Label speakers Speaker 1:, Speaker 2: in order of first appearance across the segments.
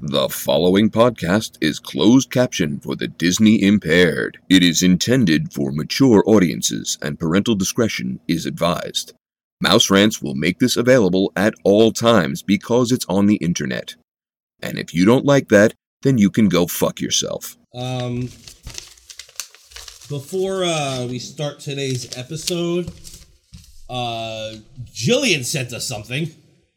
Speaker 1: The following podcast is closed caption for the Disney impaired. It is intended for mature audiences and parental discretion is advised. Mouse Rants will make this available at all times because it's on the internet. And if you don't like that, then you can go fuck yourself.
Speaker 2: Um, before uh, we start today's episode, uh, Jillian sent us something.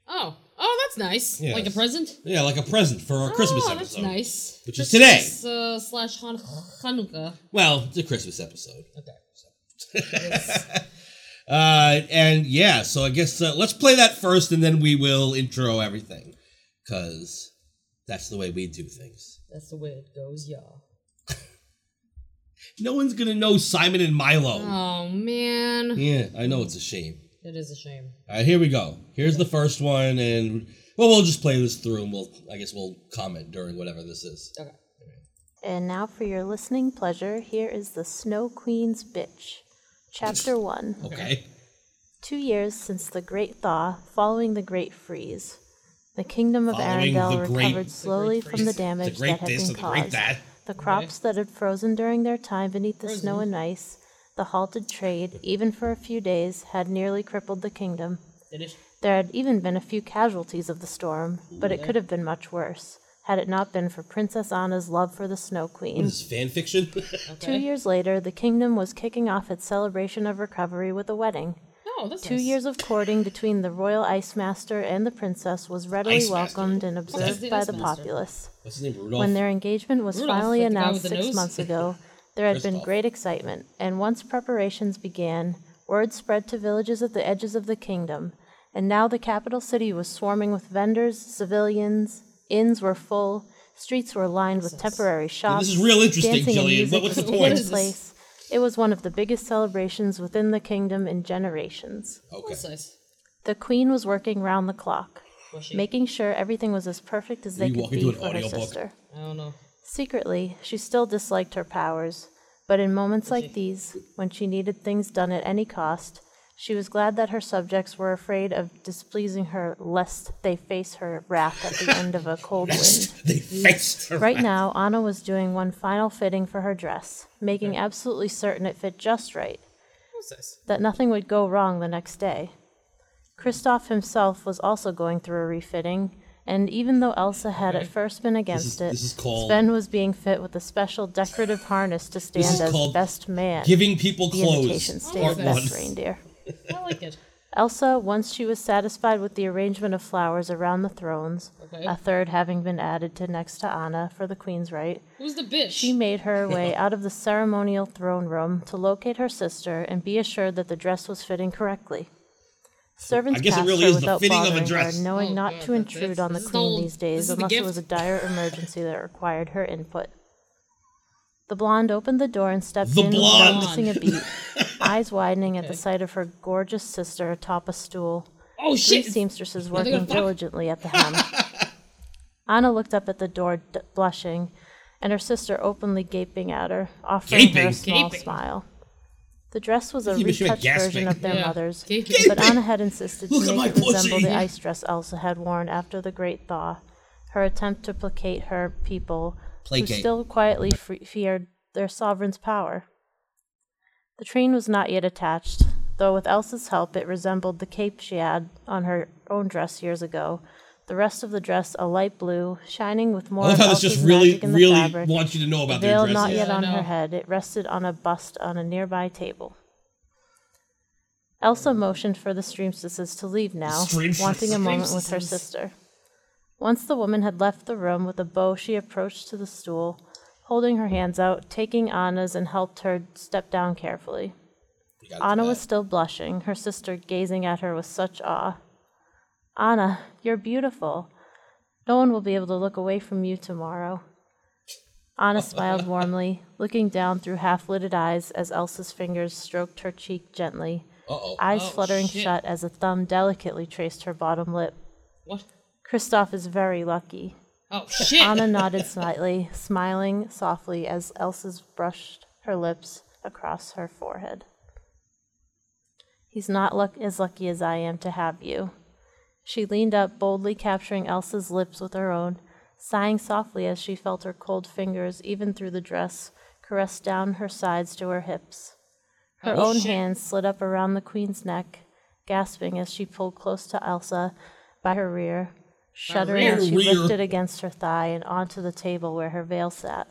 Speaker 3: Oh, oh, that's nice.
Speaker 2: Yes.
Speaker 3: Like a present.
Speaker 2: Yeah, like a present for our Christmas
Speaker 3: oh, that's
Speaker 2: episode.
Speaker 3: nice.
Speaker 2: Which is
Speaker 3: Christmas, uh, slash Han- Hanukkah.
Speaker 2: Well, it's a Christmas episode.
Speaker 3: Okay.
Speaker 2: Uh, and yeah, so I guess uh, let's play that first, and then we will intro everything, because that's the way we do things.
Speaker 3: That's the way it goes, y'all.
Speaker 2: No one's gonna know Simon and Milo.
Speaker 3: Oh man,
Speaker 2: Yeah, I know it's a shame.
Speaker 3: that is a shame.
Speaker 2: All right, here we go. Here's the first one, and well, we'll just play this through, and we'll I guess we'll comment during whatever this is.
Speaker 3: Okay.
Speaker 4: And now for your listening pleasure, here is the Snow Queen's Bitch. Chapter 1
Speaker 2: Okay.
Speaker 4: Two years since the Great Thaw, following the Great Freeze. The kingdom of
Speaker 2: Following the
Speaker 4: Arendelle
Speaker 2: Great-
Speaker 4: recovered slowly from the damage
Speaker 2: the great
Speaker 4: that had
Speaker 2: this
Speaker 4: been
Speaker 2: and the great
Speaker 4: caused.
Speaker 2: that.
Speaker 4: The crops that had frozen during their time beneath the snow and ice, the halted trade, even for a few days, had nearly crippled the kingdom.
Speaker 3: Did it?
Speaker 4: There had even been a few casualties of the storm, but it could have been much worse, had it not been for Princess Anna's love for the Snow Queen.
Speaker 2: This is fan fiction.
Speaker 4: Two years later, the kingdom was kicking off its celebration of recovery with a wedding.
Speaker 3: Oh, that's
Speaker 4: Two
Speaker 3: nice.
Speaker 4: years of courting between the royal ice master and the princess was readily
Speaker 2: Ice Master?
Speaker 4: welcomed and
Speaker 3: What's
Speaker 4: observed
Speaker 3: the
Speaker 4: by
Speaker 3: Ice
Speaker 4: the
Speaker 3: Master?
Speaker 4: populace.
Speaker 2: What's his name? Rudolph.
Speaker 4: When their engagement was
Speaker 3: Rudolph,
Speaker 4: finally
Speaker 3: like the guy
Speaker 4: announced
Speaker 3: with the
Speaker 4: six
Speaker 3: nose?
Speaker 4: months ago, there had been
Speaker 2: Kristoff.
Speaker 4: great excitement, and once preparations began, word spread to villages at the edges of the kingdom, and now the capital city was swarming with vendors, civilians, inns were full, streets were lined with temporary shops.
Speaker 2: this is real interesting,
Speaker 4: dancing and
Speaker 2: Jillian.
Speaker 4: music
Speaker 2: What- what's the
Speaker 4: was taking
Speaker 2: point?
Speaker 3: What is this?
Speaker 4: place. It was one of the biggest celebrations within the kingdom in generations.
Speaker 2: okay.
Speaker 3: That's nice.
Speaker 4: The queen was working round the clock,
Speaker 3: Was she?
Speaker 4: making sure everything was as perfect as they
Speaker 2: you
Speaker 4: could
Speaker 2: walking to
Speaker 4: be
Speaker 2: an
Speaker 4: for her
Speaker 2: audiobook?
Speaker 4: sister.
Speaker 3: I don't know.
Speaker 4: Secretly, she still disliked her powers, but in moments like these, when she needed things done at any cost, she was glad that her subjects were afraid of displeasing her lest they face her wrath at the end of a cold wind.
Speaker 2: They faced her.
Speaker 4: Right now, Anna was doing one final fitting for her dress, making absolutely certain it fit just right,
Speaker 3: What's this?
Speaker 4: that nothing would go wrong the next day. Kristoff himself was also going through a refitting, and even though Elsa had at first been against
Speaker 2: this is
Speaker 4: it,
Speaker 2: called-
Speaker 4: Sven was being fit with a special decorative harness to
Speaker 2: is
Speaker 4: stand as
Speaker 2: called
Speaker 4: best man.
Speaker 2: Giving people
Speaker 4: the
Speaker 2: clothes.
Speaker 4: invitation
Speaker 2: Part
Speaker 4: stays
Speaker 2: one.
Speaker 4: best reindeer.
Speaker 3: I like it.
Speaker 4: Elsa, once she was satisfied with the arrangement of flowers around the thrones, a third having been added to next to Anna for the queen's right,
Speaker 3: Who's the bitch?
Speaker 4: she made her way out of the ceremonial throne room to locate her sister and be assured that the dress was fitting correctly. Servants
Speaker 2: I guess it
Speaker 4: passed
Speaker 2: really
Speaker 4: her
Speaker 2: is the
Speaker 4: without
Speaker 2: fitting of a
Speaker 4: bothering
Speaker 2: dress.
Speaker 4: her, knowing
Speaker 3: Oh,
Speaker 4: not
Speaker 3: God,
Speaker 4: to
Speaker 3: that-
Speaker 4: intrude
Speaker 3: this-
Speaker 4: on the
Speaker 3: this is the
Speaker 4: queen
Speaker 3: old-
Speaker 4: these
Speaker 3: this is
Speaker 4: days
Speaker 3: the
Speaker 4: unless it was a
Speaker 3: gift.
Speaker 4: dire emergency that required her input. The blonde opened the door and stepped
Speaker 2: The
Speaker 4: in
Speaker 2: blonde.
Speaker 4: without missing a beat, eyes widening at the sight of her gorgeous sister atop a stool
Speaker 3: oh
Speaker 4: three
Speaker 3: shit!
Speaker 4: seamstresses
Speaker 3: they
Speaker 4: working
Speaker 3: gonna fuck?
Speaker 4: diligently at the hem. Anna looked up at the door, d- blushing, and her sister openly gaping at her, offering her
Speaker 2: Gaping?
Speaker 4: a small
Speaker 3: Gaping.
Speaker 4: smile. The dress was a
Speaker 2: Even she went
Speaker 4: retouched version
Speaker 2: gasping.
Speaker 4: of their
Speaker 3: Yeah.
Speaker 4: mother's,
Speaker 3: Gaping.
Speaker 4: but Anna had insisted
Speaker 2: Look
Speaker 4: to
Speaker 2: at
Speaker 4: make
Speaker 2: my
Speaker 4: it resemble
Speaker 2: pussy.
Speaker 4: the ice dress Elsa had worn after the Great Thaw. Her attempt to placate her people, who
Speaker 2: Placate.
Speaker 4: still quietly fre- feared their sovereign's power. The train was not yet attached, though with Elsa's help it resembled the cape she had on her own dress years ago. The rest of the dress a light blue, shining with more
Speaker 2: I love
Speaker 4: of
Speaker 2: how this
Speaker 4: Elsa's
Speaker 2: just really,
Speaker 4: magic in the
Speaker 2: really
Speaker 4: fabric.
Speaker 2: wants you to know
Speaker 4: The
Speaker 2: about
Speaker 4: veil
Speaker 2: their
Speaker 4: not
Speaker 2: dresses.
Speaker 4: yet
Speaker 3: Yeah, I
Speaker 4: on
Speaker 3: know.
Speaker 4: her head, it rested on a bust on a nearby table. Elsa motioned for the streamstresses to leave now,
Speaker 2: Streamstresses.
Speaker 4: wanting a moment with her sister. Once the woman had left the room with a bow, she approached to the stool, holding her hands out, taking Anna's, and helped her step down carefully.
Speaker 2: You gotta do
Speaker 4: Anna
Speaker 2: that.
Speaker 4: was still blushing, her sister gazing at her with such awe. Anna, you're beautiful. No one will be able to look away from you tomorrow. Anna smiled warmly, looking down through half lidded eyes as Elsa's fingers stroked her cheek gently,
Speaker 2: Uh-oh.
Speaker 4: eyes
Speaker 3: Oh,
Speaker 4: fluttering
Speaker 3: shit.
Speaker 4: shut as a thumb delicately traced her bottom lip.
Speaker 3: What?
Speaker 4: Kristoff is very lucky.
Speaker 3: Oh shit!
Speaker 4: Anna nodded slightly, smiling softly as Elsa's brushed her lips across her forehead. He's not luck- as lucky as I am to have you. She leaned up, boldly capturing Elsa's lips with her own, sighing softly as she felt her cold fingers, even through the dress, caress down her sides to her hips. Her
Speaker 3: Oh,
Speaker 4: own
Speaker 3: shit.
Speaker 4: hands slid up around the queen's neck, gasping as she pulled close to Elsa by her rear, shuddering
Speaker 3: rear.
Speaker 4: as she
Speaker 2: Rear.
Speaker 4: lifted against her thigh and onto the table where her veil sat.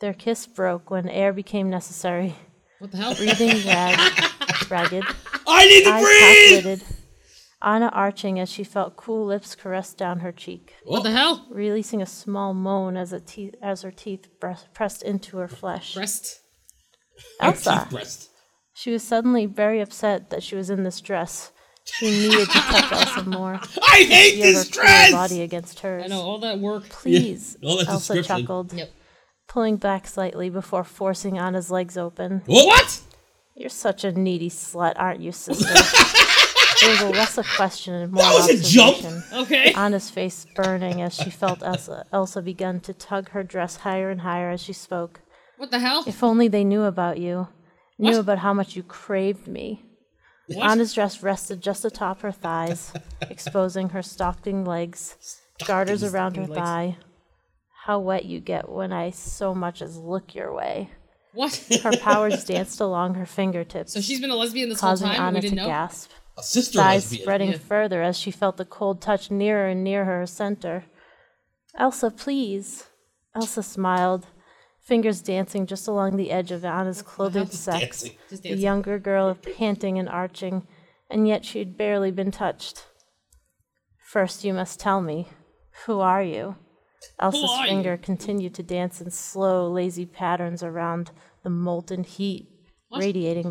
Speaker 4: Their kiss broke when air became necessary.
Speaker 3: What the hell?
Speaker 4: Breathing rag, ragged,
Speaker 2: I need to
Speaker 4: eyes
Speaker 2: breathe.
Speaker 4: half-lidded, Anna arching as she felt cool lips caress down her cheek,
Speaker 3: What the hell?
Speaker 4: releasing a small moan as, a te- as her teeth press- pressed into her flesh.
Speaker 3: Breast.
Speaker 4: Elsa,
Speaker 2: Breast.
Speaker 4: she was suddenly very upset that she was in this dress. She needed to touch Elsa more,
Speaker 2: I hate
Speaker 4: feel her
Speaker 2: this
Speaker 4: cool
Speaker 2: dress.
Speaker 4: body against hers.
Speaker 3: I know all that work.
Speaker 4: Please,
Speaker 2: all that
Speaker 4: Elsa
Speaker 2: description.
Speaker 4: chuckled,
Speaker 3: Yep.
Speaker 4: pulling back slightly before forcing Anna's legs open.
Speaker 2: What?
Speaker 4: You're such a needy slut, aren't you, sister? it was a less a question and more
Speaker 2: That was a jump!
Speaker 4: observation.
Speaker 3: Okay.
Speaker 4: Anna's face burning as she felt Elsa, Elsa begun to tug her dress higher and higher as she spoke.
Speaker 3: What the hell?
Speaker 4: If only they knew about you, knew
Speaker 3: What?
Speaker 4: about how much you craved me.
Speaker 3: What?
Speaker 4: Anna's dress rested just atop her thighs, exposing her stocking legs, garters around her
Speaker 3: legs.
Speaker 4: thigh. How wet you get when I so much as look your way.
Speaker 3: What?
Speaker 4: Her powers danced along her fingertips,
Speaker 3: So she's been a lesbian this whole
Speaker 4: causing
Speaker 3: time and
Speaker 4: Anna
Speaker 3: we
Speaker 4: to
Speaker 3: didn't know?
Speaker 4: gasp
Speaker 2: A sister
Speaker 4: thighs
Speaker 2: lesbian.
Speaker 4: spreading
Speaker 3: Yeah.
Speaker 4: further as she felt the cold touch nearer and nearer her center. Elsa, please. Elsa smiled, fingers dancing just along the edge of Anna's clothed sex.
Speaker 2: Dancing.
Speaker 3: Just
Speaker 4: The
Speaker 3: dancing.
Speaker 4: younger girl panting and arching, and yet she had barely been touched. First, you must tell me, who are you? Elsa's
Speaker 3: are you?
Speaker 4: finger continued to dance in slow, lazy patterns around the molten heat radiating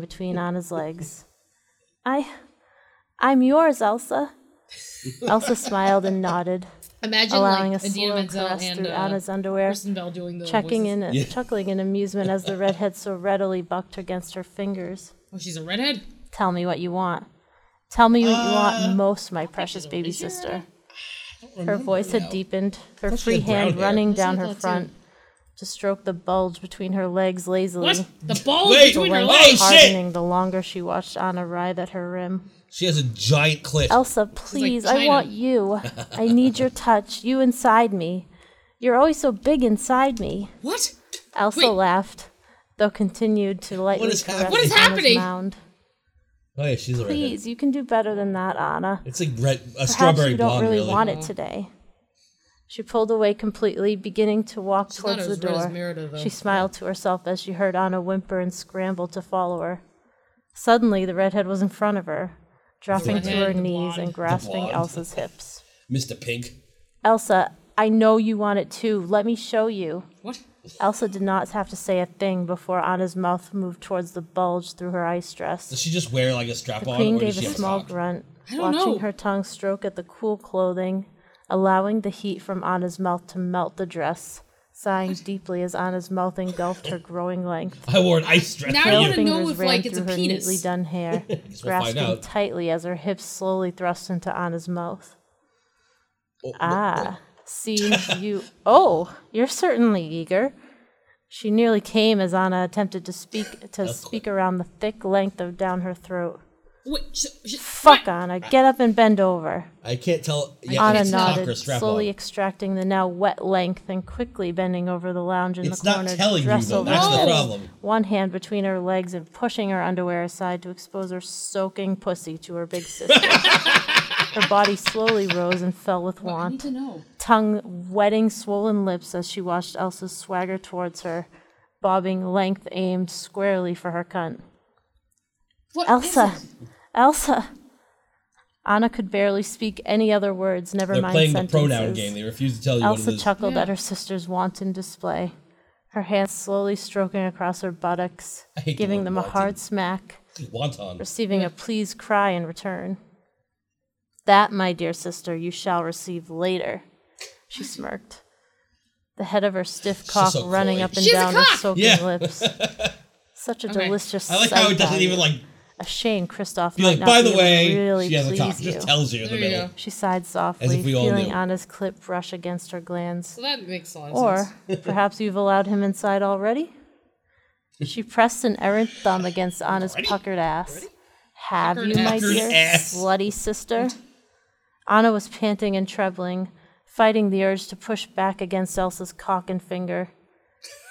Speaker 4: between Anna's legs. I. I'm yours, Elsa. Elsa smiled and nodded,
Speaker 3: Imagine
Speaker 4: allowing
Speaker 3: like
Speaker 4: a
Speaker 3: Adina
Speaker 4: slow
Speaker 3: Menzel
Speaker 4: caress
Speaker 3: and
Speaker 4: through
Speaker 3: uh,
Speaker 4: Anna's underwear
Speaker 3: Kristen Bell doing the
Speaker 4: checking
Speaker 3: voices.
Speaker 4: in, chuckling in amusement as the redhead so readily bucked against her fingers.
Speaker 3: Oh, she's a redhead.
Speaker 4: Tell me what you want. Tell me what you want most, my precious
Speaker 3: Uh, she's a-
Speaker 4: baby
Speaker 3: is she a
Speaker 4: sister.
Speaker 3: redhead?
Speaker 4: Her voice had deepened, her
Speaker 2: thought she
Speaker 4: free
Speaker 2: had brown
Speaker 4: hand
Speaker 2: hair.
Speaker 4: running
Speaker 3: That's what
Speaker 4: down
Speaker 3: I
Speaker 4: her
Speaker 3: thought, too.
Speaker 4: front to stroke the bulge between her legs lazily.
Speaker 3: What? The ball
Speaker 2: Wait,
Speaker 3: between her
Speaker 4: When
Speaker 2: wait.
Speaker 3: legs.
Speaker 2: shit!
Speaker 4: hardening the longer she watched Anna writhe at her rim.
Speaker 2: She has a giant clit.
Speaker 4: Elsa, please, I
Speaker 3: China.
Speaker 4: want you. I need your touch. You inside me. You're always so big inside me.
Speaker 3: What?
Speaker 4: Elsa
Speaker 3: Wait.
Speaker 4: laughed, though continued to lightly
Speaker 2: is hap-
Speaker 4: caress
Speaker 2: what
Speaker 3: is
Speaker 4: Anna's
Speaker 3: happening?
Speaker 4: mound.
Speaker 2: Oh yeah, she's a redhead.
Speaker 4: Please, you can do better than that, Anna.
Speaker 2: It's like red, a
Speaker 4: Perhaps
Speaker 2: strawberry
Speaker 4: you don't
Speaker 2: blonde.
Speaker 4: really,
Speaker 2: really.
Speaker 3: Oh.
Speaker 4: want it today. She pulled away completely, beginning to walk
Speaker 3: not
Speaker 4: towards the
Speaker 3: as red as
Speaker 4: door.
Speaker 3: Merida, though.
Speaker 4: she smiled to herself as she heard Anna whimper and scramble to follow her. Suddenly, the redhead was in front of her, dropping to
Speaker 3: redhead,
Speaker 4: her
Speaker 3: the
Speaker 4: knees
Speaker 3: blonde.
Speaker 4: and grasping
Speaker 2: blonde.
Speaker 4: Elsa's hips.
Speaker 2: Mr. Pink.
Speaker 4: Elsa, I know you want it too. Let me show you.
Speaker 3: What?
Speaker 4: Elsa did not have to say a thing before Anna's mouth moved towards the bulge through her ice dress.
Speaker 2: Does she just wear like a strap on,
Speaker 4: Queen
Speaker 2: or does
Speaker 4: gave
Speaker 2: she
Speaker 4: a
Speaker 2: have
Speaker 4: small
Speaker 2: a sock?
Speaker 4: grunt,
Speaker 3: I don't
Speaker 4: watching
Speaker 3: know.
Speaker 4: her tongue stroke at the cool clothing, allowing the heat from Anna's mouth to melt the dress, sighing deeply as Anna's mouth engulfed her growing length.
Speaker 2: I wore an ice dress.
Speaker 3: Now
Speaker 2: for
Speaker 3: I
Speaker 4: Her
Speaker 2: you.
Speaker 3: wanna know
Speaker 4: fingers
Speaker 3: if,
Speaker 4: ran
Speaker 3: like, it's
Speaker 4: through
Speaker 3: a
Speaker 4: her
Speaker 3: penis.
Speaker 4: neatly done hair,
Speaker 2: we'll find
Speaker 4: grasping
Speaker 2: out.
Speaker 4: tightly as her hips slowly thrust into Anna's mouth.
Speaker 2: Oh, no,
Speaker 4: Ah, seems you. Oh, you're certainly eager. She nearly came as Anna attempted to speak to speak around the thick length of down her throat.
Speaker 3: Wait, sh- sh-
Speaker 4: Fuck, Anna, get up and bend over.
Speaker 2: I can't tell. Yeah, if
Speaker 4: Anna
Speaker 2: it's cock or
Speaker 4: nodded,
Speaker 2: strap
Speaker 4: slowly
Speaker 2: on.
Speaker 4: extracting the now wet length and quickly bending over the lounge in
Speaker 2: It's
Speaker 4: the
Speaker 2: not
Speaker 4: corner,
Speaker 2: telling you
Speaker 4: dress
Speaker 2: though.
Speaker 4: over
Speaker 2: That's
Speaker 4: her
Speaker 2: the
Speaker 4: hips,
Speaker 2: problem.
Speaker 4: one hand between her legs and pushing her underwear aside to expose her soaking pussy to her big sister. her body slowly rose and fell with
Speaker 3: I need
Speaker 4: want,
Speaker 3: to know.
Speaker 4: tongue wetting swollen lips as she watched Elsa swagger towards her, bobbing length aimed squarely for her cunt.
Speaker 3: What is
Speaker 4: Elsa!
Speaker 3: it?
Speaker 4: Elsa! Anna could barely speak any other words, never
Speaker 2: They're
Speaker 4: mind
Speaker 2: playing the
Speaker 4: sentences.
Speaker 2: pronoun game. They refuse to tell you what
Speaker 4: Elsa
Speaker 2: it is.
Speaker 4: chuckled at her sister's wanton display, her hands slowly stroking across her buttocks,
Speaker 2: I hate the
Speaker 4: giving
Speaker 2: word
Speaker 4: them a
Speaker 2: wanton.
Speaker 4: hard smack,
Speaker 2: Wonton.
Speaker 4: receiving a pleased cry in return. That, my dear sister, you shall receive later, she smirked. The head of her stiff cock
Speaker 2: so
Speaker 4: running
Speaker 2: coy.
Speaker 4: up and
Speaker 3: She's a
Speaker 4: down her
Speaker 3: cock!
Speaker 4: soaking
Speaker 2: Yeah.
Speaker 4: lips. Such a
Speaker 3: Okay.
Speaker 4: delicious
Speaker 2: I like how
Speaker 4: sight
Speaker 2: it doesn't
Speaker 4: value.
Speaker 2: even like
Speaker 4: A shame Kristoff
Speaker 2: be
Speaker 4: might
Speaker 2: like.
Speaker 4: not
Speaker 2: By
Speaker 4: be
Speaker 2: the
Speaker 4: able to
Speaker 2: way,
Speaker 4: really
Speaker 2: she has a cock.
Speaker 4: please you.
Speaker 2: Just tells you in the
Speaker 3: There you
Speaker 2: middle.
Speaker 3: go.
Speaker 4: She sighed softly,
Speaker 2: we all
Speaker 4: feeling
Speaker 2: knew.
Speaker 4: Anna's clip brush against her glands.
Speaker 3: So that makes a lot of
Speaker 4: Or
Speaker 3: sense.
Speaker 4: perhaps you've allowed him inside already? She pressed an errant thumb against Anna's puckered ass. Have you, my
Speaker 2: Puckered
Speaker 4: dear
Speaker 2: ass.
Speaker 4: slutty sister? Anna was panting and trebling, fighting the urge to push back against Elsa's cock and finger.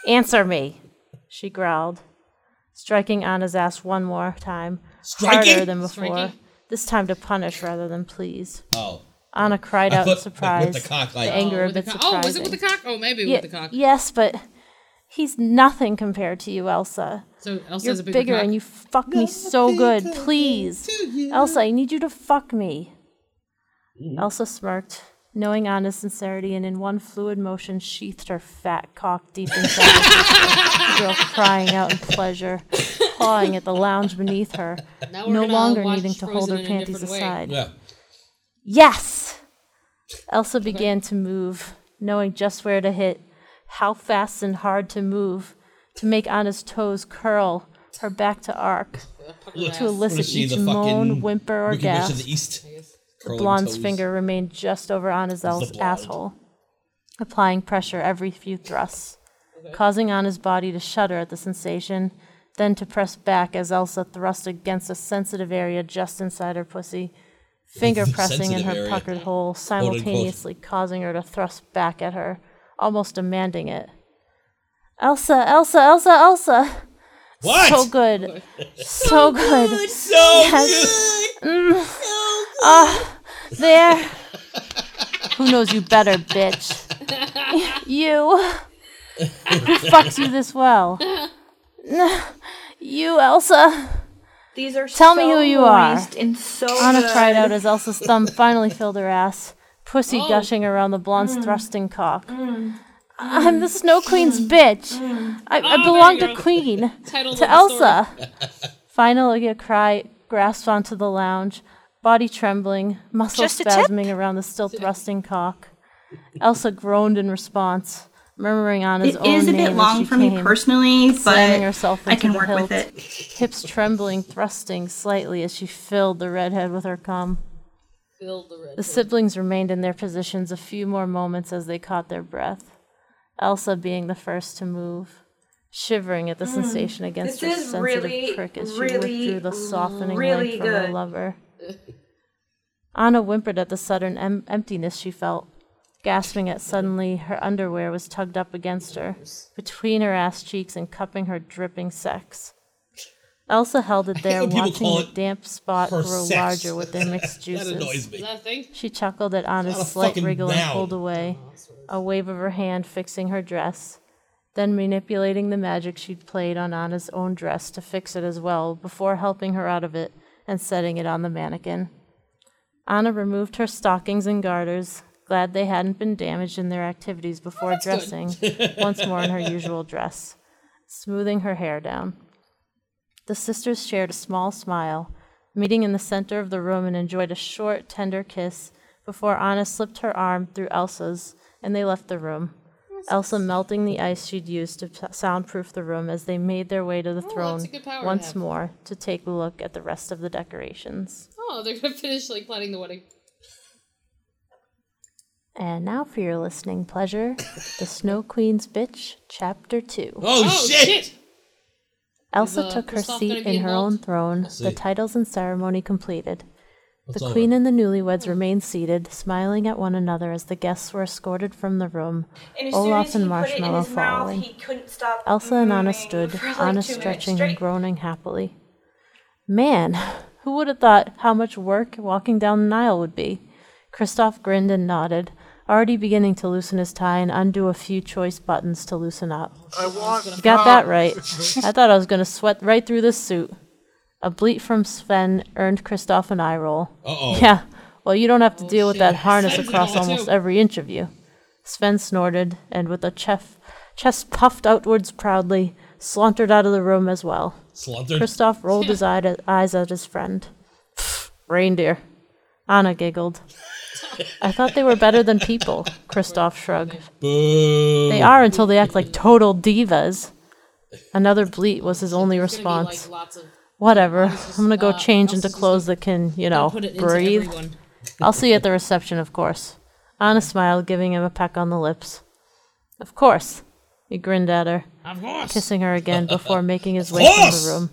Speaker 4: Answer me, she growled, striking Anna's ass one more time, harder
Speaker 2: Striking?
Speaker 4: than before,
Speaker 3: Striking?
Speaker 4: this time to punish rather than please.
Speaker 2: Oh.
Speaker 4: Anna cried
Speaker 2: I
Speaker 4: out in
Speaker 2: thought, like,
Speaker 4: surprise,
Speaker 2: with the cock, like-
Speaker 4: the
Speaker 3: oh,
Speaker 4: anger a
Speaker 3: with the
Speaker 4: bit
Speaker 3: co-
Speaker 4: surprising.
Speaker 3: oh, was it with the cock? Oh, maybe
Speaker 4: Ye-
Speaker 3: with the cock.
Speaker 4: Yes, but he's nothing compared to you, Elsa.
Speaker 3: So Elsa
Speaker 4: You're
Speaker 3: has a bigger,
Speaker 4: bigger,
Speaker 3: cock.
Speaker 4: and you fuck me so good. Please. Elsa, I need you to fuck me. Elsa smirked, knowing Anna's sincerity, and in one fluid motion sheathed her fat cock deep inside her sister, the girl crying out in pleasure, clawing at the lounge beneath her,
Speaker 3: Now we're
Speaker 4: no
Speaker 3: gonna
Speaker 4: longer
Speaker 3: watch
Speaker 4: needing to hold
Speaker 3: Frozen
Speaker 4: her
Speaker 3: in a
Speaker 4: panties
Speaker 3: different way.
Speaker 4: aside.
Speaker 2: Yeah.
Speaker 4: Yes! Elsa began to move, knowing just where to hit, how fast and hard to move, to make Anna's toes curl, her back to arc, to
Speaker 2: What
Speaker 4: elicit
Speaker 2: is she,
Speaker 4: each
Speaker 2: the
Speaker 4: moan,
Speaker 2: fucking
Speaker 4: whimper, or
Speaker 2: Wicked Witch
Speaker 4: gasp.
Speaker 2: of the East? Curling
Speaker 4: Blonde's
Speaker 2: toes.
Speaker 4: finger remained just over Anna's
Speaker 2: blonde.
Speaker 4: asshole, applying pressure every few thrusts, causing Anna's body to shudder at the sensation, then to press back as Elsa thrust against a sensitive area just inside her pussy, finger pressing in
Speaker 2: Sensitive
Speaker 4: her
Speaker 2: area.
Speaker 4: puckered hole,
Speaker 2: unquote.
Speaker 4: simultaneously causing her to thrust back at her, almost demanding it. Elsa, Elsa, Elsa, Elsa!
Speaker 2: What?
Speaker 4: So good. So good.
Speaker 2: So good.
Speaker 4: Mm. Uh, There. Who knows you better, bitch? You. Who fucks you this well? You, Elsa.
Speaker 5: These are so
Speaker 4: Tell me who you are.
Speaker 5: moist and so
Speaker 4: Anna
Speaker 5: good.
Speaker 4: cried out as Elsa's thumb finally filled her ass, pussy gushing around the blonde's thrusting cock. I'm the Snow Queen's bitch. I, I belong to Queen.
Speaker 3: Title
Speaker 4: to Elsa. Finally, a cry grasped onto the lounge, body trembling, muscles
Speaker 5: Just a tip?
Speaker 4: spasming around the still thrusting cock. Elsa groaned in response, murmuring on his
Speaker 5: It
Speaker 4: own
Speaker 5: is a
Speaker 4: name
Speaker 5: bit
Speaker 4: as
Speaker 5: long
Speaker 4: she
Speaker 5: for me
Speaker 4: came,
Speaker 5: personally,
Speaker 4: slamming
Speaker 5: but
Speaker 4: herself
Speaker 5: I
Speaker 4: into
Speaker 5: can
Speaker 4: the
Speaker 5: work with
Speaker 4: hilt,
Speaker 5: it.
Speaker 4: Hips trembling, thrusting slightly as she filled the redhead with her cum.
Speaker 3: Build the red.
Speaker 4: The siblings remained in their positions a few more moments as they caught their breath, Elsa being the first to move, shivering at the sensation against
Speaker 5: Mm. This
Speaker 4: her
Speaker 5: is
Speaker 4: sensitive
Speaker 5: really,
Speaker 4: prick as she
Speaker 5: really,
Speaker 4: withdrew the softening
Speaker 5: really
Speaker 4: leg from her
Speaker 5: good.
Speaker 4: lover. Anna whimpered at the sudden em- emptiness she felt, gasping at suddenly her underwear was tugged up against her, between her ass cheeks and cupping her dripping sex. Elsa held it there,
Speaker 2: when people
Speaker 4: watching
Speaker 2: call
Speaker 4: the
Speaker 2: it
Speaker 4: damp spot
Speaker 2: her
Speaker 4: grow
Speaker 2: sex.
Speaker 4: larger with their mixed
Speaker 2: That
Speaker 4: juices.
Speaker 2: annoys me.
Speaker 3: Nothing.
Speaker 4: She chuckled at Anna's
Speaker 2: not a
Speaker 4: slight
Speaker 2: fucking
Speaker 4: wriggle and
Speaker 2: noun.
Speaker 4: pulled away, a wave of her hand fixing her dress, then manipulating the magic she'd played on Anna's own dress to fix it as well before helping her out of it and setting it on the mannequin. Anna removed her stockings and garters, glad they hadn't been damaged in their activities before dressing once more in her usual dress, smoothing her hair down. The sisters shared a small smile, meeting in the center of the room and enjoyed a short, tender kiss before Anna slipped her arm through Elsa's and they left the room. Elsa melting the ice she'd used to p- soundproof the room as they made their way to the throne
Speaker 3: Oh, a good power to
Speaker 4: once
Speaker 3: have.
Speaker 4: more to take a look at the rest of the decorations.
Speaker 3: Oh, they're gonna finish like planning the wedding.
Speaker 4: And now for your listening pleasure, The Snow Queen's Bitch, Chapter 2.
Speaker 2: Oh,
Speaker 3: Oh
Speaker 2: shit.
Speaker 4: Elsa
Speaker 3: uh,
Speaker 4: took her
Speaker 3: Kristoff
Speaker 4: seat
Speaker 3: gonna be
Speaker 4: in her own
Speaker 3: involved?
Speaker 4: throne, the
Speaker 2: see.
Speaker 4: titles and ceremony completed. The
Speaker 2: It's over.
Speaker 4: queen and the newlyweds remained seated, smiling at one another as the guests were escorted from the room,
Speaker 5: And as soon
Speaker 4: Olaf
Speaker 5: as he
Speaker 4: and
Speaker 5: put it in
Speaker 4: Marshmallow
Speaker 5: his
Speaker 4: following.
Speaker 5: mouth, he couldn't stop.
Speaker 4: Elsa and Anna
Speaker 5: moaning
Speaker 4: stood,
Speaker 5: for like
Speaker 4: Anna
Speaker 5: two minutes
Speaker 4: stretching and
Speaker 5: straight.
Speaker 4: groaning happily. Man, who would have thought how much work walking down the Nile would be? Kristoff grinned and nodded, already beginning to loosen his tie and undo a few choice buttons to loosen up.
Speaker 6: I want.
Speaker 4: You got that right. I thought I was going to sweat right through this suit. A bleat from Sven earned Kristoff an eye roll.
Speaker 2: Uh-oh.
Speaker 4: Yeah, well, you don't have to deal with that harness
Speaker 3: Oh. Sven's
Speaker 4: across
Speaker 3: an eye,
Speaker 4: almost
Speaker 3: too.
Speaker 4: every inch of you. Sven snorted and, with a chef, chest puffed outwards proudly, slauntered out of the room as well.
Speaker 2: Sluntered.
Speaker 4: Kristoff rolled his eye eyes at his friend. Pfft, reindeer. Anna giggled. I thought they were better than people, Kristoff shrugged.
Speaker 2: Boo.
Speaker 4: They are until they act like total divas. Another bleat was his only response.
Speaker 3: Like lots of
Speaker 4: Whatever. I'm gonna go change into
Speaker 3: just
Speaker 4: clothes that can, you know,
Speaker 3: put it
Speaker 4: breathe.
Speaker 3: into everyone.
Speaker 4: I'll see you at the reception, of course. Anna smiled, giving him a peck on the lips. Of course. He grinned at her,
Speaker 3: Of course.
Speaker 4: kissing her again before making his way from
Speaker 2: course!
Speaker 4: the room.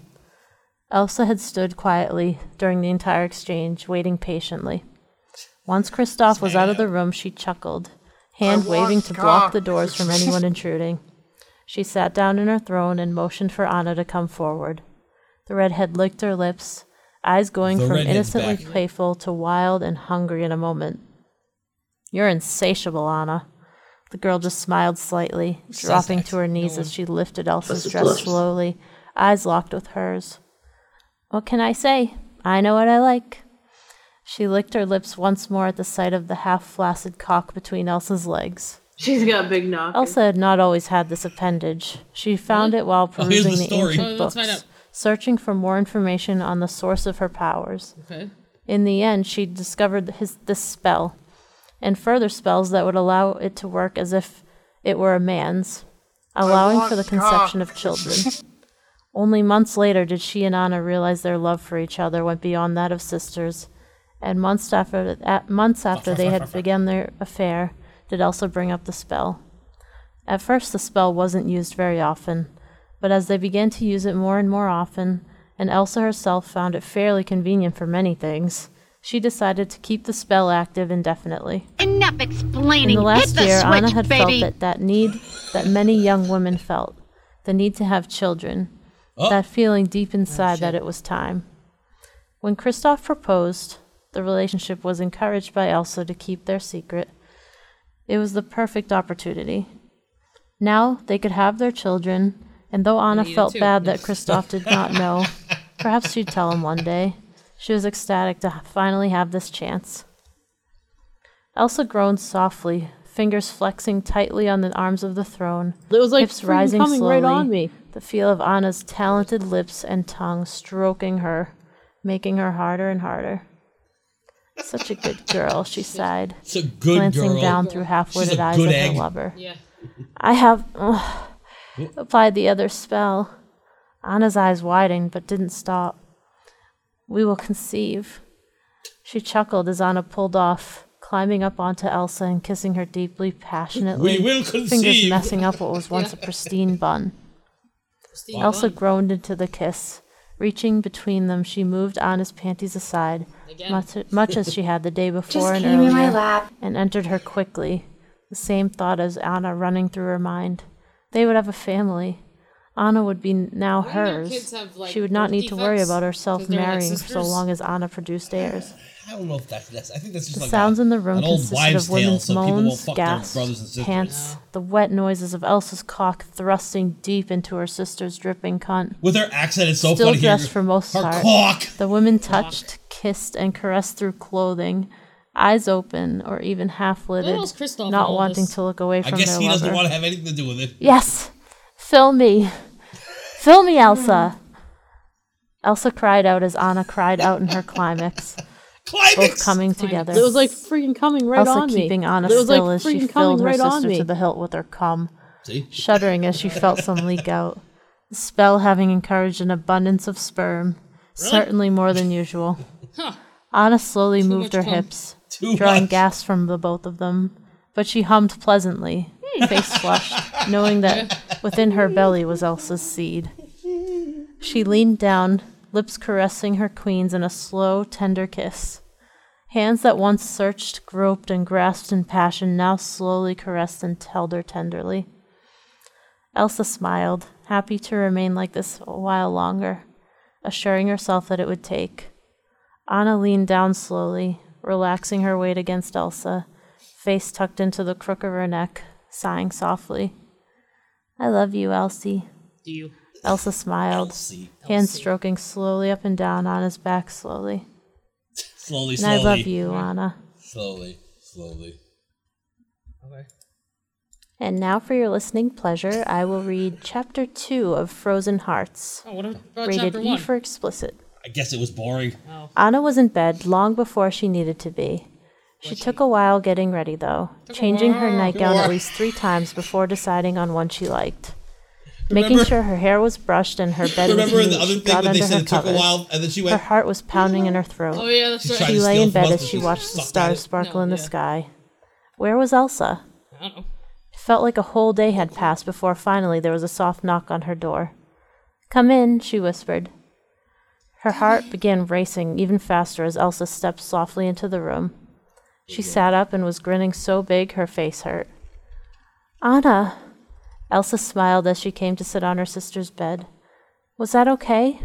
Speaker 4: Elsa had stood quietly during the entire exchange, waiting patiently. Once Kristoff was out of the room, she chuckled, hand
Speaker 5: I
Speaker 4: waving
Speaker 5: want
Speaker 4: to block
Speaker 5: cock.
Speaker 4: the doors from anyone intruding. She sat down in her throne and motioned for Anna to come forward. The redhead licked her lips, eyes going
Speaker 2: The
Speaker 4: from
Speaker 2: redhead's
Speaker 4: innocently
Speaker 2: back.
Speaker 4: playful to wild and hungry in a moment. You're insatiable, Anna. The girl just smiled slightly,
Speaker 2: says
Speaker 4: dropping
Speaker 2: that?
Speaker 4: to her knees
Speaker 2: No
Speaker 4: as she lifted Elsa's
Speaker 6: Elsa's
Speaker 4: dress
Speaker 6: lips.
Speaker 4: slowly, eyes locked with hers. What can I say? I know what I like. She licked her lips once more at the sight of the half flaccid cock between Elsa's legs.
Speaker 6: She's got big knock.
Speaker 4: Elsa had not always had this appendage. She found it while
Speaker 2: Oh, here's
Speaker 4: perusing
Speaker 2: the
Speaker 4: the,
Speaker 2: story.
Speaker 4: ancient
Speaker 3: Oh, let's find
Speaker 4: books,
Speaker 3: out.
Speaker 4: searching for more information on the source of her powers.
Speaker 3: Okay.
Speaker 4: In the end, she discovered his this spell, and further spells that would allow it to work as if it were a man's, allowing for the
Speaker 5: want
Speaker 4: conception
Speaker 5: cock.
Speaker 4: of children. Only months later did she and Anna realize their love for each other went beyond that of sisters, and months after at months after they had begun their affair, did Elsa bring up the spell. At first, the spell wasn't used very often, but as they began to use it more and more often, and Elsa herself found it fairly convenient for many things, she decided to keep the spell active indefinitely.
Speaker 7: Enough explaining.
Speaker 4: In the
Speaker 7: Hit
Speaker 4: last
Speaker 7: the
Speaker 4: year,
Speaker 7: switch,
Speaker 4: Anna had
Speaker 7: baby.
Speaker 4: felt that that need that many young women felt, the need to have children,
Speaker 2: Oh.
Speaker 4: that feeling deep inside that it was time. When Kristoff proposed, the relationship was encouraged by Elsa to keep their secret. It was the perfect opportunity. Now they could have their children, and though Anna
Speaker 3: you
Speaker 4: felt
Speaker 3: too.
Speaker 4: bad that Kristoff did not know, perhaps she'd tell him one day. She was ecstatic to finally have this chance. Elsa groaned softly, fingers flexing tightly on the arms of the throne,
Speaker 8: It was like
Speaker 4: hips
Speaker 8: freaking
Speaker 4: rising
Speaker 8: coming
Speaker 4: slowly,
Speaker 8: right on me.
Speaker 4: the feel of Anna's talented lips and tongue stroking her, making her harder and harder. Such a good girl, she sighed,
Speaker 2: It's a good
Speaker 4: glancing
Speaker 2: girl.
Speaker 4: down through half-witted eyes
Speaker 2: good
Speaker 4: at
Speaker 2: egg.
Speaker 4: her lover.
Speaker 3: Yeah.
Speaker 4: I have ugh, applied the other spell. Anna's eyes widened but didn't stop. We will conceive. She chuckled as Anna pulled off, climbing up onto Elsa and kissing her deeply, passionately.
Speaker 2: We will
Speaker 4: Fingers
Speaker 2: conceive.
Speaker 4: messing up what was once a pristine bun.
Speaker 3: Christine
Speaker 4: Elsa
Speaker 3: Bond.
Speaker 4: groaned into the kiss. Reaching between them, she moved Anna's panties aside,
Speaker 3: Again.
Speaker 4: much, much as she had the day before and
Speaker 7: came
Speaker 4: earlier,
Speaker 7: in my lap.
Speaker 4: and entered her quickly, the same thought as Anna running through her mind. They would have a family. Anna would be now
Speaker 3: Wouldn't their
Speaker 4: hers.
Speaker 3: kids have, like,
Speaker 4: she would not
Speaker 3: birth
Speaker 4: need to worry
Speaker 3: defects?
Speaker 4: about herself
Speaker 3: 'Cause they're like
Speaker 4: marrying so
Speaker 3: sisters?
Speaker 4: long as Anna produced heirs.
Speaker 2: I don't know if that's that's. I think that's just
Speaker 4: The
Speaker 2: like
Speaker 4: sounds
Speaker 2: a,
Speaker 4: in the room
Speaker 2: an old
Speaker 4: consisted
Speaker 2: wives'
Speaker 4: of
Speaker 2: tale,
Speaker 4: women's
Speaker 2: so people won't
Speaker 4: moans,
Speaker 2: fuck
Speaker 4: gasps,
Speaker 2: their brothers and sisters.
Speaker 4: pants, the wet noises of Elsa's cock thrusting deep into her sister's dripping cunt.
Speaker 2: With her accent, it's so
Speaker 4: Still
Speaker 2: funny.
Speaker 4: dressed
Speaker 2: her,
Speaker 4: for most
Speaker 2: her
Speaker 4: part.
Speaker 2: cock.
Speaker 4: The women touched, kissed, and caressed through clothing, eyes open or even half lidded,
Speaker 3: else Kristoff in
Speaker 4: not
Speaker 3: all
Speaker 4: wanting
Speaker 3: this?
Speaker 4: to look away
Speaker 2: I
Speaker 4: from
Speaker 2: guess
Speaker 4: their
Speaker 2: he doesn't
Speaker 4: lover.
Speaker 2: want to have anything to do with it.
Speaker 4: Yes, fill me, fill me, Elsa. Elsa cried out as Anna cried out in her climax, both
Speaker 2: Climax.
Speaker 4: coming together.
Speaker 8: It was like freaking coming right
Speaker 4: Elsa
Speaker 8: on me.
Speaker 4: keeping Anna
Speaker 8: it was
Speaker 4: still
Speaker 8: like
Speaker 4: as she
Speaker 8: freaking coming
Speaker 4: filled her
Speaker 8: right on
Speaker 4: sister
Speaker 8: me.
Speaker 4: to the hilt with her cum,
Speaker 2: See?
Speaker 4: shuddering as she felt some leak out. The spell having encouraged an abundance of sperm, certainly more than usual. Anna slowly moved her
Speaker 3: much cum.
Speaker 4: hips,
Speaker 2: Too
Speaker 4: drawing
Speaker 2: much.
Speaker 4: gas from the both of them, but she hummed pleasantly, face flushed, knowing that within her belly was Elsa's seed. She leaned down, lips caressing her queen's in a slow, tender kiss. Hands that once searched, groped, and grasped in passion now slowly caressed and held her tenderly. Elsa smiled, happy to remain like this a while longer, assuring herself that it would take. Anna leaned down slowly, relaxing her weight against Elsa, face tucked into the crook of her neck, sighing softly. I love you, Elsie.
Speaker 3: Do you?
Speaker 4: Elsa smiled,
Speaker 2: See,
Speaker 4: hands stroking slowly up and down Anna's back slowly.
Speaker 2: slowly,
Speaker 4: And
Speaker 2: slowly,
Speaker 4: I love you, Anna.
Speaker 2: slowly, slowly.
Speaker 3: Okay.
Speaker 4: And now for your listening pleasure, I will read chapter 2 of Frozen Hearts,
Speaker 3: Oh, what about
Speaker 4: rated
Speaker 3: chapter
Speaker 4: E
Speaker 3: one? Oh.
Speaker 4: for explicit.
Speaker 2: I guess it was boring.
Speaker 4: Anna was in bed long before she needed to be. She took a while getting ready, though, changing her nightgown at least three times before deciding on one she liked. Making
Speaker 2: Remember-
Speaker 4: sure her hair was brushed and her bed was
Speaker 2: Remember
Speaker 4: neat,
Speaker 2: the other
Speaker 4: she
Speaker 2: thing
Speaker 4: got
Speaker 2: when they
Speaker 4: under
Speaker 2: said
Speaker 4: her
Speaker 2: it took a
Speaker 4: covers.
Speaker 2: while, and then she
Speaker 4: Her
Speaker 2: went.
Speaker 4: heart was pounding in her throat.
Speaker 3: Oh yeah, that's
Speaker 2: She's
Speaker 3: right.
Speaker 2: trying
Speaker 4: She
Speaker 2: to
Speaker 4: lay
Speaker 2: steal
Speaker 4: in
Speaker 2: from
Speaker 4: bed
Speaker 2: us,
Speaker 4: as
Speaker 2: but
Speaker 4: she
Speaker 2: she's
Speaker 4: watched the
Speaker 2: sucked at
Speaker 4: stars
Speaker 2: it.
Speaker 4: sparkle
Speaker 3: No,
Speaker 4: in the
Speaker 3: yeah.
Speaker 4: sky. Where was Elsa?
Speaker 3: I don't know.
Speaker 4: It felt like a whole day had passed before finally there was a soft knock on her door. Come in, she whispered. Her heart began racing even faster as Elsa stepped softly into the room. She sat up and was grinning so big her face hurt. Anna! Elsa smiled as she came to sit on her sister's bed. Was that okay?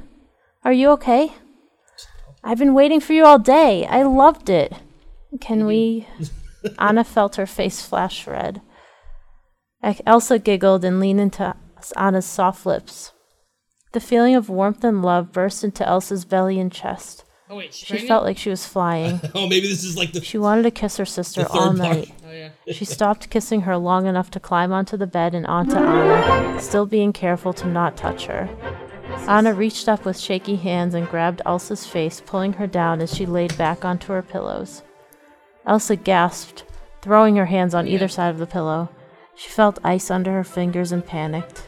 Speaker 4: Are you okay? I've been waiting for you all day. I loved it. Can we? Anna felt her face flash red. Ec- Elsa giggled and leaned into Anna's soft lips. The feeling of warmth and love burst into Elsa's belly and chest.
Speaker 3: Oh wait, she's
Speaker 4: She
Speaker 3: pregnant?
Speaker 4: felt like she was flying.
Speaker 2: Oh, maybe this is like the.
Speaker 4: She wanted to kiss her sister
Speaker 2: The third
Speaker 4: all
Speaker 2: part.
Speaker 4: night.
Speaker 3: Oh yeah.
Speaker 4: She stopped kissing her long enough to climb onto the bed and onto Anna, still being careful to not touch her. Anna reached up with shaky hands and grabbed Elsa's face, pulling her down as she laid back onto her pillows. Elsa gasped, throwing her hands on either side of the pillow. She felt ice under her fingers and panicked.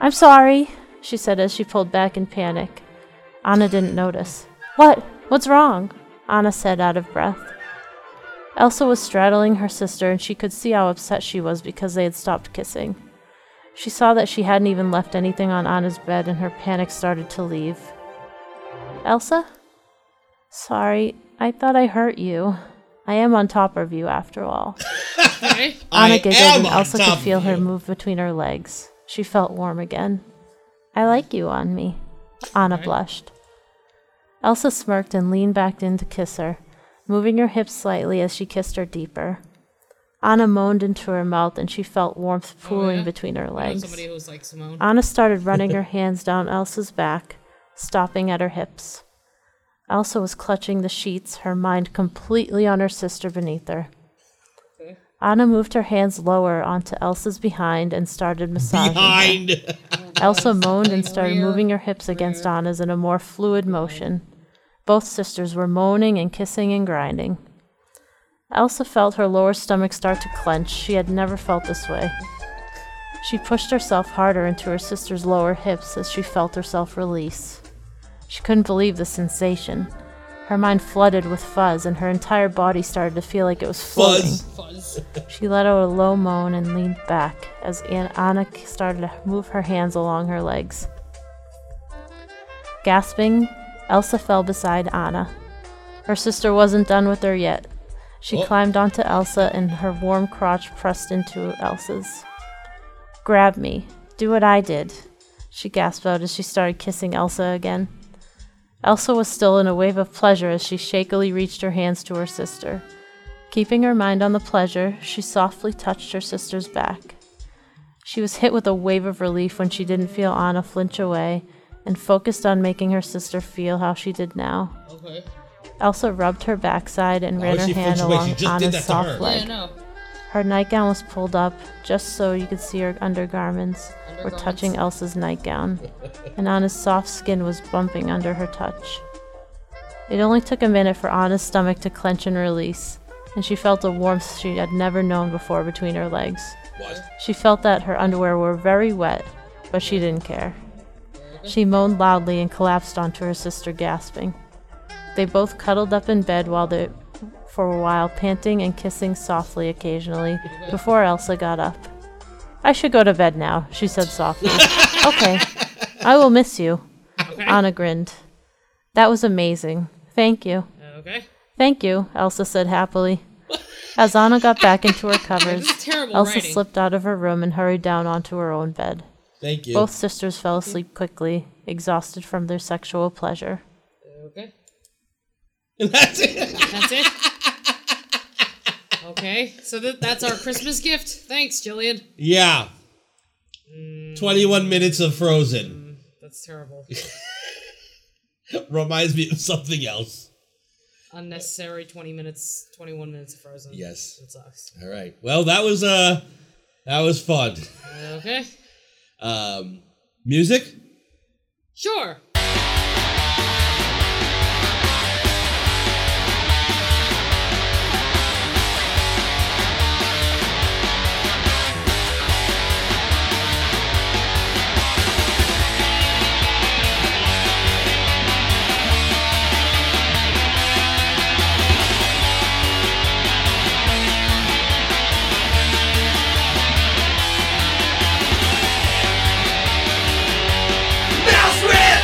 Speaker 4: I'm sorry, she said as she pulled back in panic. Anna didn't notice. What? What's wrong? Anna said out of breath. Elsa was straddling her sister, and she could see how upset she was because they had stopped kissing. She saw that she hadn't even left anything on Anna's bed, and her panic started to leave. Elsa? Sorry, I thought I hurt you. I am on top of you, after all.
Speaker 3: Okay.
Speaker 2: I
Speaker 4: Anna giggled,
Speaker 2: am
Speaker 4: and
Speaker 2: on
Speaker 4: Elsa
Speaker 2: top
Speaker 4: could
Speaker 2: of
Speaker 4: feel her
Speaker 2: you.
Speaker 4: move between her legs. She felt warm again. I like you on me. Anna blushed. Elsa smirked and leaned back in to kiss her, moving her hips slightly as she kissed her deeper. Anna moaned into her mouth, and she felt warmth pooling
Speaker 3: Oh, yeah?
Speaker 4: between her
Speaker 3: I know
Speaker 4: legs. Ah.
Speaker 3: somebody who's like Simone.
Speaker 4: Anna started running her hands down Elsa's back, stopping at her hips. Elsa was clutching the sheets, her mind completely on her sister beneath her.
Speaker 3: Okay.
Speaker 4: Anna moved her hands lower onto Elsa's behind and started massaging. her.
Speaker 2: Behind.
Speaker 4: Elsa moaned and started
Speaker 3: Rear,
Speaker 4: moving her hips against Anna's in a more fluid motion. Both sisters were moaning and kissing and grinding. Elsa felt her lower stomach start to clench. She had never felt this way. She pushed herself harder into her sister's lower hips as she felt herself release. She couldn't believe the sensation. Her mind flooded with fuzz, and her entire body started to feel like it was floating.
Speaker 2: Fuzz.
Speaker 3: Fuzz.
Speaker 4: She let out a low moan and leaned back as An- Anna started to move her hands along her legs. Gasping, Elsa fell beside Anna. Her sister wasn't done with her yet. She
Speaker 2: Oh.
Speaker 4: climbed onto Elsa and her warm crotch pressed into Elsa's. Grab me. Do what I did, she gasped out as she started kissing Elsa again. Elsa was still in a wave of pleasure as she shakily reached her hands to her sister. Keeping her mind on the pleasure, she softly touched her sister's back. She was hit with a wave of relief when she didn't feel Anna flinch away and focused on making her sister feel how she did now.
Speaker 3: Okay.
Speaker 4: Elsa rubbed her backside and
Speaker 2: Why
Speaker 4: ran
Speaker 2: would
Speaker 4: her
Speaker 2: she flinch
Speaker 4: hand
Speaker 2: away? She
Speaker 4: along
Speaker 2: just did that to
Speaker 4: Anna's
Speaker 2: her.
Speaker 4: soft
Speaker 3: Yeah,
Speaker 4: leg.
Speaker 3: no.
Speaker 4: Her nightgown was pulled up just so you could see her undergarments were
Speaker 3: Undergarments.
Speaker 4: touching Elsa's nightgown, and Anna's soft skin was bumping under her touch. It only took a minute for Anna's stomach to clench and release, and she felt a warmth she had never known before between her legs.
Speaker 2: What?
Speaker 4: She felt that her underwear were very wet, but she didn't care. She moaned loudly and collapsed onto her sister, gasping. They both cuddled up in bed while they, for a while, panting and kissing softly occasionally before Elsa got up. I should go to bed now, she said softly. okay, I will miss you. Anna grinned. That was amazing. Thank you.
Speaker 3: Okay.
Speaker 4: Thank you, Elsa said happily. As Anna got back into her covers,
Speaker 3: This is terrible
Speaker 4: Elsa
Speaker 3: writing.
Speaker 4: slipped out of her room and hurried down onto her own bed.
Speaker 2: Thank you.
Speaker 4: Both sisters fell asleep quickly, exhausted from their sexual pleasure.
Speaker 3: Okay.
Speaker 2: And that's it.
Speaker 3: That's it. okay. So that that's our Christmas gift. Thanks, Jillian.
Speaker 2: Yeah. 21 minutes of Frozen.
Speaker 3: That's terrible.
Speaker 2: Reminds me of something else.
Speaker 3: Unnecessary twenty minutes, twenty-one minutes of Frozen.
Speaker 2: Yes.
Speaker 3: It sucks.
Speaker 2: All right. Well, that was uh that was fun.
Speaker 3: Okay.
Speaker 2: Um music?
Speaker 3: Sure.
Speaker 5: Mouse rip!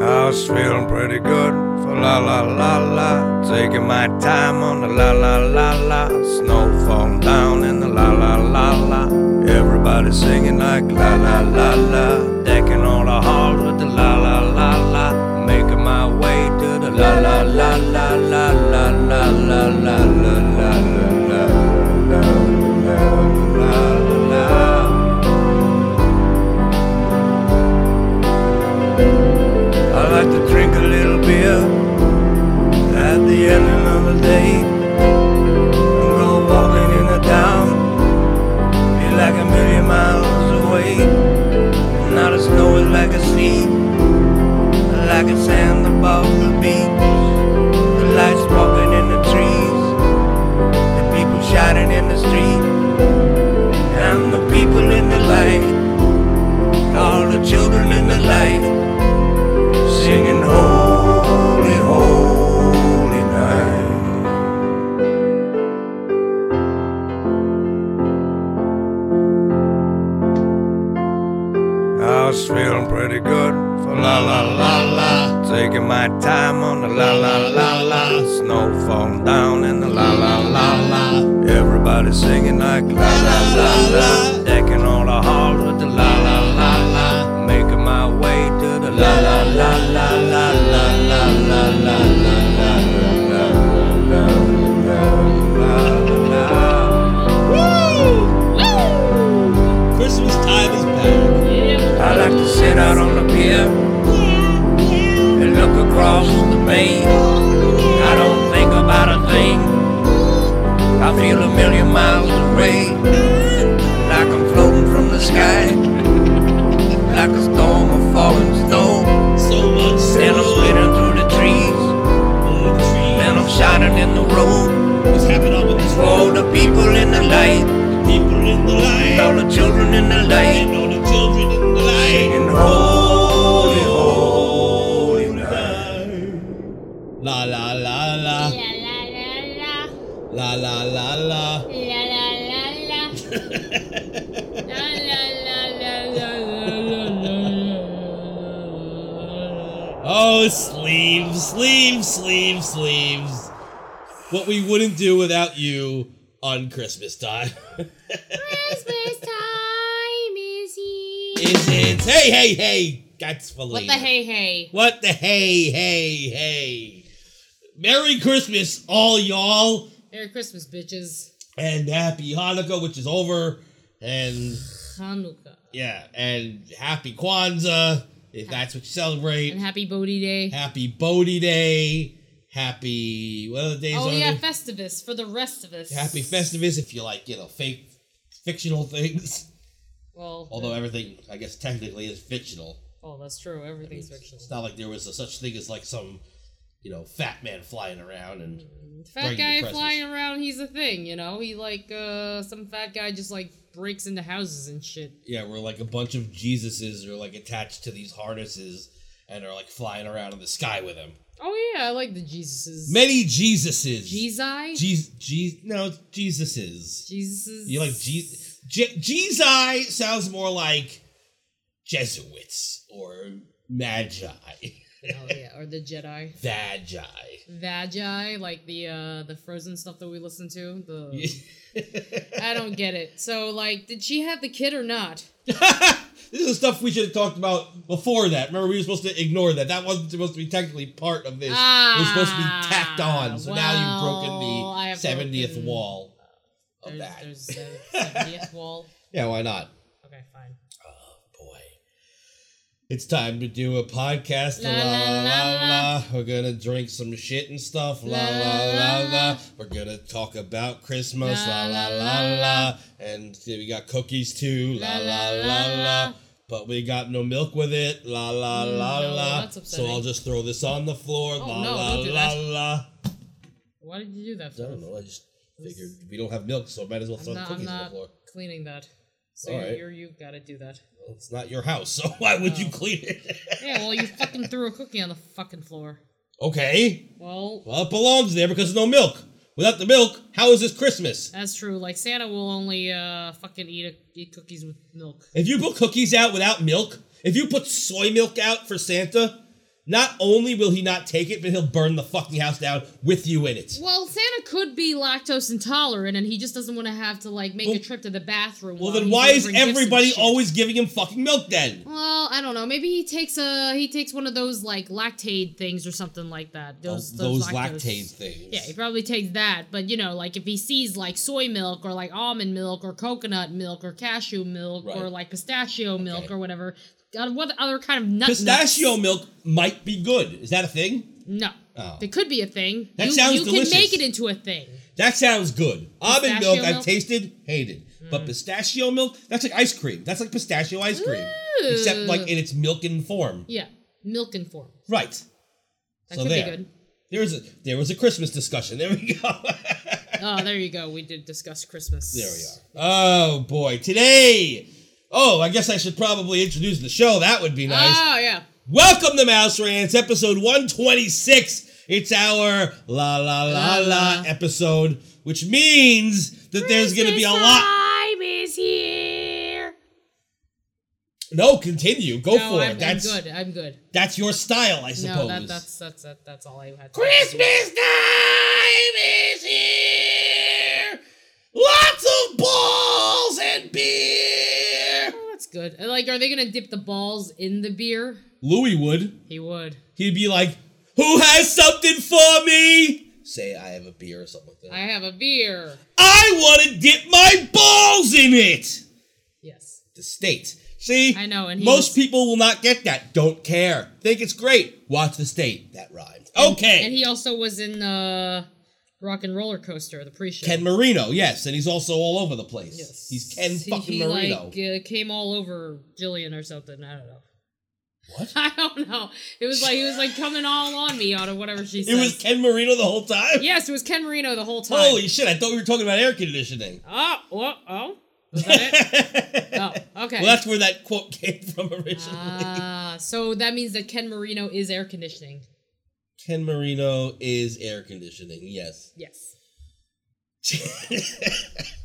Speaker 9: was feeling pretty good for la la la la. Taking my time on the la la la la. Snow falling down in the la la la la. Everybody singing like la la la la. Decking all the halls with the la la la la. Making my way to the la la la la la la la la la la la la la la la la. I like to drink a little beer at the end of the day. And go walking in the town, feel like a million miles away. Now the snow is like a sea, like a sand above the beach. The lights walking in the trees, the people shouting in the street, and the people in the light, all the children in the light singing holy, holy night. I was feeling pretty good for la la la la, taking my time on the la la la la, snow falling down in the la la la la. Everybody singing like la la la la, decking all the halls with the la la la la, making my way to the la la la la la la la la la la la la la la la la.
Speaker 2: Christmas time is back.
Speaker 9: I like to sit out on the pier and look across the bay. I don't think about a thing. I feel a million miles away, like I'm floating from the sky, like a storm of falling snow.
Speaker 2: So much
Speaker 9: Then I'm
Speaker 2: snow.
Speaker 9: spinning through the trees,
Speaker 2: Oh, trees.
Speaker 9: then I'm shining in the road
Speaker 2: What's happening with this
Speaker 9: for all
Speaker 2: road?
Speaker 9: the people in the light,
Speaker 2: People in the
Speaker 9: all
Speaker 2: light.
Speaker 9: the children in the light,
Speaker 2: And all the children in the light.
Speaker 9: and holy, holy night.
Speaker 2: La la la la.
Speaker 4: La la
Speaker 2: La
Speaker 4: la la,
Speaker 2: la la la.
Speaker 4: la la la la, la la la la la la la la la.
Speaker 2: Oh, sleeves, sleeves, sleeves, sleeves. What we wouldn't do without you on Christmas time.
Speaker 4: Christmas time is here.
Speaker 2: is it? Hey, hey, hey. That's for
Speaker 8: What
Speaker 2: later.
Speaker 8: the hey hey?
Speaker 2: What the hey, hey, hey. Merry Christmas, all y'all.
Speaker 8: Merry Christmas, bitches.
Speaker 2: And happy Hanukkah, which is over. And
Speaker 8: Hanukkah.
Speaker 2: yeah, and happy Kwanzaa, if that's what you celebrate.
Speaker 8: And happy Bodhi Day.
Speaker 2: Happy Bodhi Day. Happy what other days
Speaker 8: oh
Speaker 2: are
Speaker 8: yeah,
Speaker 2: there?
Speaker 8: Festivus for the rest of us.
Speaker 2: Happy Festivus if you like, you know, fake fictional things.
Speaker 8: Well,
Speaker 2: Although
Speaker 8: uh,
Speaker 2: everything, I guess, technically is fictional.
Speaker 8: oh, that's true. Everything's fictional.
Speaker 2: It's not like there was a such thing as like some, you know, fat man flying around and
Speaker 8: Fat
Speaker 2: regular
Speaker 8: guy
Speaker 2: presses.
Speaker 8: flying around, he's a thing, you know. He like uh some fat guy just like breaks into houses and shit.
Speaker 2: yeah, we're like a bunch of Jesuses are like attached to these harnesses and are like flying around in the sky with him.
Speaker 8: Oh yeah, I like the Jesuses.
Speaker 2: Many Jesuses.
Speaker 8: Jesus.
Speaker 2: Jesus. Je- no, it's Jesuses.
Speaker 8: Jesuses.
Speaker 2: You like Jesus? Je- Jizai sounds more like Jesuits or Magi,
Speaker 8: Oh yeah, or the Jedi.
Speaker 2: Vagi.
Speaker 8: Vagi, like the uh the frozen stuff that we listen to. The I don't get it. So like, did she have the kid or not?
Speaker 2: this is stuff we should have talked about before that. Remember, we were supposed to ignore that. That wasn't supposed to be technically part of this. it was supposed to be tacked on. So
Speaker 8: well,
Speaker 2: now
Speaker 8: Ah, I
Speaker 2: you've
Speaker 8: have
Speaker 2: broken the 70th
Speaker 8: broken-
Speaker 2: wall of
Speaker 8: There's,
Speaker 2: that.
Speaker 8: there's the 70th wall.
Speaker 2: Yeah, why not?
Speaker 8: Okay, fine.
Speaker 2: boy. It's time to do a podcast. La
Speaker 8: La,
Speaker 2: la la
Speaker 8: la,
Speaker 2: la.
Speaker 8: la,
Speaker 2: We're gonna drink some shit and stuff. La
Speaker 8: La,
Speaker 2: la la
Speaker 8: la,
Speaker 2: la. We're gonna talk about Christmas. La la la la. And see, we got cookies too. La la la la. But we got no milk with it. La la la
Speaker 8: Mm, no,
Speaker 2: la.
Speaker 8: that's
Speaker 2: So I'll
Speaker 8: upsetting.
Speaker 2: just throw this on the floor.
Speaker 8: Oh,
Speaker 2: la
Speaker 8: no,
Speaker 2: la
Speaker 8: don't do
Speaker 2: la
Speaker 8: that.
Speaker 2: la.
Speaker 8: Why did you do that?
Speaker 2: I don't know. I just figured we don't have milk, so I might as well
Speaker 8: I'm
Speaker 2: throw the
Speaker 8: not, I'm
Speaker 2: cookies on the
Speaker 8: not
Speaker 2: floor.
Speaker 8: cleaning that. So
Speaker 2: All
Speaker 8: you
Speaker 2: right.
Speaker 8: you're, you've got to do that.
Speaker 2: It's not your house, so why would you
Speaker 8: Oh.
Speaker 2: clean it?
Speaker 8: Yeah, well, you fucking threw a cookie on the fucking floor.
Speaker 2: okay.
Speaker 8: Well,
Speaker 2: Well, it belongs there because no milk. Without the milk, how is this Christmas?
Speaker 8: that's true. Like Santa will only uh fucking eat a, eat cookies with milk.
Speaker 2: If you put cookies out without milk, if you put soy milk out for Santa, Not only will he not take it, but he'll burn the fucking house down with you in it.
Speaker 8: Well, Santa could be lactose intolerant, and he just doesn't want to have to like make
Speaker 2: Well-
Speaker 8: a trip to the bathroom.
Speaker 2: Well,
Speaker 8: while
Speaker 2: then
Speaker 8: he's
Speaker 2: why is
Speaker 8: delivering gifts and
Speaker 2: everybody
Speaker 8: shit.
Speaker 2: always giving him fucking milk then?
Speaker 8: Well, I don't know. Maybe he takes a he takes one of those like lactate things or something like that. Those
Speaker 2: Oh, those
Speaker 8: lactose-
Speaker 2: lactate things.
Speaker 8: Yeah, he probably takes that. But you know, like if he sees like soy milk or like almond milk or coconut milk or cashew milk or
Speaker 2: Right.
Speaker 8: like pistachio milk
Speaker 2: Okay.
Speaker 8: or whatever, uh, what other kind of nut?
Speaker 2: Pistachio milk might be good. Is that a thing?
Speaker 8: No,
Speaker 2: Oh.
Speaker 8: it could be a thing.
Speaker 2: That
Speaker 8: you,
Speaker 2: sounds
Speaker 8: You
Speaker 2: delicious.
Speaker 8: can make it into a thing.
Speaker 2: That sounds good. Almond
Speaker 8: Pistachio
Speaker 2: milk, I've
Speaker 8: milk? Hmm.
Speaker 2: tasted, hated. But pistachio milk, that's like ice cream. That's like pistachio ice cream. Except like in its milk and form.
Speaker 8: Yeah, milk and form.
Speaker 2: Right.
Speaker 8: That
Speaker 2: So
Speaker 8: could
Speaker 2: there.
Speaker 8: be good.
Speaker 2: There was a there was a Christmas discussion. There we go.
Speaker 8: Oh, there you go. We did discuss Christmas.
Speaker 2: there we are. Oh boy. Today. Oh, I guess I should probably introduce the show. That would be nice.
Speaker 8: Oh yeah.
Speaker 2: Welcome to Mouse Rants, episode 126. It's our la la la la
Speaker 8: La.
Speaker 2: episode, which means that there's going to be a lot.
Speaker 8: Time is here.
Speaker 2: No, continue. Go
Speaker 8: no,
Speaker 2: for
Speaker 8: I'm,
Speaker 2: it. That's
Speaker 8: I'm good. I'm good.
Speaker 2: that's your style, I
Speaker 8: No,
Speaker 2: suppose.
Speaker 8: that, that's that's that, that's all I had. to-
Speaker 2: Christmas time is here. Lots of balls and beer.
Speaker 8: Oh, that's good. And, Like, are they gonna dip the balls in the beer?
Speaker 2: Louis would.
Speaker 8: He would.
Speaker 2: He'd be like, "Who has something for me?" Say, "I have a beer" or something like that.
Speaker 8: I have a beer.
Speaker 2: I want to dip my balls in it.
Speaker 8: Yes.
Speaker 2: The state. See,
Speaker 8: I know, and he
Speaker 2: most
Speaker 8: was-
Speaker 2: people will not get that. Don't care. Think it's great. Watch the state. That rhymed. Okay.
Speaker 8: And he also was in uh, Rock and Roller Coaster, the pre-show.
Speaker 2: Ken Marino, yes, and he's also all over the place.
Speaker 8: Yes.
Speaker 2: He's Ken
Speaker 8: He-
Speaker 2: fucking
Speaker 8: he,
Speaker 2: Marino.
Speaker 8: Like, uh, came all over Jillian or something. I don't know.
Speaker 2: What?
Speaker 8: I don't know. It was like he was like coming all on me on whatever she said.
Speaker 2: It was Ken Marino the whole time.
Speaker 8: Yes, it was Ken Marino the whole time.
Speaker 2: Holy shit! I thought we were talking about air conditioning.
Speaker 8: Oh, oh, oh. Was that it? oh, okay.
Speaker 2: Well, that's where that quote came from originally.
Speaker 8: Ah, so that means that Ken Marino is air conditioning.
Speaker 2: Ken Marino is air conditioning. Yes.
Speaker 8: Yes.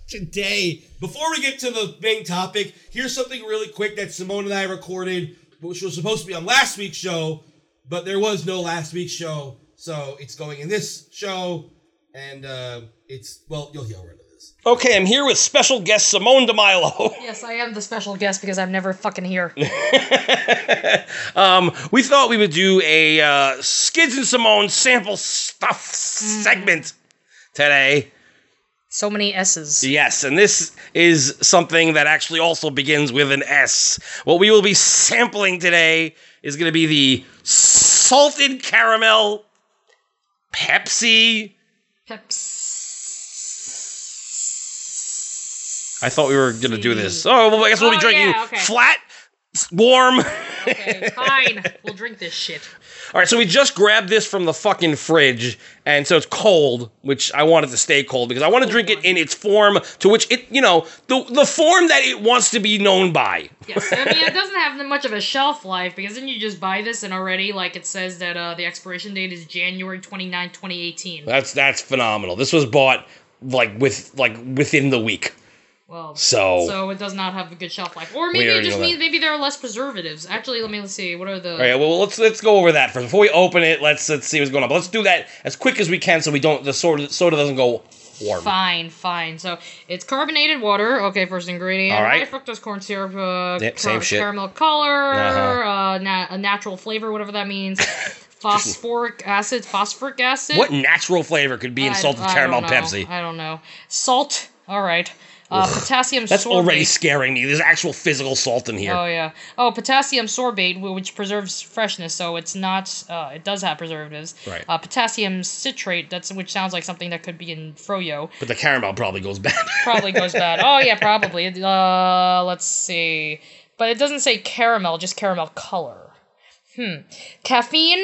Speaker 2: today, before we get to the main topic, here's something really quick that Simone and I recorded, which was supposed to be on last week's show, but there was no last week's show, so it's going in this show, and uh, it's well, you'll hear where it is.
Speaker 7: Okay, I'm here with special guest Simone DeMilo.
Speaker 8: Yes, I am the special guest because I'm never fucking here.
Speaker 7: um, we thought we would do a uh, Skids and Simone sample stuff segment today.
Speaker 8: So many S's.
Speaker 7: Yes, and this is something that actually also begins with an S. What we will be sampling today is going to be the salted caramel Pepsi. I thought we were going to do this. Oh, well, I guess we'll be
Speaker 8: Oh,
Speaker 7: drinking
Speaker 8: yeah, okay.
Speaker 7: flat, warm.
Speaker 8: Okay, fine. We'll drink this shit.
Speaker 7: All right, so we just grabbed this from the fucking fridge, and so it's cold, which I want it to stay cold because I want to drink it in its form to which it, you know, the the form that it wants to be known by.
Speaker 8: Yes, I mean it doesn't have that much of a shelf life because then you just buy this and already like it says that uh, the expiration date is January 29, 2018.
Speaker 7: That's that's phenomenal. This was bought like with like within the week.
Speaker 8: Well,
Speaker 7: So-
Speaker 8: so it does not have a good shelf life, or maybe it
Speaker 7: already
Speaker 8: just
Speaker 7: know that.
Speaker 8: means maybe there are less preservatives. Actually, let me let's see. What are the
Speaker 7: All right, well let's let's go over that first before we open it. Let's let's see what's going on. But let's do that as quick as we can so we don't the soda soda doesn't go warm.
Speaker 8: Fine, fine. So it's carbonated water. Okay, first ingredient.
Speaker 7: All right.
Speaker 8: High fructose corn syrup. Uh,
Speaker 7: Yep, same
Speaker 8: car-
Speaker 7: shit.
Speaker 8: Caramel color.
Speaker 7: Uh-huh.
Speaker 8: Uh, na- a natural flavor, whatever that means. Phosphoric acid. Phosphoric acid.
Speaker 7: What natural flavor could be in
Speaker 8: I-
Speaker 7: salted
Speaker 8: I don't
Speaker 7: caramel
Speaker 8: know.
Speaker 7: Pepsi?
Speaker 8: I don't know. Salt. All right. Uh, potassium.
Speaker 7: That's
Speaker 8: sorbate.
Speaker 7: already scaring me. There's actual physical salt in here.
Speaker 8: Oh yeah. Oh, potassium sorbate, wh- which preserves freshness, so it's not. Uh, it does have preservatives.
Speaker 7: Right.
Speaker 8: Uh, potassium citrate. That's which sounds like something that could be in froyo.
Speaker 7: But the caramel probably goes bad.
Speaker 8: probably goes bad. Oh yeah, probably. It, Uh, let's see. But it doesn't say caramel, just caramel color. Hmm. Caffeine,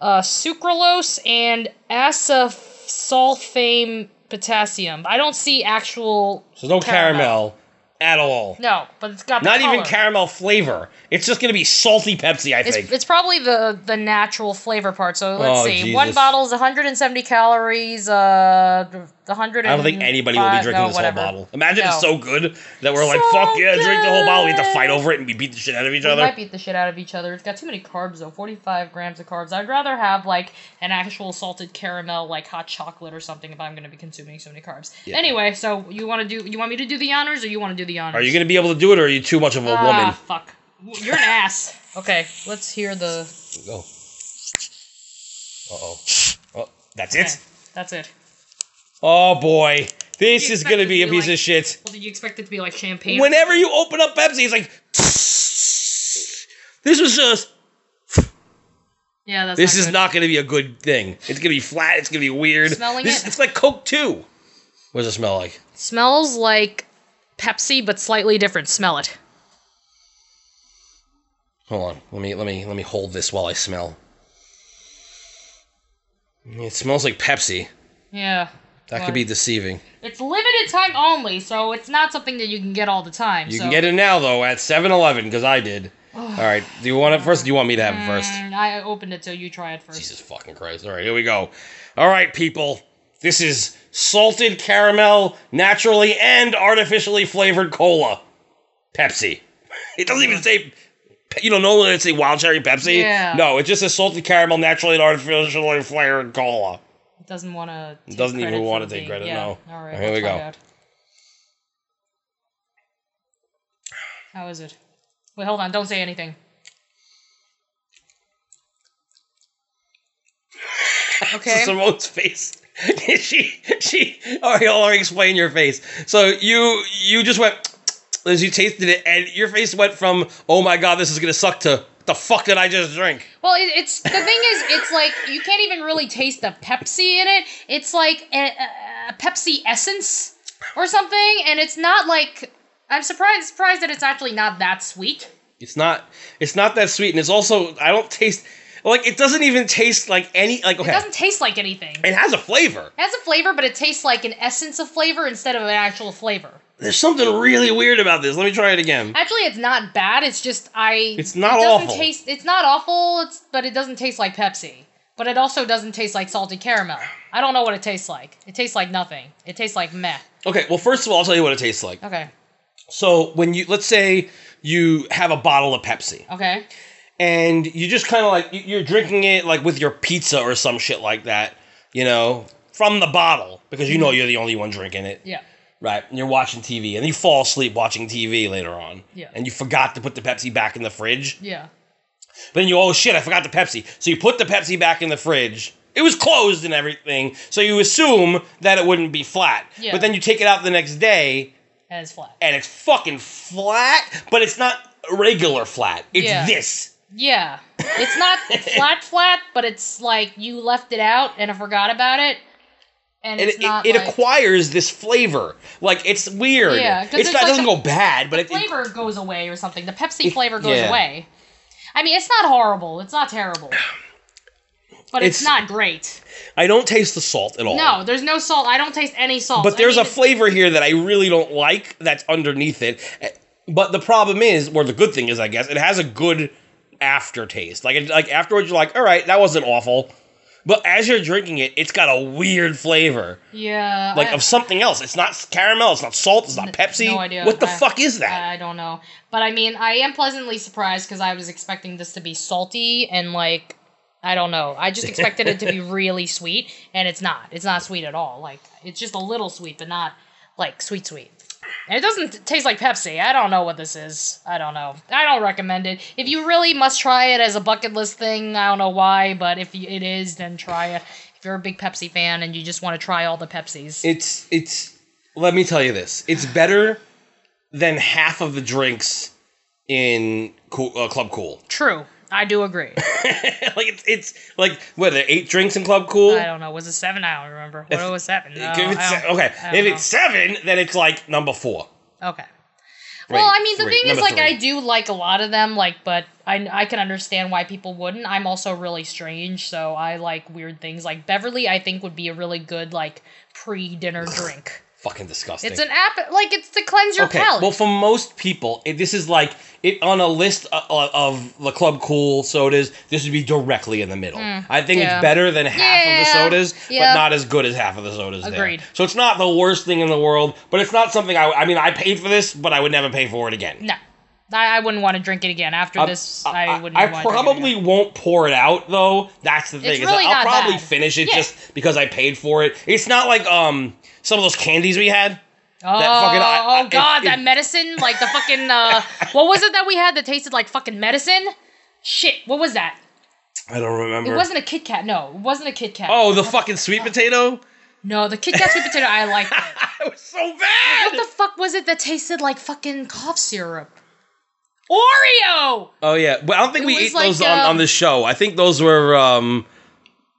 Speaker 8: uh, sucralose, and acesulfame potassium. I don't see actual.
Speaker 7: There's no caramel. at all.
Speaker 8: No, but it's got the
Speaker 7: Not even
Speaker 8: color.
Speaker 7: caramel flavor. It's just gonna be salty Pepsi, I
Speaker 8: It's,
Speaker 7: think.
Speaker 8: it's probably the the natural flavor part. So let's
Speaker 7: Oh,
Speaker 8: see.
Speaker 7: Jesus.
Speaker 8: One bottle is 170 calories. Uh, the- the hundred.
Speaker 7: I don't think anybody will be drinking this whole bottle. Imagine it's so good that we're like,
Speaker 8: So
Speaker 7: fuck yeah, drink the whole bottle. We have to
Speaker 8: good.
Speaker 7: fight over it and we beat the shit out of each
Speaker 8: We
Speaker 7: other.
Speaker 8: might beat the shit out of each other. It's got too many carbs though. 45 grams of carbs. I'd rather have like an actual salted caramel, like hot chocolate or something, if I'm going to be consuming so many carbs. Anyway, so you want to do? You want me to do the honors, or you want to do the honors?
Speaker 7: Are you gonna be able to do it or are you too much of a
Speaker 8: ah,
Speaker 7: woman?
Speaker 8: fuck. W- You're an ass. Okay, let's hear the.
Speaker 7: Go. Uh-oh. Oh, that's
Speaker 8: Okay,
Speaker 7: it?
Speaker 8: that's it.
Speaker 7: Oh boy. This
Speaker 8: You
Speaker 7: is
Speaker 8: expect
Speaker 7: gonna
Speaker 8: it to
Speaker 7: be a
Speaker 8: be
Speaker 7: piece
Speaker 8: like-
Speaker 7: of shit.
Speaker 8: Well, did you expect it to be like champagne?
Speaker 7: Whenever you open up Pepsi, it's like this was just
Speaker 8: yeah, that's
Speaker 7: this
Speaker 8: not
Speaker 7: is
Speaker 8: good.
Speaker 7: not gonna be a good thing. It's gonna be flat, it's gonna be weird.
Speaker 8: Smelling
Speaker 7: this,
Speaker 8: it?
Speaker 7: It's like Coke too. What does it smell like?
Speaker 8: Smells like Pepsi, but slightly different. Smell it.
Speaker 7: Hold on. Let me let me let me hold this while I smell. It smells like Pepsi.
Speaker 8: Yeah.
Speaker 7: That could be deceiving.
Speaker 8: It's limited time only, so it's not something that you can get all the time.
Speaker 7: You
Speaker 8: so.
Speaker 7: can get it now though at 7-Eleven because I did. All right. Do you want it first? Or do you want me to have it first?
Speaker 8: Mm, I opened it, so you try it first.
Speaker 7: Jesus fucking Christ. All right, here we go. All right, people. This is salted caramel, naturally and artificially flavored cola. Pepsi. It doesn't even say, you don't know when it say wild cherry Pepsi.
Speaker 8: Yeah.
Speaker 7: No, it's just a salted caramel, naturally and artificially flavored cola.
Speaker 8: It doesn't want to.
Speaker 7: Doesn't even
Speaker 8: want
Speaker 7: wanna take credit, no.
Speaker 8: All right.
Speaker 7: Here we go.
Speaker 8: How is it? Wait, hold on. Don't say anything. Okay.
Speaker 7: Simone's face. she she. All right, all right. Explain your face. So you you just went as you tasted it, and your face went from oh my god, this is gonna suck to the fuck did I just drink?
Speaker 8: Well, it, it's the thing is, it's like you can't even really taste the Pepsi in it. It's like a, a, a Pepsi essence or something, and it's not like I'm surprised surprised that it's actually not that sweet.
Speaker 7: It's not. It's not that sweet, and it's also I don't taste like it doesn't even taste like any like okay.
Speaker 8: It doesn't taste like anything. It
Speaker 7: It has a flavor.
Speaker 8: has a flavor, but it tastes like an essence of flavor instead of an actual flavor.
Speaker 7: There's something really weird about this. Let me try it again.
Speaker 8: Actually, it's not bad. It's just I.
Speaker 7: It's not
Speaker 8: it doesn't
Speaker 7: awful.
Speaker 8: Taste. It's not awful. It's but it doesn't taste like Pepsi. But it also doesn't taste like salted caramel. I don't know what it tastes like. It tastes like nothing. It tastes like meh.
Speaker 7: Okay, well first of all, I'll tell you what it tastes like.
Speaker 8: Okay.
Speaker 7: So when you let's say you have a bottle of Pepsi.
Speaker 8: Okay.
Speaker 7: and you just kind of like you- you're drinking it like with your pizza or some shit like that, you know, from the bottle because you know you're the only one drinking it,
Speaker 8: Mm-hmm. Yeah.
Speaker 7: right? And you're watching TV and you fall asleep watching TV later on,
Speaker 8: Yeah.
Speaker 7: and you forgot to put the Pepsi back in the fridge.
Speaker 8: Yeah.
Speaker 7: Then you oh shit, I forgot the Pepsi, so you put the Pepsi back in the fridge. It was closed and everything, so you assume that it wouldn't be flat.
Speaker 8: Yeah.
Speaker 7: But then you take it out the next day
Speaker 8: And it's flat.
Speaker 7: and it's fucking flat, but it's not regular flat. It's
Speaker 8: Yeah.
Speaker 7: this.
Speaker 8: Yeah. It's not flat flat, but it's like you left it out and I forgot about it. And
Speaker 7: and
Speaker 8: it's
Speaker 7: it,
Speaker 8: not
Speaker 7: it
Speaker 8: like,
Speaker 7: acquires this flavor. Like it's weird.
Speaker 8: Yeah, 'cause
Speaker 7: it's,
Speaker 8: it's
Speaker 7: not,
Speaker 8: like
Speaker 7: it doesn't
Speaker 8: the-
Speaker 7: go bad, but it, it-
Speaker 8: flavor goes away or something. The Pepsi flavor goes
Speaker 7: yeah.
Speaker 8: away. I mean, it's not horrible. It's not terrible. But it's,
Speaker 7: It's-
Speaker 8: not great.
Speaker 7: I don't taste the salt at all.
Speaker 8: No, there's no salt. I don't taste any salt.
Speaker 7: but there's
Speaker 8: I
Speaker 7: a
Speaker 8: mean,
Speaker 7: flavor here that I really don't like that's underneath it. Eh, But the problem is, or the good thing is, I guess it has a good aftertaste. Like it, like afterwards, you're like, all right, that wasn't awful. But as you're drinking it, it's got a weird flavor,
Speaker 8: Yeah.
Speaker 7: like
Speaker 8: I-
Speaker 7: of something else. It's not caramel. It's not salt. It's not Pepsi.
Speaker 8: no idea.
Speaker 7: What the
Speaker 8: I-
Speaker 7: fuck is that?
Speaker 8: I don't know. But I mean, I am pleasantly surprised because I was expecting this to be salty and like I don't know. I just expected it to be really sweet, and it's not. It's not sweet at all. Like it's just a little sweet, but not like sweet sweet. And it doesn't t- taste like Pepsi. I don't know what this is. I don't know. I don't recommend it. If you really must try it as a bucket list thing, I don't know why, but if you, it is, then try it. If you're a big Pepsi fan and you just want to try all the Pepsis,
Speaker 7: It's it's. Let me tell you this. It's better than half of the drinks in cool, uh, Club Cool.
Speaker 8: true. I do agree.
Speaker 7: like it's it's like what are there eight drinks in Club Cool.
Speaker 8: I don't know. Was it seven? I don't remember. What
Speaker 7: If-
Speaker 8: was seven? No,
Speaker 7: If it's
Speaker 8: I
Speaker 7: se-
Speaker 8: don't-
Speaker 7: okay,
Speaker 8: I don't
Speaker 7: if
Speaker 8: know.
Speaker 7: it's seven, then it's like number four.
Speaker 8: okay. well, I mean, the
Speaker 7: three,
Speaker 8: thing is,
Speaker 7: number
Speaker 8: like,
Speaker 7: three.
Speaker 8: I do like a lot of them, like, but I I can understand why people wouldn't. I'm also really strange, so I like weird things. Like Beverly, I think would be a really good like pre dinner drink.
Speaker 7: fucking disgusting.
Speaker 3: It's an app, like it's to cleanse your
Speaker 7: okay.
Speaker 3: palate.
Speaker 7: Well, for most people, it, this is like it on a list of, of the Club Cool sodas. This would be directly in the middle. I think
Speaker 3: Hmm, yeah.
Speaker 7: it's better than half of the
Speaker 3: Yeah,
Speaker 7: sodas,
Speaker 3: yeah.
Speaker 7: but not as good as half of the sodas. there.
Speaker 3: Agreed.
Speaker 7: So it's not the worst thing in the world, but it's not something I. I mean, I paid for this, but I would never pay for it again.
Speaker 3: no, I, I wouldn't want to drink it again after
Speaker 7: I'm-
Speaker 3: this. I, wouldn't.
Speaker 7: I
Speaker 3: want
Speaker 7: probably won't pour it out though. That's the thing. is that
Speaker 3: really
Speaker 7: I'll
Speaker 3: not
Speaker 7: probably
Speaker 3: bad.
Speaker 7: finish it
Speaker 3: Yeah.
Speaker 7: just because I paid for it. It's not like um some of those candies we had.
Speaker 3: Oh,
Speaker 7: that fucking- I- I-
Speaker 3: oh god,
Speaker 7: it-
Speaker 3: that
Speaker 7: it-
Speaker 3: medicine, like the fucking. Uh, what was it that we had that tasted like fucking medicine? Shit, what was that?
Speaker 7: I don't remember.
Speaker 3: It wasn't a Kit Kat. No, it wasn't a Kit Kat.
Speaker 7: Oh, the fucking sweet potato.
Speaker 3: no, the Kit Kat sweet potato. I liked it.
Speaker 7: That was so bad.
Speaker 3: What the fuck was it that tasted like fucking cough syrup? Oreo.
Speaker 7: oh yeah, but I don't think
Speaker 3: It
Speaker 7: we
Speaker 3: was
Speaker 7: ate
Speaker 3: like,
Speaker 7: those on,
Speaker 3: um,
Speaker 7: on the show. I think those were um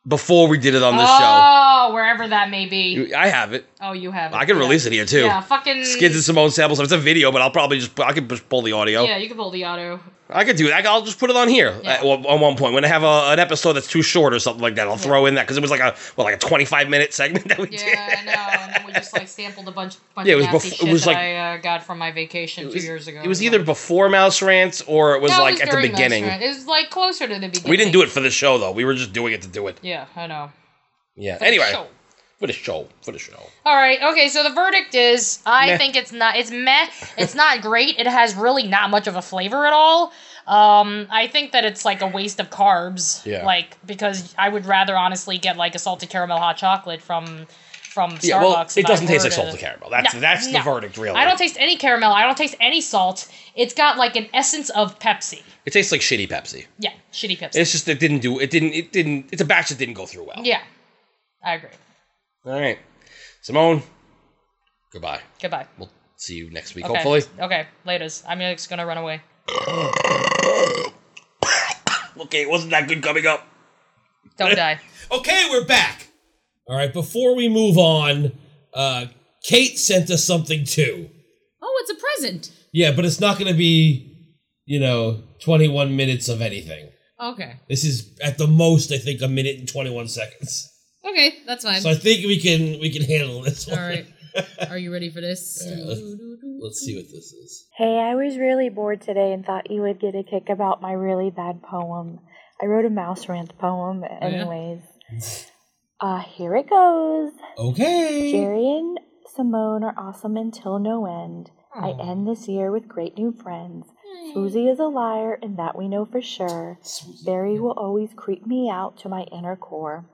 Speaker 7: before we did it on the
Speaker 3: Oh, wherever that may be.
Speaker 7: show. I have it.
Speaker 3: Oh, you have.
Speaker 7: I can release it here too.
Speaker 3: Yeah, fucking.
Speaker 7: Skids and Simone samples. It's a video, but I'll probably just I can just pull the audio.
Speaker 3: Yeah, you can pull the auto.
Speaker 7: I could do that. I'll just put it on here
Speaker 3: Yeah.
Speaker 7: at, one- on one point when I have a, an episode that's too short or something like that. I'll throw in that because it was like a well, like a twenty five minute segment that we
Speaker 3: Yeah,
Speaker 7: did.
Speaker 3: I know. And then we just like sampled a bunch, bunch
Speaker 7: Yeah, it
Speaker 3: of
Speaker 7: was
Speaker 3: nasty
Speaker 7: befo- it
Speaker 3: shit
Speaker 7: was
Speaker 3: that
Speaker 7: like-
Speaker 3: I uh, got from my vacation two years ago.
Speaker 7: It was
Speaker 3: or
Speaker 7: either
Speaker 3: something.
Speaker 7: before Mouse Rants or it was
Speaker 3: No, it
Speaker 7: like
Speaker 3: was
Speaker 7: at the
Speaker 3: during Mouse
Speaker 7: beginning.
Speaker 3: Rant. It was like closer to the beginning.
Speaker 7: We didn't do it for the show though. We were just doing it to do it.
Speaker 3: Yeah, I know.
Speaker 7: Yeah.
Speaker 3: For the
Speaker 7: anyway,
Speaker 3: show.
Speaker 7: for the show, for the show.
Speaker 3: All right. Okay. So the verdict is, I
Speaker 7: Meh.
Speaker 3: think it's not. It's meh. It's not great. It has really not much of a flavor at all. Um, I think that it's like a waste of carbs.
Speaker 7: Yeah.
Speaker 3: Like because I would rather honestly get like a salted caramel hot chocolate from from Starbucks.
Speaker 7: Yeah. Well,
Speaker 3: if
Speaker 7: it
Speaker 3: I
Speaker 7: doesn't taste
Speaker 3: were
Speaker 7: like
Speaker 3: to-
Speaker 7: salted caramel. That's
Speaker 3: No,
Speaker 7: that's the
Speaker 3: no.
Speaker 7: verdict, really.
Speaker 3: I don't taste any caramel. I don't taste any salt. It's got like an essence of Pepsi.
Speaker 7: It tastes like shitty Pepsi.
Speaker 3: Yeah, shitty Pepsi.
Speaker 7: It's just it didn't do it didn't it didn't it's a batch that didn't go through well.
Speaker 3: yeah, I agree.
Speaker 7: All right, Simone. Goodbye.
Speaker 3: Goodbye.
Speaker 7: We'll see you next week,
Speaker 3: Okay.
Speaker 7: hopefully.
Speaker 3: Okay. Laters. I'm just gonna run away.
Speaker 7: Okay, it wasn't that good coming up.
Speaker 3: Don't die.
Speaker 2: Okay, we're back. All right, before we move on, uh, Kate sent us something too.
Speaker 8: Oh, it's a present.
Speaker 2: Yeah, but it's not going to be, you know, 21 minutes of anything.
Speaker 8: Okay.
Speaker 2: This is at the most, I think, a minute and 21 seconds.
Speaker 8: Okay, that's fine.
Speaker 2: So I think we can we can handle this
Speaker 8: All
Speaker 2: one.
Speaker 8: right. Are you ready for this?
Speaker 2: let's- Let's see what this is.
Speaker 10: Hey, I was really bored today and thought you would get a kick about my really bad poem. I wrote a mouse rant poem, anyways. Uh, here it goes.
Speaker 2: Okay.
Speaker 10: Jerry and Simone are awesome until no end.
Speaker 3: Hmm.
Speaker 10: I end this year with great new friends. Susie is a liar, and that we know for sure. Barry will always creep me out to my inner core.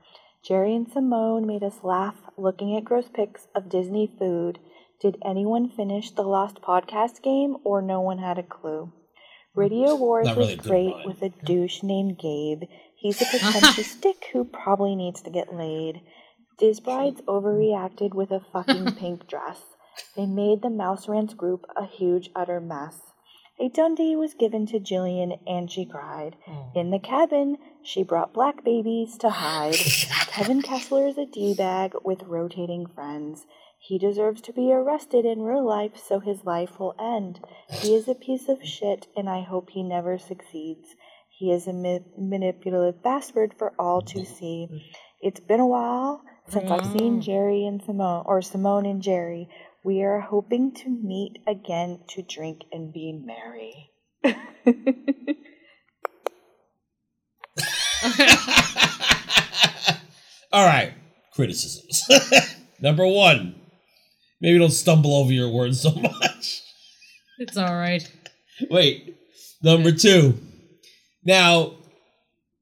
Speaker 10: Jerry and Simone made us laugh looking at gross pics of Disney food. Did anyone finish the Lost Podcast game, or no one had a clue? Radio Wars
Speaker 2: Not really
Speaker 10: was
Speaker 2: a good
Speaker 10: great
Speaker 2: line.
Speaker 10: with a douche named Gabe. He's a pretentious dick who probably needs to get laid. Disbrides overreacted with a fucking pink dress. They made the Mouse Rants group a huge utter mess. A Dundee was given to Jillian and she cried. In the cabin, she brought black babies to hide. Kevin Kessler is a D bag with rotating friends. He deserves to be arrested in real life so his life will end. He is a piece of shit and I hope he never succeeds. He is a ma- manipulative bastard for all to see. It's been a while since I've seen Jerry and Simone, or Simone and Jerry. We are hoping to meet again to drink and be merry.
Speaker 2: All right. Criticisms. Number one. Maybe don't stumble over your words so much.
Speaker 8: It's all right.
Speaker 2: Wait. Number two. Now,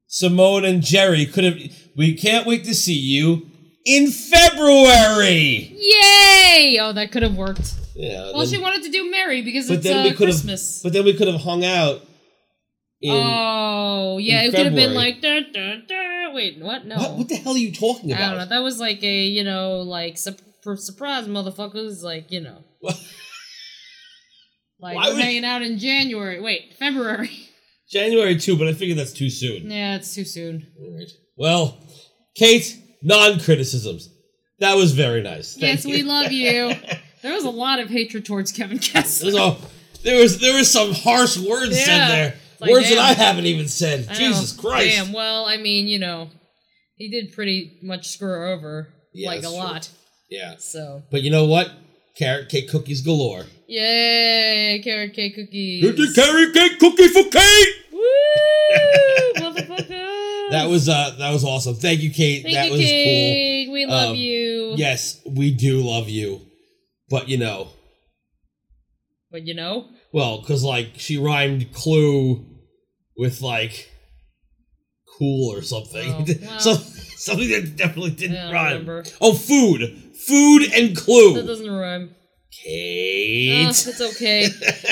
Speaker 2: Simone and Jerry could have. We can't wait to see you in February.
Speaker 8: Yay! Oh, that could have worked.
Speaker 2: Yeah.
Speaker 8: Well, she wanted to do Mary because
Speaker 2: but
Speaker 8: it's
Speaker 2: then we
Speaker 8: uh,
Speaker 2: could have.
Speaker 8: Christmas.
Speaker 2: But then we could have hung out. In,
Speaker 8: oh, yeah,
Speaker 2: in
Speaker 8: it could have been
Speaker 2: February.
Speaker 8: like. Dun, dun, dun. Wait, what? No.
Speaker 2: what, what the hell are you talking about?
Speaker 8: I don't know. That was like a, you know, like sup- for surprise motherfuckers, like, you know. like
Speaker 2: Why
Speaker 8: we're
Speaker 2: would-
Speaker 8: hanging out in January. Wait, February.
Speaker 2: January two, but I figure that's too soon.
Speaker 8: yeah, it's too soon.
Speaker 2: Alright. Well, Kate, non criticisms. That was very nice. Thank
Speaker 8: yes, we
Speaker 2: you.
Speaker 8: love you. There was a lot of hatred towards Kevin Kessler.
Speaker 2: There's all- there was there was some harsh words
Speaker 8: Yeah.
Speaker 2: said there.
Speaker 8: It's like,
Speaker 2: words
Speaker 8: damn.
Speaker 2: that I haven't even said.
Speaker 8: I know.
Speaker 2: Jesus Christ.
Speaker 8: Damn. Well, I mean, you know, he did pretty much screw her over
Speaker 2: Yeah,
Speaker 8: like a
Speaker 2: that's true.
Speaker 8: lot.
Speaker 2: Yeah.
Speaker 8: So,
Speaker 2: But you know what? Carrot cake cookies galore.
Speaker 8: yay, carrot cake cookies.
Speaker 2: Get the carrot cake cookie for Kate.
Speaker 8: Woo, motherfucker.
Speaker 2: That was uh that was awesome. Thank you, Kate.
Speaker 8: Thank
Speaker 2: that
Speaker 8: you,
Speaker 2: was
Speaker 8: Kate. We love
Speaker 2: Um,
Speaker 8: you.
Speaker 2: cool. Yes, we do love you. But you know,
Speaker 8: But you know,
Speaker 2: well, cause like she rhymed clue with like cool or something.
Speaker 8: Oh, well.
Speaker 2: so, something that definitely didn't
Speaker 8: I don't
Speaker 2: rhyme.
Speaker 8: remember.
Speaker 2: Oh, food. Food and clue.
Speaker 8: that doesn't rhyme.
Speaker 2: Kate.
Speaker 8: Oh, it's okay.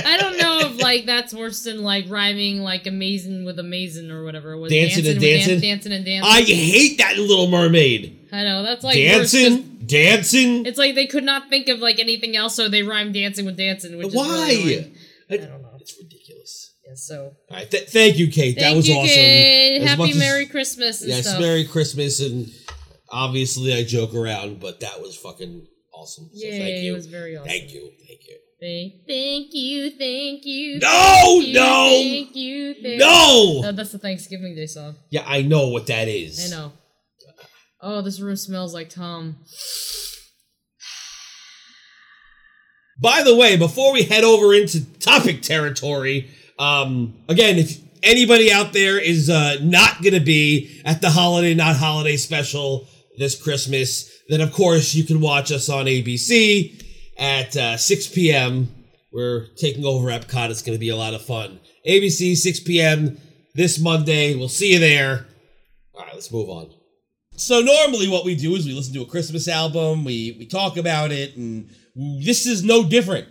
Speaker 8: I don't know if like that's worse than like rhyming like amazing with amazing or whatever. Was
Speaker 2: Dancing and
Speaker 8: with dan-
Speaker 2: dancing?
Speaker 8: dancing and dancing.
Speaker 2: I hate that Little Mermaid.
Speaker 8: I know that's like worse than-
Speaker 2: dancing, dancing.
Speaker 8: It's like they could not think of like anything else, so they rhymed dancing with dancing, which
Speaker 2: Why?
Speaker 8: is really annoying.
Speaker 2: I
Speaker 8: I don't know.
Speaker 2: It's ridiculous.
Speaker 8: Yeah, so
Speaker 2: All right, th- thank you, Kate.
Speaker 8: thank
Speaker 2: that was
Speaker 8: you,
Speaker 2: awesome.
Speaker 8: Kate.
Speaker 2: As much
Speaker 8: Happy
Speaker 2: as-
Speaker 8: Merry Christmas and
Speaker 2: Yes,
Speaker 8: stuff.
Speaker 2: Merry Christmas, and obviously I joke around, but that was fucking awesome. So
Speaker 8: Yay,
Speaker 2: thank you.
Speaker 8: it was very awesome.
Speaker 2: Thank you. Thank you.
Speaker 8: Thank thank you, thank you.
Speaker 2: No,
Speaker 8: thank you,
Speaker 2: no.
Speaker 8: thank you, thank
Speaker 2: No!
Speaker 8: No, that's the Thanksgiving Day song.
Speaker 2: Yeah, I know what that is.
Speaker 8: Uh, I know. Oh, this room smells like Tom.
Speaker 2: By the way, before we head over into topic territory, um, again, if anybody out there is uh, not going to be at the holiday not holiday special this Christmas, then of course you can watch us on ABC at uh, 6 p.m. We're taking over Epcot. It's going to be a lot of fun. ABC 6 p.m. this Monday. We'll see you there. All right, let's move on. So normally what we do is we listen to a Christmas album, we we talk about it, and this is no different.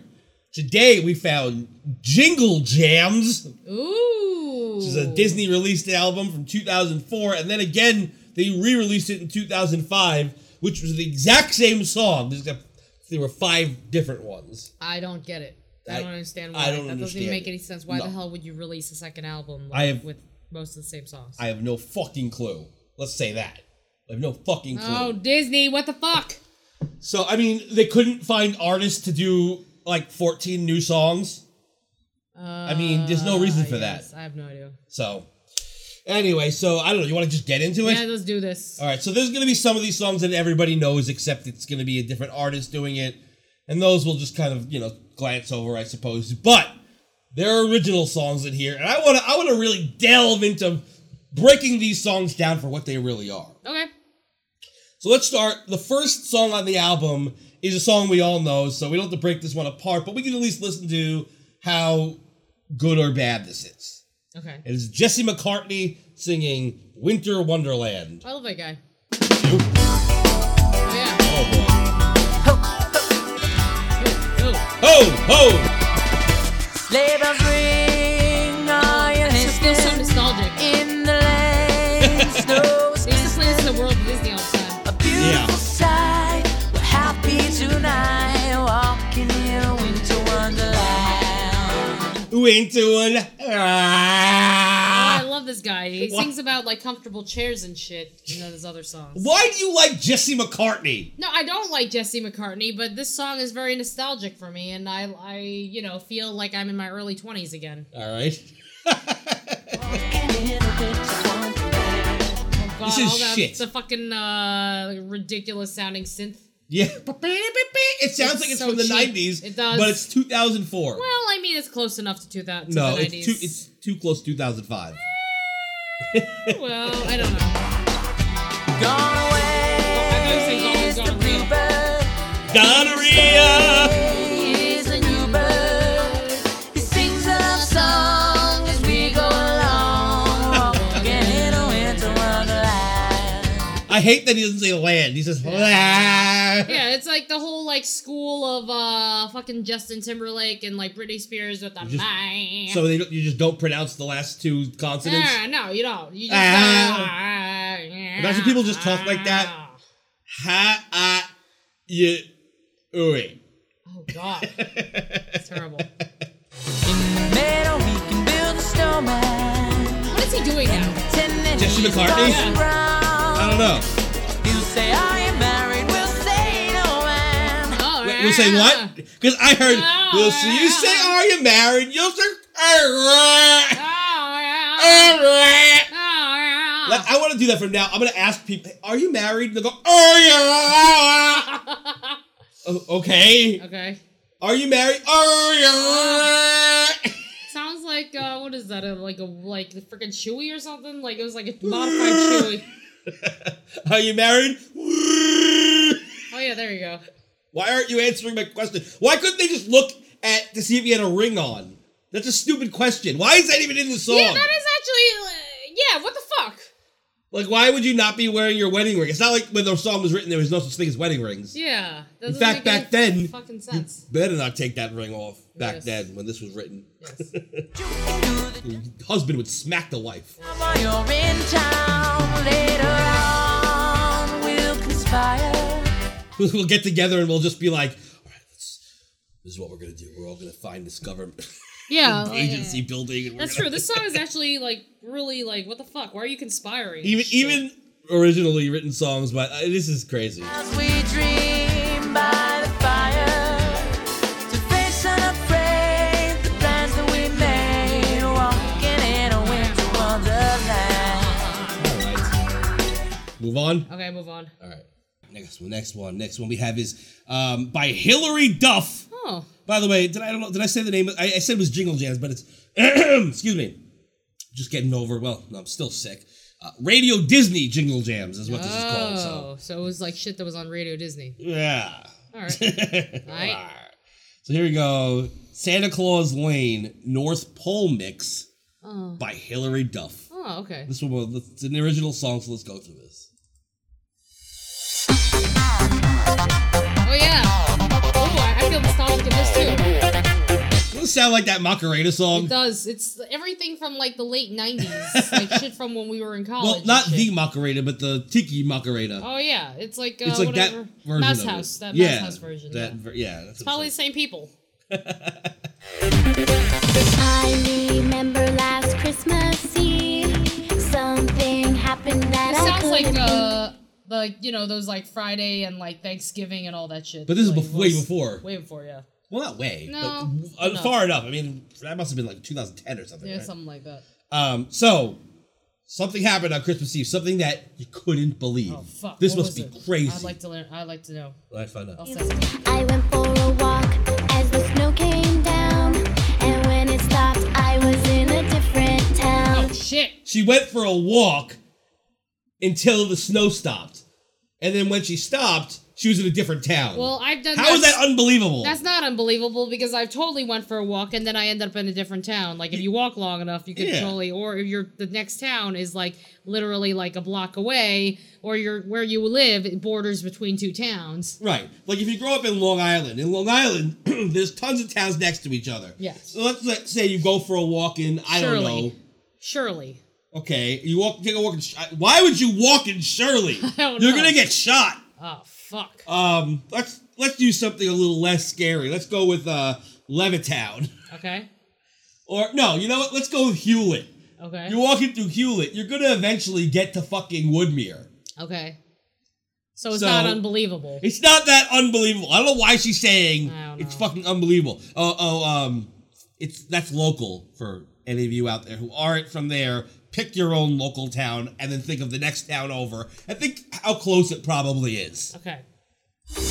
Speaker 2: Today we found Jingle Jams,
Speaker 8: Ooh.
Speaker 2: which is a Disney released album from 2004, and then again they re-released it in 2005, which was the exact same song. There's a- There were five different ones.
Speaker 8: I don't get it. I,
Speaker 2: I-
Speaker 8: don't understand why.
Speaker 2: I don't
Speaker 8: that doesn't
Speaker 2: understand
Speaker 8: even make
Speaker 2: it.
Speaker 8: any sense. Why
Speaker 2: No.
Speaker 8: the hell would you release a second album like,
Speaker 2: I have-
Speaker 8: with most of the same songs?
Speaker 2: I have no fucking clue. Let's say that. I have no fucking clue.
Speaker 8: oh, Disney, what the fuck?
Speaker 2: So I mean, they couldn't find artists to do like 14 new songs. I mean, there's no reason for that.
Speaker 8: Uh, Yes, I have no idea.
Speaker 2: So, anyway, so I don't know. You want to just get into it?
Speaker 8: Yeah, let's do this.
Speaker 2: All right. So there's going to be some of these songs that everybody knows, except it's going to be a different artist doing it, and those we'll just kind of you know glance over, I suppose. But there are original songs in here, and I want to I want to really delve into breaking these songs down for what they really are.
Speaker 8: Okay.
Speaker 2: So let's start. The first song on the album is a song we all know, so we don't have to break this one apart, but we can at least listen to how good or bad this is.
Speaker 8: Okay.
Speaker 2: It is Jesse McCartney singing Winter Wonderland.
Speaker 8: I love that guy.
Speaker 2: Oh
Speaker 8: Oh, yeah.
Speaker 2: boy.
Speaker 8: Ooh, ooh.
Speaker 2: Ho, ho!
Speaker 11: Sleigh bells ring, I am
Speaker 8: And it's still so nostalgic.
Speaker 11: in the lane. Snow is
Speaker 8: They used to play this in the world of Disney all the time.
Speaker 11: a beautiful
Speaker 2: Yeah.
Speaker 11: sight. We're happy tonight, walking in a winter wonderland.
Speaker 2: Winter Wonderland.
Speaker 8: I
Speaker 2: Ah.
Speaker 8: love this guy. He
Speaker 2: Wha-
Speaker 8: sings about like comfortable chairs and shit in his other songs.
Speaker 2: Why do you like Jesse McCartney?
Speaker 8: No, I don't like Jesse McCartney, but this song is very nostalgic for me, and I, I, you know, feel like I'm in my early twenties again.
Speaker 2: All right.
Speaker 11: Walking in a winter wonderland.
Speaker 8: Oh God,
Speaker 2: This is
Speaker 8: all that,
Speaker 2: shit.
Speaker 8: The fucking uh, ridiculous sounding synth.
Speaker 2: Yeah. It sounds
Speaker 8: It's
Speaker 2: like it's
Speaker 8: so
Speaker 2: from the
Speaker 8: cheap.
Speaker 2: 90s,
Speaker 8: It does.
Speaker 2: but it's 2004.
Speaker 8: Well, I mean, it's close enough to two thousand.
Speaker 2: no,
Speaker 8: the 90s.
Speaker 2: it's too it's too close to 2005.
Speaker 8: well, I don't know.
Speaker 11: Gone
Speaker 8: gone,
Speaker 11: away is
Speaker 8: gone,
Speaker 11: the
Speaker 8: gone.
Speaker 11: bluebird.
Speaker 2: Gonorrhea.
Speaker 11: He's a new bird. He sings a love song as we go along,
Speaker 8: Oh,
Speaker 11: walking in oh, a winter wonderland.
Speaker 2: I hate that he doesn't say land. He says land.
Speaker 8: Yeah, it's like the whole like school of uh fucking Justin Timberlake and like Britney Spears with the
Speaker 2: just-
Speaker 8: mind.
Speaker 2: So they don't, you just don't pronounce the last two consonants.
Speaker 8: Yeah, no, you don't. You just
Speaker 2: Ah. Imagine people just talk like that. Ha ah yeah. Ooey.
Speaker 8: Oh god, it's terrible.
Speaker 11: In the meadow, we can build a snowman.
Speaker 8: What is he doing now? Oh,
Speaker 11: Ten minutes
Speaker 2: Jesse McCartney?
Speaker 11: goes
Speaker 2: I
Speaker 11: round.
Speaker 2: don't know.
Speaker 11: You say, Are you married? We'll say no man.
Speaker 8: Oh,
Speaker 2: Wait, you'll say what? Because I heard
Speaker 8: Ah.
Speaker 2: you'll say, you say are you married? You'll say
Speaker 8: Oh,
Speaker 2: ah,
Speaker 8: yeah.
Speaker 2: ah.
Speaker 8: Oh, yeah.
Speaker 2: Like, I want to do that from now. I'm gonna ask people, "Are you married?" And they go, "Oh yeah." Oh, okay.
Speaker 8: Okay.
Speaker 2: Are you married? Oh yeah.
Speaker 8: Sounds like uh, what is that? A, like a like the freaking Chewy or something? Like it was like a modified Chewy.
Speaker 2: Are you married?
Speaker 8: Oh yeah, there you go.
Speaker 2: Why aren't you answering my question? Why couldn't they just look at to see if he had a ring on? That's a stupid question. Why is that even in the song?
Speaker 8: Yeah, that is actually uh, yeah. What the fuck?
Speaker 2: like, why would you not be wearing your wedding ring? It's not like when the song was written, there was no such thing as wedding rings.
Speaker 8: Yeah.
Speaker 2: In
Speaker 8: doesn't
Speaker 2: fact,
Speaker 8: make any
Speaker 2: back then,
Speaker 8: Fucking sense.
Speaker 2: Better not take that ring off back
Speaker 8: Yes.
Speaker 2: then when this was written. Husband would smack the wife.
Speaker 11: While Oh, you're in town later on, we'll conspire.
Speaker 2: we'll get together and we'll just be like, all right, let's, this is what we're gonna do. We're all gonna find this government
Speaker 8: Oh, Yeah. like,
Speaker 2: agency building. And we're
Speaker 8: That's
Speaker 2: gonna-
Speaker 8: true. This song is actually like really like what the fuck? Why are you conspiring?
Speaker 2: Even even originally written songs, but uh, this is crazy.
Speaker 11: As we dream by the fire, to face unafraid the plans that we made, walking in a winter wonderland.
Speaker 2: Move on.
Speaker 8: Okay, move on.
Speaker 2: All right. Next one. Next one. Next one we have is um, by Hillary Duff.
Speaker 8: Oh.
Speaker 2: By the way, did I, I don't know? Did I say the name? I, I said it was Jingle Jams, but it's excuse me. Just getting over. Well, no, I'm still sick. Uh, Radio Disney Jingle Jams is what this is called. So
Speaker 8: Oh, so it was like shit that was on Radio Disney.
Speaker 2: yeah.
Speaker 8: All right. All right.
Speaker 2: so here we go. Santa Claus Lane North Pole Mix
Speaker 8: Oh.
Speaker 2: by Hillary Duff.
Speaker 8: Oh, okay.
Speaker 2: This one was it's an original song, so let's go through this.
Speaker 8: Oh yeah. Oh, I, I feel nostalgic in this too.
Speaker 2: Doesn't it sound like that Macarena song.
Speaker 8: It does. It's everything from like the late '90s, like shit from when we were in college.
Speaker 2: Well,
Speaker 8: and
Speaker 2: not
Speaker 8: shit.
Speaker 2: the Macarena, but the Tiki Macarena.
Speaker 8: Oh yeah, it's like uh,
Speaker 2: it's like
Speaker 8: whatever.
Speaker 2: that version.
Speaker 8: Mouse
Speaker 2: of it.
Speaker 8: House, that
Speaker 2: yeah,
Speaker 8: Mouse House version.
Speaker 2: That
Speaker 8: yeah.
Speaker 2: ver- yeah. That's
Speaker 8: It's
Speaker 2: what
Speaker 8: probably the same people.
Speaker 12: I remember last Christmas Eve, something happened that
Speaker 8: It
Speaker 12: I
Speaker 8: sounds
Speaker 12: couldn't
Speaker 8: like uh, like you know those like Friday and like Thanksgiving and all that shit.
Speaker 2: But this is
Speaker 8: Like,
Speaker 2: bef- way
Speaker 8: was-
Speaker 2: before.
Speaker 8: Way before, yeah,
Speaker 2: Well, not way,
Speaker 8: No,
Speaker 2: but uh,
Speaker 8: enough.
Speaker 2: far enough. I mean, that must have been like 2010 or something.
Speaker 8: yeah,
Speaker 2: right?
Speaker 8: something like that.
Speaker 2: Um, so something happened on Christmas Eve. Something that you couldn't believe.
Speaker 8: Oh fuck!
Speaker 2: this
Speaker 8: what
Speaker 2: must be
Speaker 8: was it? Oh.
Speaker 2: crazy.
Speaker 8: I'd like to learn. I'd like to know.
Speaker 2: I found out.
Speaker 8: I'll send it.
Speaker 12: I went for a walk as the snow came down, and when it stopped, I was in a different town.
Speaker 8: Oh shit!
Speaker 2: She went for a walk until the snow stopped, and then when she stopped, she was in a different town.
Speaker 8: Well, I've done.
Speaker 2: how is
Speaker 8: that's-
Speaker 2: that unbelievable?
Speaker 8: That's not unbelievable because I've totally went for a walk and then I end up in a different town. Like if you walk long enough, you could
Speaker 2: Yeah.
Speaker 8: totally, or if you're the next town is like literally like a block away, or you're where you live it borders between two towns.
Speaker 2: Right. Like if you grow up in Long Island, in Long Island, there's tons of towns next to each other.
Speaker 8: Yes.
Speaker 2: So let's like, say you go for a walk in, I
Speaker 8: Shirley.
Speaker 2: don't
Speaker 8: Surely.
Speaker 2: know. Okay. You walk, take a walk in. Sh- Why would you walk in Shirley?
Speaker 8: don't
Speaker 2: You're
Speaker 8: know.
Speaker 2: gonna get shot.
Speaker 8: Oh fuck.
Speaker 2: Um. Let's let's do something a little less scary. Let's go with uh Levittown,
Speaker 8: Okay.
Speaker 2: or no, you know what? Let's go with Hewlett.
Speaker 8: Okay.
Speaker 2: You're walking through Hewlett. You're gonna eventually get to fucking Woodmere.
Speaker 8: Okay. So it's
Speaker 2: So-
Speaker 8: not unbelievable.
Speaker 2: It's not that unbelievable. I don't know why she's saying
Speaker 8: I don't
Speaker 2: it's
Speaker 8: know.
Speaker 2: fucking unbelievable. Oh, oh, um, it's that's local for any of you out there who aren't from there. Pick your own local town and then think of the next town over and think how close it probably is.
Speaker 8: Okay.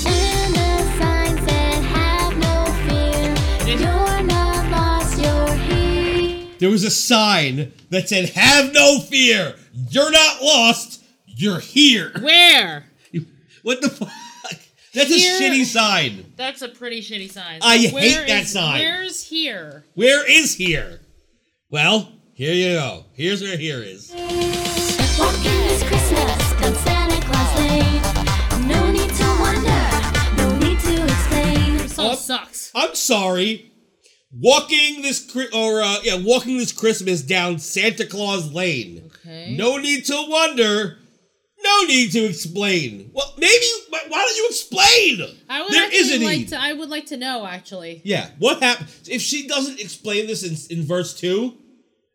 Speaker 12: And the sign said, "Have no fear, you're not lost, you're here."
Speaker 2: There was a sign that said, "Have no fear. You're not lost. You're here."
Speaker 8: Where?
Speaker 2: What the fuck? That's
Speaker 8: Here-
Speaker 2: a shitty sign.
Speaker 8: That's a pretty shitty sign.
Speaker 2: I hate that
Speaker 8: is-
Speaker 2: sign.
Speaker 8: Where's here?
Speaker 2: Where is here? Well, here you go. Here's where here is.
Speaker 12: Walking this Christmas down Santa Claus Lane. No need to wonder, no need to explain.
Speaker 8: This song
Speaker 2: Up.
Speaker 8: sucks.
Speaker 2: I'm sorry. Walking this Chri- or uh, yeah, walking this Christmas down Santa Claus Lane.
Speaker 8: Okay.
Speaker 2: No need to wonder. No need to explain. Well, maybe. Why don't you explain?
Speaker 8: I would
Speaker 2: there
Speaker 8: actually
Speaker 2: is a
Speaker 8: like
Speaker 2: need.
Speaker 8: to I would like to know actually.
Speaker 2: yeah. What happened? If she doesn't explain this in, in verse two,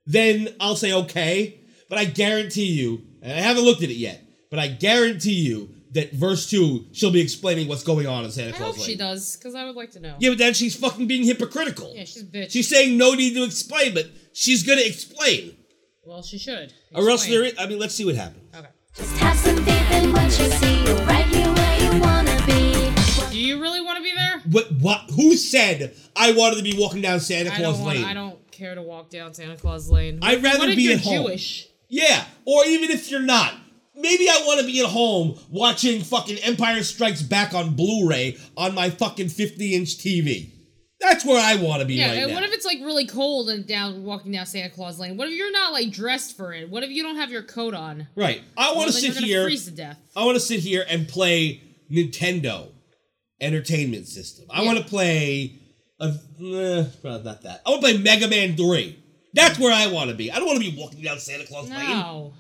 Speaker 2: then I'll say okay. But I guarantee you, and I haven't looked at it yet, but I guarantee you that verse two, she'll be explaining what's going on in Santa
Speaker 8: I
Speaker 2: Claus
Speaker 8: hope
Speaker 2: Lane.
Speaker 8: she does, because I would like to know.
Speaker 2: Yeah, but then she's fucking being hypocritical.
Speaker 8: Yeah, she's a bitch.
Speaker 2: She's saying no need to explain, but she's gonna explain.
Speaker 8: Well, she should.
Speaker 2: Or else there is. I mean, let's see what happens.
Speaker 12: Just have some faith in what you see. You're right here where you wanna be.
Speaker 8: Do you really want to be there?
Speaker 2: What? What? Who said I wanted to be walking down Santa
Speaker 8: I don't
Speaker 2: Claus
Speaker 8: want.
Speaker 2: Lane?
Speaker 8: I don't care to walk down Santa Claus Lane.
Speaker 2: I'd rather
Speaker 8: what if
Speaker 2: be
Speaker 8: you're
Speaker 2: at home.
Speaker 8: Jewish?
Speaker 2: Yeah, or even if you're not. Maybe I want to be at home watching fucking Empire Strikes Back on Blu-ray on my fucking 50-inch TV. That's where I want to be
Speaker 8: Yeah.
Speaker 2: right
Speaker 8: and
Speaker 2: now.
Speaker 8: what if it's like really cold and down walking down Santa Claus Lane? What if you're not like dressed for it? What if you don't have your coat on?
Speaker 2: right. I want
Speaker 8: Well,
Speaker 2: to
Speaker 8: then
Speaker 2: sit
Speaker 8: you're gonna
Speaker 2: here.
Speaker 8: Freeze to death.
Speaker 2: I want to sit here and play Nintendo Entertainment System. I
Speaker 8: Yeah.
Speaker 2: want to play. A, eh, probably not that. I want to play Mega Man Three. That's where I want to be. I don't want to be walking down Santa Claus Lane.
Speaker 8: No,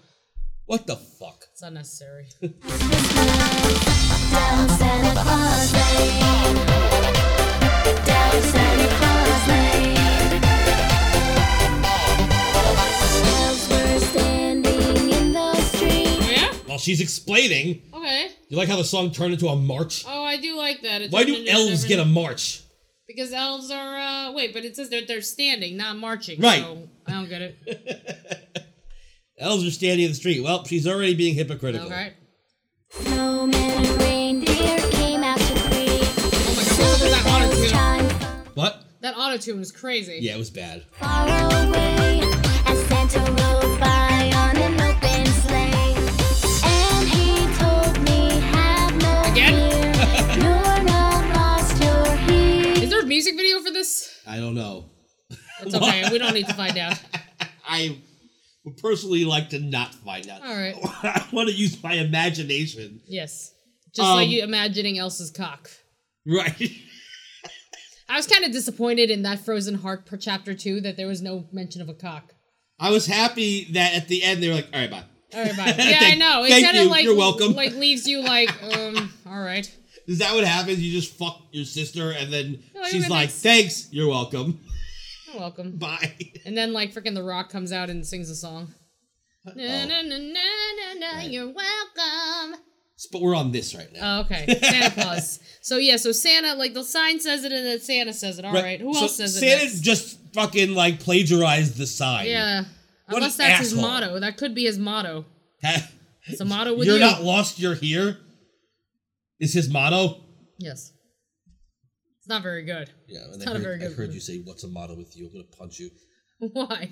Speaker 2: What the fuck?
Speaker 8: it's unnecessary.
Speaker 12: Down Santa Claus Lane. Down Santa Claus Lane. Elves were standing in the street.
Speaker 8: yeah.
Speaker 2: While she's explaining,
Speaker 8: Okay.
Speaker 2: you like how the song turned into a march?
Speaker 8: Oh, I do like that. It
Speaker 2: Why
Speaker 8: turned
Speaker 2: do
Speaker 8: into
Speaker 2: elves
Speaker 8: different-
Speaker 2: get a march?
Speaker 8: Because elves are uh wait, but it says that they're standing, not marching.
Speaker 2: Right.
Speaker 8: So I don't get it.
Speaker 2: Elves are standing in the street. Well, she's already being hypocritical.
Speaker 8: All right.
Speaker 12: Snowmen and reindeer came out to greet.
Speaker 8: Oh my god, what's up with that auto tune?
Speaker 12: Time
Speaker 2: What?
Speaker 8: That auto tune was crazy.
Speaker 2: Yeah, it was bad.
Speaker 12: far away as Santa rode by on an open sleigh. And he told me, have no
Speaker 8: Again?
Speaker 12: fear. You're not lost, you're here.
Speaker 8: Is there a music video for this?
Speaker 2: I don't know.
Speaker 8: It's okay. we don't need to find out.
Speaker 2: I would personally like to not find out.
Speaker 8: All right.
Speaker 2: I want to use my imagination.
Speaker 8: Yes. Just
Speaker 2: Um,
Speaker 8: like you imagining Elsa's cock.
Speaker 2: Right.
Speaker 8: I was kind of disappointed in that Frozen Heart per chapter two that there was no mention of a cock.
Speaker 2: I was happy that at the end they were like, all right, bye.
Speaker 8: All right, bye. Yeah, I
Speaker 2: Thank-
Speaker 8: know. It
Speaker 2: thank
Speaker 8: kind of
Speaker 2: you.
Speaker 8: like
Speaker 2: You're welcome.
Speaker 8: like leaves you like um. All right.
Speaker 2: Is that what happens? You just fuck your sister and then
Speaker 8: No,
Speaker 2: she's
Speaker 8: you're
Speaker 2: like,
Speaker 8: nice.
Speaker 2: thanks, you're welcome.
Speaker 8: You're welcome.
Speaker 2: Bye.
Speaker 8: And then like freaking The Rock comes out and sings a song.
Speaker 2: Uh, oh.
Speaker 8: Na, na, na, na, na, na, You're welcome.
Speaker 2: But we're on this right now.
Speaker 8: Oh, okay. Santa Claus. So yeah, so Santa, like the sign says it, and then Santa says it. All right. Who
Speaker 2: So
Speaker 8: else says
Speaker 2: Santa
Speaker 8: it? next?
Speaker 2: just fucking like plagiarized the sign.
Speaker 8: yeah.
Speaker 2: What
Speaker 8: Unless
Speaker 2: an
Speaker 8: that's his
Speaker 2: asshole.
Speaker 8: motto. That could be his motto. It's a motto with
Speaker 2: you're
Speaker 8: you.
Speaker 2: not lost, you're here. Is his motto?
Speaker 8: Yes. It's not very good.
Speaker 2: Yeah, and
Speaker 8: It's not a very good one.
Speaker 2: say, "What's a motto with you?" I'm gonna punch you.
Speaker 8: Why?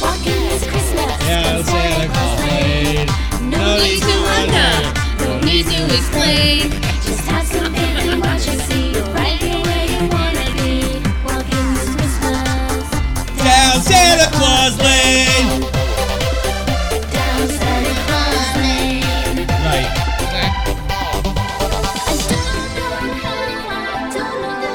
Speaker 12: Walking this Christmas.
Speaker 2: Yeah, Santa Claus Lane.
Speaker 12: No need to wonder. No need to explain. Just have some faith in what you see. You're right here where you wanna be. Walking this Christmas.
Speaker 2: Down Santa Claus Lane.
Speaker 12: Down Santa Claus Lane.
Speaker 2: Right.
Speaker 8: Okay.
Speaker 12: I don't know how, I don't know how,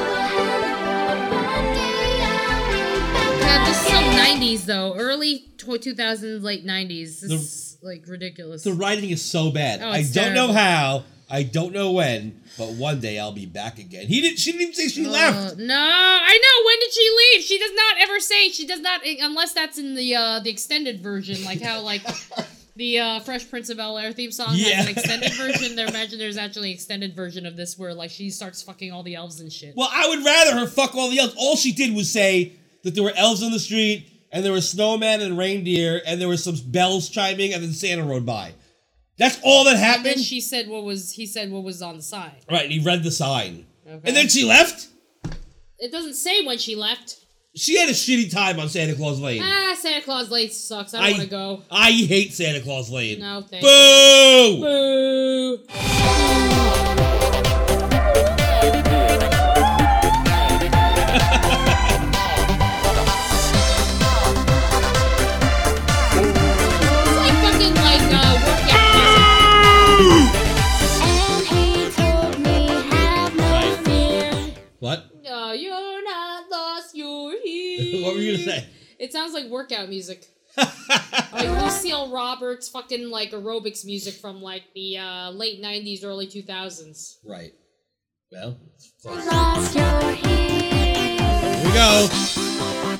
Speaker 12: but one day I'll be back
Speaker 8: God, this is some
Speaker 12: again.
Speaker 8: 90s though. Early tw- 2000s, late 90s. This is like ridiculous.
Speaker 2: The writing is so bad.
Speaker 8: Oh,
Speaker 2: I
Speaker 8: it's
Speaker 2: don't know
Speaker 8: terrible.
Speaker 2: how. I don't know when. But one day I'll be back again. He didn't. She didn't even say she
Speaker 8: Uh,
Speaker 2: left.
Speaker 8: No, I know. When did she leave? She does not ever say. She does not, unless that's in the uh, the extended version, like how like the uh, Fresh Prince of Bel Air theme song
Speaker 2: Yeah.
Speaker 8: has an extended version. There, imagine there's actually an extended version of this where like she starts fucking all the elves and shit.
Speaker 2: Well, I would rather her fuck all the elves. All she did was say that there were elves on the street and there were snowmen and reindeer and there were some bells chiming and then Santa rode by. That's all that
Speaker 8: and then
Speaker 2: happened.
Speaker 8: she said what was he said what was on the sign.
Speaker 2: right. And he read the sign.
Speaker 8: Okay.
Speaker 2: And then she left.
Speaker 8: it doesn't say when she left.
Speaker 2: She had a shitty time on Santa Claus Lane.
Speaker 8: Ah, Santa Claus late sucks. I don't want to go.
Speaker 2: I hate Santa Claus Lane.
Speaker 8: No, thank
Speaker 2: Boo!
Speaker 8: Boo. It's like fucking like uh, workout.
Speaker 12: And he told me, have no fear.
Speaker 2: What?
Speaker 8: music. No, you're not lost. You're here.
Speaker 2: what were you gonna say?
Speaker 8: It sounds like workout music. like Lucille Roberts, fucking like aerobics music from like the uh, late '90s, early 2000s.
Speaker 2: Right. Well,
Speaker 12: Lost, you're here.
Speaker 2: here we go. Oh,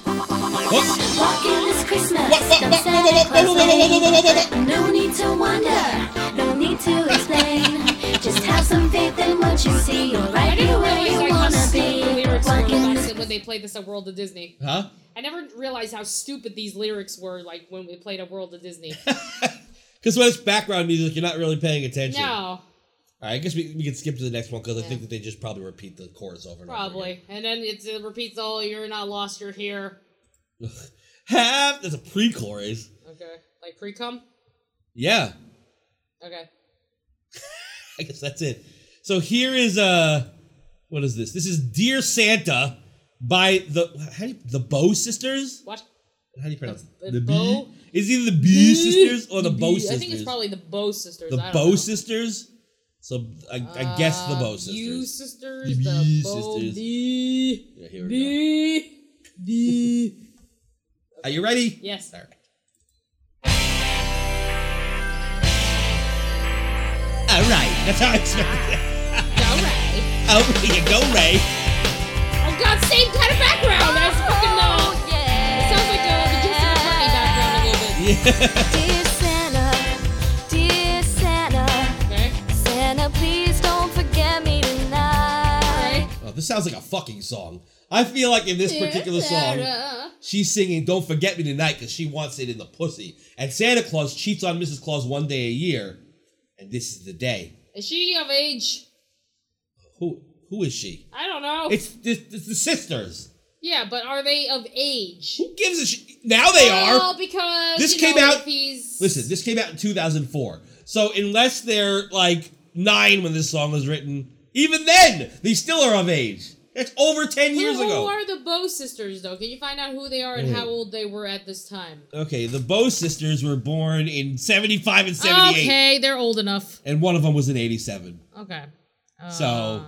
Speaker 2: Whoop.
Speaker 12: Walking this Christmas.
Speaker 2: What, what,
Speaker 12: down
Speaker 2: what,
Speaker 12: Santa
Speaker 2: what, what,
Speaker 12: Claus
Speaker 2: what, what, what, what, what, what,
Speaker 12: Lane. No need to wonder. No need to explain. Just have some faith in what you see. You're
Speaker 8: I
Speaker 12: right here
Speaker 8: didn't
Speaker 12: where
Speaker 8: realize
Speaker 12: you
Speaker 8: like how
Speaker 12: wanna
Speaker 8: stupid the
Speaker 12: be.
Speaker 8: lyrics were
Speaker 12: Walking
Speaker 8: back
Speaker 12: this
Speaker 8: then when they played this at World of Disney.
Speaker 2: Huh?
Speaker 8: I never realize how stupid these lyrics were, like when we played a World of Disney.
Speaker 2: Because when it's background music, you're not really paying attention.
Speaker 8: no,
Speaker 2: All right, I guess we, we can skip to the next one because I think that they just probably repeat the chorus over and over.
Speaker 8: probably. And then it's, it repeats the whole "You're not lost, you're here."
Speaker 2: Have there's a pre-chorus.
Speaker 8: Okay, like pre cum.
Speaker 2: Yeah,
Speaker 8: Okay,
Speaker 2: I guess that's it. So here is uh, what is this? This is "Dear Santa" by the how do you, the Bow Sisters.
Speaker 8: what?
Speaker 2: How do you pronounce
Speaker 8: The-
Speaker 2: it?
Speaker 8: the
Speaker 2: The
Speaker 8: Bow-
Speaker 2: Bee? Is either the Bee Sisters or the Bow
Speaker 8: I
Speaker 2: Sisters?
Speaker 8: think it's probably the Bow sisters.
Speaker 2: the
Speaker 8: I don't
Speaker 2: Bow
Speaker 8: know.
Speaker 2: Sisters. So I, I guess the Bow
Speaker 8: Uh,
Speaker 2: Sisters.
Speaker 8: You sisters,
Speaker 2: The
Speaker 8: the
Speaker 2: Bee
Speaker 8: Bow
Speaker 2: Sisters.
Speaker 8: Bee.
Speaker 2: Yeah, here we
Speaker 8: Bee. Bee.
Speaker 2: Are you ready?
Speaker 8: Yes.
Speaker 2: All right, that's how I expected it.
Speaker 8: All right.
Speaker 2: Oh, here you go, Ray.
Speaker 8: Oh God, same kind of background. That's fucking uh, It sounds like uh, the Justin McCartney background a little bit.
Speaker 12: Dear Santa, dear Santa, Santa, please don't forget me tonight.
Speaker 2: Oh, this sounds like a fucking song. I feel like in this
Speaker 12: Dear
Speaker 2: particular song,
Speaker 12: Santa.
Speaker 2: she's singing "Don't Forget Me Tonight" because she wants it in the pussy. And Santa Claus cheats on Mrs. Claus one day a year, and this is the day.
Speaker 8: Is she of age?
Speaker 2: Who who is she?
Speaker 8: I don't know.
Speaker 2: It's the, it's the sisters.
Speaker 8: yeah, but are they of age?
Speaker 2: Who gives a shit? Now
Speaker 8: Oh,
Speaker 2: they are.
Speaker 8: Well, because
Speaker 2: This
Speaker 8: you
Speaker 2: came
Speaker 8: know,
Speaker 2: out-
Speaker 8: If he's
Speaker 2: Listen, this came out in 2004. So unless they're like nine when this song was written, even then they still are of age. That's over ten years
Speaker 8: who,
Speaker 2: ago. Mm-hmm.
Speaker 8: Who are the Bow sisters though? Can you find out who they are and
Speaker 2: Wait.
Speaker 8: how old they were at this time?
Speaker 2: Okay, the Bow sisters were born in 75 and 78,
Speaker 8: Okay, they're old enough.
Speaker 2: and one of them was in 87.
Speaker 8: Okay. Uh,
Speaker 2: so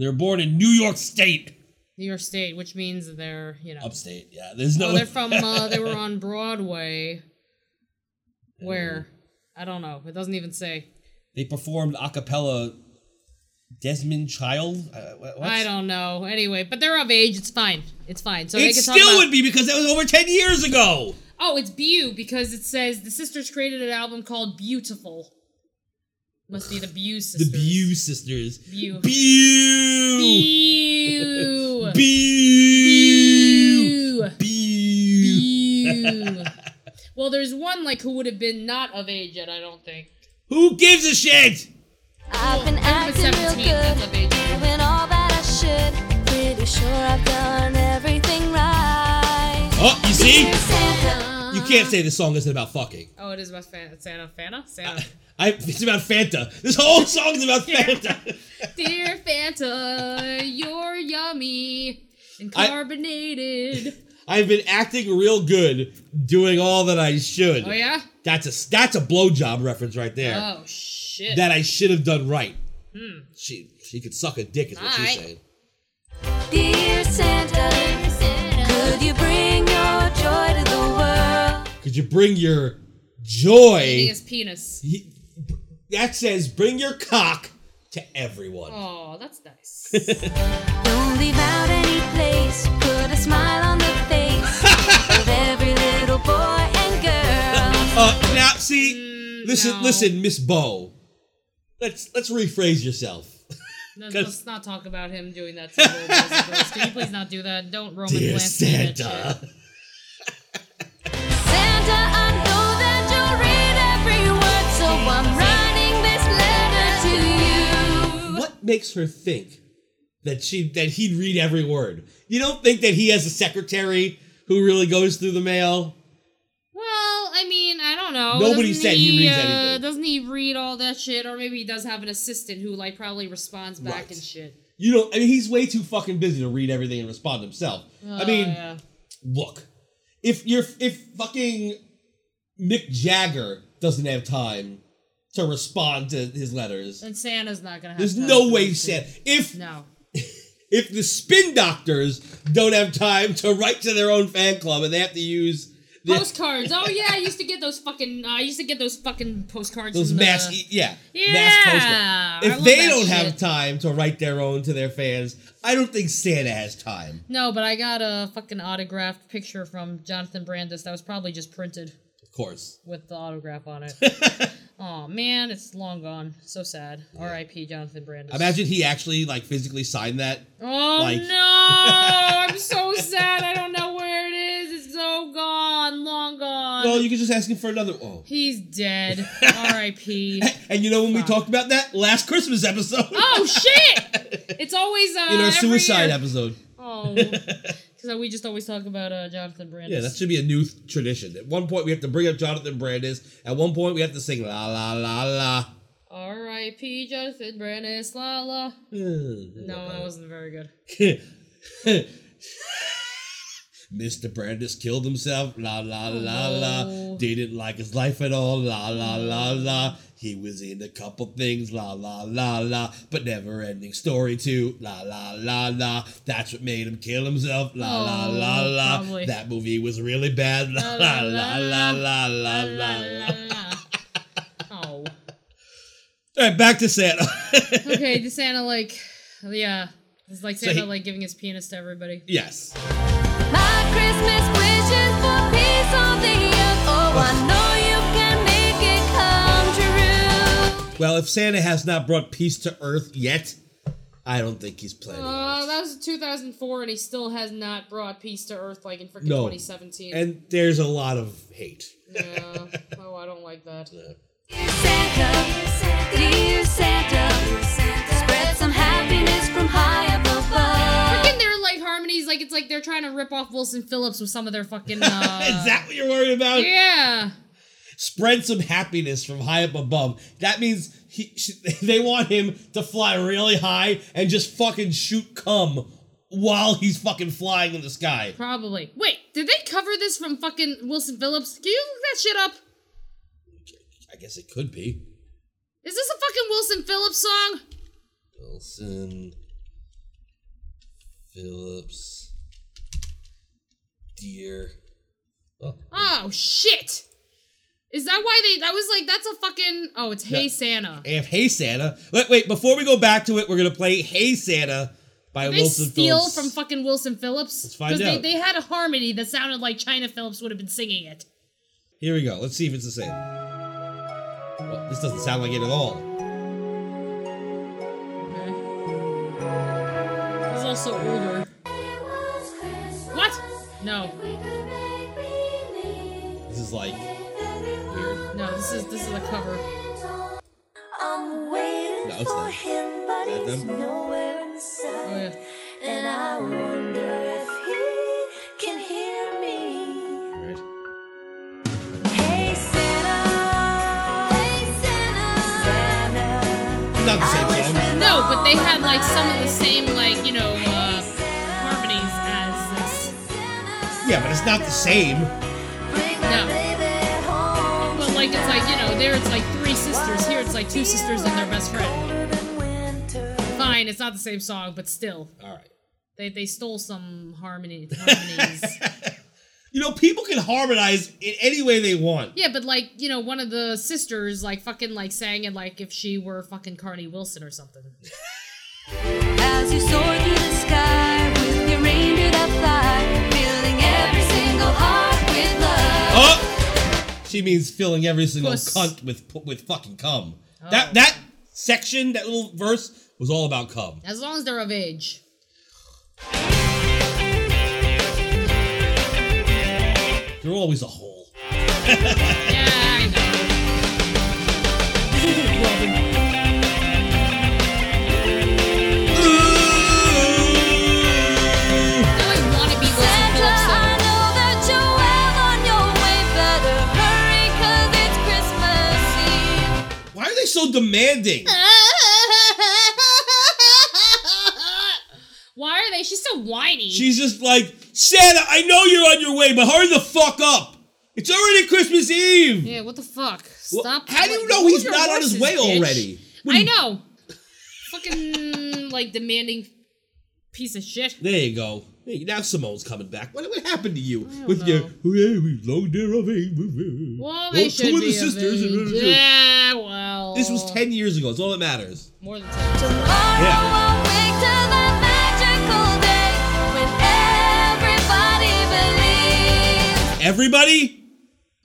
Speaker 2: they were born in New York State,
Speaker 8: New York State, which means that they're you know
Speaker 2: upstate. Yeah, there's no.
Speaker 8: Oh, they're from. Uh, they were on Broadway.
Speaker 2: Mm.
Speaker 8: Where? I don't know. It doesn't even say.
Speaker 2: They performed a cappella. Desmond Child. Uh, wha- what's-
Speaker 8: I don't know. Anyway, but they're of age. It's fine. It's fine. So they
Speaker 2: it
Speaker 8: can
Speaker 2: still
Speaker 8: talk about-
Speaker 2: would be because that was over ten years ago.
Speaker 8: Oh, it's Bu because it says the sisters created an album called Beautiful. Must be the Bu
Speaker 2: The
Speaker 8: sisters.
Speaker 2: Bew sisters.
Speaker 8: Bu.
Speaker 2: Bew.
Speaker 8: Bu.
Speaker 2: Bew.
Speaker 8: Bu. Bu. Well, there's one like who would have been not of age yet. I don't think.
Speaker 2: Who gives a shit?
Speaker 12: I've been acting real good, doing all that I should. Pretty sure I've done everything right.
Speaker 2: Oh, you see?
Speaker 12: Dear Santa,
Speaker 2: You can't say this song isn't about fucking.
Speaker 8: Oh, it is about Fanta. Santa. Fanta. Santa.
Speaker 2: I, it's about Fanta. This whole song is about Fanta.
Speaker 8: Dear Fanta, you're yummy and
Speaker 2: I-
Speaker 8: carbonated.
Speaker 2: I've been acting real good, doing all that I should.
Speaker 8: oh yeah.
Speaker 2: That's a that's a blowjob reference right there.
Speaker 8: Oh shit.
Speaker 2: that I should have done right.
Speaker 8: Hmm.
Speaker 2: She she could suck a dick is what she's
Speaker 12: Alright.
Speaker 2: saying.
Speaker 12: dear Santa, could you bring your joy to the world?
Speaker 2: Could you bring your joy?
Speaker 8: Eating his penis.
Speaker 2: He- that says bring your cock to everyone.
Speaker 8: Oh, that's nice.
Speaker 12: Don't leave out any place. Put a smile on the face of every little boy and girl.
Speaker 2: Uh, now
Speaker 8: Mm,
Speaker 2: see, listen, listen, Miss Bo. Let's let's rephrase yourself.
Speaker 8: Let's,
Speaker 2: 'Cause-
Speaker 8: let's not talk about him doing that. To little boys and girls. Can you please not do that? Don't Roman
Speaker 2: Dear
Speaker 8: Polanski that
Speaker 2: Santa.
Speaker 8: shit.
Speaker 12: Santa, I know that you'll read every word, so I'm writing this letter to you.
Speaker 2: What makes her think that she that he'd read every word? You don't think that he has a secretary who really goes through the mail?
Speaker 8: Well, I mean, I don't know.
Speaker 2: Nobody
Speaker 8: Doesn't
Speaker 2: said he reads
Speaker 8: uh,
Speaker 2: anything.
Speaker 8: Doesn't he read all that shit? Or maybe he does have an assistant who like probably responds back
Speaker 2: Right.
Speaker 8: and shit.
Speaker 2: You know, I mean, he's way too fucking busy to read everything and respond himself. I
Speaker 8: Oh,
Speaker 2: mean,
Speaker 8: yeah.
Speaker 2: look, if you're if fucking Mick Jagger doesn't have time to respond to his letters,
Speaker 8: and Santa's Mm, not gonna have.
Speaker 2: there's
Speaker 8: time
Speaker 2: no
Speaker 8: for
Speaker 2: way
Speaker 8: this shit.
Speaker 2: Santa. If
Speaker 8: No.
Speaker 2: if the spin doctors don't have time to write to their own fan club and they have to use the-
Speaker 8: Postcards. Oh yeah, I used to get those fucking. I used to get those fucking postcards. uh,
Speaker 2: those
Speaker 8: in the-
Speaker 2: mass, e, yeah,
Speaker 8: Yeah, I
Speaker 2: mass postcards.
Speaker 8: love
Speaker 2: If they
Speaker 8: that
Speaker 2: don't have
Speaker 8: shit.
Speaker 2: time to write their own to their fans, I don't think Santa has time.
Speaker 8: No, but I got a fucking autographed picture from Jonathan Brandis that was probably just printed
Speaker 2: Of course.
Speaker 8: with the autograph on it. oh man, it's long gone. So sad. R.I.P. Jonathan Brandis.
Speaker 2: Imagine he actually like physically signed that.
Speaker 8: Oh
Speaker 2: like-
Speaker 8: no! I'm so sad. I don't know where it is. It's on.
Speaker 2: No, you can just ask him for another. Oh,
Speaker 8: He's dead. R.I.P.
Speaker 2: and you know when we talked about that last Christmas episode
Speaker 8: oh shit! It's always uh,
Speaker 2: in our
Speaker 8: every
Speaker 2: suicide
Speaker 8: year.
Speaker 2: episode.
Speaker 8: Oh, because we just always talk about uh, Jonathan Brandis.
Speaker 2: Yeah, that should be a new th- tradition. At one point, we have to bring up Jonathan Brandis. At one point, we have to sing la la la la.
Speaker 8: R.I.P. Jonathan Brandis. La la. No, that wasn't very good.
Speaker 2: Mr. Brandis killed himself. La la la
Speaker 8: Oh.
Speaker 2: la. Didn't like his life at all. La la la la. He was in a couple things. La la la la. But never ending story too. La la la la. That's what made him kill himself. La la
Speaker 8: Oh,
Speaker 2: la la.
Speaker 8: probably.
Speaker 2: That movie was really bad. La la la la la la la. All
Speaker 8: Oh.
Speaker 2: right, back to Santa.
Speaker 8: Okay, the Santa like, yeah, it's like
Speaker 2: So
Speaker 8: Santa
Speaker 2: he-
Speaker 8: like giving his penis to everybody.
Speaker 2: yes.
Speaker 12: My Christmas wishes for peace on the earth. Oh, I know you can make it come true.
Speaker 2: Well, if Santa has not brought peace to Earth yet, I don't think he's planning.
Speaker 8: Uh, that was 2004, and he still has not brought peace to Earth like in freaking
Speaker 2: no.
Speaker 8: 2017.
Speaker 2: And there's a lot of hate.
Speaker 8: yeah. Oh, I don't like that.
Speaker 12: Dear Santa, spread some happiness from high up above.
Speaker 8: Freaking their like harmonies, like it's like they're trying to rip off Wilson Phillips with some of their fucking. Uh,
Speaker 2: Is that what you're worried about?
Speaker 8: Yeah.
Speaker 2: Spread some happiness from high up above. That means he, sh- they want him to fly really high and just fucking shoot cum while he's fucking flying in the sky.
Speaker 8: Probably. Wait, did they cover this from fucking Wilson Phillips? Can you look that shit up?
Speaker 2: I guess it could be.
Speaker 8: Is this a fucking Wilson Phillips song?
Speaker 2: Wilson Phillips. Dear. Oh,
Speaker 8: Oh shit! Is that why they? That was like that's a fucking. Oh, it's Hey
Speaker 2: Yeah.
Speaker 8: Santa.
Speaker 2: And Hey Santa. Wait, wait, before we go back to it, we're going to play Hey Santa by
Speaker 8: Did they
Speaker 2: Wilson
Speaker 8: steal
Speaker 2: Phillips.
Speaker 8: from fucking Wilson Phillips?
Speaker 2: Let's find
Speaker 8: they,
Speaker 2: out.
Speaker 8: they had a harmony that sounded like China Phillips would have been singing it.
Speaker 2: Here we go. Let's see if it's the same. Well, this doesn't sound like it at all.
Speaker 8: It's also older. What? No,
Speaker 2: This is like weird.
Speaker 8: no. This is this is a cover.
Speaker 12: I'm waiting
Speaker 2: No, it's
Speaker 12: for
Speaker 2: not.
Speaker 12: him, but
Speaker 2: Is that
Speaker 12: he's
Speaker 2: them?
Speaker 12: nowhere in sight.
Speaker 8: Oh yeah.
Speaker 12: And I wonder if he can hear me.
Speaker 2: Right.
Speaker 12: Hey Santa, hey Santa,
Speaker 2: It's not the same song.
Speaker 8: No, but they had like some of the same like you know uh, harmonies as this.
Speaker 2: Yeah, but it's not the same.
Speaker 12: bring my
Speaker 8: No.
Speaker 12: baby home.
Speaker 8: But like it's like you know there it's like three sisters here it's like two sisters and their best friend.
Speaker 12: Colder than winter.
Speaker 8: Fine, it's not the same song, but still.
Speaker 2: All right.
Speaker 8: They, they stole some harmony, harmonies.
Speaker 2: You know, people can harmonize in any way they want.
Speaker 8: yeah, but like, you know, one of the sisters like fucking like sang it like if she were fucking Carney Wilson or something.
Speaker 12: As you soar through the sky with your reindeer that fly, filling every single heart with love.
Speaker 2: Oh! She means filling every single
Speaker 8: Puss.
Speaker 2: cunt with pu- with fucking cum. That that section, that little verse was all about cum.
Speaker 8: As long as they're of age.
Speaker 2: They're always a hole.
Speaker 8: Yeah, I know. They're like wannabe Wilson
Speaker 12: Santa,
Speaker 8: Phillips
Speaker 12: I
Speaker 8: though.
Speaker 12: know that you're well on your way. Better hurry, 'cause it's Christmas Eve.
Speaker 2: Why are they so demanding?
Speaker 8: Why are they? She's so whiny.
Speaker 2: She's just like, Santa, I know you're on your way, but hurry the fuck up. It's already Christmas Eve.
Speaker 8: yeah, what the fuck?
Speaker 2: Well,
Speaker 8: Stop.
Speaker 2: how do you
Speaker 8: like,
Speaker 2: know
Speaker 8: hold
Speaker 2: he's
Speaker 8: your
Speaker 2: not on his way
Speaker 8: horses, bitch.
Speaker 2: already? What do
Speaker 8: I
Speaker 2: you-
Speaker 8: know. Fucking like demanding piece of shit.
Speaker 2: There you go. Hey, now Simone's coming back. What, what happened to you
Speaker 8: don't
Speaker 2: with your
Speaker 8: know.
Speaker 2: oh, yeah, we long there of age.
Speaker 8: Well,
Speaker 2: Well,
Speaker 8: they
Speaker 2: two
Speaker 8: should
Speaker 2: of
Speaker 8: be
Speaker 2: the sisters.
Speaker 8: avenged.
Speaker 2: and-
Speaker 8: Yeah, well.
Speaker 2: This was ten years ago. It's all that matters.
Speaker 8: More than ten. Uh,
Speaker 12: Tomorrow
Speaker 2: Yeah.
Speaker 12: I'll wake to that magical day when everybody believes.
Speaker 2: Everybody,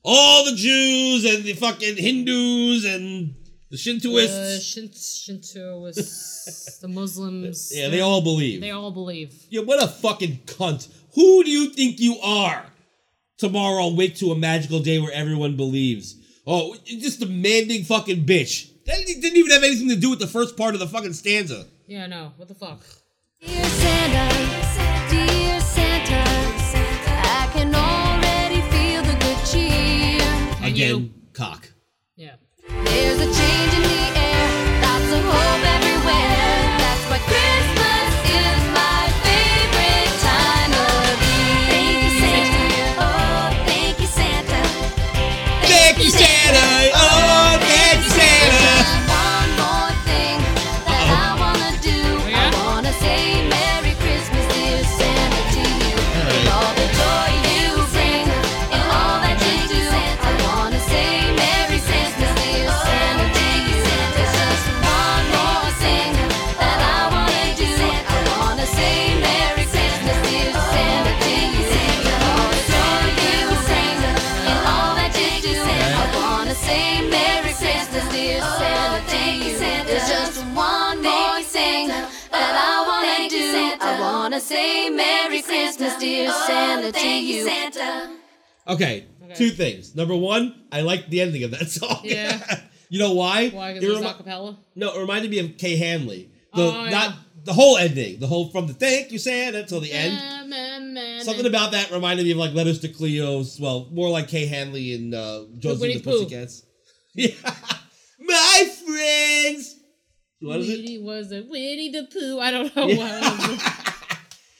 Speaker 2: all the Jews and the fucking Hindus and the
Speaker 8: The
Speaker 2: Shintoists.
Speaker 8: Shin- Shintoists, the Muslims.
Speaker 2: yeah, they all believe.
Speaker 8: They all believe.
Speaker 2: yeah, what a fucking cunt. Who do you think you are? tomorrow I'll wake to a magical day where everyone believes. Oh, you're just demanding fucking bitch. That didn't even have anything to do with the first part of the fucking stanza.
Speaker 8: Yeah, no. What the fuck?
Speaker 12: Dear Santa, dear Santa, I can already feel the good cheer.
Speaker 2: Again, cock.
Speaker 12: There's a change in the air, lots of hope everywhere. That's why Christmas is my favorite time of year. Thank you, Santa. Oh, thank you, Santa.
Speaker 2: Thank you, Santa. Oh, thank you, Santa.
Speaker 12: One more thing that I wanna do. I wanna say Merry Christmas, dear Santa, to you. With all the joy you bring and all that you do, I wanna say Merry Christmas, dear Santa, to you. There's just one more thing that I wanna do. I wanna say Merry Christmas, dear Santa, to you. With all the joy you bring and all that you do, I wanna say Merry Christmas, dear Santa, to you. There's just one more thing that I wanna do. I wanna say Merry Christmas, dear Santa, to you. Santa.
Speaker 2: Okay, two things. Number one, I liked the ending of that song.
Speaker 8: Yeah.
Speaker 2: you know why?
Speaker 8: Why?
Speaker 2: It
Speaker 8: Because it was
Speaker 2: remi-
Speaker 8: acapella.
Speaker 2: No, it reminded me of Kay Hanley. The
Speaker 8: Oh, yeah.
Speaker 2: not the whole ending, the whole from the thank you Santa till the end.
Speaker 8: Ma, ma, ma,
Speaker 2: Something
Speaker 8: ma.
Speaker 2: about that reminded me of like Letters to Cleo's, well, more like Kay Hanley and uh, Josie
Speaker 8: Winnie
Speaker 2: and the
Speaker 8: Pooh.
Speaker 2: Pussycats. Yeah. My friends. What is it?
Speaker 8: Winnie was a Winnie the Pooh. I don't know
Speaker 2: Yeah.
Speaker 8: what.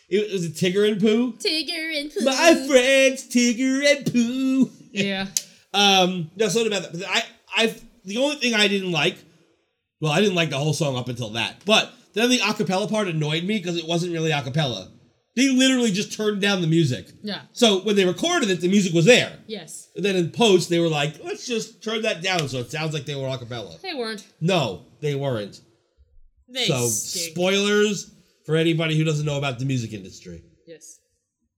Speaker 2: It was a Tigger and Pooh.
Speaker 8: Tigger and Pooh.
Speaker 2: My friends, Tigger and Pooh.
Speaker 8: Yeah.
Speaker 2: Um, no, something about that. But I, I, the only thing I didn't like, well, I didn't like the whole song up until that. But then the acapella part annoyed me because it wasn't really acapella. They literally just turned down the music.
Speaker 8: Yeah.
Speaker 2: So when they recorded it, the music was there.
Speaker 8: Yes.
Speaker 2: And then in post, they were like, "Let's just turn that down so it sounds like they were acapella."
Speaker 8: They weren't.
Speaker 2: No, they weren't.
Speaker 8: They
Speaker 2: so
Speaker 8: stink.
Speaker 2: spoilers for anybody who doesn't know about the music industry.
Speaker 8: yes.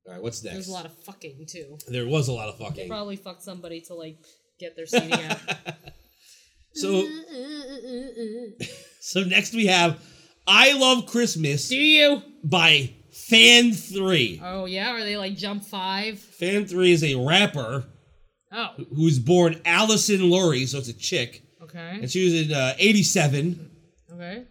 Speaker 2: All right, what's next?
Speaker 8: There's a lot of fucking too.
Speaker 2: there was a lot of
Speaker 8: They
Speaker 2: fucking.
Speaker 8: probably fucked somebody to like get their CD out.
Speaker 2: So So next we have I Love Christmas
Speaker 8: Do you?
Speaker 2: by Fan 3.
Speaker 8: Oh yeah. Are they like jump five?
Speaker 2: Fan 3 is a rapper
Speaker 8: Oh.
Speaker 2: who's born Allison Lurie, so it's a chick.
Speaker 8: Okay.
Speaker 2: And she was in uh, 87.
Speaker 8: Okay.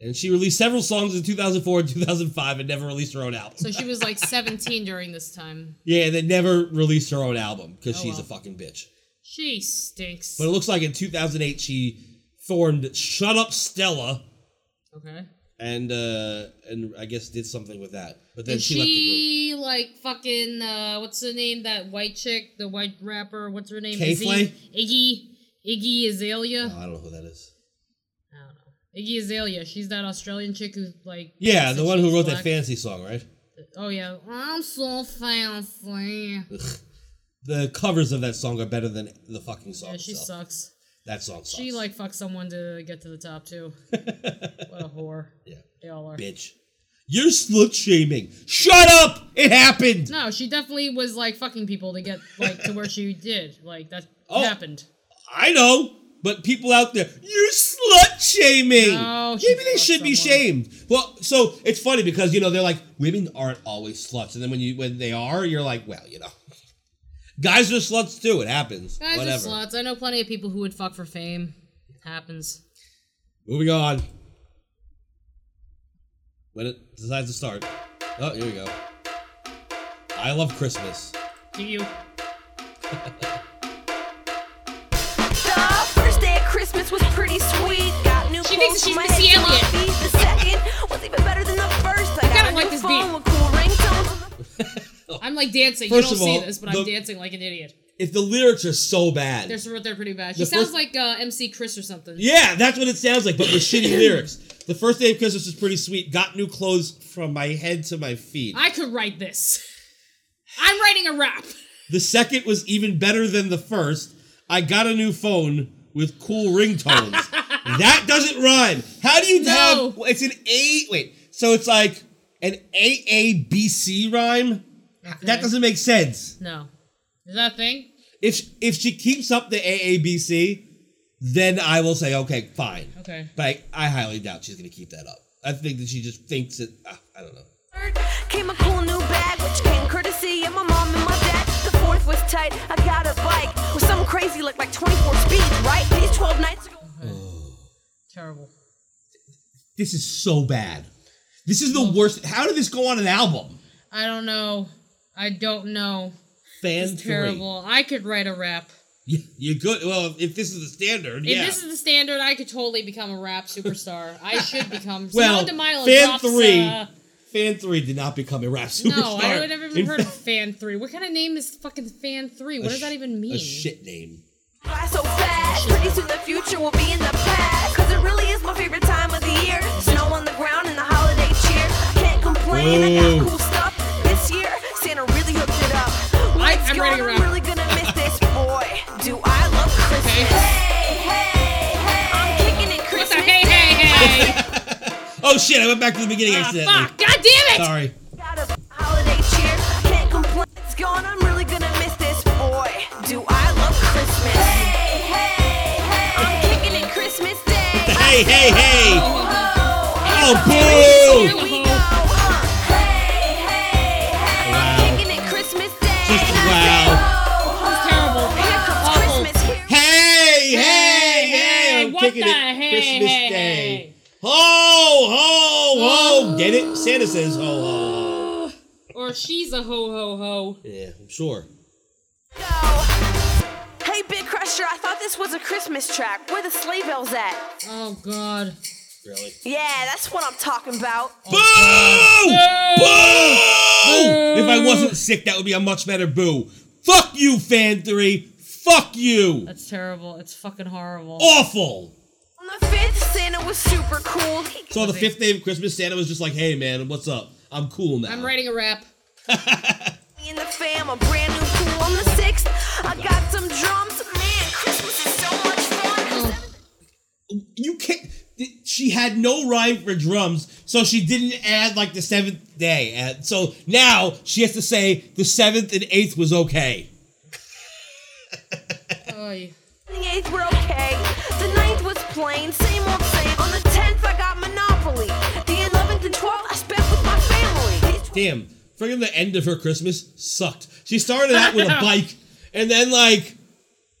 Speaker 2: And she released several songs in 2004 and 2005 and never released her own album.
Speaker 8: So she was like 17 during this time.
Speaker 2: yeah, and then never released her own album because
Speaker 8: Oh,
Speaker 2: she's
Speaker 8: well.
Speaker 2: a fucking bitch.
Speaker 8: She stinks.
Speaker 2: But it looks like in 2008 she formed Shut Up Stella
Speaker 8: Okay.
Speaker 2: and uh and I guess did something with that. But then
Speaker 8: Is
Speaker 2: she, left the group.
Speaker 8: she like fucking uh what's her name? That white chick, the white rapper, what's her name?
Speaker 2: Kayflay?
Speaker 8: Izzy- Iggy Iggy Azalea.
Speaker 2: Oh, I don't know who that is.
Speaker 8: I don't know. Iggy Azalea. She's that Australian chick who's like
Speaker 2: Yeah, the
Speaker 8: said
Speaker 2: one
Speaker 8: she
Speaker 2: who
Speaker 8: was
Speaker 2: wrote that
Speaker 8: black.
Speaker 2: fantasy song, right?
Speaker 8: Oh yeah. I'm so fancy.
Speaker 2: The covers of that song are better than the fucking song.
Speaker 8: Yeah, she
Speaker 2: itself.
Speaker 8: sucks.
Speaker 2: That song sucks.
Speaker 8: She like fucked someone to get to the top too. what a whore.
Speaker 2: yeah,
Speaker 8: They all are.
Speaker 2: bitch. You're slut shaming. Shut up! It happened.
Speaker 8: No, she definitely was like fucking people to get like to where she did. Like that
Speaker 2: Oh.
Speaker 8: happened.
Speaker 2: I know, but people out there, you're slut shaming.
Speaker 8: No, she
Speaker 2: Maybe they
Speaker 8: fucked
Speaker 2: should be
Speaker 8: someone.
Speaker 2: shamed. Well, so it's funny because you know they're like women aren't always sluts, and then when you when they are, you're like, well, you know, guys are sluts too. It happens.
Speaker 8: Guys
Speaker 2: Whatever.
Speaker 8: are sluts. I know plenty of people who would fuck for fame. Happens.
Speaker 2: Moving on. When it decides to start. Oh, here we go. I love Christmas.
Speaker 8: Do you?
Speaker 11: The first day of Christmas was pretty sweet. Got new
Speaker 8: She
Speaker 11: clothes
Speaker 8: thinks she's
Speaker 11: for my
Speaker 8: Missy
Speaker 11: head to my
Speaker 8: Elliott.
Speaker 11: feet. The second was even better than the first. I
Speaker 8: kinda
Speaker 11: got a
Speaker 8: like
Speaker 11: new
Speaker 8: this
Speaker 11: phone
Speaker 8: beat.
Speaker 11: with cool ringtones.
Speaker 8: I'm like dancing.
Speaker 2: First
Speaker 8: you
Speaker 2: of
Speaker 8: don't
Speaker 2: all,
Speaker 8: see this, but
Speaker 2: the-
Speaker 8: I'm dancing like an idiot.
Speaker 2: If the lyrics are so bad.
Speaker 8: They're, they're pretty bad. She
Speaker 2: The
Speaker 8: sounds
Speaker 2: first-
Speaker 8: like uh, MC Chris or something.
Speaker 2: yeah, that's what it sounds like, but with shitty lyrics. The first day of Christmas was pretty sweet. Got new clothes from my head to my feet.
Speaker 8: I could write this. I'm writing a rap.
Speaker 2: the second was even better than the first. I got a new phone with cool ringtones. that doesn't rhyme. How do you
Speaker 8: No.
Speaker 2: have it's an A wait, so it's like an A A B C rhyme? That doesn't make sense.
Speaker 8: No. Is that a thing?
Speaker 2: If if she keeps up the AABC, then I will say okay, fine.
Speaker 8: Okay.
Speaker 2: But I, I highly doubt she's gonna keep that up. I think that she just thinks that ah, I don't know.
Speaker 11: Came a cool new bag, which came courtesy of my mom and my dad. The fourth
Speaker 12: life was tight. I got a bike with some crazy look like 24 speed, right? These 12 nights ago.
Speaker 8: Terrible.
Speaker 2: This is so bad. This is the worst. How did this go on an album?
Speaker 8: I don't know. I don't know.
Speaker 2: Fan
Speaker 8: It's terrible. I could write a rap.
Speaker 2: three. You good? Well, if this is the standard,
Speaker 8: If
Speaker 2: yeah.
Speaker 8: this is the standard, I could totally become a rap superstar. I should become.
Speaker 2: well,
Speaker 8: Simone de Milo
Speaker 2: fan
Speaker 8: drops,
Speaker 2: three.
Speaker 8: uh,
Speaker 2: fan three did not become a rap superstar.
Speaker 8: no, I would never even
Speaker 2: In
Speaker 8: heard of
Speaker 2: fact,
Speaker 8: Fan Three. What kind of name is fucking Fan Three? What
Speaker 2: a
Speaker 8: does that
Speaker 2: sh-
Speaker 8: even mean?
Speaker 2: A shit name.
Speaker 12: Fly so fast, pretty soon the future will be in the past. Cause it really is my favorite time of the year. Snow on the ground and the holiday cheer. Can't complain, I got
Speaker 13: Whoa.
Speaker 12: cool stuff. This year, Santa really hooked it up. Lights
Speaker 13: I'm
Speaker 12: gone,
Speaker 13: ready to
Speaker 12: I'm
Speaker 13: wrap.
Speaker 12: really gonna miss this boy. Do I love Christmas? Hey, hey, hey. I'm kicking it Christmas. hey, hey, hey?
Speaker 2: Oh shit! I went back to the beginning
Speaker 8: Ah,
Speaker 2: accidentally.
Speaker 12: God damn it!
Speaker 2: Sorry.
Speaker 12: Holiday cheer, can't complain. It's gone, I'm really gonna miss this boy. Do I love Christmas? Hey, hey, hey. I'm kicking it Christmas Day.
Speaker 13: Hey, hey, hey.
Speaker 12: Oh,
Speaker 13: boo.
Speaker 12: Here we go. Uh, hey, hey, hey. I'm kicking it Christmas Day.
Speaker 2: Wow.
Speaker 12: This is terrible. Here comes Christmas. Here
Speaker 2: Hey, hey, hey! I'm
Speaker 12: what
Speaker 2: kicking
Speaker 12: the
Speaker 2: it
Speaker 12: hey,
Speaker 2: Christmas
Speaker 12: hey,
Speaker 2: Day. Ho, ho, ho! Get it? Santa says ho, ho.
Speaker 8: Or she's a ho ho ho.
Speaker 2: Yeah, I'm sure.
Speaker 12: Hey, Big Crusher, I thought this was a Christmas track. Where the sleigh bells at?
Speaker 8: Oh, God.
Speaker 2: Really?
Speaker 12: Yeah, that's what I'm talking about.
Speaker 2: Boo! Boo! If I wasn't sick, that would be a much better boo. Fuck you, Fan 3. Fuck you.
Speaker 8: That's terrible. It's fucking horrible.
Speaker 2: Oh. Awful.
Speaker 12: On the fifth, Santa was super cool. He
Speaker 2: So on the fifth day of Christmas, Santa was just like, hey, man, what's up? I'm cool now.
Speaker 8: I'm writing a rap.
Speaker 12: in the fam, a brand new pool. On the sixth, I got some drums. Man, Christmas is so much fun.
Speaker 2: You can't. th- She had no rhyme for drums, so she didn't add like the seventh day. And so now she has to say the seventh and eighth was okay.
Speaker 12: The eighth were okay. The ninth was plain, same old same. On the tenth, I got Monopoly. The eleventh and twelfth, I spent with my family.
Speaker 2: Damn, friggin' the end of her Christmas sucked. She started out with a bike, and then like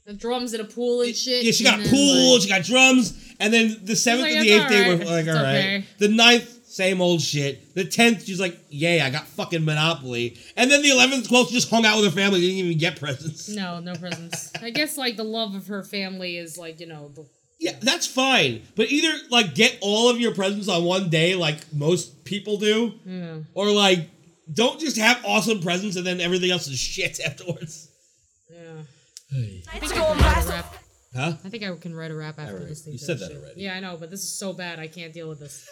Speaker 8: The drums in a pool and shit.
Speaker 2: Yeah, she got
Speaker 8: and then,
Speaker 2: pool,
Speaker 8: like-
Speaker 2: she got drums, and then the seventh
Speaker 8: like,
Speaker 2: and the
Speaker 8: "It's
Speaker 2: eighth day
Speaker 8: alright,
Speaker 2: were like,
Speaker 8: it's
Speaker 2: all right.
Speaker 8: okay."
Speaker 2: The ninth, same old shit. The tenth, she's like, yay, I got fucking Monopoly. And then the eleventh, twelfth, she just hung out with her family, didn't even get presents.
Speaker 8: No, no presents. I guess, like, the love of her family is, like, you know, the.
Speaker 2: Yeah, that's fine. But either like get all of your presents on one day, like most people do,
Speaker 8: Yeah.
Speaker 2: or like don't just have awesome presents and then everything else is shit afterwards.
Speaker 8: Yeah. I
Speaker 12: Nights
Speaker 8: think I
Speaker 12: go
Speaker 8: can
Speaker 12: by
Speaker 8: write a
Speaker 12: so
Speaker 8: rap.
Speaker 2: Huh?
Speaker 8: I think I can write a rap after this thing.
Speaker 2: You
Speaker 8: does
Speaker 2: said that
Speaker 8: shit.
Speaker 2: already.
Speaker 8: Yeah, I know, but this is so bad. I can't deal with this.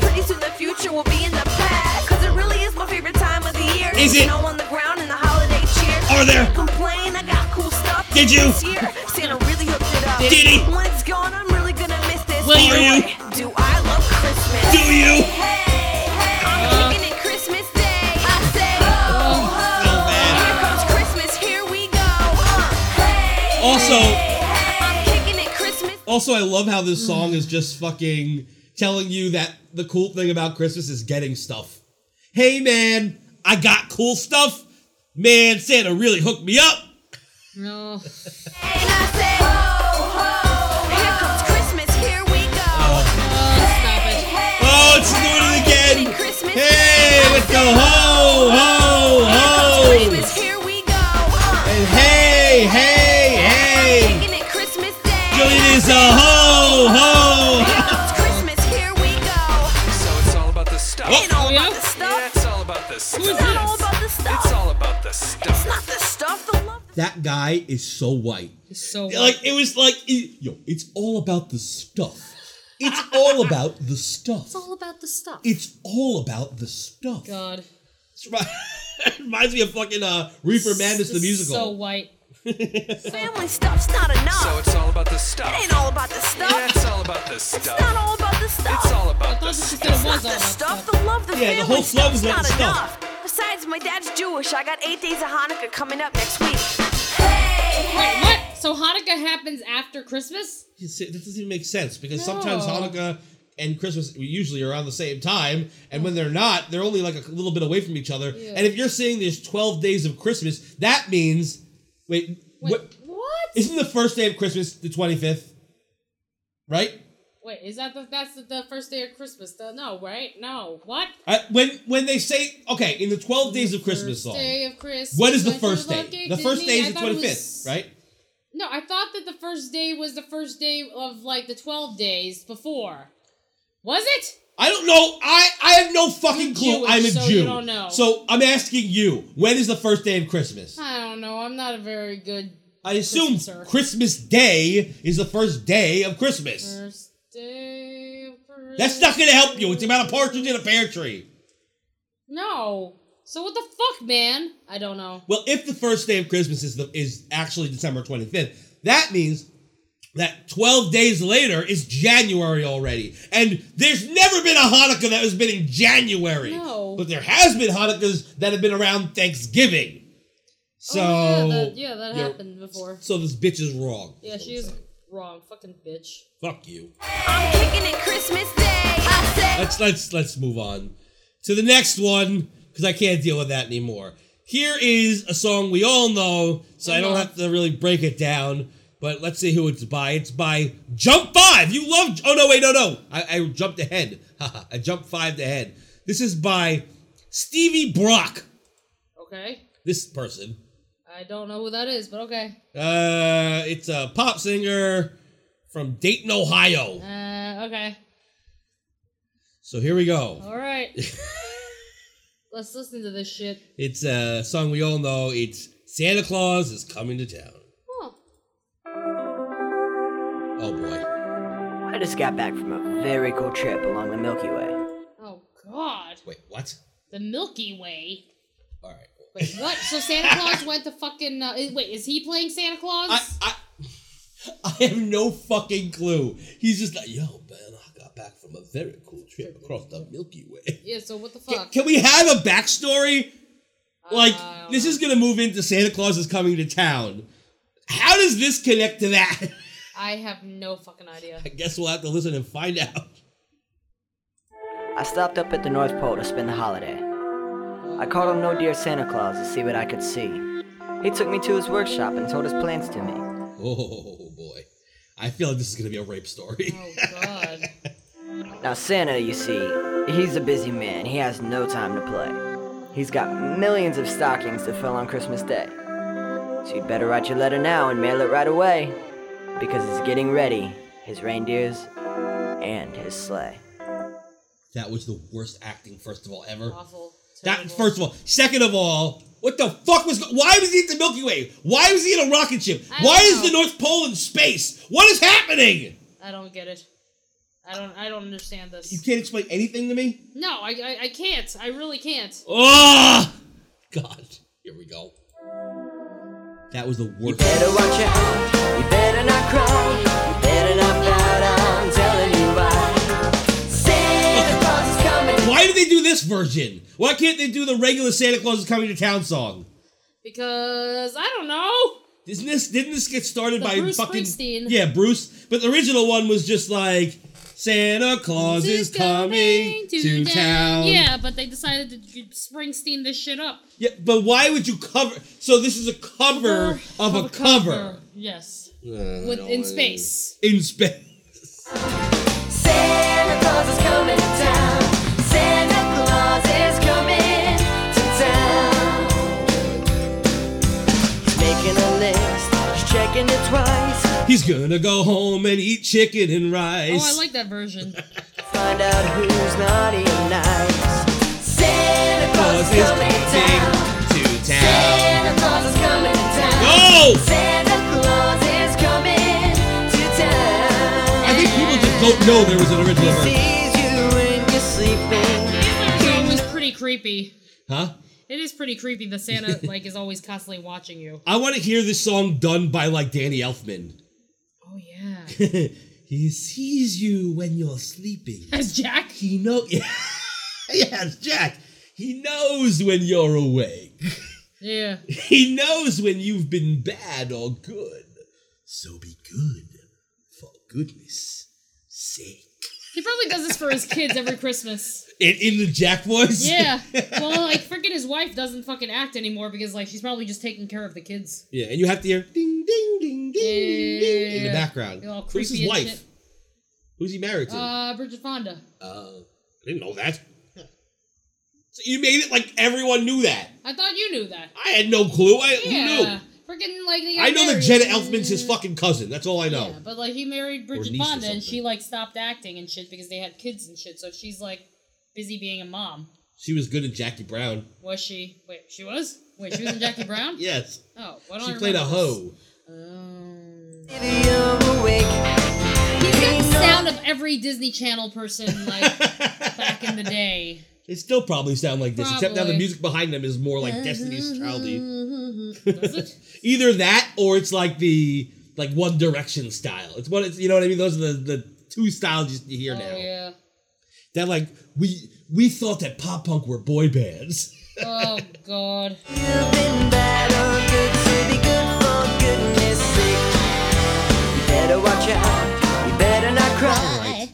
Speaker 12: Pretty soon the future will be in the past. Cause it really is my favorite time of the year.
Speaker 8: Is it?
Speaker 12: Snow on the ground and the holiday cheer.
Speaker 2: Are there?
Speaker 12: Can't Complain, I got cool stuff.
Speaker 2: Did you?
Speaker 12: This year, Santa really hooked it up.
Speaker 2: Did he?
Speaker 12: When it's gone, I'm really gonna miss this.
Speaker 2: Will
Speaker 12: boy.
Speaker 2: you?
Speaker 12: Do I love Christmas?
Speaker 2: Do you?
Speaker 12: I'm kicking it Christmas Day. I say, oh, Here comes Christmas, here we go. Uh, hey,
Speaker 2: Also,
Speaker 12: hey, I'm kicking it Christmas.
Speaker 2: Also, I love how this song is just fucking telling you that the cool thing about Christmas is getting stuff. Hey man, I got cool stuff. Man, Santa really hooked me up.
Speaker 8: No.
Speaker 12: Here comes Christmas, here we go.
Speaker 2: Oh, it's doing it again.
Speaker 12: Christmas.
Speaker 2: Hey, with the ho, ho, ho.
Speaker 12: Here comes Christmas, here we go.
Speaker 2: And hey, hey, hey.
Speaker 12: Kicking it Christmas Day.
Speaker 2: Julian is a ho, ho.
Speaker 12: Here comes Christmas, here we go.
Speaker 9: So it's all about the stuff.
Speaker 12: Ain't all about the stuff.
Speaker 9: It's all about the stuff.
Speaker 12: It's not all about the stuff.
Speaker 9: It's all about the
Speaker 12: It's
Speaker 9: stuff.
Speaker 12: not the stuff, the love.
Speaker 2: That guy is so white.
Speaker 8: So
Speaker 2: Like it was like it- yo, it's all about the stuff. It's all about the stuff.
Speaker 8: It's all about the stuff.
Speaker 2: It's all about the stuff.
Speaker 8: God.
Speaker 2: Reminds me of fucking uh, Reefer Madness the
Speaker 8: This is
Speaker 2: musical.
Speaker 8: So white.
Speaker 12: Family stuff's not enough.
Speaker 9: So it's all about the stuff.
Speaker 12: It ain't all about the stuff.
Speaker 9: Yeah, it's all about the stuff.
Speaker 12: It's not all about the stuff.
Speaker 9: It's all about the
Speaker 12: It's
Speaker 9: stuff.
Speaker 12: not the stuff, the love, the
Speaker 9: Yeah, the
Speaker 12: family
Speaker 9: whole club
Speaker 12: stuff's
Speaker 9: is about
Speaker 12: not
Speaker 9: the stuff.
Speaker 12: enough. Besides, my dad's Jewish. I got eight days of Hanukkah coming up next week.
Speaker 8: Wait, what? So Hanukkah happens after Christmas?
Speaker 2: You see, That doesn't even make sense because
Speaker 8: No.
Speaker 2: sometimes Hanukkah and Christmas usually are around the same time, and when they're not, they're only like a little bit away from each other.
Speaker 8: Yeah.
Speaker 2: And if you're saying there's 12 days of Christmas, that means wait, what?
Speaker 8: What?
Speaker 2: Isn't the first day of Christmas the 25th? Right?
Speaker 8: Wait, is that the that's the, the first day of Christmas? The, no, right? No, what?
Speaker 2: I, Uh, when when they say okay, in the 12 days of Christmas song,
Speaker 8: Day of Christmas.
Speaker 2: what is the
Speaker 8: went to
Speaker 2: first
Speaker 8: bucket,
Speaker 2: day? The
Speaker 8: didn't
Speaker 2: first
Speaker 8: he?
Speaker 2: day
Speaker 8: I
Speaker 2: is the
Speaker 8: thought it
Speaker 2: 25th,
Speaker 8: was-
Speaker 2: right?
Speaker 8: No, I thought that the first day was the first day of like the twelve days before. Was it?
Speaker 2: I don't know. I I have no fucking clue.
Speaker 8: Jewish,
Speaker 2: I'm a
Speaker 8: so you
Speaker 2: Jew.
Speaker 8: don't know.
Speaker 2: So I'm asking you, when is the first day of Christmas?
Speaker 8: I don't know. I'm not a very good.
Speaker 2: I assume
Speaker 8: Christmaser.
Speaker 2: Christmas Day is the first day of Christmas.
Speaker 8: First day of Christmas.
Speaker 2: That's not going to help you. It's about a partridge in a pear tree.
Speaker 8: No. So what the fuck, man? I don't know. Oh,
Speaker 2: Well, if the first day of Christmas is the, is actually December 25th, that means that 12 days later is January already. And there's never been a Hanukkah that has been in January.
Speaker 8: No.
Speaker 2: But there has been Hanukkahs that have been around Thanksgiving. So
Speaker 8: oh, yeah, that, yeah, that
Speaker 2: you're-
Speaker 8: happened before.
Speaker 2: So this bitch is wrong.
Speaker 8: Yeah, she is wrong. Fucking bitch.
Speaker 2: Fuck you.
Speaker 14: I'm kicking it Christmas Day. I said.
Speaker 2: Let's let's let's move on to the next one because I can't deal with that anymore. Here is a song we all know, so I don't have to really break it down. But let's see who it's by. It's by Jump Five. You love? Oh no, wait, no, no. I, I jumped ahead. Haha, I jumped five ahead. This is by Stevie Brock.
Speaker 8: Okay.
Speaker 2: This person.
Speaker 8: I don't know who that is, but okay.
Speaker 2: Uh, it's a pop singer from Dayton, Ohio.
Speaker 8: Uh, okay.
Speaker 2: So here we go.
Speaker 8: All right. Let's listen to this shit.
Speaker 2: It's a song we all know. It's Santa Claus is coming to town.
Speaker 8: Huh.
Speaker 2: Oh boy.
Speaker 15: I just got back from a very cool trip along the Milky Way.
Speaker 8: Oh God.
Speaker 2: Wait, what?
Speaker 8: The Milky Way.
Speaker 2: All right.
Speaker 8: Wait, what? So Santa Claus went to fucking. Uh, is- wait, is he playing Santa Claus?
Speaker 2: I have no fucking clue. He's just like, yo, man, I got back from a very cool trip across the Milky Way.
Speaker 8: yeah. So what the fuck?
Speaker 2: Can we have a backstory? Like, this is gonna move into Santa Claus is coming to town. How does this connect to that?
Speaker 8: I have no fucking idea.
Speaker 2: I guess we'll have to listen and find out.
Speaker 15: I stopped up at the North Pole to spend the holiday. I called on No Dear Santa Claus to see what I could see. He took me to his workshop and told his plans to me.
Speaker 2: Oh boy. I feel like this is gonna be a rape story.
Speaker 8: Oh, God.
Speaker 15: Now, Santa, you see, he's a busy man. He has no time to play. He's got millions of stockings to fill on Christmas Day. So you'd better write your letter now and mail it right away. Because he's getting ready his reindeers and his sleigh.
Speaker 2: That was the worst acting, first of all, ever.
Speaker 8: Awful.
Speaker 2: That first of all. Second of all, what the fuck was? go- Why was he at the Milky Way? Why was he in a rocket ship?
Speaker 8: I
Speaker 2: Why
Speaker 8: don't
Speaker 2: is the
Speaker 8: know.
Speaker 2: North Pole in space? What is happening?
Speaker 8: I don't get it. I don't. I don't understand
Speaker 2: You
Speaker 8: this.
Speaker 2: can't explain anything to me.
Speaker 8: No, I. I, I can't. I really can't.
Speaker 2: Oh God! Here we go. That was the worst.
Speaker 15: Better watch out, you better not cry, you better not bow down, I'm telling you why. Santa Claus is coming.
Speaker 2: Why did they do this version? Why can't they do the regular Santa Claus is coming to town song?
Speaker 8: Because I don't know.
Speaker 2: Isn't this didn't this get started
Speaker 8: The
Speaker 2: by
Speaker 8: Bruce
Speaker 2: fucking
Speaker 8: Springsteen.
Speaker 2: yeah Bruce? But the original one was just like Santa Claus is coming to town.
Speaker 8: Yeah, but they decided to j- Springsteen this shit up.
Speaker 2: Yeah, but why would you cover? So this is a cover of a cover.
Speaker 8: Yes.
Speaker 2: Uh,
Speaker 8: With, in space.
Speaker 2: In space.
Speaker 11: Santa Claus is coming to town. Santa Claus is coming to town.
Speaker 15: He's making a list, he's checking it twice,
Speaker 2: He's gonna go home and eat chicken and rice.
Speaker 8: Oh, I like that version.
Speaker 15: find out who's naughty and nice.
Speaker 11: Santa Claus is coming to town.
Speaker 2: to
Speaker 11: Santa Claus is coming to town.
Speaker 2: Go!
Speaker 11: Santa Claus is coming to town.
Speaker 2: I think people just don't know there was an original version.
Speaker 15: Sees you when you're sleeping.
Speaker 8: It's always pretty creepy.
Speaker 2: Huh?
Speaker 8: It is pretty creepy that Santa like is always constantly watching you.
Speaker 2: I want to hear this song done by like Danny Elfman.
Speaker 8: Oh yeah.
Speaker 2: he sees you when you're sleeping.
Speaker 8: As Jack?
Speaker 2: He know. yes, Jack. He knows when you're awake.
Speaker 8: Yeah.
Speaker 2: He knows when you've been bad or good. So be good, for goodness sake.
Speaker 8: He probably does this for his kids every Christmas.
Speaker 2: In, in the Jack voice?
Speaker 8: Yeah. Well, like freaking his wife doesn't fucking act anymore because like she's probably just taking care of the kids.
Speaker 2: Yeah, and you have to hear ding, ding, ding, ding, ding in the
Speaker 8: Yeah.
Speaker 2: background.
Speaker 8: They're all
Speaker 2: Who's
Speaker 8: creepy
Speaker 2: his
Speaker 8: and
Speaker 2: wife?
Speaker 8: shit.
Speaker 2: Who's he married to? Uh,
Speaker 8: Uh, Bridget Fonda.
Speaker 2: I didn't know that. So you made it like everyone knew that.
Speaker 8: I thought you knew that.
Speaker 2: I had no clue. I, Who knew?
Speaker 8: yeah. Freaking like they got
Speaker 2: I know that
Speaker 8: married.
Speaker 2: Jenna Elfman's his fucking cousin. That's all I know.
Speaker 8: Yeah, but like he married Bridget
Speaker 2: niece or
Speaker 8: Fonda and she like stopped acting and shit because they had kids and shit. So she's like busy being a mom.
Speaker 2: She was good in Jackie Brown.
Speaker 8: Was she? Wait, she was. Wait, she was in Jackie Brown.
Speaker 2: Yes.
Speaker 8: Oh, why don't
Speaker 2: She
Speaker 8: I
Speaker 2: played a
Speaker 8: remember this?
Speaker 2: hoe.
Speaker 8: He's got
Speaker 2: Mm.
Speaker 8: the sound of every Disney Channel person like back in the day.
Speaker 2: They still probably sound like this, except now the
Speaker 8: Probably. Mm-hmm.
Speaker 2: music behind them is more like Destiny's Childy.
Speaker 8: Does it?
Speaker 2: Either that or it's like the like One Direction style. It's what it's you know what I mean. Those are the the two styles you, you hear now.
Speaker 8: Oh, Yeah.
Speaker 2: They're like we we thought that pop punk were boy bands.
Speaker 8: Oh God.
Speaker 15: Better watch out. You better not cry.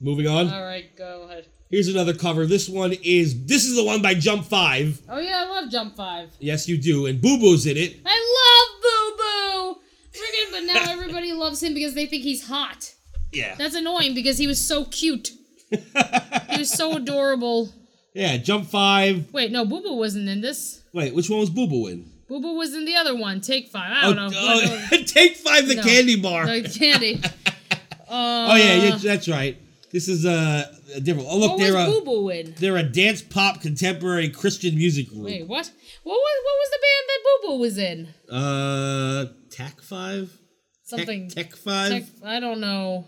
Speaker 2: Moving on.
Speaker 8: All right, go ahead.
Speaker 2: Here's another cover. This one is this is the one by Jump Five.
Speaker 8: Oh yeah, I love Jump Five.
Speaker 2: Yes, you do. And Boo Boo's in it.
Speaker 8: I love Boo Boo. Freaking, but now everybody loves him because they think he's hot.
Speaker 2: Yeah.
Speaker 8: That's annoying because he was so cute. he was so adorable.
Speaker 2: Yeah, Jump Five.
Speaker 8: Wait, no, Boo Boo wasn't in this.
Speaker 2: Wait, which one was Boo Boo in?
Speaker 8: Boo Boo was in the other one. Take five. I don't know.
Speaker 2: oh, Take Five, the
Speaker 8: No.
Speaker 2: candy bar.
Speaker 8: No, candy. Uh,
Speaker 2: oh yeah, yeah, that's right. This is uh, a different. Oh look,
Speaker 8: what
Speaker 2: they're
Speaker 8: was
Speaker 2: a
Speaker 8: Boo Boo in?
Speaker 2: they're a dance pop contemporary Christian music group.
Speaker 8: Wait, what? What was what was the band that Boo Boo was in?
Speaker 2: Uh, Tac Five.
Speaker 8: Something.
Speaker 2: Tech, Five.
Speaker 8: Tech- I don't know.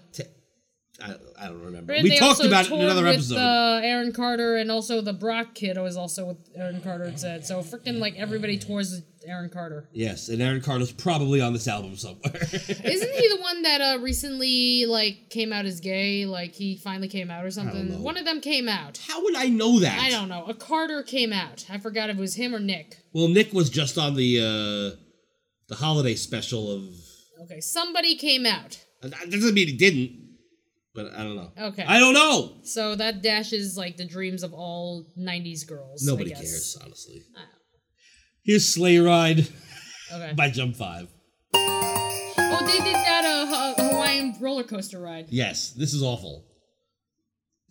Speaker 2: I, I don't remember.
Speaker 8: And
Speaker 2: we
Speaker 8: they
Speaker 2: talked
Speaker 8: also
Speaker 2: about it in
Speaker 8: toured
Speaker 2: another
Speaker 8: with,
Speaker 2: episode.
Speaker 8: Uh, Aaron Carter and also the Brock kid was also with Aaron Carter. It said so. Freaking like everybody tours with Aaron Carter.
Speaker 2: yes, and Aaron Carter's probably on this album somewhere.
Speaker 8: Isn't he the one that uh, recently like came out as gay? Like he finally came out or something.
Speaker 2: know.
Speaker 8: One of them came out.
Speaker 2: How would I know that?
Speaker 8: I don't know. A Carter came out. I forgot if it was him or Nick.
Speaker 2: well, Nick was just on the uh, the holiday special of.
Speaker 8: Okay, somebody came out.
Speaker 2: That doesn't mean he didn't, but I don't know.
Speaker 8: Okay.
Speaker 2: I don't know.
Speaker 8: So that dashes like the dreams of all '90s girls. I
Speaker 2: Nobody
Speaker 8: guess.
Speaker 2: cares, honestly. Here's Sleigh Ride
Speaker 8: Okay.
Speaker 2: by Jump Five.
Speaker 8: Oh, they did that uh, Ha- Hawaiian roller coaster ride.
Speaker 2: Yes, this is awful.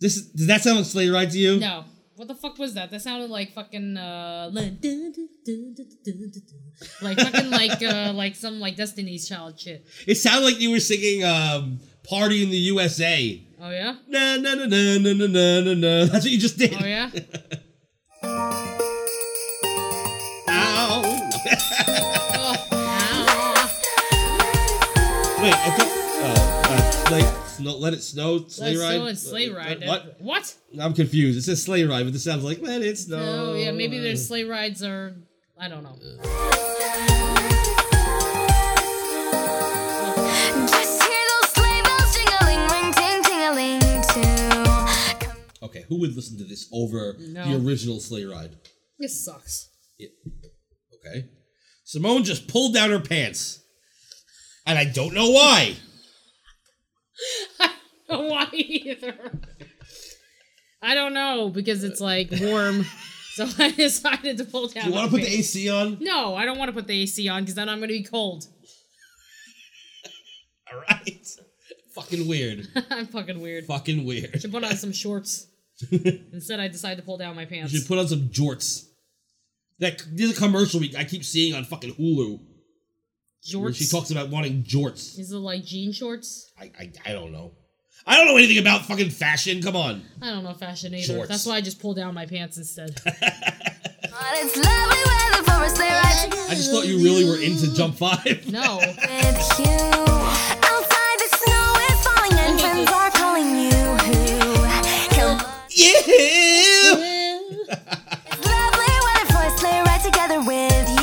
Speaker 2: This is- does that sound like Sleigh Ride to you?
Speaker 8: No. What the fuck was that? That sounded like fucking uh like, dun, dun, dun, dun, dun, dun, dun. like fucking like uh like some like Destiny's Child shit.
Speaker 2: It sounded like you were singing um, "Party in the USA."
Speaker 8: Oh yeah?
Speaker 2: Na na na na na na na na. na. That's what you just did.
Speaker 8: Oh yeah?
Speaker 2: Wait, I thought. Oh, uh, like snow, let it snow. Sleigh
Speaker 8: Let's
Speaker 2: ride.
Speaker 8: go and sleigh ride.
Speaker 2: What?
Speaker 8: What? what?
Speaker 2: I'm confused. It says sleigh ride, but this sounds like let it snow.
Speaker 8: No, yeah, maybe
Speaker 2: Uh.
Speaker 8: their sleigh rides are I don't know.
Speaker 12: Just hear those sleigh bells jingling, ring ting tingling too.
Speaker 2: Okay, who would listen to this over
Speaker 8: No.
Speaker 2: the original sleigh ride?
Speaker 8: This sucks.
Speaker 2: Okay. Simone just pulled down her pants. And I don't know why.
Speaker 8: Why either? I don't know, because it's like warm. so I decided to pull down.
Speaker 2: Do you want to
Speaker 8: my
Speaker 2: put the
Speaker 8: pants.
Speaker 2: AC on?
Speaker 8: No, I don't want to put the AC on because then I'm gonna be cold.
Speaker 2: All right. Fucking weird.
Speaker 8: I'm fucking weird.
Speaker 2: Fucking weird.
Speaker 8: Should put on some shorts. Instead, I decided to pull down my pants.
Speaker 2: You should put on some jorts. That there's a commercial we, I keep seeing on fucking Hulu. Where
Speaker 8: jorts.
Speaker 2: she talks about wanting jorts.
Speaker 8: Is it like jean shorts?
Speaker 2: I, I I don't know. I don't know anything about fucking fashion. Come on.
Speaker 8: I don't know fashion either.
Speaker 2: Shorts.
Speaker 8: That's why I just pull down my pants instead.
Speaker 12: But it's lovely weather for a sleigh ride.
Speaker 2: I just thought you really were into jump five.
Speaker 8: No.
Speaker 12: With you, outside the snow is falling and friends are calling you. Come
Speaker 2: Yeah.
Speaker 12: It's lovely weather for a sleigh ride together with you.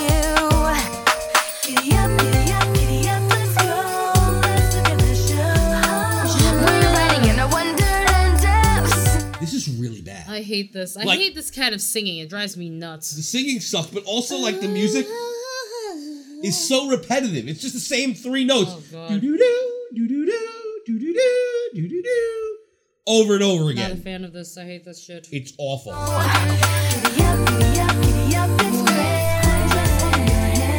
Speaker 12: Giddy up, giddy up, giddy up, let's go. Let's look at the show. We're riding in a wonderland of
Speaker 2: This is really bad.
Speaker 8: I hate this. I
Speaker 2: Like-
Speaker 8: hate this kind of singing. It drives me nuts.
Speaker 2: The singing sucks, but also like the music is so repetitive. It's just the same three notes.
Speaker 8: God.
Speaker 2: Do do do do do do do do do do do do over and over
Speaker 8: Not a
Speaker 2: again.
Speaker 8: fan of this. I hate this shit.
Speaker 2: It's awful.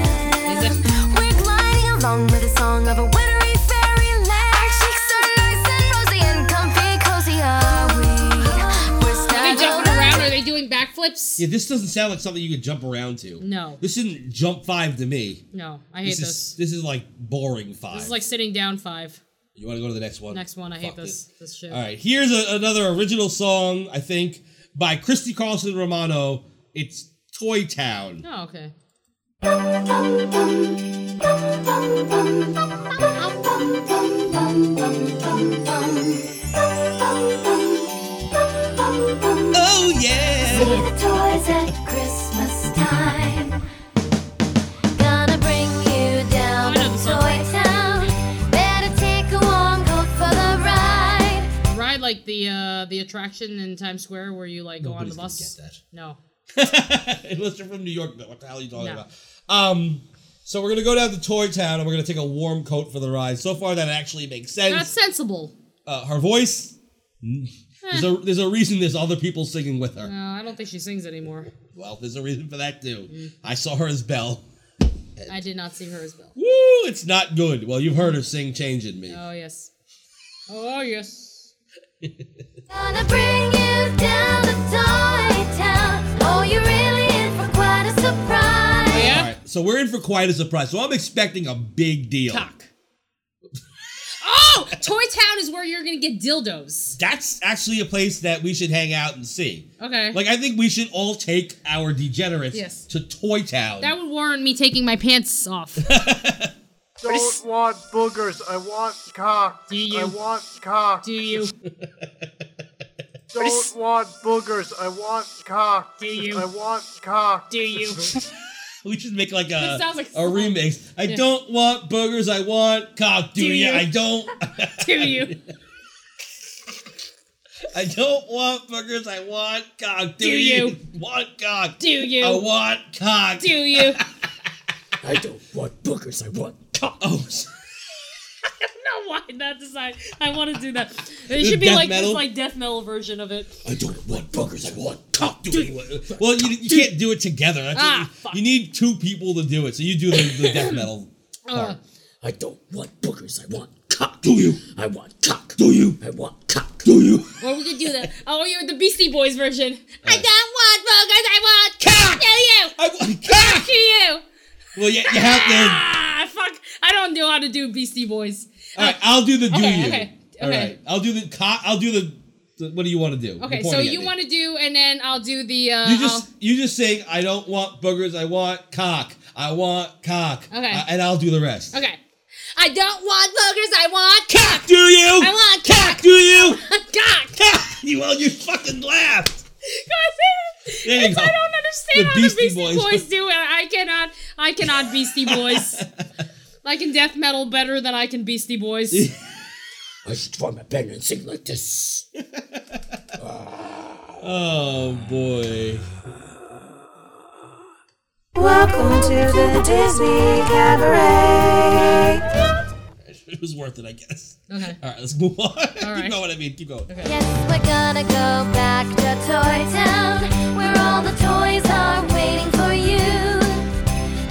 Speaker 12: We're gliding along with the song of a wintry fairyland. Cheeks are nice and rosy and comfy, cozy oh. are we. We're
Speaker 8: Are they
Speaker 12: snuggled
Speaker 8: jumping around?
Speaker 12: up.
Speaker 8: Are they doing backflips?
Speaker 2: Yeah, this doesn't sound like something you could jump around to.
Speaker 8: No.
Speaker 2: This isn't jump five to me.
Speaker 8: No, I hate
Speaker 2: this. Is, this is like boring five.
Speaker 8: This is like sitting down five.
Speaker 2: you want to go to the next one?
Speaker 8: Next one. I hate
Speaker 2: Fuck
Speaker 8: this. This shit.
Speaker 2: All right, here's a, another original song, I think, by Christy Carlson Romano. It's Toy Town.
Speaker 8: Oh, okay.
Speaker 12: Oh yeah! See the toys at Christmas time. Gonna bring you down to Toy Town. Better take a warm coat for the ride.
Speaker 8: Ride like the uh the attraction in Times Square where you like go on the bus. No.
Speaker 2: Unless you're from New York, but what the hell are you talking
Speaker 8: No.
Speaker 2: about? Um, so we're gonna go down to Toy Town and we're gonna take a warm coat for the ride. So far, that actually makes
Speaker 8: Not
Speaker 2: sense.
Speaker 8: sensible.
Speaker 2: Uh, her voice. mm, There's a, there's a reason there's other people singing with her.
Speaker 16: Hmm.
Speaker 8: No, I don't think she sings anymore.
Speaker 2: Well, there's a reason for that too.
Speaker 16: Hmm.
Speaker 2: I saw her as Belle. Uh,
Speaker 8: I did not see her as well.
Speaker 2: Woo! It's not good. Well, you've heard her sing "Changing Me."
Speaker 8: Oh yes. Oh yes.
Speaker 12: Gonna bring you down to Toy Town. Oh, you're really in for quite a surprise.
Speaker 2: All right, so we're in for quite a surprise. So I'm expecting a big deal.
Speaker 8: Oh, Toy Town is where you're gonna get dildos.
Speaker 2: That's actually a place that we should hang out and see.
Speaker 8: Okay.
Speaker 2: Like I think we should all take our degenerates
Speaker 8: Yes.
Speaker 2: to Toy Town.
Speaker 8: that would warrant me taking my pants off.
Speaker 16: don't want boogers. I want cock. Do
Speaker 8: you?
Speaker 16: I want cock.
Speaker 8: Do you?
Speaker 16: don't want boogers. I want cock. Do
Speaker 8: you?
Speaker 16: I want cock.
Speaker 8: Do you?
Speaker 2: we should make like a
Speaker 16: That sounds like
Speaker 2: a
Speaker 16: someone-
Speaker 2: remix. I
Speaker 16: Yeah.
Speaker 2: don't want boogers. I want cock. Do,
Speaker 16: Do
Speaker 2: ya?
Speaker 16: you?
Speaker 2: I don't.
Speaker 8: do you?
Speaker 2: I don't want boogers. I want cock. Do,
Speaker 16: Do
Speaker 2: you?
Speaker 16: you?
Speaker 2: Want cock?
Speaker 8: Do you?
Speaker 2: I want cock.
Speaker 8: Do you?
Speaker 2: I don't want boogers. I want cock. Oh,
Speaker 8: I don't know why that design. I want to do that. It
Speaker 2: The
Speaker 8: should be
Speaker 2: death
Speaker 8: like
Speaker 2: metal?
Speaker 8: this, like death metal version of it.
Speaker 2: I don't want boogers. I want cock. Do you? Well, you, you can't do it together. That's
Speaker 8: Ah,
Speaker 2: what you- you, need two people to do it. So you do the, the death metal.
Speaker 8: Uh,
Speaker 2: I don't want boogers. I want cock. Do you? I want cock. Do you? I want cock. Do you?
Speaker 8: or we could do that. Oh, you're the Beastie Boys version. I don't want boogers. I want cock. Do you?
Speaker 2: I want cock.
Speaker 8: Do you?
Speaker 2: Well, you, you have to.
Speaker 8: Ah, fuck. I don't know how to do Beastie Boys. Uh,
Speaker 2: All right, I'll do the do
Speaker 8: Okay,
Speaker 2: you.
Speaker 8: okay,
Speaker 2: All
Speaker 8: okay.
Speaker 2: right, I'll do the cock. I'll do the, the. What do you want to do?
Speaker 8: Okay,
Speaker 2: You're
Speaker 8: so
Speaker 2: pointing at
Speaker 8: you
Speaker 2: me.
Speaker 8: want to do, and then I'll do the. Uh,
Speaker 2: You just you just say I don't want boogers. I want cock. I want cock.
Speaker 8: Okay.
Speaker 2: Uh, and I'll do the rest.
Speaker 8: I'll- okay. I don't want boogers. I want cock.
Speaker 2: Do you?
Speaker 8: I want cock.
Speaker 2: Do you?
Speaker 8: cock.
Speaker 2: Cock. You well you fucking laughed. There you
Speaker 8: It's-
Speaker 2: go.
Speaker 8: I don't understand
Speaker 2: The
Speaker 8: how
Speaker 2: Beastie
Speaker 8: the Beastie
Speaker 2: Boys.
Speaker 8: Boys. do it. I cannot. I cannot Beastie Boys. I can death metal better than I can Beastie Boys.
Speaker 2: I should try my pen and sing like this. oh boy.
Speaker 11: Welcome to the Disney Cabaret.
Speaker 2: It was worth it, I guess.
Speaker 8: Okay.
Speaker 2: All right, let's move on.
Speaker 12: All right.
Speaker 2: you know what I mean. Keep going.
Speaker 12: Yes, we're gonna go back to Toy Town, where all the toys are waiting for you.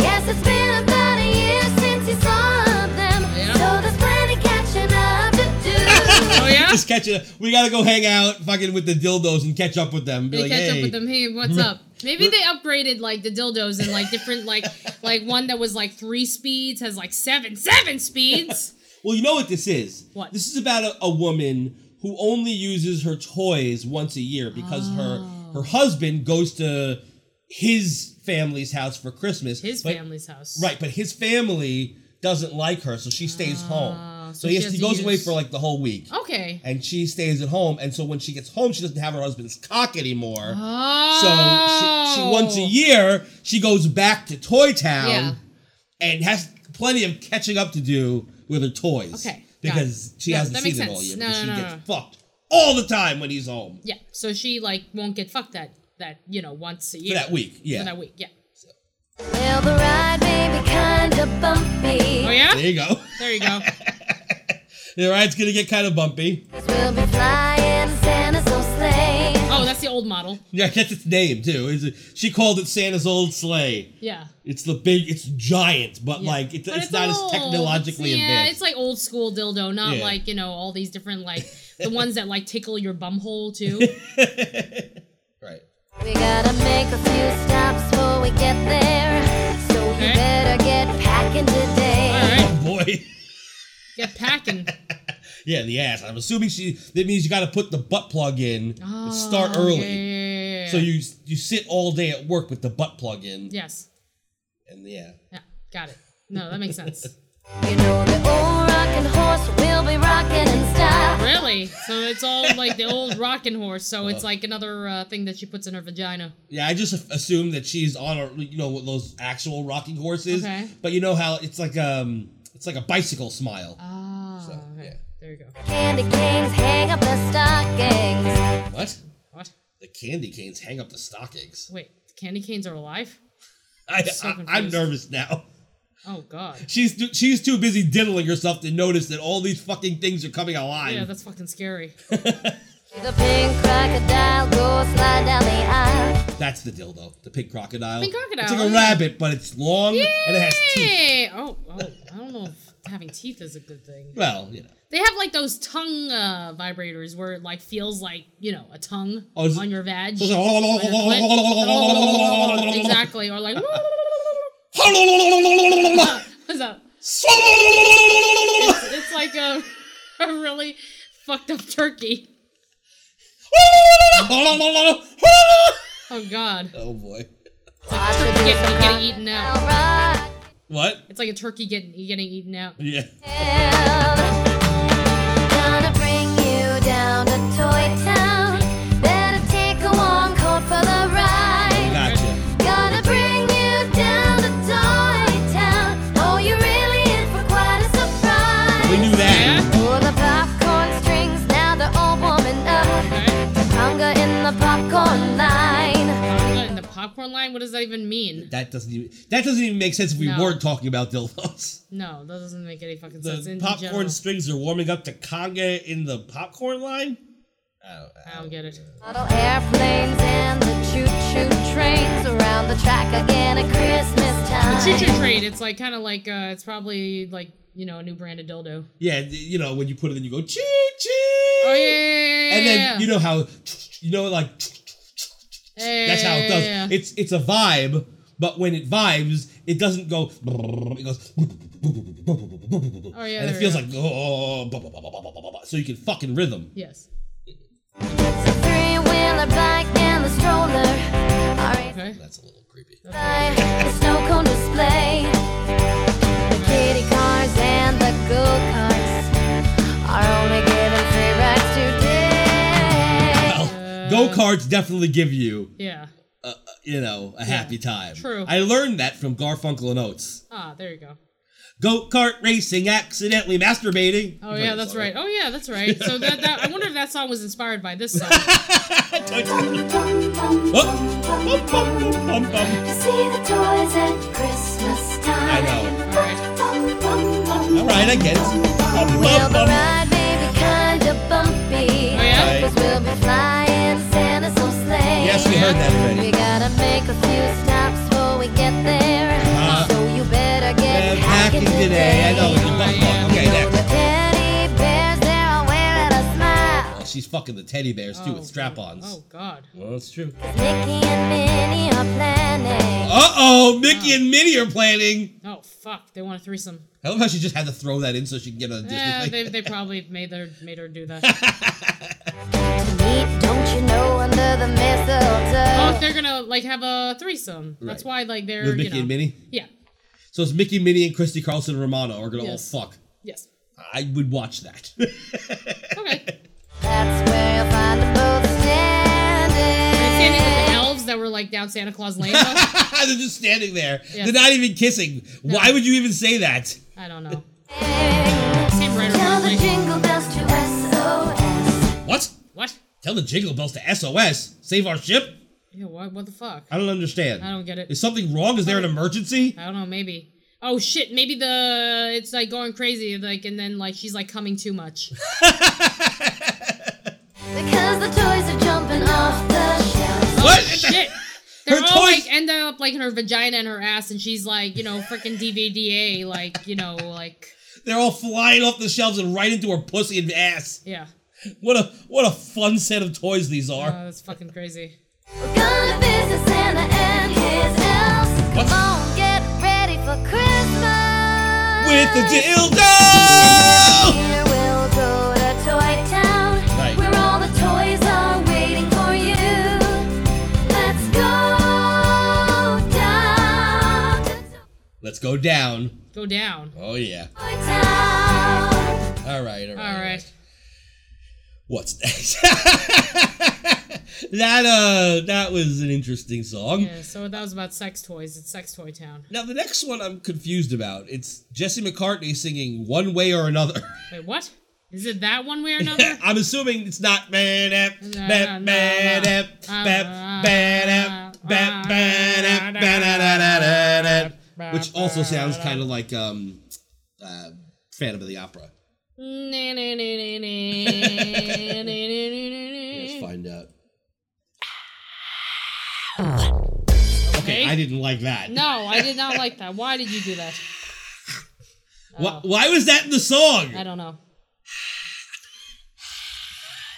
Speaker 12: Yes, it's been about a year since you saw them,
Speaker 8: Oh,
Speaker 12: so there's plenty catching up to do.
Speaker 8: Oh yeah.
Speaker 2: Just catch it. We gotta go hang out, fucking with the dildos, and catch up with them. Be
Speaker 8: They
Speaker 2: like,
Speaker 8: catch
Speaker 2: hey.
Speaker 8: up with them. Hey, what's
Speaker 2: Re-
Speaker 8: up? Maybe they upgraded like the dildos and like different like like one that was like three speeds has like seven seven speeds.
Speaker 2: Well, you know what this is.
Speaker 8: What?
Speaker 2: This is about a, a woman who only uses her toys once a year because
Speaker 8: Oh.
Speaker 2: her her husband goes to his family's house for Christmas.
Speaker 8: His
Speaker 2: but-
Speaker 8: family's house.
Speaker 2: Right, but his family doesn't like her, so she stays home. So,
Speaker 8: Oh, so she
Speaker 2: yes,
Speaker 8: has
Speaker 2: he
Speaker 8: to
Speaker 2: goes away
Speaker 8: use-
Speaker 2: for like the whole week.
Speaker 8: Okay.
Speaker 2: And she stays at home, and so when she gets home, she doesn't have her husband's cock anymore.
Speaker 8: Oh.
Speaker 2: So she, she once a year she goes back to Toy Town
Speaker 8: Yeah.
Speaker 2: and has plenty of catching up to do with her toys.
Speaker 8: Okay, got
Speaker 2: Because
Speaker 8: it.
Speaker 2: she
Speaker 8: No,
Speaker 2: hasn't
Speaker 8: that
Speaker 2: seen
Speaker 8: makes
Speaker 2: them all
Speaker 8: sense.
Speaker 2: year.
Speaker 8: No,
Speaker 2: because
Speaker 8: no,
Speaker 2: she
Speaker 8: no,
Speaker 2: gets fucked all the time when he's home.
Speaker 8: Yeah. So she like won't get fucked that that you know once a year
Speaker 2: that week, yeah.
Speaker 8: For that week. Yeah.
Speaker 12: Well, the ride may be kinda bumpy.
Speaker 8: Oh yeah.
Speaker 2: There you go.
Speaker 8: There you go.
Speaker 2: The ride's gonna get kind of bumpy.
Speaker 12: We'll be flying
Speaker 8: Oh, model.
Speaker 2: Yeah, I guess its name too. Is it, she called it Santa's old sleigh.
Speaker 8: Yeah.
Speaker 2: It's the big. It's giant, but like it's,
Speaker 8: But
Speaker 2: it's, not
Speaker 8: old.
Speaker 2: as technologically
Speaker 8: It's- yeah,
Speaker 2: advanced.
Speaker 8: it's like old school dildo, not
Speaker 2: Yeah.
Speaker 8: like you know all these different like the ones that like tickle your bum hole too.
Speaker 12: We gotta make a few stops before we get there. So you better get packing today.
Speaker 2: Oh boy.
Speaker 8: Get packing.
Speaker 2: Yeah, the ass. I'm assuming she. That means you got to put the butt plug in. and start
Speaker 8: Oh,
Speaker 2: early. So you you sit all day at work with the butt plug in.
Speaker 8: Yes.
Speaker 2: And yeah.
Speaker 8: Yeah. Got it. No, that makes sense.
Speaker 12: The old rocking horse will be rocking in style.
Speaker 8: Really? So it's all like the old rocking horse. So
Speaker 2: Uh-huh.
Speaker 8: it's like another uh, thing that she puts in her vagina.
Speaker 2: Yeah, I just assume that she's on a you know with those actual rocking horses.
Speaker 8: Okay.
Speaker 2: But you know how it's like um it's like a bicycle smile.
Speaker 8: Ah. okay. There you go.
Speaker 12: Candy canes hang up their stockings.
Speaker 2: What?
Speaker 8: What?
Speaker 2: The candy canes hang up the stockings.
Speaker 8: Wait, the candy canes are alive?
Speaker 2: I,
Speaker 8: so
Speaker 2: I I'm
Speaker 8: confused.
Speaker 2: nervous now.
Speaker 8: Oh God.
Speaker 2: She's too, she's too busy diddling herself to notice that all these fucking things are coming alive.
Speaker 8: Yeah, that's fucking scary.
Speaker 12: The pink crocodile goes slide down the aisle.
Speaker 2: That's the dildo, the pink crocodile.
Speaker 8: Pink crocodile,
Speaker 2: It's like a
Speaker 8: yeah.
Speaker 2: rabbit, but it's long and it has teeth.
Speaker 8: Yay! Oh, oh, I don't know if having teeth is a good thing.
Speaker 2: Well, you know.
Speaker 8: They have like those tongue uh, vibrators where it like feels like you know a tongue
Speaker 2: Oh, is it-
Speaker 8: on your vag.
Speaker 2: so it's like-
Speaker 8: oh, exactly, or like. What's up? It's, it's like a, a really fucked up turkey. oh God!
Speaker 2: Oh boy.
Speaker 8: Turkey getting, getting eaten out.
Speaker 2: What?
Speaker 8: It's like a turkey getting getting eaten out.
Speaker 2: Yeah.
Speaker 12: Gonna bring you down to Toy Town. Better take a warm coat for the ride.
Speaker 2: Gotcha.
Speaker 12: Gonna bring you down to Toy Town. Oh, you're really in for quite a surprise.
Speaker 2: We knew that.
Speaker 12: Pull the popcorn strings, now they're all warming up. Hunger in the popcorn line.
Speaker 8: Popcorn in the popcorn line. What does that even mean?
Speaker 2: That doesn't even that doesn't even make sense if we
Speaker 8: No.
Speaker 2: weren't talking about dildos.
Speaker 8: No, that doesn't make any fucking sense.
Speaker 2: The
Speaker 8: in
Speaker 2: popcorn
Speaker 8: general.
Speaker 2: strings are warming up to conga in the popcorn line.
Speaker 8: I don't get it.
Speaker 12: Model airplanes and the choo-choo trains around the track again at Christmas time.
Speaker 8: The choo-choo train. It's like kind of like uh, it's probably like you know a new brand of dildo.
Speaker 2: Yeah, th- you know when you put it in, you go choo choo.
Speaker 8: Oh yeah, yeah, yeah,
Speaker 2: And
Speaker 8: yeah.
Speaker 2: then you know how you know like
Speaker 8: Yeah,
Speaker 2: that's how it
Speaker 8: yeah,
Speaker 2: does.
Speaker 8: yeah, yeah.
Speaker 2: It's it's a vibe, but when it vibes, it doesn't go. It goes.
Speaker 8: Oh, yeah,
Speaker 2: and it
Speaker 8: there
Speaker 2: feels
Speaker 8: we
Speaker 2: like oh, blah, blah, blah, blah, blah, blah, blah, blah. so you can fucking rhythm.
Speaker 8: Yes.
Speaker 12: The three-wheeler bike and the stroller are
Speaker 8: okay.
Speaker 2: That's a little creepy.
Speaker 12: by the snow cone display. The kitty cars and the go-karts are only given free rides today.
Speaker 2: Go karts definitely give you
Speaker 8: Yeah.
Speaker 2: uh, you know a happy time.
Speaker 8: true.
Speaker 2: I learned that from Garfunkel and Oates.
Speaker 8: Ah, there you go.
Speaker 2: Go kart racing, accidentally masturbating.
Speaker 8: Oh yeah, that's right. Oh yeah, that's right. So that, that I wonder if that song was inspired by this song.
Speaker 2: Oh.
Speaker 12: You see the toys at Christmas time.
Speaker 2: I know. All right, I get
Speaker 12: Will the
Speaker 2: it.
Speaker 12: ride may be kinda bumpy?
Speaker 2: Oh, yeah?
Speaker 12: Cause we'll be flying Santa's old sleigh.
Speaker 2: Yes, we heard that already.
Speaker 12: We gotta make a few stops before we get there.
Speaker 2: Uh-huh.
Speaker 12: So you better
Speaker 2: Yeah,
Speaker 12: get
Speaker 2: packing today. I know. Okay, next.
Speaker 12: Teddy bears, they're all wearing a smile.
Speaker 2: Oh, she's fucking the teddy bears too with strap-ons.
Speaker 8: Oh God.
Speaker 2: Well, that's true.
Speaker 12: Mickey and Minnie are planning.
Speaker 2: Uh oh, Mickey and Minnie are planning.
Speaker 8: Oh fuck, they want a threesome.
Speaker 2: I love how she just had to throw that in so she can get on a Disney
Speaker 8: Yeah,
Speaker 2: thing.
Speaker 8: they, they probably made their made her do that.
Speaker 12: Meet, don't you know, under the
Speaker 8: oh,
Speaker 12: mistletoe.
Speaker 8: they're gonna like have a threesome. That's why like they're
Speaker 2: With Mickey
Speaker 8: you know.
Speaker 2: and Minnie.
Speaker 8: Yeah.
Speaker 2: So it's Mickey, Minnie, and Christy Carlson Romano are gonna
Speaker 8: Yes.
Speaker 2: all fuck.
Speaker 8: Yes.
Speaker 2: I would watch that.
Speaker 12: That's where you'll find them both
Speaker 8: Standing with the
Speaker 12: standing.
Speaker 8: elves that were like down Santa Claus Lane. though?
Speaker 2: They're just standing there.
Speaker 8: Yeah.
Speaker 2: They're not even kissing. Why would you even say that?
Speaker 8: I don't know.
Speaker 12: Tell the jingle bells to SOS.
Speaker 2: What?
Speaker 8: What?
Speaker 2: Tell the Jingle Bells to SOS. Save our ship?
Speaker 8: Yeah, what, what the fuck?
Speaker 2: I don't understand.
Speaker 8: I don't get it.
Speaker 2: Is something wrong? Is there an emergency?
Speaker 8: I don't know, maybe. Oh shit, maybe the it's like going crazy, like and then like she's like coming too much.
Speaker 12: Because the toys are jumping off the shelf.
Speaker 8: Oh, ended up like her vagina and her ass, and she's like, you know, freaking DVDA, like, you know, like
Speaker 2: They're all flying off the shelves and right into her pussy and ass.
Speaker 8: yeah.
Speaker 2: What a what a fun set of toys these
Speaker 8: Oh,
Speaker 2: are.
Speaker 8: that's fucking crazy.
Speaker 4: Come get ready for Christmas.
Speaker 2: With the dildo.
Speaker 4: Here we'll go to Toy Town,
Speaker 2: Right.
Speaker 4: where all the toys are waiting for you. Let's go down to
Speaker 2: Let's go down.
Speaker 8: Go down.
Speaker 2: Oh yeah.
Speaker 4: Toy Town.
Speaker 2: All right. All right.
Speaker 8: All right.
Speaker 2: What's next? that uh that was an interesting song.
Speaker 8: Yeah, so that was about sex toys. It's Sex Toy Town.
Speaker 2: Now the next one I'm confused about. It's Jesse McCartney singing One Way or Another.
Speaker 8: Wait, what? Is it that one way or another?
Speaker 2: I'm assuming it's not man app,
Speaker 8: No,
Speaker 2: bap,
Speaker 8: no,
Speaker 2: man
Speaker 8: no.
Speaker 2: app, bap, man app, bap, man app, ba- da- da- da- da- da. which also sounds kind of like um uh Phantom of the Opera. Let's
Speaker 8: okay,
Speaker 2: find out. Okay, I didn't like that.
Speaker 8: No, I did not like that. Why did you do that?
Speaker 2: Why, why was that in the song?
Speaker 8: I don't know.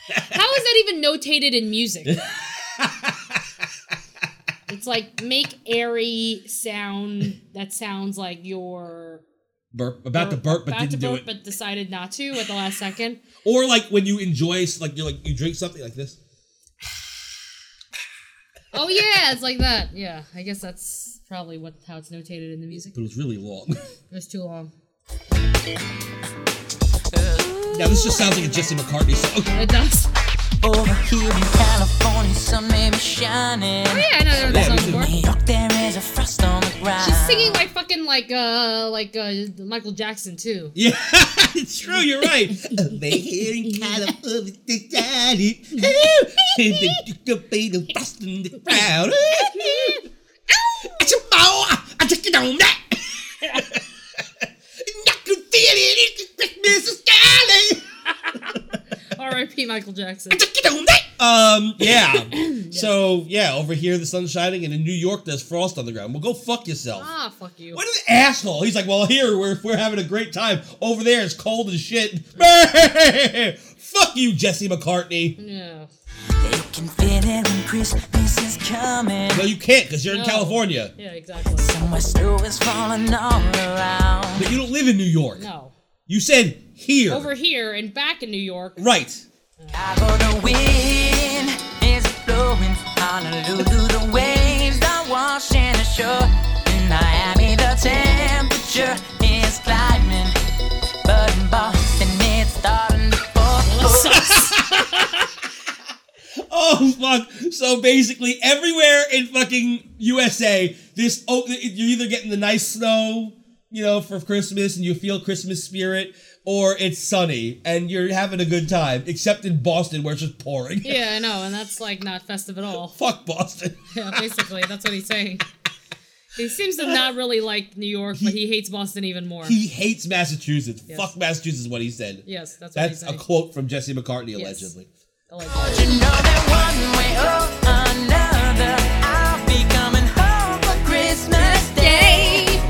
Speaker 8: How is that even notated in music? it's like make airy sound that sounds like you're
Speaker 2: Burp, about to burp, but
Speaker 8: about to
Speaker 2: didn't do
Speaker 8: burp
Speaker 2: it.
Speaker 8: but decided not to at the last second.
Speaker 2: Or like when you enjoy, like you're like you drink something like this.
Speaker 8: Oh yeah, it's like that. Yeah, I guess that's probably what how it's notated in the music.
Speaker 2: but it was really long.
Speaker 8: It was too long.
Speaker 2: now this just sounds like a Jesse McCartney song.
Speaker 8: It does.
Speaker 9: Over here in California, sun may be shining.
Speaker 8: Oh yeah, I know that was the song before.
Speaker 9: New York, there is a frost on the ground.
Speaker 8: She's singing like fucking like uh like uh Michael Jackson too.
Speaker 2: Yeah, it's true. You're right. Over here in California, they got it. And they took the bait of frost in the crowd. It's a ball. I just get on that. And I can feel it. It's Christmas is calling.
Speaker 8: R.I.P. Michael Jackson.
Speaker 2: Um, yeah. So, yeah, over here the sun's shining, and in New York there's frost on the ground. Well, go fuck yourself.
Speaker 8: Ah, fuck you.
Speaker 2: asshole. He's like, well, here we're we're having a great time. Over there it's cold as shit. Fuck you, Jesse McCartney.
Speaker 8: Yeah.
Speaker 9: You can feel it when Christmas is coming.
Speaker 2: No, you can't because you're in California.
Speaker 8: Yeah, exactly.
Speaker 9: Somewhere snow is falling all around.
Speaker 2: But you don't live in New York.
Speaker 8: No.
Speaker 2: You said here.
Speaker 8: Over here and back in New York.
Speaker 2: right.
Speaker 9: The wind is blowing Honolulu. The waves are washing ashore. In Miami, the temperature is climbing. But in Boston, it's starting to
Speaker 2: Oh fuck! So basically, everywhere in fucking USA, this oh, you're either getting the nice snow, you know, for Christmas, and you feel Christmas spirit, or it's sunny and you're having a good time. Except in Boston, where it's just pouring.
Speaker 8: Yeah, I know, and that's like not festive at all.
Speaker 2: Fuck Boston.
Speaker 8: Yeah, basically, that's what he's saying. He seems to not really like New York, but he hates Boston even more.
Speaker 2: He hates Massachusetts.
Speaker 8: Yes.
Speaker 2: Fuck Massachusetts is what he said.
Speaker 8: Yes, that's what
Speaker 2: That's
Speaker 8: he
Speaker 2: a
Speaker 8: said.
Speaker 2: quote from Jesse McCartney
Speaker 8: Yes.
Speaker 2: allegedly.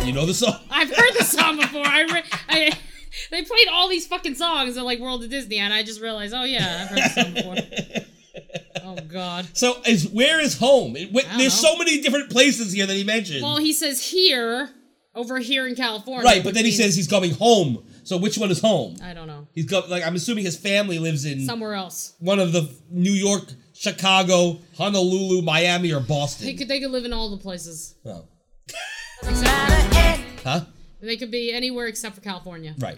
Speaker 2: You know the song?
Speaker 8: I've heard this song before. I, re- I they played all these fucking songs at like World of Disney, and I just realized, oh yeah, I've heard this song before. oh god.
Speaker 2: So is where is home? It went,
Speaker 8: I don't
Speaker 2: there's
Speaker 8: know.
Speaker 2: so many different places here that he mentioned.
Speaker 8: Well, he says here, over here in California.
Speaker 2: right, but then he
Speaker 8: which
Speaker 2: says he's coming home. So which one is home?
Speaker 8: means- I don't know,
Speaker 2: He's got like I'm assuming his family lives in
Speaker 8: somewhere else.
Speaker 2: one of the New York, Chicago, Honolulu, Miami, or
Speaker 8: They
Speaker 2: Boston.
Speaker 8: could they could live in all the places.
Speaker 2: Oh.
Speaker 8: Except-
Speaker 2: Huh?
Speaker 8: They could be anywhere except for California.
Speaker 2: Right.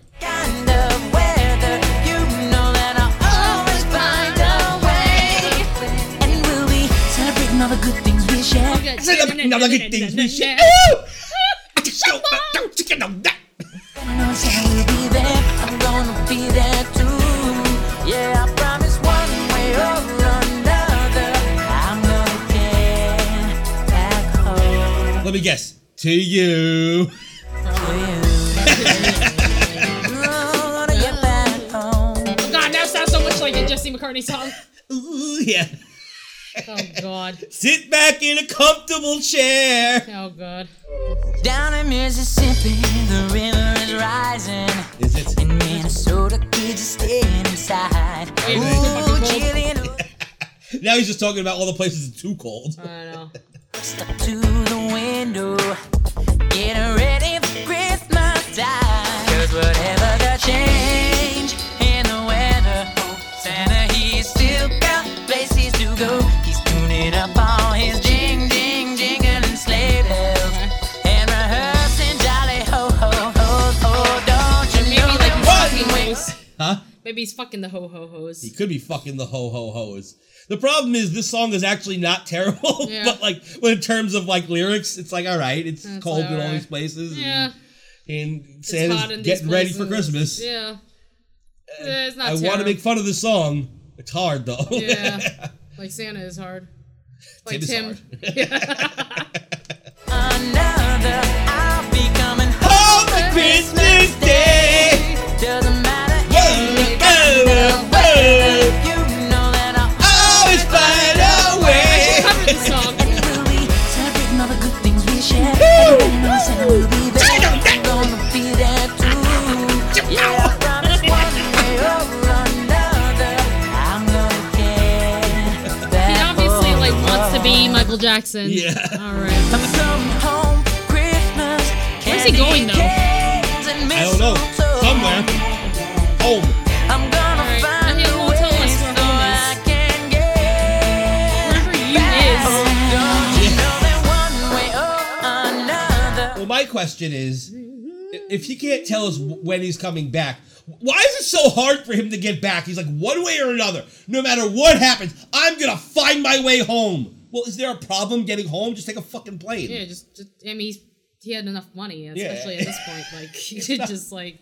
Speaker 9: Celebrating all the good things we share. I'm gonna be there too. Yeah, I promise one way or another, I'm gonna get back home.
Speaker 2: Let me guess. To you.
Speaker 8: Oh god, that sounds so much like a Jesse McCartney song.
Speaker 2: Ooh, yeah.
Speaker 8: Oh God.
Speaker 2: Sit back in a comfortable chair.
Speaker 8: Oh God.
Speaker 9: Down in Mississippi, the river is rising.
Speaker 2: Is it?
Speaker 9: In Minnesota, kids are staying inside.
Speaker 2: Wait a minute.
Speaker 9: Ooh, chilly and
Speaker 2: Now he's just talking about all the places it's too cold.
Speaker 8: I know.
Speaker 9: stuck to the window. Getting ready for Christmas time. Cause whatever the change in the weather, Santa, he's still got places to go. He's tuning up all his jing, jing, jingling sleigh bells. And rehearsing jolly ho, ho, ho, ho. Don't you
Speaker 8: Maybe
Speaker 9: know
Speaker 8: like
Speaker 9: that
Speaker 8: fucking
Speaker 9: walking
Speaker 8: hoes.
Speaker 2: Huh?
Speaker 8: Maybe he's fucking the ho ho hos.
Speaker 2: He could be fucking the ho ho ho's. The problem is this song is actually not terrible,
Speaker 8: Yeah.
Speaker 2: but like, when in terms of like lyrics, it's like all right, it's
Speaker 8: It's
Speaker 2: cold
Speaker 8: like,
Speaker 2: in all
Speaker 8: all
Speaker 2: these
Speaker 8: right.
Speaker 2: places, and-
Speaker 8: Yeah.
Speaker 2: and,
Speaker 8: It's
Speaker 2: Santa's
Speaker 8: hot in these
Speaker 2: getting ready for
Speaker 8: places.
Speaker 2: Christmas. Uh,
Speaker 8: Yeah. Eh, it's not
Speaker 2: I want to
Speaker 8: terrible.
Speaker 2: make fun of this song. It's hard though.
Speaker 8: Yeah. like Santa is hard. Like
Speaker 2: Tim is
Speaker 8: Tim.
Speaker 9: Another, I'll be coming
Speaker 2: home
Speaker 9: for
Speaker 2: Christmas
Speaker 9: Day. Doesn't matter any kind of weather, you know that I'll always find a way. And we'll be celebrating all the good things we share. Everybody knows Santa will be there. I'm gonna be there too. Yeah, I promise one way or another, I'm gonna care.
Speaker 8: He
Speaker 9: That
Speaker 8: obviously like
Speaker 9: whole
Speaker 8: wants to be Michael Jackson.
Speaker 9: Yeah.
Speaker 8: All right.
Speaker 9: I'm coming home Christmas.
Speaker 8: Where's he going, though?
Speaker 9: I
Speaker 2: don't know. Somewhere. Home.
Speaker 9: I'm gonna find a way so I can get
Speaker 8: Wherever
Speaker 2: Well,
Speaker 8: you
Speaker 2: my question is, if he can't tell us when he's coming back, why is it so hard for him to get back? He's like, one way or another, no matter what happens, I'm gonna find my way home. Well, is there a problem getting home? Just take a fucking plane.
Speaker 8: Yeah, just, just I mean, he's, he had enough money,
Speaker 2: Yeah.
Speaker 8: especially at this point. Like, he could just like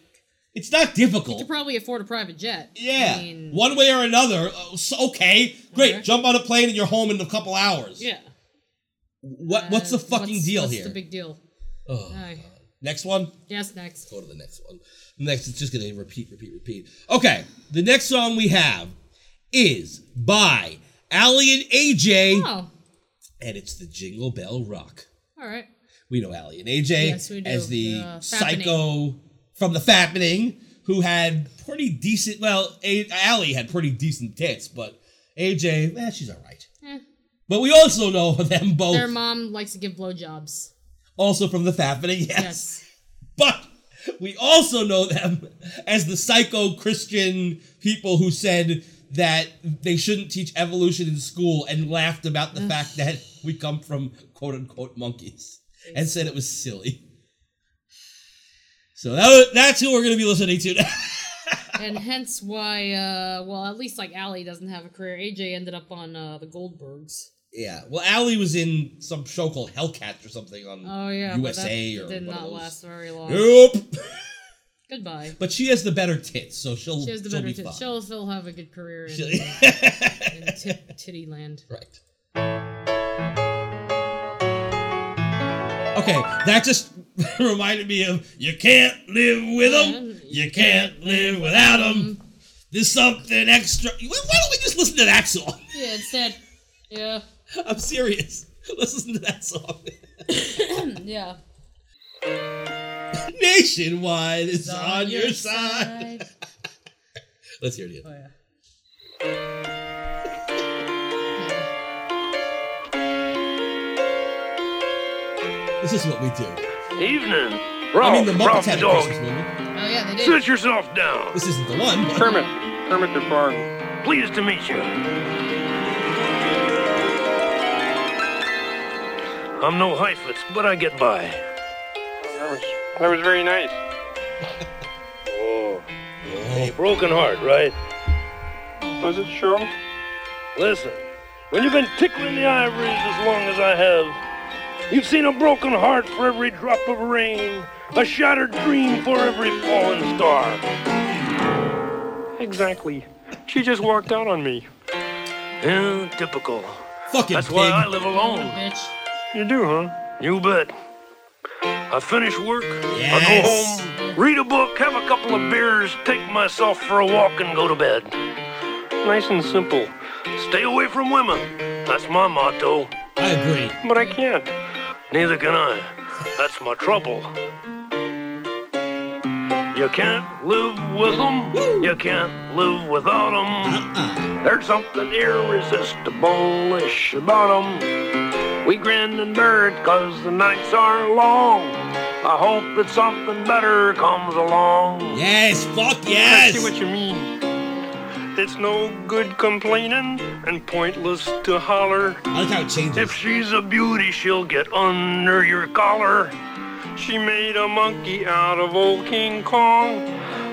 Speaker 2: It's not
Speaker 8: he
Speaker 2: difficult.
Speaker 8: could probably afford a private jet.
Speaker 2: yeah,
Speaker 8: I mean, Uh-huh.
Speaker 2: one way or another. uh, so- okay, great. Jump on a plane and you're home in a couple hours.
Speaker 8: yeah. Uh,
Speaker 2: What? what's the fucking
Speaker 8: What's-
Speaker 2: deal
Speaker 8: what's
Speaker 2: here? Oh.
Speaker 8: the big deal?
Speaker 2: Ugh.
Speaker 8: Aye.
Speaker 2: Next one.
Speaker 8: Yes, next.
Speaker 2: Go to the next one. Next, it's just gonna repeat, repeat, repeat. Okay, the next song we have is by Allie and AJ,
Speaker 8: Oh,
Speaker 2: and it's the Jingle Bell Rock.
Speaker 8: all right.
Speaker 2: We know Allie and AJ
Speaker 8: Yes, we do.
Speaker 2: as the
Speaker 8: The
Speaker 2: psycho from the Fappening, who had pretty decent. Well, a- Allie had pretty decent tits, but AJ, eh, she's all right.
Speaker 8: Eh.
Speaker 2: But we also know them both,
Speaker 8: Their mom likes to give blowjobs.
Speaker 2: also from the Fappening. yes. But we also know them as the psycho Christian people who said that they shouldn't teach evolution in school and laughed about the fact that we come from quote unquote monkeys and said it was silly. So that was, that's who we're going to be listening to now.
Speaker 8: and hence why, uh, well, at least like Allie doesn't have a career. AJ ended up on uh, the Goldbergs.
Speaker 2: Yeah. Well, Allie was in some show called Hellcats or something on
Speaker 8: Oh yeah, but that
Speaker 2: USA or
Speaker 8: did
Speaker 2: one of
Speaker 8: not
Speaker 2: those.
Speaker 8: last very long.
Speaker 2: Nope.
Speaker 8: Goodbye.
Speaker 2: But she has the better tits, so she'll
Speaker 8: She has the
Speaker 2: she'll
Speaker 8: better
Speaker 2: be
Speaker 8: tits.
Speaker 2: fine.
Speaker 8: She'll still have a good career in, uh,
Speaker 2: She'll-
Speaker 8: in tit- titty land.
Speaker 2: Right. Okay, that just reminded me of you can't live with them, you can't live without them. There's something extra. Why why don't we just listen to that song?
Speaker 8: Yeah, it's dead. Yeah.
Speaker 2: I'm serious. Let's listen to that song.
Speaker 8: yeah.
Speaker 2: Nationwide is on your side. Let's hear it again. Oh, This is what we do.
Speaker 7: Evening.
Speaker 2: I mean, the Muppets
Speaker 7: Ralph, Ralph
Speaker 2: had a
Speaker 7: dog.
Speaker 2: Christmas movie.
Speaker 8: Oh yeah, they
Speaker 7: Sit yourself down.
Speaker 2: This isn't the one. But...
Speaker 7: Kermit. Kermit the Frog. Pleased to meet you. I'm no Heifetz, but I get by. That was, that was very nice. oh. A broken heart, right? Was it sure? Listen, when you've been tickling the ivories as long as I have, you've seen a broken heart for every drop of rain, a shattered dream for every fallen star. Exactly. She just walked out on me. Yeah, typical.
Speaker 2: Fucking
Speaker 7: That's why
Speaker 2: pig.
Speaker 7: I live alone. You do, huh? You bet. I finish work,
Speaker 2: Yes. Mm.
Speaker 7: I go home, read a book, have a couple of beers, take myself for a walk, and go to bed. Nice and simple.
Speaker 9: Stay away from women. That's my motto.
Speaker 2: I agree.
Speaker 9: But I can't. Neither can I. That's my trouble. You can't live with them. You can't live without
Speaker 2: Uh-uh.
Speaker 9: them. There's something irresistible-ish about them. We grin and bear it 'cause the nights are long. I hope that something better comes along.
Speaker 2: Yes, fuck
Speaker 9: I see what you mean. It's no good complaining and pointless to holler.
Speaker 2: I like how it changes.
Speaker 9: If she's a beauty, she'll get under your collar. She made a monkey out of old King Kong.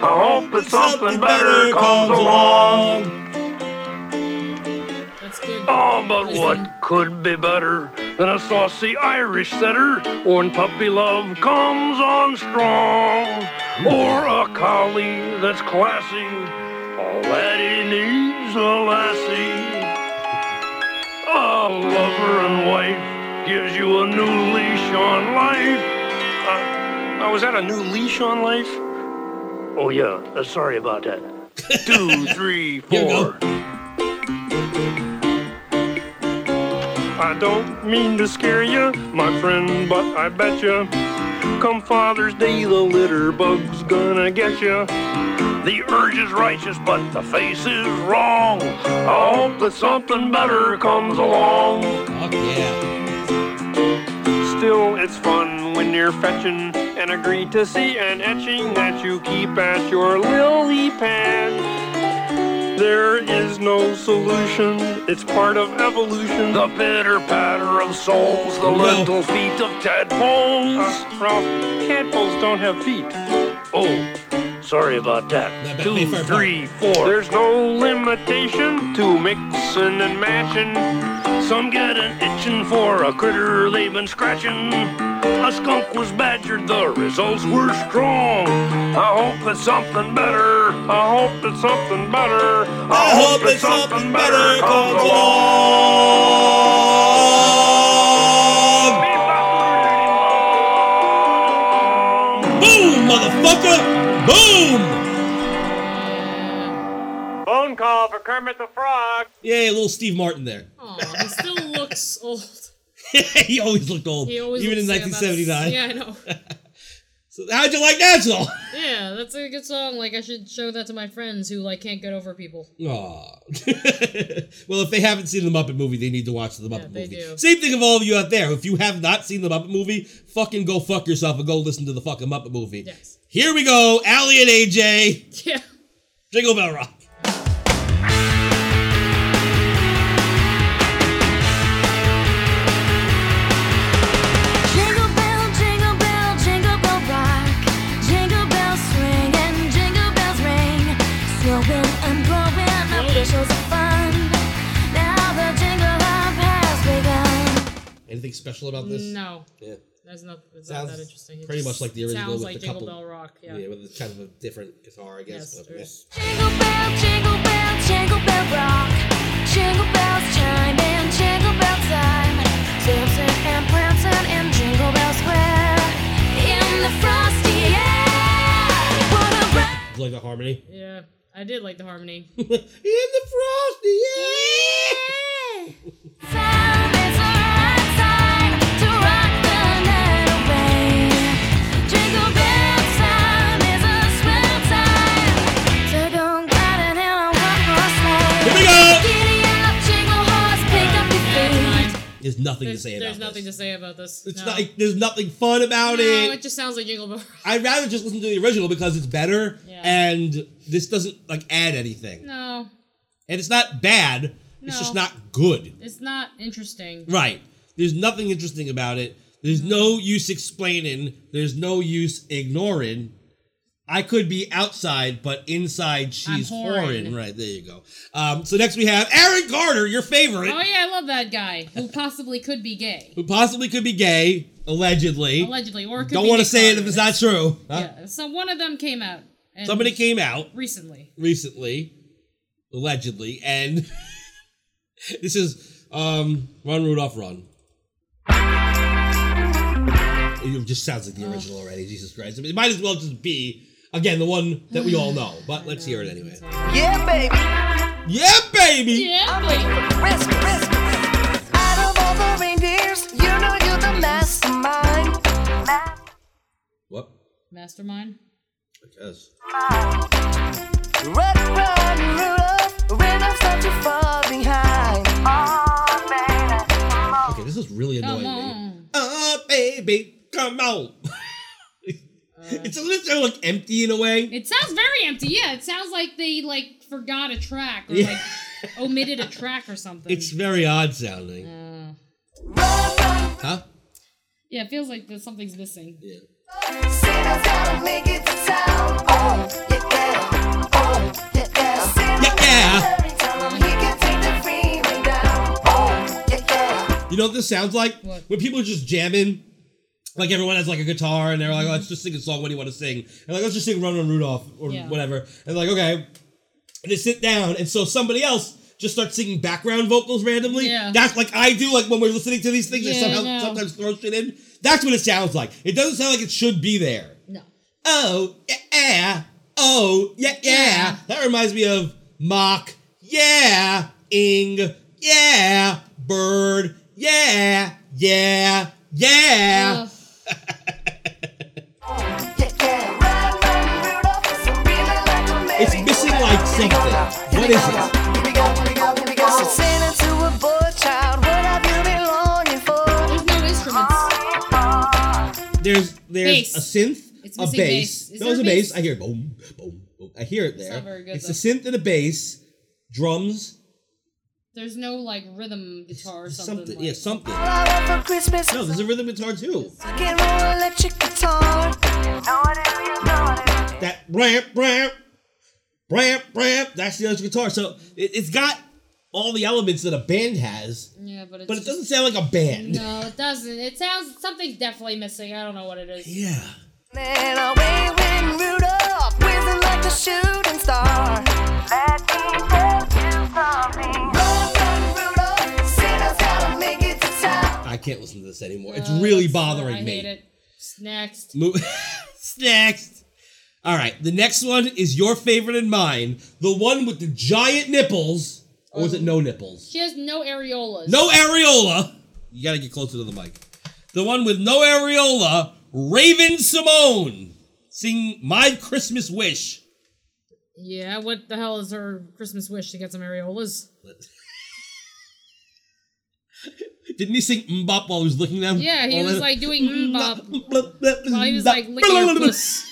Speaker 9: I hope that something better comes along. Oh, but what could be better than a saucy Irish setter when puppy love comes on strong? Or a collie that's classy, all that he needs a lassie. A lover and wife gives you a new leash on life. Uh, oh, was that a new leash on life? Oh, yeah, uh, sorry about that. Two, three, four. I don't mean to scare you, my friend, but I bet you. Come Father's Day, the litter bug's gonna get you. The urge is righteous, but the face is wrong. I hope that something better comes along. Still, it's fun when you're fetching and agree to see an etching that you keep at your lily pad. There is no solution, it's part of evolution. The pitter patter of souls, the little feet of tadpoles. Uh, Ralph, tadpoles don't have feet. Oh, sorry about that. Two, three, four. There's no limitation to mixing and matching. Some get an itching for a critter they've been scratching. A skunk was badgered, the results were strong. I hope it's something better. I hope it's something better. I, hope, it's something, better comes along.
Speaker 2: Boom, motherfucker! Boom!
Speaker 9: Phone call for Kermit the Frog.
Speaker 2: Yay, little Steve Martin there.
Speaker 8: Aw, he still looks old.
Speaker 2: he always looked old,
Speaker 8: He always
Speaker 2: even in
Speaker 8: looks like about-
Speaker 2: 1979.
Speaker 8: Yeah, I know.
Speaker 2: So how'd you like that song?
Speaker 8: Yeah, that's a good song. Like I should show that to my friends who like can't get over people.
Speaker 2: Aw. well, if they haven't seen the Muppet movie, they need to watch the Muppet
Speaker 8: they
Speaker 2: movie.
Speaker 8: do.
Speaker 2: Same thing of all of you out there. If you have not seen the Muppet movie, fucking go fuck yourself and go listen to the fucking Muppet movie.
Speaker 8: Yes.
Speaker 2: Here we go, Allie and AJ.
Speaker 8: Yeah.
Speaker 2: Jingle Bell Rock.
Speaker 4: Jingle bell, jingle bell, jingle bell rock. Jingle bells swing and jingle bells ring. Snowing and blowing up bushels of fun. Now the jingle hop has begun.
Speaker 2: Anything special about this?
Speaker 8: No.
Speaker 2: Yeah.
Speaker 8: That's not. It's
Speaker 2: Sounds
Speaker 8: not that interesting. It
Speaker 2: Pretty
Speaker 8: just
Speaker 2: much like the original
Speaker 8: Sounds
Speaker 2: with
Speaker 8: like
Speaker 2: the
Speaker 8: Jingle
Speaker 2: couple.
Speaker 8: Bell Rock. Yeah.
Speaker 2: with kind of a different guitar, I guess. but yeah.
Speaker 4: Jingle bell, jingle bell, jingle bell rock. Jingle bells chime in jingle bell time. Dancing and prancing in Jingle Bell Square. In the frosty air. Wanna ride
Speaker 2: Did you like the harmony?
Speaker 8: Yeah, I did like the harmony.
Speaker 2: In the frosty Here we go. There's nothing
Speaker 8: There's,
Speaker 2: to say
Speaker 8: there's
Speaker 2: about
Speaker 8: nothing to say about this.
Speaker 2: it. It's
Speaker 8: no.
Speaker 2: not like there's nothing fun about it.
Speaker 8: No, it just sounds like Jingle Bell. Rock.
Speaker 2: I'd rather just listen to the original because it's better
Speaker 8: Yeah.
Speaker 2: and this doesn't like add anything.
Speaker 8: No,
Speaker 2: And it's not bad, it's just
Speaker 8: No.
Speaker 2: not good.
Speaker 8: it's not interesting.
Speaker 2: Right. There's nothing interesting about it. There's no use explaining, there's no use ignoring. I could be outside, but inside she's
Speaker 8: whoring.
Speaker 2: foreign. Right, there you go. Um, so next we have Aaron Carter, your favorite,
Speaker 8: Oh yeah, I love that guy who possibly could be gay,
Speaker 2: who possibly could be gay, allegedly.
Speaker 8: allegedly, or could
Speaker 2: Don't
Speaker 8: be
Speaker 2: want to
Speaker 8: Nick
Speaker 2: say it if
Speaker 8: Carter.
Speaker 2: it's not true. huh?
Speaker 8: Yeah, so one of them came out. and-
Speaker 2: Somebody came out.
Speaker 8: recently.
Speaker 2: recently, allegedly, and this is um Ron Rudolph Run. It just sounds like the original already, Jesus Christ. I mean, it might as well just be, again, the one that we all know, but let's hear it anyway.
Speaker 17: Yeah, baby.
Speaker 2: Yeah, baby.
Speaker 12: I'm ready for the risk, risk. Out of all the reindeers, you know you're the mastermind.
Speaker 8: Mastermind.
Speaker 2: Yes.
Speaker 12: Red Run, Rudolph, Rudolph's not too far behind. Oh, baby.
Speaker 2: Okay, this is really
Speaker 12: Come
Speaker 2: annoying me.
Speaker 12: on.
Speaker 2: Oh, baby, come on. it's a little like empty in a way.
Speaker 8: It sounds very empty. Yeah, it sounds like they like forgot a track or
Speaker 2: Yeah.
Speaker 8: like omitted a track or something.
Speaker 2: It's very odd sounding. Huh?
Speaker 8: yeah, it feels like that something's missing.
Speaker 2: Yeah.
Speaker 12: Santa's gotta make it to town. Oh, yeah, yeah. Oh, yeah, yeah. Santa
Speaker 2: Yeah.
Speaker 12: Mary, tell him he can take the freeway down. Oh, yeah, yeah.
Speaker 2: You know what this sounds like? When people are just jamming, like everyone has like a guitar and they're like, "Oh, let's just sing a song, what do you want to sing? And like, let's just sing Run Run Rudolph or
Speaker 8: Yeah.
Speaker 2: whatever. And they're like, okay. And they sit down, and so somebody else just starts singing background vocals randomly.
Speaker 8: Yeah.
Speaker 2: That's like I do, like when we're listening to these things,
Speaker 8: Yeah,
Speaker 2: they
Speaker 8: I
Speaker 2: somehow
Speaker 8: know.
Speaker 2: sometimes throw shit in. That's what it sounds like. It doesn't sound like it should be there.
Speaker 8: No.
Speaker 2: Oh, yeah, yeah. Oh, yeah, yeah. That reminds me of mock, yeah, ing, yeah, bird, yeah, yeah, yeah.
Speaker 12: It's missing like something. What is it? So Santa to a boy child, what have you been longing for? There's no instruments.
Speaker 2: There's there's
Speaker 12: Bass.
Speaker 2: a synth,
Speaker 12: It's
Speaker 2: a
Speaker 12: missing
Speaker 2: bass.
Speaker 12: bass. Is
Speaker 2: No,
Speaker 12: there
Speaker 2: it's a
Speaker 12: a
Speaker 2: bass.
Speaker 12: bass?
Speaker 2: I hear boom, boom, boom. I hear it there.
Speaker 8: It's not very good,
Speaker 2: It's a synth and a bass, drums,
Speaker 8: There's no like rhythm guitar or something.
Speaker 2: something. yeah, something.
Speaker 12: For Christmas,
Speaker 2: No, there's a rhythm guitar too.
Speaker 12: I can roll electric guitar.
Speaker 2: That ramp, ramp, ramp, ramp. That's the electric guitar. So it, it's got all the elements that a band has,
Speaker 8: Yeah, but it's
Speaker 2: but it
Speaker 8: just-
Speaker 2: doesn't sound like a band.
Speaker 8: No, it doesn't. It sounds something's definitely missing. I don't know what it is.
Speaker 2: Yeah.
Speaker 12: And away went Rudolph, whizzing like a shooting star. Let me tell you something. Run, run, Rudolph, Santa's gotta make it to town.
Speaker 2: I can't listen to this anymore. It's really bothering
Speaker 8: I
Speaker 2: me.
Speaker 8: hate it. Next.
Speaker 2: Mo- next. All right, the next one is your favorite and mine. The one with the giant nipples, or
Speaker 8: Um,
Speaker 2: was it no nipples?
Speaker 8: She has no areolas.
Speaker 2: No areola. You gotta get closer to the mic. The one with no areola, Raven Simone. Sing My Christmas Wish.
Speaker 8: Yeah, what the hell is her Christmas wish to get some areolas?
Speaker 2: Didn't he sing Mbop while he was looking at him?
Speaker 8: Yeah, he
Speaker 2: All
Speaker 8: was
Speaker 2: that-
Speaker 8: like doing mbop while he was
Speaker 2: Mbop.
Speaker 8: like licking her puss.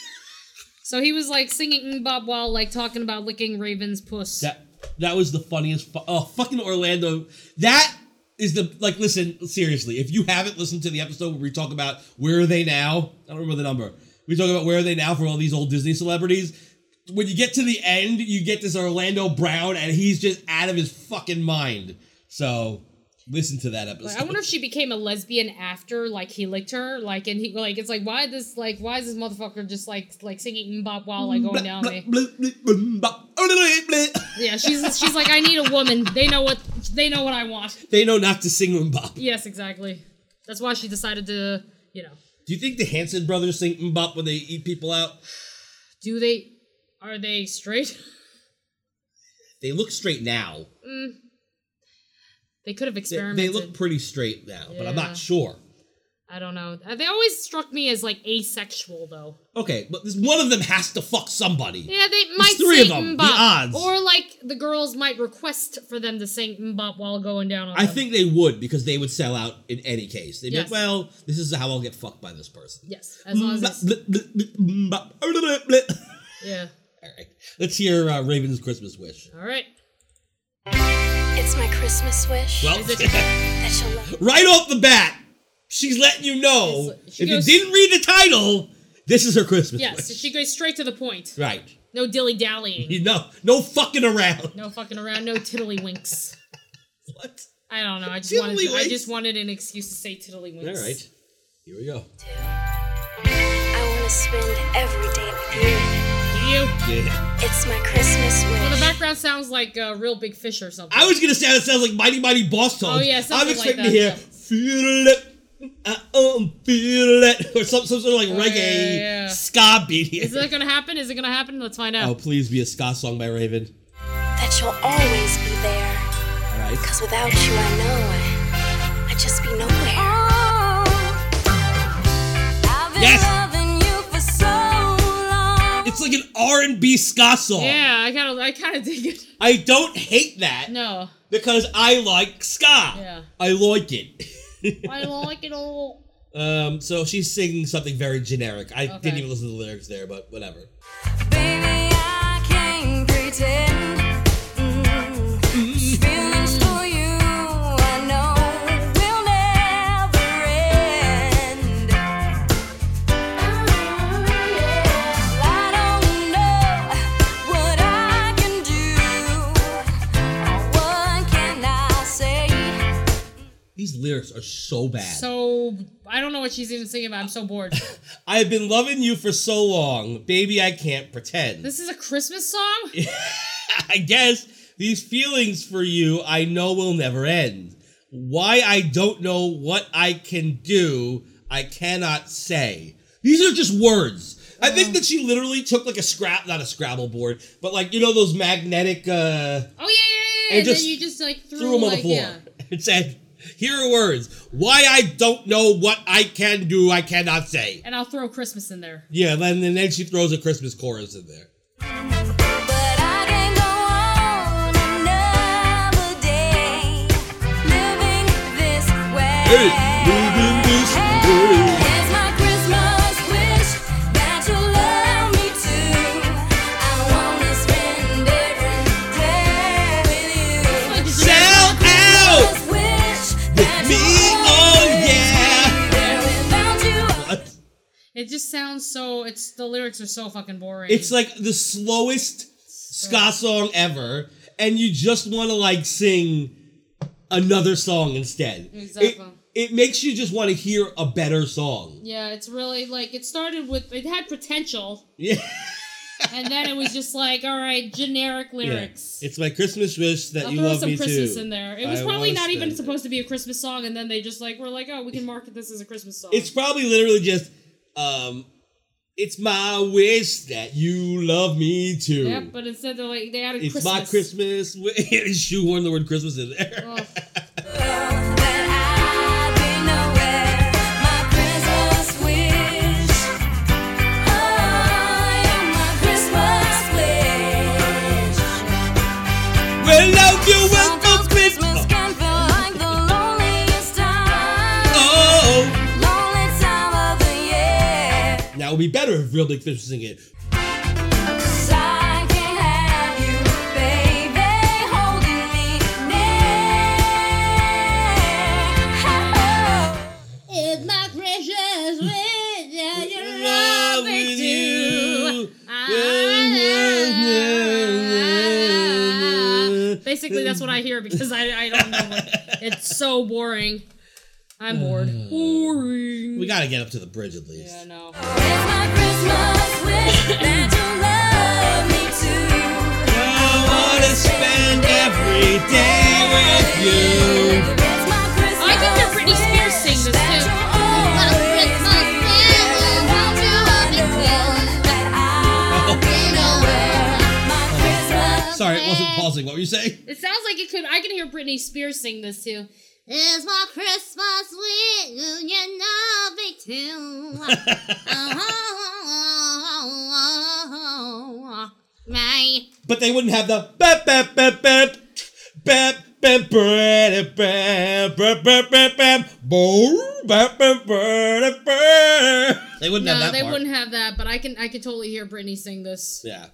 Speaker 8: So he was like singing mbop while like talking about licking Raven's puss.
Speaker 2: That that was the funniest. Fu- oh, fucking Orlando. That is the like. Listen seriously. If you haven't listened to the episode where we talk about where are they now, I don't remember the number. We talk about where are they now for all these old Disney celebrities. When you get to the end, you get this Orlando Brown, and he's just out of his fucking mind. So listen to that
Speaker 8: Like,
Speaker 2: episode.
Speaker 8: I wonder if she became a lesbian after like he licked her, like and he like it's like why this like why is this motherfucker just like like singing mbop while like going down me? Yeah, she's she's like I need a woman. They know what they know what I want.
Speaker 2: they know not to sing Mbop.
Speaker 8: Yes, exactly. That's why she decided to you know
Speaker 2: Do you think the Hanson brothers sing Mbop when they eat people out?
Speaker 8: do they are they straight?
Speaker 2: They look straight now.
Speaker 8: Mm. They could have
Speaker 2: They,
Speaker 8: experimented.
Speaker 2: they look pretty straight now, but I'm
Speaker 8: Yeah.
Speaker 2: not sure.
Speaker 8: I don't know. Uh, They always struck me as like asexual though.
Speaker 2: Okay, but this, one of them has to fuck somebody.
Speaker 8: Yeah, they
Speaker 2: There's
Speaker 8: might
Speaker 2: three
Speaker 8: sing
Speaker 2: of them, the
Speaker 8: mbop,
Speaker 2: odds.
Speaker 8: or like the girls might request for them to sing mbop while going down on
Speaker 2: I
Speaker 8: them.
Speaker 2: think they would because they would sell out in any case. They'd
Speaker 8: Yes.
Speaker 2: be like, well, this is how I'll get fucked by this person.
Speaker 8: Yes, as long as it's,
Speaker 2: Blip, blip, blip, mbop, blip, blip.
Speaker 8: yeah.
Speaker 2: Let's hear uh, Raven's Christmas wish.
Speaker 8: All right.
Speaker 7: It's my Christmas wish
Speaker 2: Well,
Speaker 7: that you'll love.
Speaker 2: right off the bat, she's letting you know
Speaker 8: she
Speaker 2: if
Speaker 8: goes-
Speaker 2: you didn't read the title, this is her Christmas
Speaker 8: Yes,
Speaker 2: wish.
Speaker 8: she goes straight to the point.
Speaker 2: Right.
Speaker 8: No dilly dallying.
Speaker 2: You know, no fucking around.
Speaker 8: No fucking around. No tiddlywinks.
Speaker 2: what?
Speaker 8: I don't know. I just wanted. To, I
Speaker 7: Tiddlywinks?
Speaker 8: just wanted an excuse to say tiddlywinks.
Speaker 2: All right. Here we go.
Speaker 7: I want to spend every day with you.
Speaker 8: You.
Speaker 2: Yeah.
Speaker 7: It's my Christmas wish.
Speaker 8: Well, the background sounds like a real big fish or something.
Speaker 2: I was gonna say it sounds like Mighty Mighty Boss Tones.
Speaker 8: Oh, yeah,
Speaker 2: I'm
Speaker 8: something like
Speaker 2: expecting to
Speaker 8: that,
Speaker 2: hear feel it, I um feel it, or some some sort of like
Speaker 8: Oh, yeah,
Speaker 2: reggae
Speaker 8: yeah, yeah.
Speaker 2: ska beat here.
Speaker 8: Is that gonna happen? Is it gonna happen? Let's find out.
Speaker 2: oh, please be a ska song by Raven.
Speaker 7: that
Speaker 18: that you'll always be there.
Speaker 2: Right.
Speaker 18: Cause without you, I know I- I'd just be nowhere.
Speaker 2: Yes. It's like an R and B ska song.
Speaker 8: Yeah, I gotta, I kind of dig it.
Speaker 2: I don't hate that
Speaker 8: No.
Speaker 2: because I like ska.
Speaker 8: Yeah.
Speaker 2: I like it.
Speaker 8: I like it all.
Speaker 2: Um, so she's singing something very generic. I
Speaker 18: Okay.
Speaker 2: didn't even listen to the lyrics there, but whatever.
Speaker 12: I can't pretend. Mm. Feelings for you, I know, will never end. Well, I don't know what I can do or what can I say.
Speaker 2: These lyrics are so bad.
Speaker 8: So I don't know what she's even singing about. I'm so bored.
Speaker 2: I've been loving you for so long, baby. I can't pretend.
Speaker 8: This is a Christmas song.
Speaker 2: I guess these feelings for you I know will never end. Why I don't know what I can do, I cannot say. These are just words. I
Speaker 8: Um,
Speaker 2: think that she literally took like a scrap, not a Scrabble board, but like, you know, those magnetic, uh,
Speaker 8: Oh yeah, yeah, yeah.
Speaker 2: And
Speaker 8: And,
Speaker 2: just
Speaker 8: then you just like threw,
Speaker 2: threw them on the
Speaker 8: Oh, like,
Speaker 2: floor
Speaker 8: Yeah.
Speaker 2: and said, here are words. Why I don't know what I can do, I cannot say.
Speaker 8: And I'll throw Christmas in there.
Speaker 2: Yeah, and then, then she throws a Christmas chorus in there.
Speaker 12: Sell out with me, oh yeah.
Speaker 8: It just sounds so. It's the lyrics are so fucking boring.
Speaker 2: It's like the slowest ska song ever, and you just want to like sing another song instead.
Speaker 8: Exactly.
Speaker 2: It, it makes you just want to hear a better song.
Speaker 8: yeah, it's really like it started with it had potential,
Speaker 2: Yeah.
Speaker 8: and then it was just like all right, generic
Speaker 2: yeah.
Speaker 8: lyrics.
Speaker 2: It's my Christmas wish that
Speaker 8: I'll
Speaker 2: you
Speaker 8: throw
Speaker 2: love
Speaker 8: some
Speaker 2: me
Speaker 8: Christmas
Speaker 2: too.
Speaker 8: in there. It was
Speaker 2: I
Speaker 8: probably
Speaker 2: wanna
Speaker 8: not even
Speaker 2: spend-
Speaker 8: supposed to be a Christmas song, and then they just like were like, oh, we can market this as a Christmas song.
Speaker 2: It's probably literally just, um, it's my wish that you love me too.
Speaker 8: Yep, but instead they're like they added
Speaker 2: It's
Speaker 8: Christmas.
Speaker 2: my Christmas. wish. Shoehorn the word Christmas in there. Well, love you will come Christmas. Oh. Now it would be better if Real Big Fish was singing it.
Speaker 8: It's my precious wish that you
Speaker 2: love me too.
Speaker 8: Basically, that's what I hear because I, I don't know. What, it's so boring. I'm bored. Boring.
Speaker 2: We gotta get up to the bridge at least.
Speaker 8: Yeah, no. I can hear Britney Spears sing this too.
Speaker 2: Sorry, it wasn't pausing. What were you saying?
Speaker 8: It sounds like it could. I can hear Britney Spears sing this too.
Speaker 12: It's my Christmas with you, you know me too. My
Speaker 2: But they wouldn't have the bap bap bap bap bap bap bap bap bap bap bap bap boom, bap bap bap bap. They wouldn't
Speaker 8: no,
Speaker 2: have that
Speaker 8: Uh, they
Speaker 2: part.
Speaker 8: wouldn't have that. But I can. I can totally hear Britney sing this.
Speaker 2: Yeah.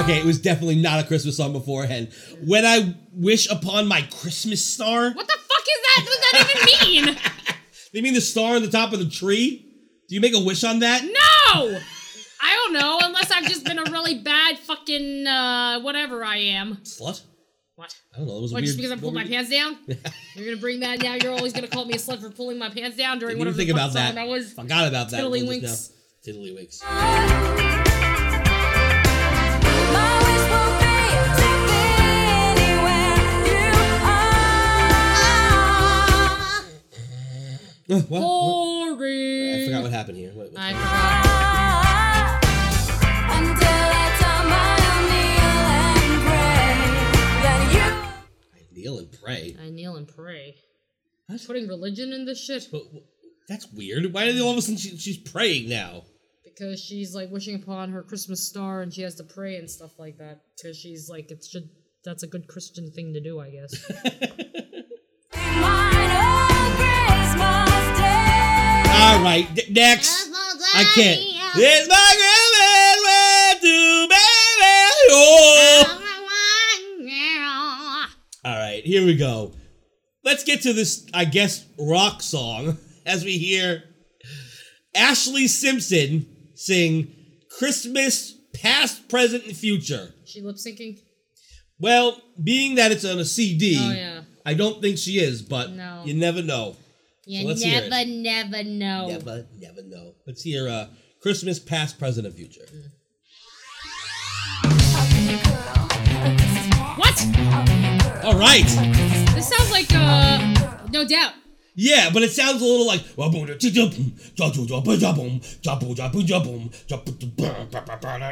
Speaker 2: Okay, it was definitely not a Christmas song beforehand. When I wish upon my Christmas star,
Speaker 8: What the fuck is that? What does that even mean?
Speaker 2: they mean the star on the top of the tree. Do you make a wish on that?
Speaker 8: No! I don't know, unless I've just been a really bad fucking uh whatever I am.
Speaker 2: Slut.
Speaker 8: What?
Speaker 2: I don't know. It was a
Speaker 8: What,
Speaker 2: weird.
Speaker 8: just because I pulled my
Speaker 2: what were-
Speaker 8: pants down? You're gonna bring that now. You're always gonna call me a slut for pulling my pants down during
Speaker 2: Didn't even
Speaker 8: whatever the
Speaker 2: think
Speaker 8: fuck
Speaker 2: about that.
Speaker 8: song that was.
Speaker 2: Forgot about that. until just
Speaker 8: Tiddlywinks.
Speaker 2: now. Tiddlywinks.
Speaker 12: wish will be to be anywhere.
Speaker 8: Boring.
Speaker 2: I forgot what happened here. What-
Speaker 8: Mm. I forgot.
Speaker 2: Kneel and pray.
Speaker 8: I kneel and pray. That's putting religion in this shit.
Speaker 2: That's weird. Why did all of a sudden she, she's praying now?
Speaker 8: because she's like wishing upon her Christmas star and she has to pray and stuff like that. Because she's like, it should. That's a good Christian thing to do, I guess.
Speaker 12: Oh,
Speaker 2: All right, d- next. I can't. It's my grandma's way to baby. Oh. All right, here we go. Let's get to this, I guess, rock song as we hear Ashley Simpson sing Christmas, past, present, and future.
Speaker 8: she lip syncing?
Speaker 2: Well, being that it's on a CD,
Speaker 8: Oh, yeah.
Speaker 2: I don't think she is, but
Speaker 8: No.
Speaker 2: you never know.
Speaker 8: You
Speaker 2: So let's hear it.
Speaker 8: never, never know.
Speaker 2: Never, never know. Let's hear uh, Christmas, past, present, and future.
Speaker 8: What?
Speaker 2: All right.
Speaker 8: This sounds like, uh, no doubt.
Speaker 2: Yeah, but it sounds a little like.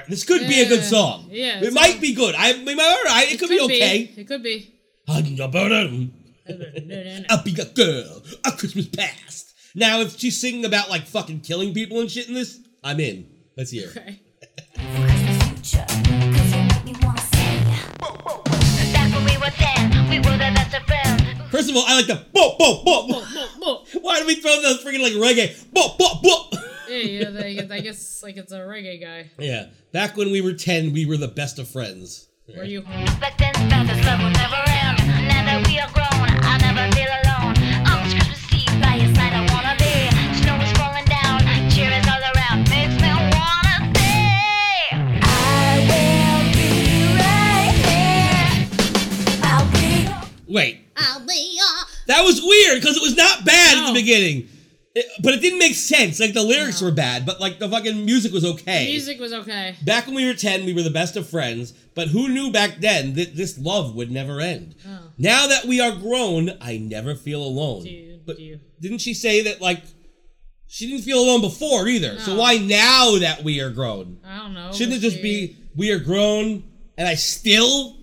Speaker 2: This could be a good song.
Speaker 8: Yeah,
Speaker 2: It
Speaker 8: it's
Speaker 2: might be good. I, we might, all right, it, could, be okay.
Speaker 8: It could be.
Speaker 2: I'll be a girl, a Christmas past. Now, if she's singing about like fucking killing people and shit in this, I'm in. Let's hear. it.
Speaker 8: Okay.
Speaker 2: First of all, I like the bo bo bo. Why do we throw the freaking like reggae? Bo bo bo.
Speaker 8: yeah, yeah, they- I guess like it's a reggae guy.
Speaker 2: Yeah, back when we were ten, we were the best of friends.
Speaker 8: Were you?
Speaker 2: Wait,
Speaker 8: I'll be all
Speaker 2: That was weird because it was not bad at the beginning, It- but it didn't make sense. Like the lyrics were bad, but like the fucking music was okay.
Speaker 8: The music was okay.
Speaker 2: Back when we were ten, we were the best of friends. But who knew back then that this love would never end?
Speaker 8: Oh.
Speaker 2: Now that we are grown, I never feel alone. but didn't she say that like she didn't feel alone before either? So why now that we are grown?
Speaker 8: I don't know.
Speaker 2: Shouldn't it just be we are grown and I still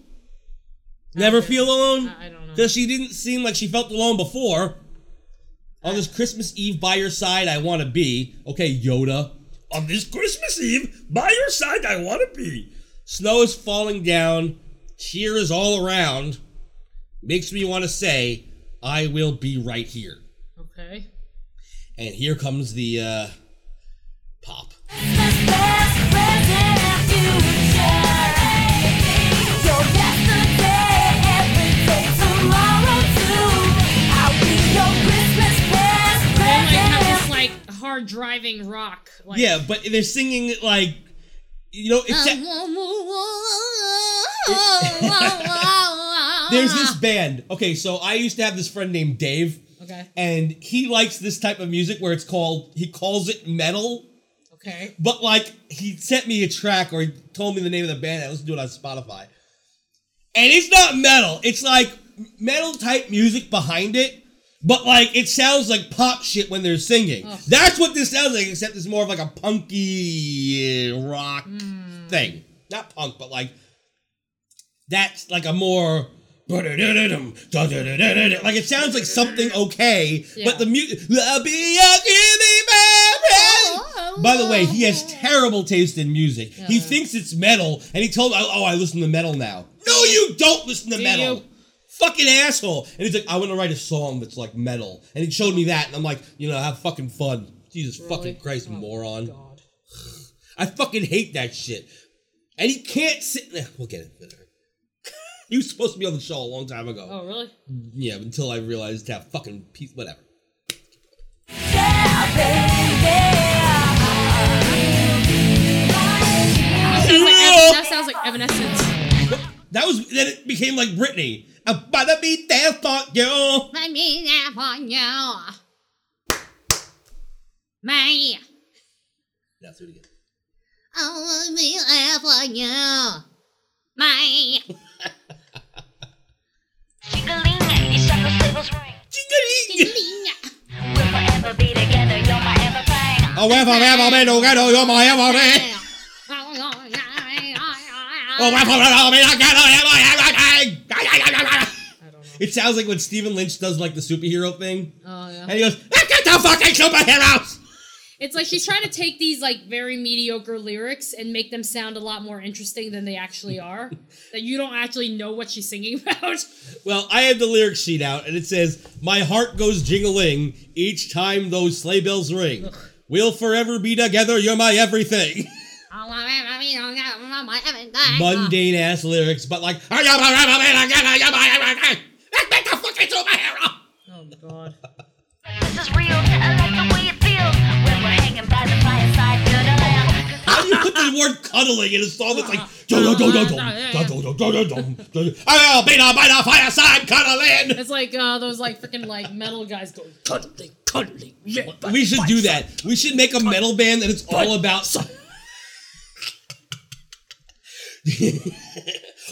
Speaker 2: never feel alone? I don't know. Because she didn't seem like she felt alone before. On this Christmas Eve by your side, I want to be. Okay, Yoda. On this Christmas Eve by your side, I want to be. Snow is falling down, cheer is all around. Makes me want to say, I will be right here.
Speaker 8: Okay.
Speaker 2: And here comes the uh, pop.
Speaker 8: They like have this like hard driving rock. Like,
Speaker 2: yeah, but they're singing it like you know. Except,
Speaker 8: Uh,
Speaker 2: there's this band. Okay, so I used to have this friend named Dave,
Speaker 8: Okay.
Speaker 2: and he likes this type of music where it's called he calls it metal.
Speaker 8: Okay.
Speaker 2: But like he sent me a track or he told me the name of the band. I listened to it on Spotify, and it's not metal. It's like metal type music behind it. But like it sounds like pop shit when they're singing.
Speaker 8: Ugh.
Speaker 2: That's what this sounds like, except it's more of like a punky uh, rock thing. Not punk, but like that's like a more like it sounds like something okay, but the music. By the way, he has terrible taste in music. He thinks it's metal, and he told me, "Oh, I listen to metal now." No, you don't listen to metal. Fucking asshole. And he's like, "I want to write a song that's like metal," and he showed me that, and I'm like, "You know, have fucking fun." Jesus fucking
Speaker 8: Oh
Speaker 2: Christ, moron. I fucking hate that shit. And he can't sit. eh, We'll get it. later. he was supposed to be on the show a long time ago.
Speaker 8: Oh really?
Speaker 2: Yeah, until I realized that fucking piece, whatever.
Speaker 8: That sounds like, Ev- that sounds like Evanescence.
Speaker 2: That was then it became like Britney. I'm about to be there for you.
Speaker 8: Let me nap on you. May.
Speaker 2: That's what he did.
Speaker 8: Oh, let me laugh on you. May.
Speaker 2: Jingling.
Speaker 8: Ding-a-ling.
Speaker 2: Oh, Oh, It sounds like when Stephen Lynch does like the superhero thing,
Speaker 8: Oh yeah.
Speaker 2: and he goes, "Look at the fucking superheroes!"
Speaker 8: It's like she's trying to take these like very mediocre lyrics and make them sound a lot more interesting than they actually are. that you don't actually know what she's singing about.
Speaker 2: Well, I had the lyric sheet out, and it says, "My heart goes jingling each time those sleigh bells ring. We'll forever be together. You're my everything." Mundane ass lyrics, but like,
Speaker 12: This is real. I like the way it feels when we're hanging by the fireside.
Speaker 2: How do you put the word cuddling in a song that's like, "Dum, dum, dum, dum, dum, dum, dum, dum, dum, dum." I'll be there by the fireside cuddling.
Speaker 8: It's like uh, those like freaking like metal guys going cuddling, cuddling. Yeah.
Speaker 2: We should do that. We should make a metal band that it's all about.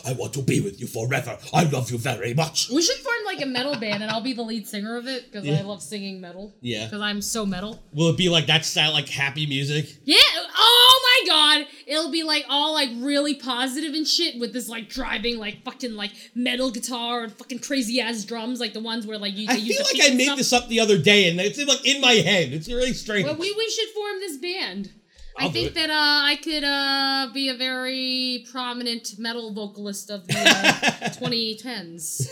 Speaker 2: I want to be with you forever. I love you very much.
Speaker 8: We should form like a metal band, and I'll be the lead singer of it because
Speaker 2: Yeah.
Speaker 8: I love singing metal.
Speaker 2: Yeah.
Speaker 8: Because I'm so metal.
Speaker 2: Will it be like that style, like happy music?
Speaker 8: Yeah. Oh my god. It'll be like all like really positive and shit with this like driving like fucking like metal guitar and fucking crazy ass drums like the ones where like you.
Speaker 2: I
Speaker 8: they use
Speaker 2: feel
Speaker 8: the
Speaker 2: like
Speaker 8: feet
Speaker 2: I
Speaker 8: and
Speaker 2: made
Speaker 8: stuff.
Speaker 2: this up the other day, and it's like in my head. It's really strange.
Speaker 8: Well, we we should form this band. i
Speaker 2: I'll do
Speaker 8: think
Speaker 2: it.
Speaker 8: that uh, I could uh, be a very prominent metal vocalist of the uh, 2010s.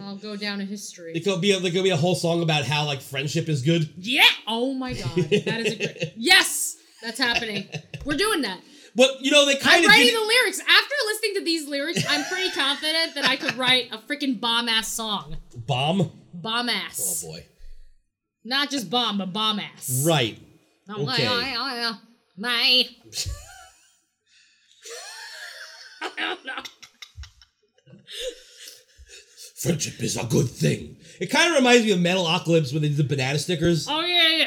Speaker 8: I'll go down in history.
Speaker 2: it could be a, there could be a whole song about how like friendship is good.
Speaker 8: Yeah. Oh my god, that is a great. yes, that's happening. We're doing that.
Speaker 2: But you know they kind
Speaker 8: I'm
Speaker 2: of
Speaker 8: writing
Speaker 2: did,
Speaker 8: the lyrics. After listening to these lyrics, I'm pretty confident that I could write a freaking bomb ass song.
Speaker 2: bomb.
Speaker 8: Bomb
Speaker 2: Oh
Speaker 8: ass.
Speaker 2: boy.
Speaker 8: Not just bomb, but bomb ass.
Speaker 2: Right.
Speaker 8: Oh,
Speaker 2: Okay.
Speaker 8: oh, oh, oh, oh. My.
Speaker 2: Friendship is a good thing. It kind of reminds me of Metalocalypse when they did the banana stickers.
Speaker 8: Oh yeah, yeah.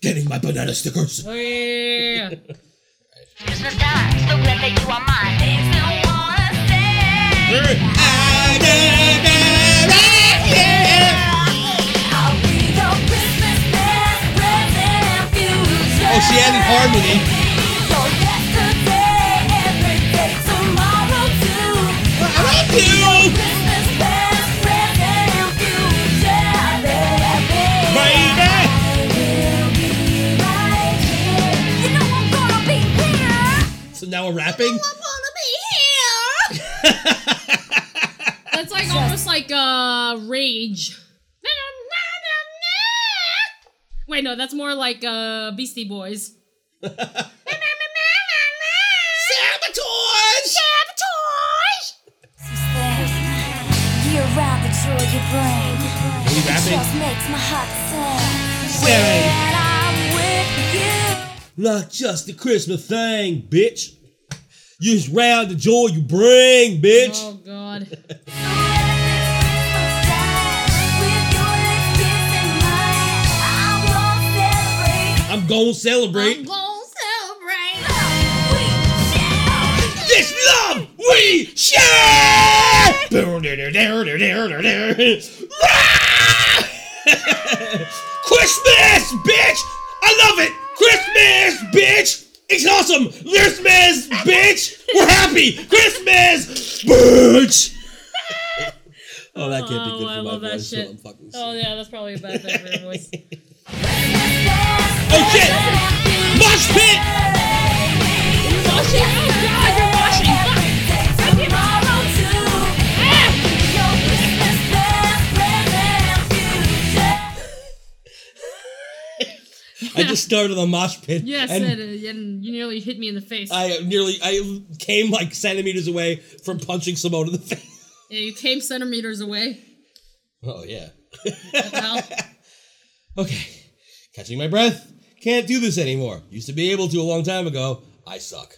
Speaker 2: Getting my banana stickers.
Speaker 8: Oh yeah, yeah, yeah.
Speaker 12: Christmas time, so glad that you are mine. Things I wanna say. I did right here. I'll be your Christmas best present and future.
Speaker 2: Oh, she added harmony.
Speaker 12: Your yesterday, every day, tomorrow too. I'll be your Christmas best present and future, baby.
Speaker 2: So now we're rapping.
Speaker 8: That's like almost like uh rage. Wait, no, that's more like uh Beastie Boys.
Speaker 12: Sabotage! Sabotage! Year round the joy you bring.
Speaker 2: Are you rapping?
Speaker 12: Just makes my heart sing.
Speaker 2: Sing.
Speaker 12: When I'm with you.
Speaker 2: Not just a Christmas thing, bitch. You just round the joy you bring, bitch.
Speaker 8: Oh god.
Speaker 2: I'm gonna celebrate. this love we share. Christmas, bitch! I love it. Christmas, bitch! It's awesome. Christmas, bitch! We're happy. Christmas, bitch! oh, that can't be good for my voice. so I'm fucking-
Speaker 8: Oh yeah, that's probably a bad thing for your voice.
Speaker 2: Oh shit! Mosh pit! I just started a mosh pit.
Speaker 8: Yes,
Speaker 2: and
Speaker 8: and, uh, and you nearly hit me in the face.
Speaker 2: I nearly I came like centimeters away from punching Simone in the face.
Speaker 8: yeah, you came centimeters away.
Speaker 2: Oh yeah.
Speaker 8: Well,
Speaker 2: Okay. Catching my breath. Can't do this anymore. Used to be able to a long time ago. I suck.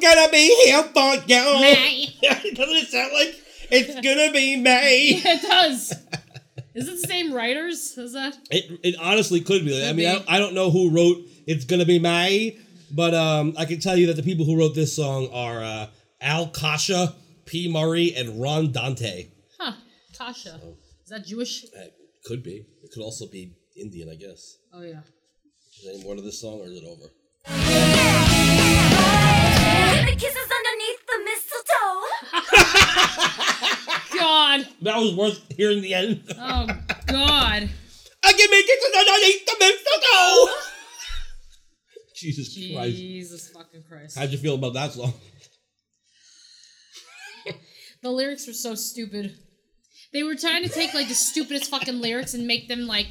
Speaker 2: gonna be here for you.
Speaker 8: May.
Speaker 2: Doesn't it sound like it's gonna be May?
Speaker 8: Yeah, it does. Is it the same writers? Is that?
Speaker 2: It, it honestly could be. I mean, I, don't- I don't know who wrote "It's Gonna Be May," but um, I can tell you that the people who wrote this song are uh, Al Kasha, P. Murray, and Ron Dante.
Speaker 8: Huh. Kasha. Is that Jewish?
Speaker 2: Could be. It could also be Indian, I guess.
Speaker 8: Oh yeah.
Speaker 2: Is there any more to this song, or is it over?
Speaker 7: The kisses underneath the mistletoe.
Speaker 8: God.
Speaker 2: That was worth hearing the end.
Speaker 8: Oh God.
Speaker 2: I can make it underneath the mistletoe. Jesus Christ!
Speaker 8: Jesus fucking Christ.
Speaker 2: How'd you feel about that song?
Speaker 8: The lyrics were so stupid. They were trying to take like the stupidest fucking lyrics and make them like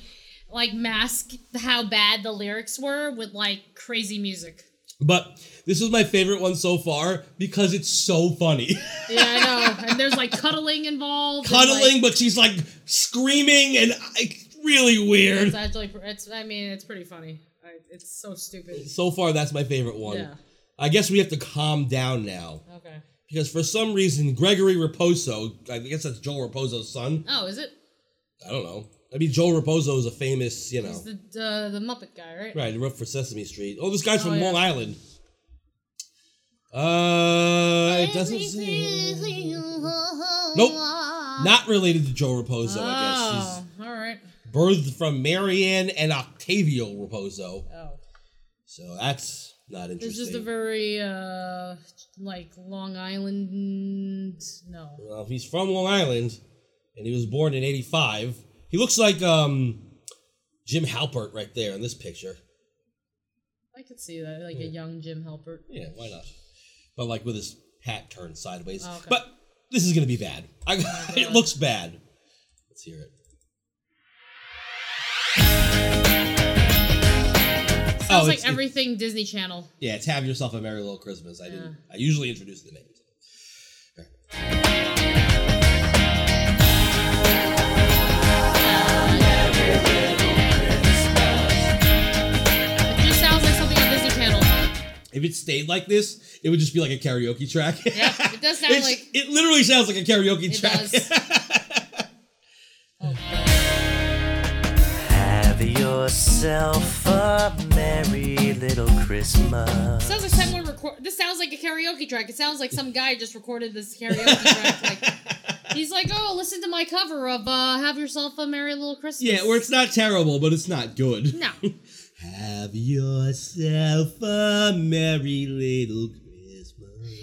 Speaker 8: like mask how bad the lyrics were with like crazy music.
Speaker 2: But this is my favorite one so far because it's so funny.
Speaker 8: Yeah, I know. And there's like cuddling involved. and,
Speaker 2: Cuddling, but she's like screaming and I, really
Speaker 8: It's
Speaker 2: weird.
Speaker 8: actually, it's. I mean, it's pretty funny. I, it's so stupid.
Speaker 2: So far, that's my favorite one.
Speaker 8: Yeah.
Speaker 2: I guess we have to calm down now
Speaker 8: Okay.
Speaker 2: because for some reason Gregory Raposo, I guess that's Joel Raposo's son.
Speaker 8: Oh, is it?
Speaker 2: I don't know. I mean, Joel Raposo is a famous, you know,
Speaker 8: He's the uh, the Muppet guy, right?
Speaker 2: right? He wrote for Sesame Street. Oh, this guy's
Speaker 8: Oh,
Speaker 2: from
Speaker 8: yeah.
Speaker 2: Long Island. Uh, it doesn't say. Nope, not related to Joe Raposo. I guess he's
Speaker 8: Oh, all right.
Speaker 2: birthed from Marianne and Octavio Raposo.
Speaker 8: Oh.
Speaker 2: So that's not interesting.
Speaker 8: There's just a very uh like Long Island. No.
Speaker 2: well, if Um, he's from Long Island and he was born in 85. He looks like um, Jim Halpert right there in this picture.
Speaker 8: I could see that, like
Speaker 2: Hmm.
Speaker 8: a young Jim Halpert.
Speaker 2: Yeah, why not? But like with his hat turned sideways.
Speaker 8: Oh, okay. Oh,
Speaker 2: But this is going to be bad. I, it looks bad. Let's hear it.
Speaker 8: Sounds
Speaker 2: Oh,
Speaker 8: like
Speaker 2: it's- it-
Speaker 8: everything Disney Channel.
Speaker 2: Yeah, it's Have Yourself a Merry Little Christmas. I didn't.
Speaker 8: Yeah.
Speaker 2: I usually introduce the names.
Speaker 8: It just sounds like something on Disney Channel.
Speaker 2: If it stayed like this, it would just be like a karaoke track.
Speaker 8: It does sound
Speaker 2: It's-
Speaker 8: like
Speaker 2: it literally sounds like a karaoke
Speaker 8: it
Speaker 2: track.
Speaker 8: does.
Speaker 12: Have yourself a merry little Christmas.
Speaker 8: Sounds like someone record. This sounds like a karaoke track. It sounds like some guy just recorded this karaoke track. Like, he's like, "Oh, listen to my cover of uh, "Have Yourself a Merry Little Christmas."
Speaker 2: Yeah, or it's not terrible, but it's not good.
Speaker 8: no.
Speaker 2: Have yourself a merry little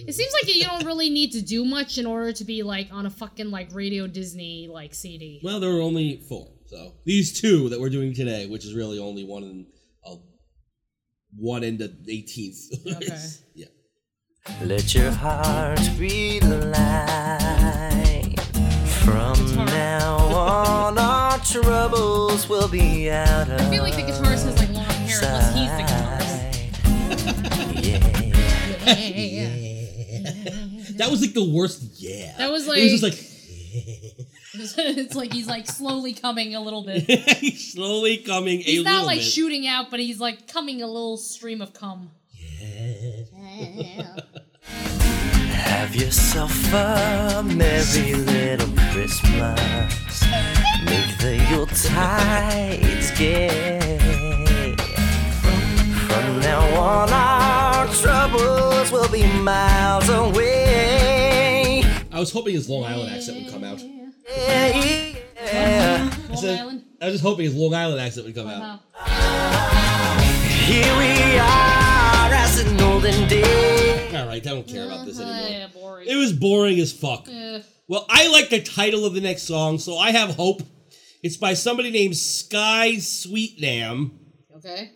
Speaker 8: It seems like you don't really need to do much in order to be like on a fucking like Radio Disney like CD.
Speaker 2: Well, there were only four, so these two that we're doing today, which is really only one and uh, one and the eighteenth.
Speaker 12: Okay.
Speaker 2: yeah.
Speaker 12: Let your heart be the light. From now on, our troubles will be out of
Speaker 8: I feel like the guitarist has like long hair unless he's the guitarist. yeah.
Speaker 2: That was like the worst. Yeah.
Speaker 8: That was
Speaker 2: It was just
Speaker 8: like-
Speaker 2: like
Speaker 8: it's like he's like slowly coming a little bit.
Speaker 2: slowly coming a
Speaker 8: He's
Speaker 2: little
Speaker 8: not like
Speaker 2: bit.
Speaker 8: shooting out, but he's like coming a little stream of cum.
Speaker 12: Have yourself a merry little Christmas. Make the Yuletides gay. From now on, our troubles will be miles away.
Speaker 2: I was hoping his Long Island accent would come out. I,
Speaker 8: said-
Speaker 2: I was just hoping his Long Island accent would come out.
Speaker 8: Uh-huh.
Speaker 12: Here we are as an olden day.
Speaker 2: All right, I don't care about this anymore.
Speaker 8: Uh, Yeah, boring.
Speaker 2: It was boring as fuck.
Speaker 8: Eh.
Speaker 2: Well, I like the title of the next song, so I have hope. It's by somebody named Sky Sweetnam,
Speaker 8: okay.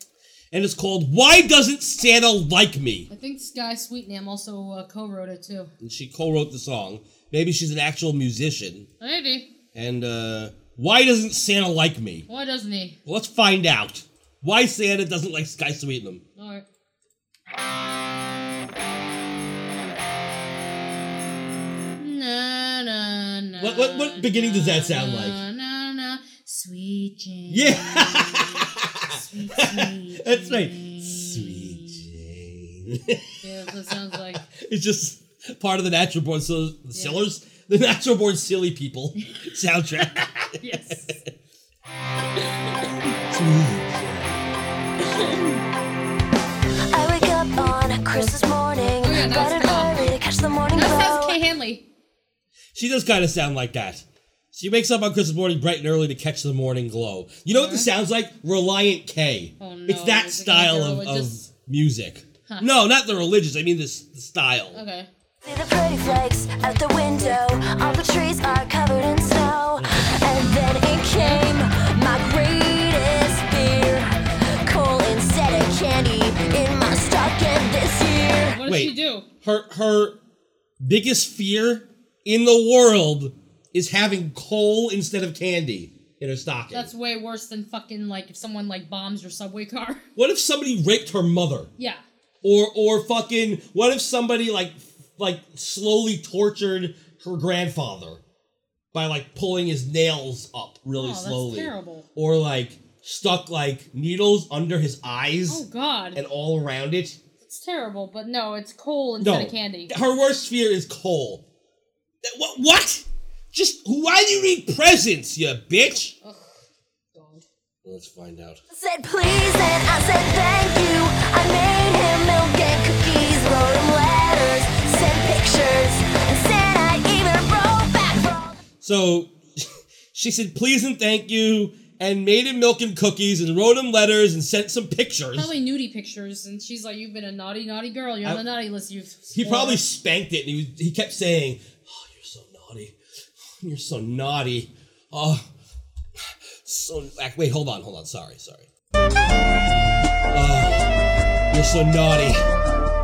Speaker 2: and it's called "Why Doesn't Santa Like Me."
Speaker 8: I think Sky Sweetnam also uh, co-wrote it too.
Speaker 2: And she co-wrote the song. Maybe she's an actual musician.
Speaker 8: Maybe.
Speaker 2: And uh, why doesn't Santa like me?
Speaker 8: Why doesn't he?
Speaker 2: Well, let's find out why Santa doesn't like Sky Sweetnam.
Speaker 8: All right. Na na na.
Speaker 2: What what what beginning does that sound like?
Speaker 8: Na na na. Sweet Jane.
Speaker 2: Yeah, that's right. Sweet Jane.
Speaker 8: Yeah, that's what it sounds like.
Speaker 2: It's just part of the natural born so the sillers, the natural born silly people soundtrack.
Speaker 8: yes.
Speaker 12: I wake up on Christmas morning,
Speaker 8: Oh, yeah, that was
Speaker 12: bright and early to catch the morning
Speaker 8: That sounds
Speaker 12: glow.
Speaker 8: Kay Hanley.
Speaker 2: she does kind of sound like that. She wakes up on Christmas morning bright and early to catch the morning glow. You know what this sounds like? Reliant K.
Speaker 8: Oh, no,
Speaker 2: it's that
Speaker 8: is it gonna be
Speaker 2: style of, of
Speaker 8: religious?
Speaker 2: music.
Speaker 12: Huh.
Speaker 2: No, not the religious. I mean this the style.
Speaker 8: Okay.
Speaker 12: See the pretty flakes at the window. All the trees are covered in snow. And then it came my greatest fear. Coal instead of candy in my stocking this year.
Speaker 2: Wait, Her her biggest fear in the world is having coal instead of candy in her stocking.
Speaker 8: That's way worse than fucking like if someone like bombs your subway car.
Speaker 2: What if somebody raped her mother?
Speaker 8: Yeah.
Speaker 2: Or or fucking what if somebody like like slowly tortured her grandfather by like pulling his nails up really
Speaker 8: Oh, that's
Speaker 2: slowly.
Speaker 8: terrible.
Speaker 2: Or like stuck like needles under his eyes
Speaker 8: Oh God.
Speaker 2: and all around it.
Speaker 8: it's terrible, but no, it's coal instead
Speaker 2: no.
Speaker 8: of candy.
Speaker 2: Her worst fear is coal. That- What what? Just why do you need presents, you bitch? Let's find out.
Speaker 12: Said please and I said thank you. I made him milk and cookies, wrote him letters, sent pictures, and said I even wrote back.
Speaker 2: So she said, please and thank you, and made him milk and cookies, and wrote him letters, and sent some pictures.
Speaker 8: Probably nudie pictures, and she's like, "You've been a naughty, naughty girl. You're on
Speaker 2: I-
Speaker 8: the naughty list. You've
Speaker 2: he
Speaker 8: swore."
Speaker 2: probably spanked it, and he, was, he kept saying, oh, you're so naughty. Oh, you're so naughty. Oh, so. ac- Wait, hold on, hold on. Sorry, sorry. Oh, you're so naughty.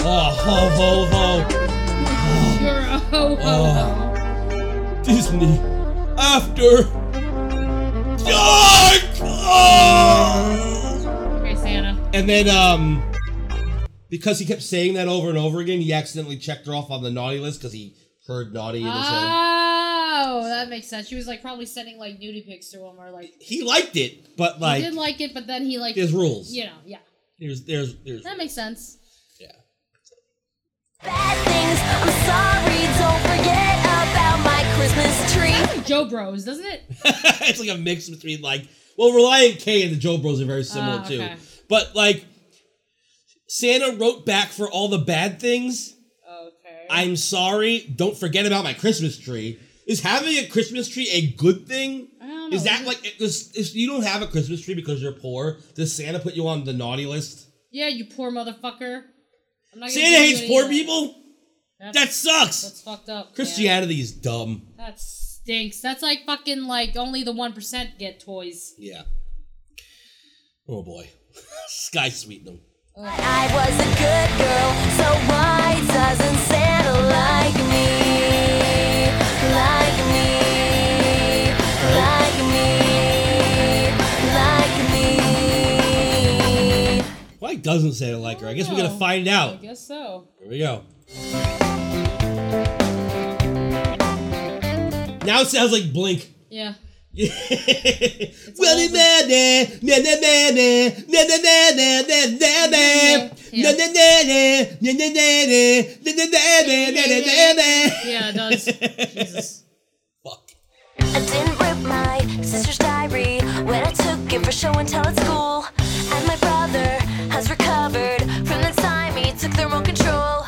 Speaker 2: Oh, ho, ho, ho.
Speaker 8: You're a ho ho.
Speaker 2: Oh, Disney after dark. Oh!
Speaker 8: Okay, Santa.
Speaker 2: And then, um, because he kept saying that over and over again, he accidentally checked her off on the naughty list because he heard naughty in his
Speaker 8: Ah.
Speaker 2: head.
Speaker 8: Oh, that makes sense. She was like probably sending like nudie pics to him, or like
Speaker 2: He liked it, but
Speaker 8: he
Speaker 2: like,
Speaker 8: did like it, but then he like
Speaker 2: There's rules.
Speaker 8: You know, yeah,
Speaker 2: there's, there's, there's.
Speaker 8: that makes sense.
Speaker 12: Things I'm sorry, don't forget about my Christmas tree.
Speaker 8: That's like Joe Bros, doesn't it?
Speaker 2: it's like a mix between like, well, Reliant K and the Joe Bros are very similar
Speaker 8: Ah,
Speaker 2: too,
Speaker 8: okay.
Speaker 2: but like, Santa wrote back for all the bad things.
Speaker 8: Okay.
Speaker 2: I'm sorry. Don't forget about my Christmas tree. Is having a Christmas tree a good thing?
Speaker 8: I don't know.
Speaker 2: Is that like is, if you don't have a Christmas tree because you're poor, does Santa put you on the naughty list?
Speaker 8: Yeah, you poor motherfucker. I'm not gonna
Speaker 2: Santa
Speaker 8: give you
Speaker 2: hates
Speaker 8: any
Speaker 2: poor
Speaker 8: of that.
Speaker 2: people? That sucks.
Speaker 8: That's fucked up. man.
Speaker 2: Christianity is dumb.
Speaker 8: That stinks. That's like fucking like only the one percent get toys.
Speaker 2: Yeah. Oh boy. Sky Sweetnum.
Speaker 12: I was a good girl, so why doesn't Santa like me? Like me, like me, like me.
Speaker 2: Why doesn't Santa like her? I guess we're gonna find
Speaker 8: I
Speaker 2: out.
Speaker 8: guess so.
Speaker 2: Here we go. Now it sounds like Blink.
Speaker 8: Yeah.
Speaker 2: Willie Mandy, na na na na, na na na na na na na, na na na na, na na na na, na na na na na na na.
Speaker 8: Yeah, it does. Jesus.
Speaker 12: I didn't rip my sister's diary when I took it for show and tell at school. And my brother has recovered from the time he took the remote control.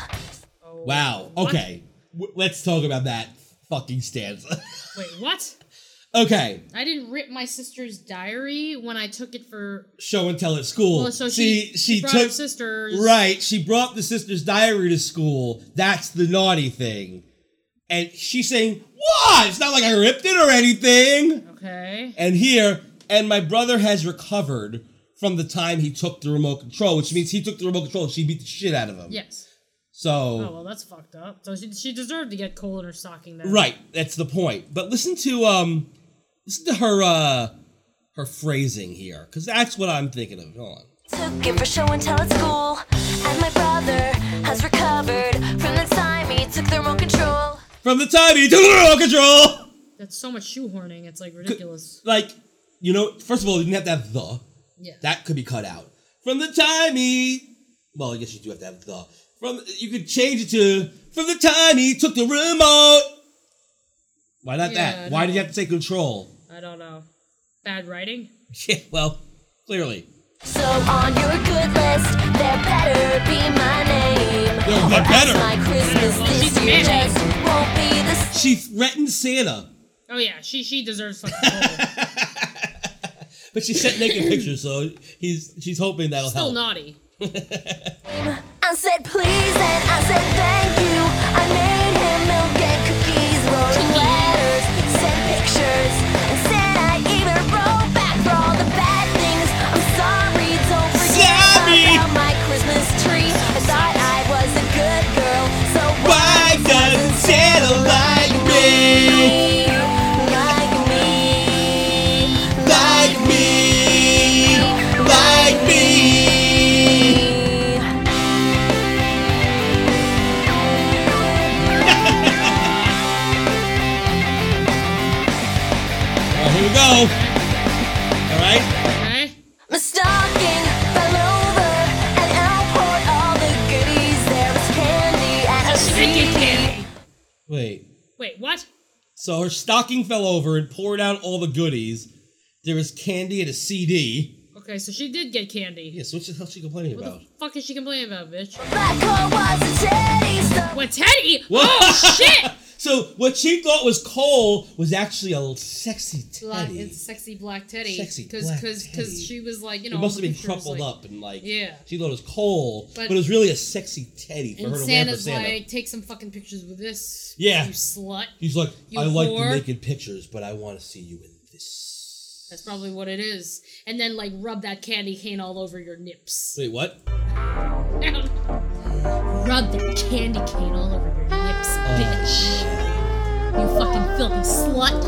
Speaker 2: Wow. Okay. W- Let's talk about that fucking stanza.
Speaker 8: Wait, what?
Speaker 2: okay.
Speaker 8: I didn't rip my sister's diary when I took it for.
Speaker 2: Show and tell at school.
Speaker 8: Well, so she, she, brought her
Speaker 2: took
Speaker 8: sisters.
Speaker 2: right. She brought the sister's diary to school. That's the naughty thing. And she's saying, "What? It's not like I ripped it or anything."
Speaker 8: Okay.
Speaker 2: And here, and my brother has recovered from the time he took the remote control, which means he took the remote control and she beat the shit out of him.
Speaker 8: Yes.
Speaker 2: So,
Speaker 8: Oh. well, that's fucked up. So she, she deserved to get coal in her stocking then.
Speaker 2: right, that's the point. But listen to um, listen to her uh, her phrasing here, because that's what I'm thinking of. Hold on.
Speaker 12: Took it for show and tell at school. And my brother has recovered from the time he took the remote control.
Speaker 2: From the time he took the remote control,
Speaker 8: That's so much shoehorning. It's like ridiculous.
Speaker 2: like you know, first of all, you didn't have to have the.
Speaker 8: Yeah.
Speaker 2: That could be cut out. From the time he, well, I guess oh, you do have to have the. From you could change it to from the time he took the remote. Why not
Speaker 8: Yeah, I
Speaker 2: that? Why
Speaker 8: don't
Speaker 2: did you have to say control?
Speaker 8: I don't know. Bad writing?
Speaker 2: Yeah, well, clearly.
Speaker 12: So on your good list, there better be my name.
Speaker 2: Yeah, that
Speaker 12: Or else
Speaker 2: better.
Speaker 12: My Christmas this year just won't be the
Speaker 2: She threatened Santa,
Speaker 8: Oh yeah, she she deserves fucking trouble.
Speaker 2: but she sent naked pictures, so he's she's hoping that'll
Speaker 8: Still
Speaker 2: help.
Speaker 8: naughty.
Speaker 12: I said please and I said thank you. I made him milk and cookies, wrote him letters, sent pictures, and said I even wrote back for all the bad things. I'm sorry, don't forget about my Christmas tree. I thought I was a good girl, so why doesn't Santa like me? Like me, like me, like me.
Speaker 2: Well, here we go. All right.
Speaker 12: My stocking fell over, and out poured all the goodies. There was candy and a CD.
Speaker 2: Wait.
Speaker 8: Wait, what?
Speaker 2: So her stocking fell over and poured out all the goodies. There was candy and a CD.
Speaker 8: Okay, so she did get candy.
Speaker 2: Yes, what the hell's she complaining
Speaker 8: What
Speaker 2: about?
Speaker 8: the fuck is she complaining about, bitch?
Speaker 12: was a teddy.
Speaker 8: What teddy?
Speaker 2: What?
Speaker 8: Oh shit!
Speaker 2: So what she thought was coal was actually a little sexy
Speaker 8: Black,
Speaker 2: teddy.
Speaker 8: it's sexy black teddy.
Speaker 2: Sexy
Speaker 8: Cause,
Speaker 2: black
Speaker 8: cause,
Speaker 2: teddy.
Speaker 8: cause she was like, you know,
Speaker 2: it must have been
Speaker 8: picture was
Speaker 2: crumpled
Speaker 8: like-
Speaker 2: up and like
Speaker 8: Yeah.
Speaker 2: she thought it was coal, but,
Speaker 8: But-
Speaker 2: it was really a sexy teddy for
Speaker 8: And
Speaker 2: her to
Speaker 8: Santa's
Speaker 2: wear for Santa.
Speaker 8: like, take some fucking pictures with this.
Speaker 2: Yeah.
Speaker 8: You slut.
Speaker 2: He's like,
Speaker 8: You
Speaker 2: I like
Speaker 8: whore."
Speaker 2: the naked pictures, but I want to see you in this.
Speaker 8: That's probably what it is. And then like rub that candy cane all over your nips.
Speaker 2: Wait, what?
Speaker 8: Rub that candy cane all over your nips, bitch. You fucking filthy slut.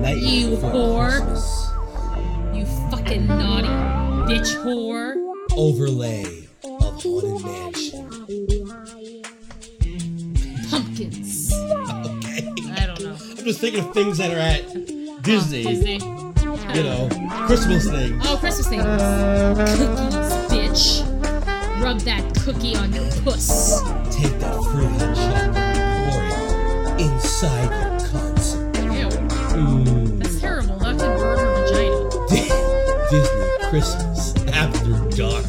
Speaker 2: Night
Speaker 8: You
Speaker 2: before
Speaker 8: whore.
Speaker 2: Christmas.
Speaker 8: You fucking naughty bitch whore.
Speaker 2: Overlay of haunted mansion.
Speaker 8: Pumpkins.
Speaker 2: Okay.
Speaker 8: I don't know.
Speaker 2: I'm just thinking of things that are at Disney.
Speaker 8: Disney.
Speaker 2: You know, Christmas thing.
Speaker 8: Oh, Christmas things. Cookies, bitch. Rub that cookie on your puss.
Speaker 2: Take that fruit and chocolate glory inside your cups.
Speaker 8: Ew. That's terrible. That could burn her vagina.
Speaker 2: Disney Christmas after dark.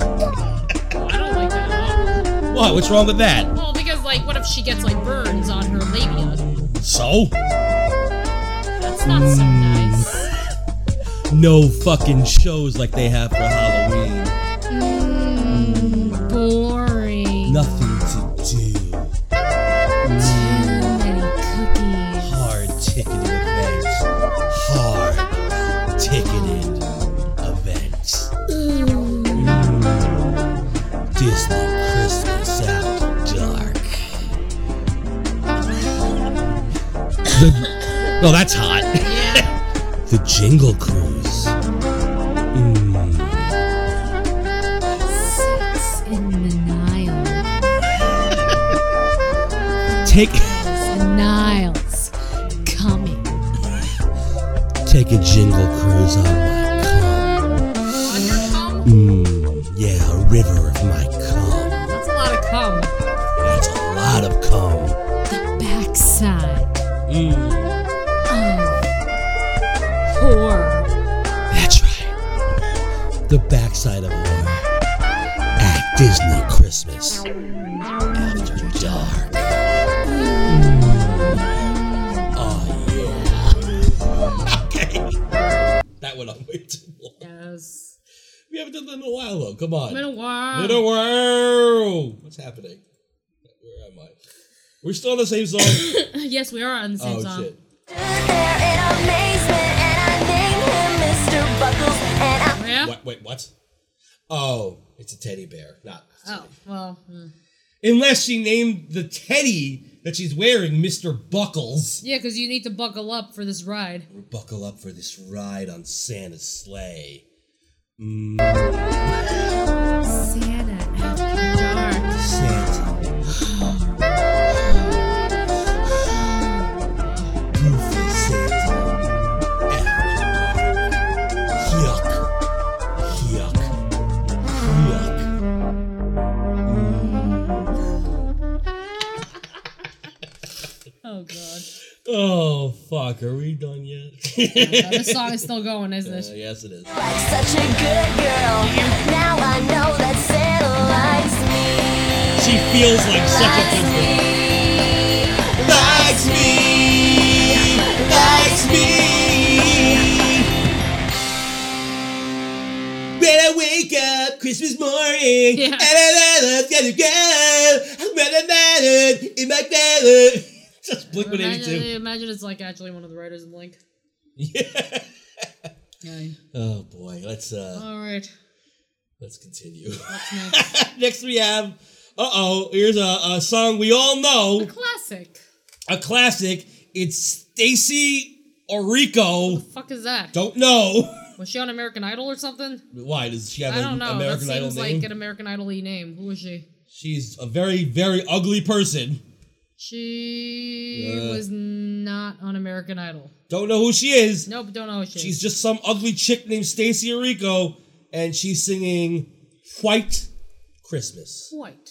Speaker 8: I don't like that at all.
Speaker 2: What? What's wrong with that?
Speaker 8: Well, because like, what if she gets like burns on her labia?
Speaker 2: So?
Speaker 8: That's not so nice.
Speaker 2: No fucking shows like they have for Halloween.
Speaker 8: Mm, boring.
Speaker 2: Nothing to do.
Speaker 8: Too many cookies.
Speaker 2: Hard ticketed events. Hard ticketed events. Disney Christmas after dark. The, oh, that's hot. the Jingle Cruise. Hmm,
Speaker 8: Sex in the Nile.
Speaker 2: Take
Speaker 8: The Nile's coming.
Speaker 2: take a Jingle Cruise on my cum. Mm, yeah, a river of my cum.
Speaker 8: That's a lot of cum.
Speaker 2: That's a lot of cum.
Speaker 8: The backside
Speaker 2: Mm.
Speaker 8: of horror.
Speaker 2: That's right. The backside of horror at Disney Christmas after dark. Hmm. Oh yeah. Okay. That went on way too long.
Speaker 8: Yes.
Speaker 2: We haven't done that in a while though. Come on.
Speaker 8: Middle world.
Speaker 2: Little world. What's happening? Where am I? We're still on the same song.
Speaker 8: yes, we are on the same
Speaker 2: oh
Speaker 8: song.
Speaker 2: shit.
Speaker 12: Amazement, and I named him Mr. Buckles, and I
Speaker 2: What, wait, what? Oh, it's a teddy bear, not
Speaker 8: Oh, well. mm.
Speaker 2: Unless she named the teddy that she's wearing Mr. Buckles.
Speaker 8: Yeah, because you need to buckle up for this ride.
Speaker 2: Buckle up for this ride on Santa's sleigh.
Speaker 8: Santa after dark.
Speaker 2: Goofy Santa. Yuck. Yuck. Yuck. Mm. Oh fuck, are we done yet?
Speaker 8: this song is still going, isn't it?
Speaker 2: Oh, yes, it is.
Speaker 12: Such a good girl. Now I know that Santa likes me.
Speaker 2: She feels like such a good girl.
Speaker 12: Likes me. Likes me.
Speaker 2: When I wake up Christmas morning, and I love gotta go, I'm rather mattered in my color. Just Blink One Eighty
Speaker 8: Imagine,
Speaker 2: Two.
Speaker 8: imagine it's like actually one of the writers in Blink. Yeah.
Speaker 2: Oh boy, let's uh,
Speaker 8: All right.
Speaker 2: let's continue.
Speaker 8: What's next?
Speaker 2: Next we have, uh oh, here's a, a song we all know,
Speaker 8: Classic.
Speaker 2: a classic. It's Stacy Orico.
Speaker 8: Fuck is that?
Speaker 2: Don't know.
Speaker 8: Was she on American Idol or something?
Speaker 2: Why does she have
Speaker 8: I don't
Speaker 2: an
Speaker 8: know.
Speaker 2: American
Speaker 8: that
Speaker 2: Idol
Speaker 8: seems
Speaker 2: name?
Speaker 8: like an American Idol name. Who was she?
Speaker 2: She's a very, very ugly person.
Speaker 8: She
Speaker 2: Yeah.
Speaker 8: was not on American Idol.
Speaker 2: Don't know who she is.
Speaker 8: Nope, don't know who she
Speaker 2: She's
Speaker 8: is.
Speaker 2: just some ugly chick named Stacy Orico, and she's singing White Christmas.
Speaker 8: White.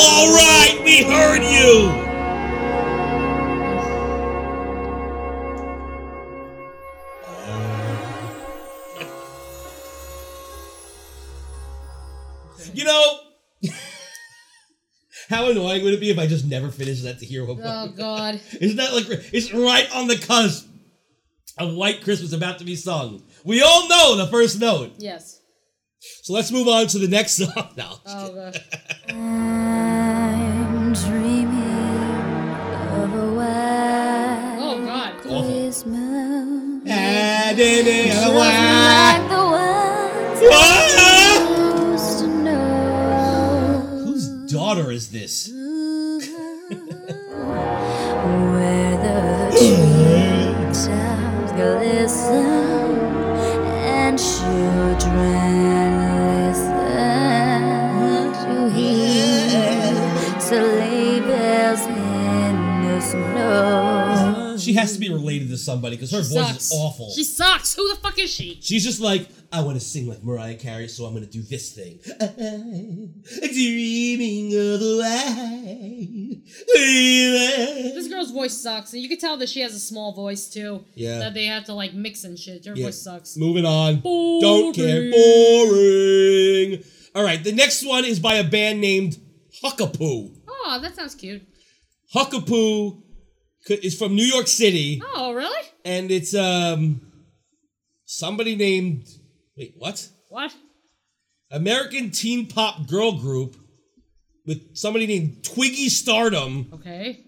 Speaker 2: All right, we heard you. You know, how annoying would it be if I just never finished that to hear what?
Speaker 8: Oh God.
Speaker 2: Isn't that like it's right on the cusp of White Christmas about to be sung? We all know the first note,
Speaker 8: Yes.
Speaker 2: so let's move on to the next song now.
Speaker 8: Oh God.
Speaker 12: I'm dreaming of a white
Speaker 8: Oh God.
Speaker 12: Christmas.
Speaker 2: And it is
Speaker 12: Just
Speaker 2: white.
Speaker 12: like the ones
Speaker 2: I
Speaker 12: used to know.
Speaker 2: Whose daughter is this?
Speaker 12: Where the treetops glisten and children listen to hear sleigh bells in the snow.
Speaker 2: She has to be related to somebody because her voice is awful.
Speaker 8: She sucks. Who the fuck is she?
Speaker 2: She's just like, I want to sing like Mariah Carey, so I'm going to do this thing. Dreaming of
Speaker 8: This girl's voice sucks, and you can tell that she has a small voice too.
Speaker 2: Yeah.
Speaker 8: That they have to like mix and shit. Her
Speaker 2: Yeah.
Speaker 8: voice sucks.
Speaker 2: Moving on. Don't care.
Speaker 8: Boring.
Speaker 2: Boring. All right, the next one is by a band named Huckapoo.
Speaker 8: Oh, that sounds cute.
Speaker 2: Huckapoo co- is from New York City,
Speaker 8: Oh, really?
Speaker 2: and it's um somebody named wait what
Speaker 8: What?
Speaker 2: American teen pop girl group with somebody named Twiggy Stardom.
Speaker 8: Okay.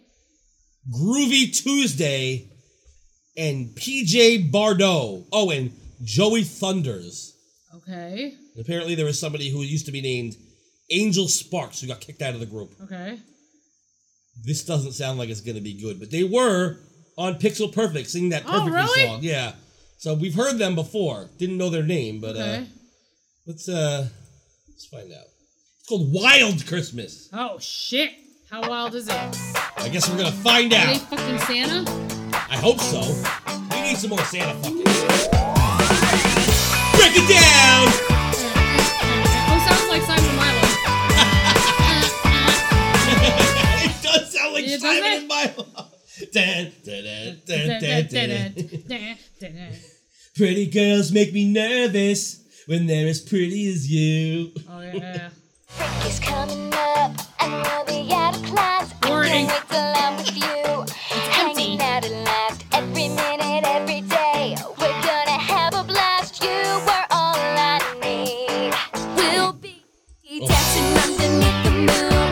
Speaker 2: Groovy Tuesday and PJ Bardot. Oh, and Joey Thunders.
Speaker 8: Okay.
Speaker 2: And apparently, there was somebody who used to be named Angel Sparks who got kicked out of the group.
Speaker 8: Okay.
Speaker 2: This doesn't sound like it's going to be good, but they were on Pixel Perfect singing that
Speaker 8: Oh,
Speaker 2: perfectly
Speaker 8: really?
Speaker 2: song. Yeah. So we've heard them before. Didn't know their name, but uh,
Speaker 8: Okay.
Speaker 2: let's uh let's find out. It's called Wild Christmas.
Speaker 8: Oh shit. How wild is it?
Speaker 2: I guess we're gonna find
Speaker 8: Are they
Speaker 2: out.
Speaker 8: fucking Santa?
Speaker 2: I hope so. We need some more Santa fucking. Break it down.
Speaker 8: Oh, sounds like Simon Milo.
Speaker 2: It does sound like
Speaker 8: Yeah, doesn't
Speaker 2: Simon
Speaker 8: it?
Speaker 2: and Milo. Dun, dun, dun, dun, dun, dun, dun. Pretty girls make me nervous when they're as pretty as you.
Speaker 8: Oh yeah, yeah.
Speaker 12: It's coming up, and we'll be out of class.
Speaker 8: Warning.
Speaker 12: I can't wait till I'm with you. Hanging out at last, every minute, every day. We're gonna have a blast. You were all I need. We'll be dancing underneath the moon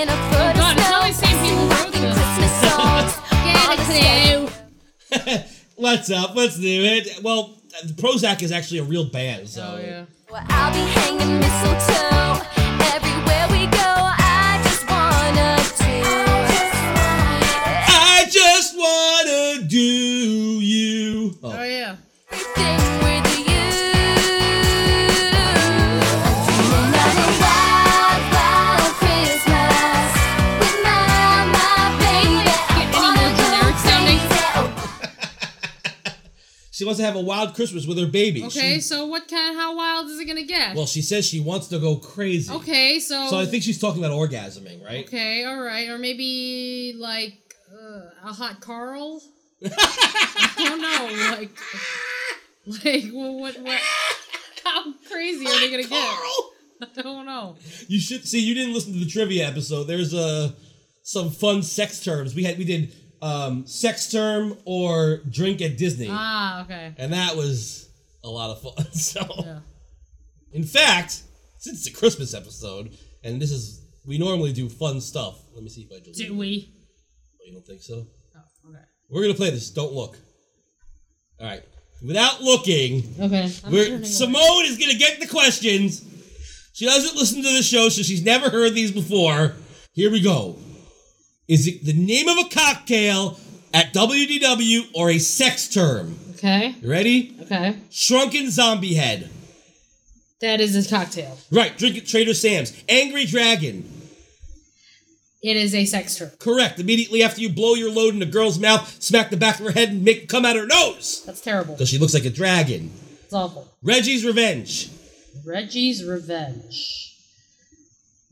Speaker 12: in a foot
Speaker 8: Oh,
Speaker 12: of
Speaker 8: God, it's
Speaker 12: snow.
Speaker 8: not the same people who wrote
Speaker 12: singing
Speaker 8: this.
Speaker 12: Christmas songs. on the stairs.
Speaker 2: What's up? Let's do it. Well, uh, Prozac is actually a real band, so.
Speaker 8: Oh,
Speaker 12: Well, I'll be hanging mistletoe everywhere we go. I just wanna do.
Speaker 2: I just wanna do you.
Speaker 8: Oh,
Speaker 2: Oh,
Speaker 8: yeah.
Speaker 2: She wants to have a wild Christmas with her baby.
Speaker 8: Okay,
Speaker 2: She-
Speaker 8: so what kind? How wild is it gonna get?
Speaker 2: well, she says she wants to go crazy.
Speaker 8: okay, so
Speaker 2: So I think she's talking about orgasming, right?
Speaker 8: Okay, all right, or maybe like uh, a hot Carl. I don't know, like, like well, what, what? How crazy are they gonna get? I don't know.
Speaker 2: You should see. You didn't listen to the trivia episode. There's uh, some fun sex terms. We had we did um, sex term or drink at Disney,
Speaker 8: Ah, okay.
Speaker 2: and that was a lot of fun. So, in fact, since it's a Christmas episode, and this is we normally do fun stuff. Let me see if I delete.
Speaker 8: Do we?
Speaker 2: You don't think so?
Speaker 8: Oh, okay.
Speaker 2: We're gonna play this. Don't look. All right. Without looking.
Speaker 8: Okay.
Speaker 2: We're, Simone is gonna get the questions. She doesn't listen to the show, so she's never heard these before. Here we go. Is it the name of a cocktail at WDW or a sex term?
Speaker 8: Okay.
Speaker 2: You ready?
Speaker 8: Okay.
Speaker 2: Shrunken zombie head.
Speaker 8: That is a cocktail.
Speaker 2: Right. Drink at Trader Sam's. Angry dragon.
Speaker 8: It is a sex term.
Speaker 2: Correct. Immediately after you blow your load in a girl's mouth, smack the back of her head and make it come out her nose.
Speaker 8: That's terrible.
Speaker 2: Because she looks like a dragon.
Speaker 8: It's awful.
Speaker 2: Reggie's revenge.
Speaker 8: Reggie's revenge.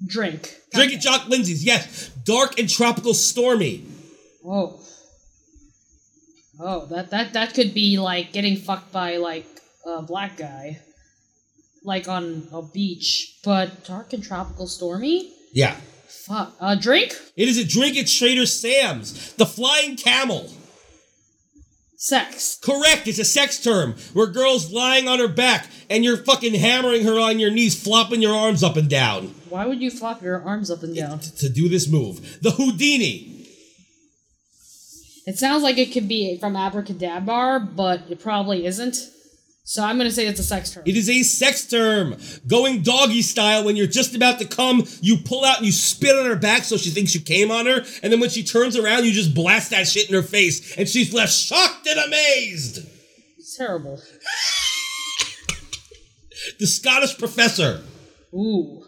Speaker 8: Drink.
Speaker 2: Drink at Jock Lindsay's, yes. Dark and tropical stormy.
Speaker 8: Oh. Oh, that that that could be like getting fucked by like a black guy, like on a beach. But dark and tropical stormy.
Speaker 2: Yeah.
Speaker 8: Fuck. A uh, drink.
Speaker 2: It is a drink at Trader Sam's. The flying camel.
Speaker 8: Sex.
Speaker 2: Correct. It's a sex term where girls lying on her back and you're fucking hammering her on your knees, flopping your arms up and down
Speaker 8: Why would you flop your arms up and down?
Speaker 2: to do this move. The Houdini.
Speaker 8: It sounds like it could be from Abracadabra, but it probably isn't. So I'm gonna say it's a sex term.
Speaker 2: It is a sex term. Going doggy style when you're just about to come, you pull out and you spit on her back so she thinks you came on her, and then when she turns around, you just blast that shit in her face, and she's left shocked and amazed.
Speaker 8: It's terrible.
Speaker 2: The Scottish professor.
Speaker 8: Ooh.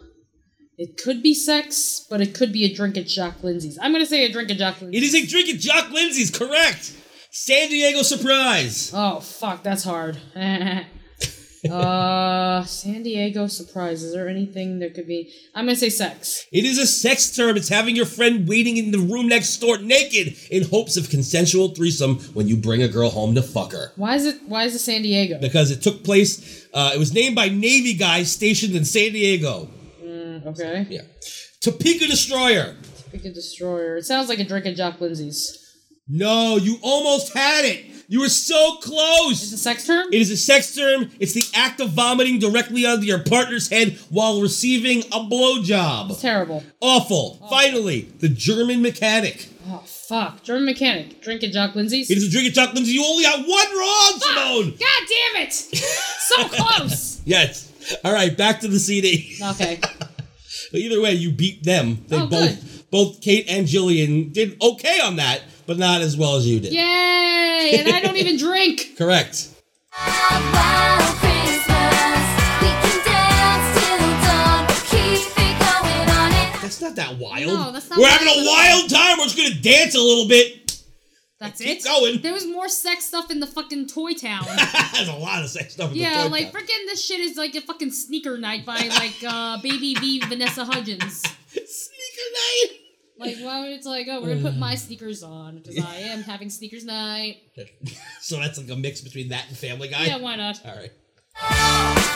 Speaker 8: It could be sex, but it could be a drink at Jock Lindsay's. I'm gonna say a drink at Jock Lindsay's.
Speaker 2: It is a drink at Jock Lindsay's, correct? San Diego surprise.
Speaker 8: Oh fuck, that's hard. uh, San Diego surprise. Is there anything there could be? I'm gonna say sex.
Speaker 2: It is a sex term. It's having your friend waiting in the room next door naked in hopes of consensual threesome when you bring a girl home to fuck her.
Speaker 8: Why is it? Why is it San Diego?
Speaker 2: Because it took place, uh, it was named by Navy guys stationed in San Diego.
Speaker 8: Mm, okay.
Speaker 2: Yeah. Topeka Destroyer.
Speaker 8: Pick a destroyer. It sounds like a drink at Jock Lindsay's.
Speaker 2: No, you almost had it. You were so close. Is
Speaker 8: it a sex term?
Speaker 2: It is a sex term. It's the act of vomiting directly onto your partner's head while receiving a blowjob.
Speaker 8: It's terrible.
Speaker 2: Awful. Finally, the German mechanic.
Speaker 8: Oh fuck. German mechanic. Drink at Jock Lindsay's.
Speaker 2: It is a drink of Chuck Lindsay. You only got one wrong, Simone.
Speaker 8: God damn it! So close.
Speaker 2: Yes. All right, back to the CD.
Speaker 8: Okay.
Speaker 2: But either way, you beat them. They
Speaker 8: Oh,
Speaker 2: both both Kate and Jillian did okay on that, but not as well as you did.
Speaker 8: Yay! And I don't even drink.
Speaker 2: Correct. That's not that wild.
Speaker 8: No, that's not
Speaker 2: We're
Speaker 8: wild
Speaker 2: having
Speaker 8: at
Speaker 2: a
Speaker 8: all.
Speaker 2: wild time. We're just gonna dance a little bit.
Speaker 8: That's it.
Speaker 2: going.
Speaker 8: There was more sex stuff in the fucking Toy Town.
Speaker 2: There's a lot of sex stuff. In
Speaker 8: yeah,
Speaker 2: the toy
Speaker 8: like
Speaker 2: pack.
Speaker 8: freaking this shit is like a fucking sneaker night by like uh Baby V Vanessa Hudgens.
Speaker 2: sneaker night.
Speaker 8: Like why would it's like oh we're gonna put my sneakers on because I am having sneakers night.
Speaker 2: so that's like a mix between that and Family Guy.
Speaker 8: Yeah, why not?
Speaker 2: All right.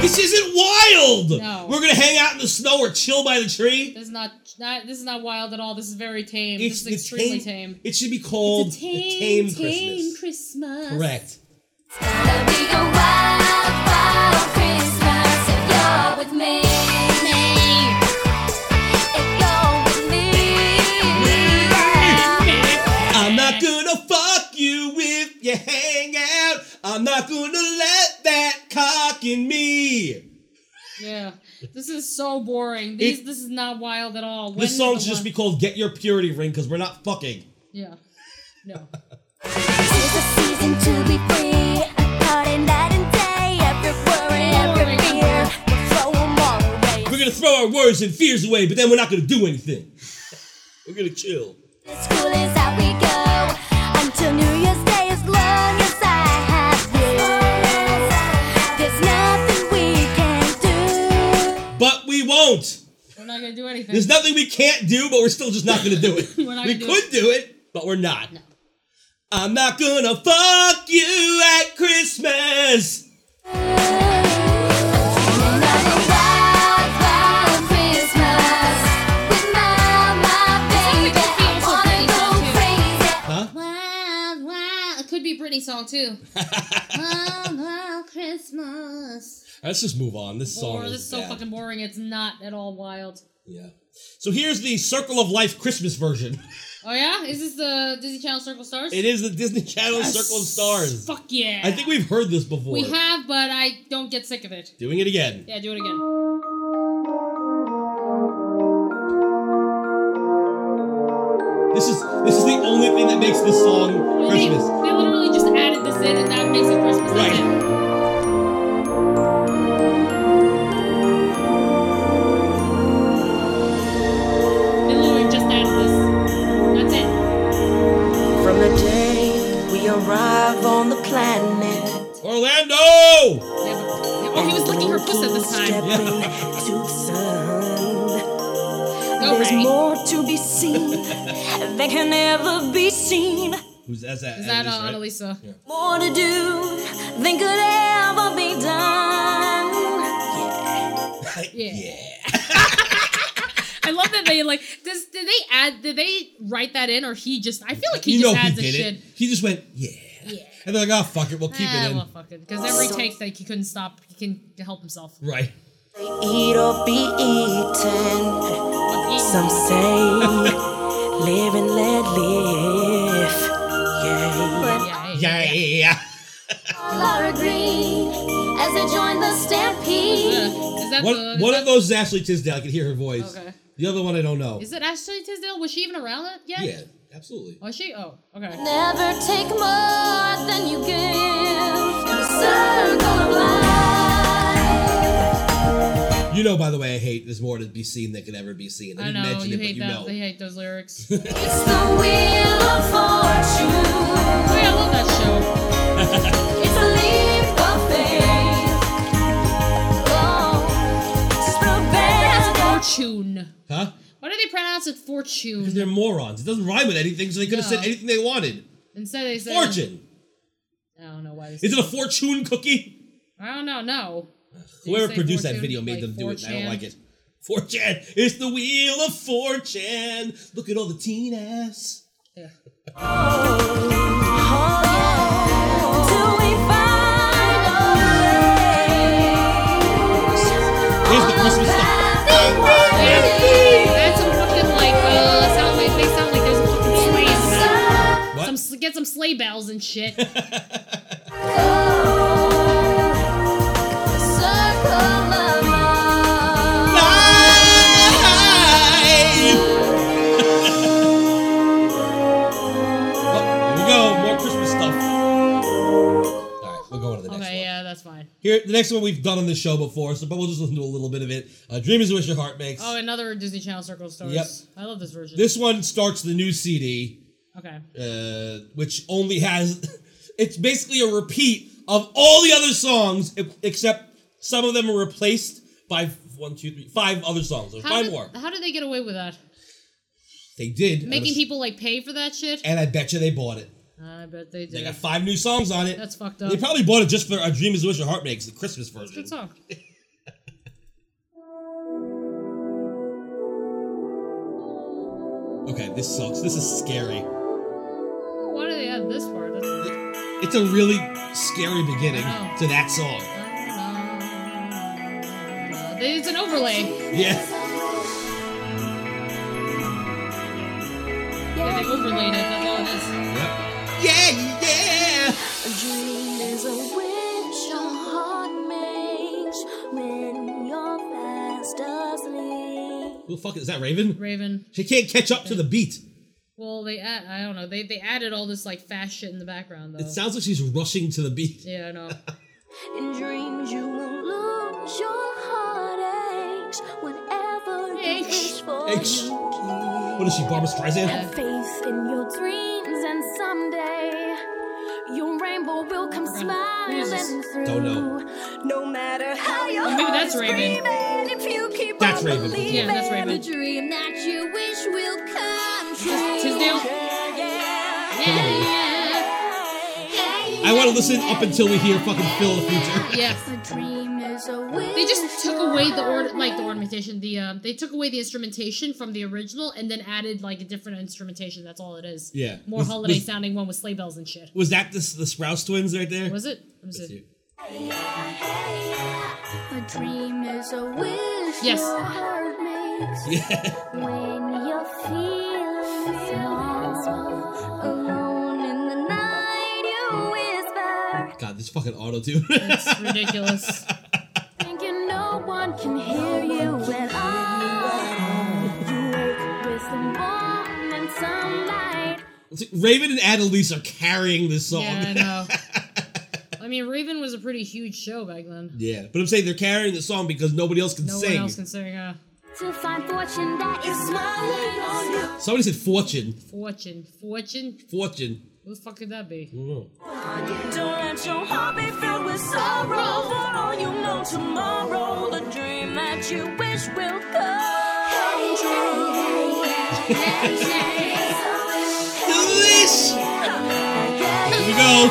Speaker 2: This isn't wild.
Speaker 8: No.
Speaker 2: We're gonna hang out in the snow or chill by the tree.
Speaker 8: This is not, not this is not wild at all. This is very tame.
Speaker 2: It's
Speaker 8: this is
Speaker 2: the
Speaker 8: extremely
Speaker 2: tame-
Speaker 8: tame.
Speaker 2: It should be called
Speaker 8: It's a tame,
Speaker 2: the tame,
Speaker 8: tame
Speaker 2: Christmas.
Speaker 8: Christmas.
Speaker 2: Correct. I'm not gonna fuck you if you hang out. I'm not gonna let that cock in me.
Speaker 8: Yeah, this is so boring. These this is not wild at all. When
Speaker 2: this song
Speaker 8: the
Speaker 2: should just
Speaker 8: one-
Speaker 2: be called "Get Your Purity Ring" because we're not fucking.
Speaker 8: yeah. No.
Speaker 2: We're gonna throw our worries and fears away, but then we're not gonna do anything. We're gonna chill.
Speaker 12: School is out we go until New Year's Day. As long as I have you, there's nothing we can do.
Speaker 2: But we won't.
Speaker 8: We're not gonna do anything.
Speaker 2: There's nothing we can't do, but we're still just not going to do it.
Speaker 8: We're not
Speaker 2: we
Speaker 8: gonna do
Speaker 2: could do it, but we're not. I'm not going to fuck you at Christmas.
Speaker 8: Wild, wild. It could be Britney song too. wild, wild Christmas.
Speaker 2: Let's just move on. This song
Speaker 8: Or
Speaker 2: is
Speaker 8: this is so
Speaker 2: bad.
Speaker 8: fucking boring. It's not at all wild.
Speaker 2: Yeah. So here's the Circle of Life Christmas version.
Speaker 8: Oh yeah, is this the Disney Channel Circle Stars?
Speaker 2: It is the Disney Channel
Speaker 8: Yes.
Speaker 2: Circle of Stars.
Speaker 8: Fuck yeah.
Speaker 2: I think we've heard this before.
Speaker 8: we have, but I don't get sick of it.
Speaker 2: Doing it again.
Speaker 8: Yeah, do it again.
Speaker 2: This is this is the only thing that makes this song Christmas.
Speaker 8: They literally just added this in, and that makes it Christmas. That's it. They literally just added this. That's it.
Speaker 19: From the day we arrive on the planet.
Speaker 2: Orlando!
Speaker 8: Oh, he was licking her pussy this time.
Speaker 19: There's more to be seen than can ever be seen.
Speaker 2: Who's that's that?
Speaker 8: Is that uh,
Speaker 2: Annalise, right?
Speaker 8: Annalisa?
Speaker 19: More to do than could ever be done.
Speaker 8: Yeah. I love that they like. Does did they add? Did they write that in, or he just? I feel like he
Speaker 2: you
Speaker 8: just
Speaker 2: know he
Speaker 8: adds
Speaker 2: did
Speaker 8: a
Speaker 2: it.
Speaker 8: shit.
Speaker 2: He just went, yeah.
Speaker 8: Yeah.
Speaker 2: And they're like, oh fuck it, we'll keep
Speaker 8: Ah,
Speaker 2: it in.
Speaker 8: well, fuck it. Because every take, like he couldn't stop. He can help himself.
Speaker 2: Right.
Speaker 19: Eat or be eaten. Some say live and let live. Yeah.
Speaker 2: Yeah. yeah.
Speaker 12: All are agreed as they join the stampede.
Speaker 8: Is that the?
Speaker 2: One, one of those is Ashley Tisdale. I can hear her voice.
Speaker 8: Okay.
Speaker 2: The other one I don't know.
Speaker 8: Is it Ashley Tisdale? Was she even around it yet?
Speaker 2: Yeah, absolutely.
Speaker 8: Was she? Oh, okay.
Speaker 12: Never take more than you give. Circle of life.
Speaker 2: You know, by the way, I hate there's more to be seen than can ever be seen. I,
Speaker 8: I
Speaker 2: didn't
Speaker 8: know
Speaker 2: mention
Speaker 8: you
Speaker 2: it, but
Speaker 8: hate
Speaker 2: you
Speaker 8: that.
Speaker 2: know.
Speaker 8: They hate those lyrics.
Speaker 12: It's the wheel of fortune.
Speaker 8: Oh, yeah, I love that show.
Speaker 12: It's a leap of faith. Oh,
Speaker 8: Fortune.
Speaker 2: Huh?
Speaker 8: Why do they pronounce it fortune?
Speaker 2: Because they're morons. It doesn't rhyme with anything, so they could have
Speaker 8: No.
Speaker 2: said anything they wanted.
Speaker 8: Instead they say
Speaker 2: Fortune.
Speaker 8: I don't know why. They say
Speaker 2: Is it a fortune cookie?
Speaker 8: I don't know. No. They
Speaker 2: Whoever
Speaker 8: say
Speaker 2: produced that
Speaker 8: fortune,
Speaker 2: video made
Speaker 8: like
Speaker 2: them do it, and I
Speaker 8: 4chan.
Speaker 2: don't like it. Fortune. It's the wheel of fortune. Look at all the teen ass. Here's the Christmas song.
Speaker 8: That's some fucking like uh, sound like they sound like there's a fucking sleigh in the back.
Speaker 2: What?
Speaker 8: Some sl- get some sleigh bells and shit.
Speaker 12: circle of
Speaker 2: Here we go. More Christmas stuff. All right, we'll go on to the next
Speaker 8: okay, yeah, that's fine.
Speaker 2: Here, the next one we've done on the show before, so but we'll just listen to a little bit of it. Uh, Dream is a wish your heart makes.
Speaker 8: Oh, another Disney Channel Circle of Stars.
Speaker 2: Yep.
Speaker 8: I love this version.
Speaker 2: This one starts the new CD,
Speaker 8: Okay.
Speaker 2: uh, which only has it's basically a repeat of all the other songs, e- except some of them are replaced by one, two, three, five other songs. There's
Speaker 8: How
Speaker 2: five
Speaker 8: did,
Speaker 2: more.
Speaker 8: how did they get away with that?
Speaker 2: They did, and I
Speaker 8: Making
Speaker 2: was-
Speaker 8: people like pay for that shit?
Speaker 2: and I bet you they bought it.
Speaker 8: I bet they did.
Speaker 2: They got five new songs on it.
Speaker 8: That's fucked up.
Speaker 2: They probably bought it just for "A Dream Is a Wish Your Heart Makes," the Christmas version.
Speaker 8: Good song.
Speaker 2: Okay, this sucks. This is scary.
Speaker 8: Why do they add this part? That's-
Speaker 2: It's a really scary beginning to that song.
Speaker 8: uh, they- it's an overlay.
Speaker 2: Yeah.
Speaker 8: Yeah, they overlaid it. That's all it is.
Speaker 2: Yeah, yeah.
Speaker 12: A dream is a wish your heart makes when you're fast asleep.
Speaker 2: Who the fuck is that? Raven.
Speaker 8: Raven.
Speaker 2: She can't catch up to the beat.
Speaker 8: Well, they add, I don't know. They they added all this like fast shit in the background though.
Speaker 2: It sounds like she's rushing to the beat.
Speaker 8: Yeah, I know.
Speaker 12: In dreams, you will lose your heartaches whenever you wish for
Speaker 2: Aches.
Speaker 12: you.
Speaker 2: What is she, Barbara Streisand?
Speaker 12: Have faith in your dreams, and someday your rainbow will come smiling through.
Speaker 2: Don't know.
Speaker 12: No matter how your
Speaker 8: Maybe
Speaker 12: heart
Speaker 8: that's
Speaker 12: is
Speaker 8: Raven.
Speaker 12: screaming, if you keep
Speaker 2: That's
Speaker 12: on
Speaker 2: Raven.
Speaker 12: believing,
Speaker 8: Yeah, that's Raven.
Speaker 12: the dream that you wish will come true.
Speaker 8: Tisdale?
Speaker 12: Yeah, yeah,
Speaker 2: Mhm.
Speaker 12: yeah, yeah,
Speaker 2: I want to listen up until we hear fucking Phil in the future.
Speaker 8: Yes. They just took away the order, like the ornamentation. The um, they took away the instrumentation from the original and then added like a different instrumentation. That's all it is.
Speaker 2: Yeah.
Speaker 8: More
Speaker 2: Was-
Speaker 8: holiday
Speaker 2: was-
Speaker 8: sounding one with sleigh bells and shit.
Speaker 2: Was that the, the Sprouse twins right there?
Speaker 8: Was it? Let me see.
Speaker 12: A dream is a wish
Speaker 8: Yes.
Speaker 12: your heart makes
Speaker 2: Yeah.
Speaker 12: when you're feeling small. Alone in the night, you whisper,
Speaker 2: God, this fucking auto tune.
Speaker 8: It's ridiculous.
Speaker 12: thinking no one can hear you at all. You wake with the morning sunlight.
Speaker 2: It's like Raven and Annalise are carrying this song.
Speaker 8: Yeah, I know. I mean, Raven was a pretty huge show back then.
Speaker 2: Yeah, but I'm saying they're carrying the song because nobody else can
Speaker 8: No
Speaker 2: sing.
Speaker 8: one else can sing. Uh,
Speaker 12: To find fortune that is smiling on you.
Speaker 2: Somebody said fortune.
Speaker 8: fortune, fortune.
Speaker 2: Fortune.
Speaker 8: Who the fuck could that
Speaker 2: I
Speaker 8: be?
Speaker 2: don't know.
Speaker 12: Don't let your heart be filled with sorrow. For all you know tomorrow, the dream that you wish will come true.
Speaker 2: Delicious. Here we go.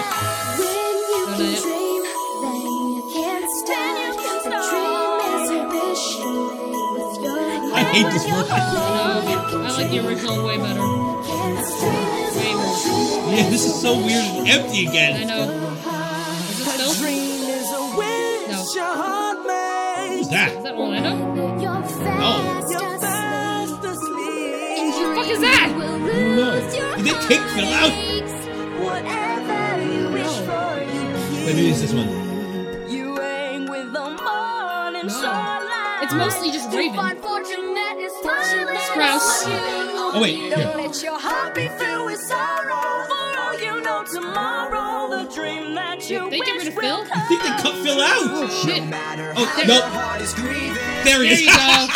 Speaker 2: I hate this
Speaker 8: Oh, version. I like the original way better. Way more.
Speaker 2: Yeah, this is so weird and empty
Speaker 8: I
Speaker 2: again.
Speaker 8: know. Is this Phil? No.
Speaker 2: Who's that?
Speaker 8: Is that Orlando?
Speaker 2: No.
Speaker 12: The
Speaker 8: fuck is that?
Speaker 2: No. Did they take Phil out?
Speaker 12: Whatever you wish for, you
Speaker 2: Maybe it's this one.
Speaker 12: You rang with the morning
Speaker 8: No.
Speaker 12: sunlight.
Speaker 8: It's mostly just
Speaker 12: To
Speaker 8: Raven.
Speaker 12: find fortune that is smiling
Speaker 8: Sprouse.
Speaker 12: on you.
Speaker 2: Oh, wait, here.
Speaker 12: Don't let your heart be filled with sorrow. For all you know tomorrow, the dream that you
Speaker 8: They
Speaker 12: wish
Speaker 8: get rid of
Speaker 12: will
Speaker 8: Phil?
Speaker 2: I
Speaker 12: come.
Speaker 2: think they cut Phil out.
Speaker 8: Oh shit.
Speaker 2: Oh, nope. There he
Speaker 8: There
Speaker 2: is.
Speaker 8: you go.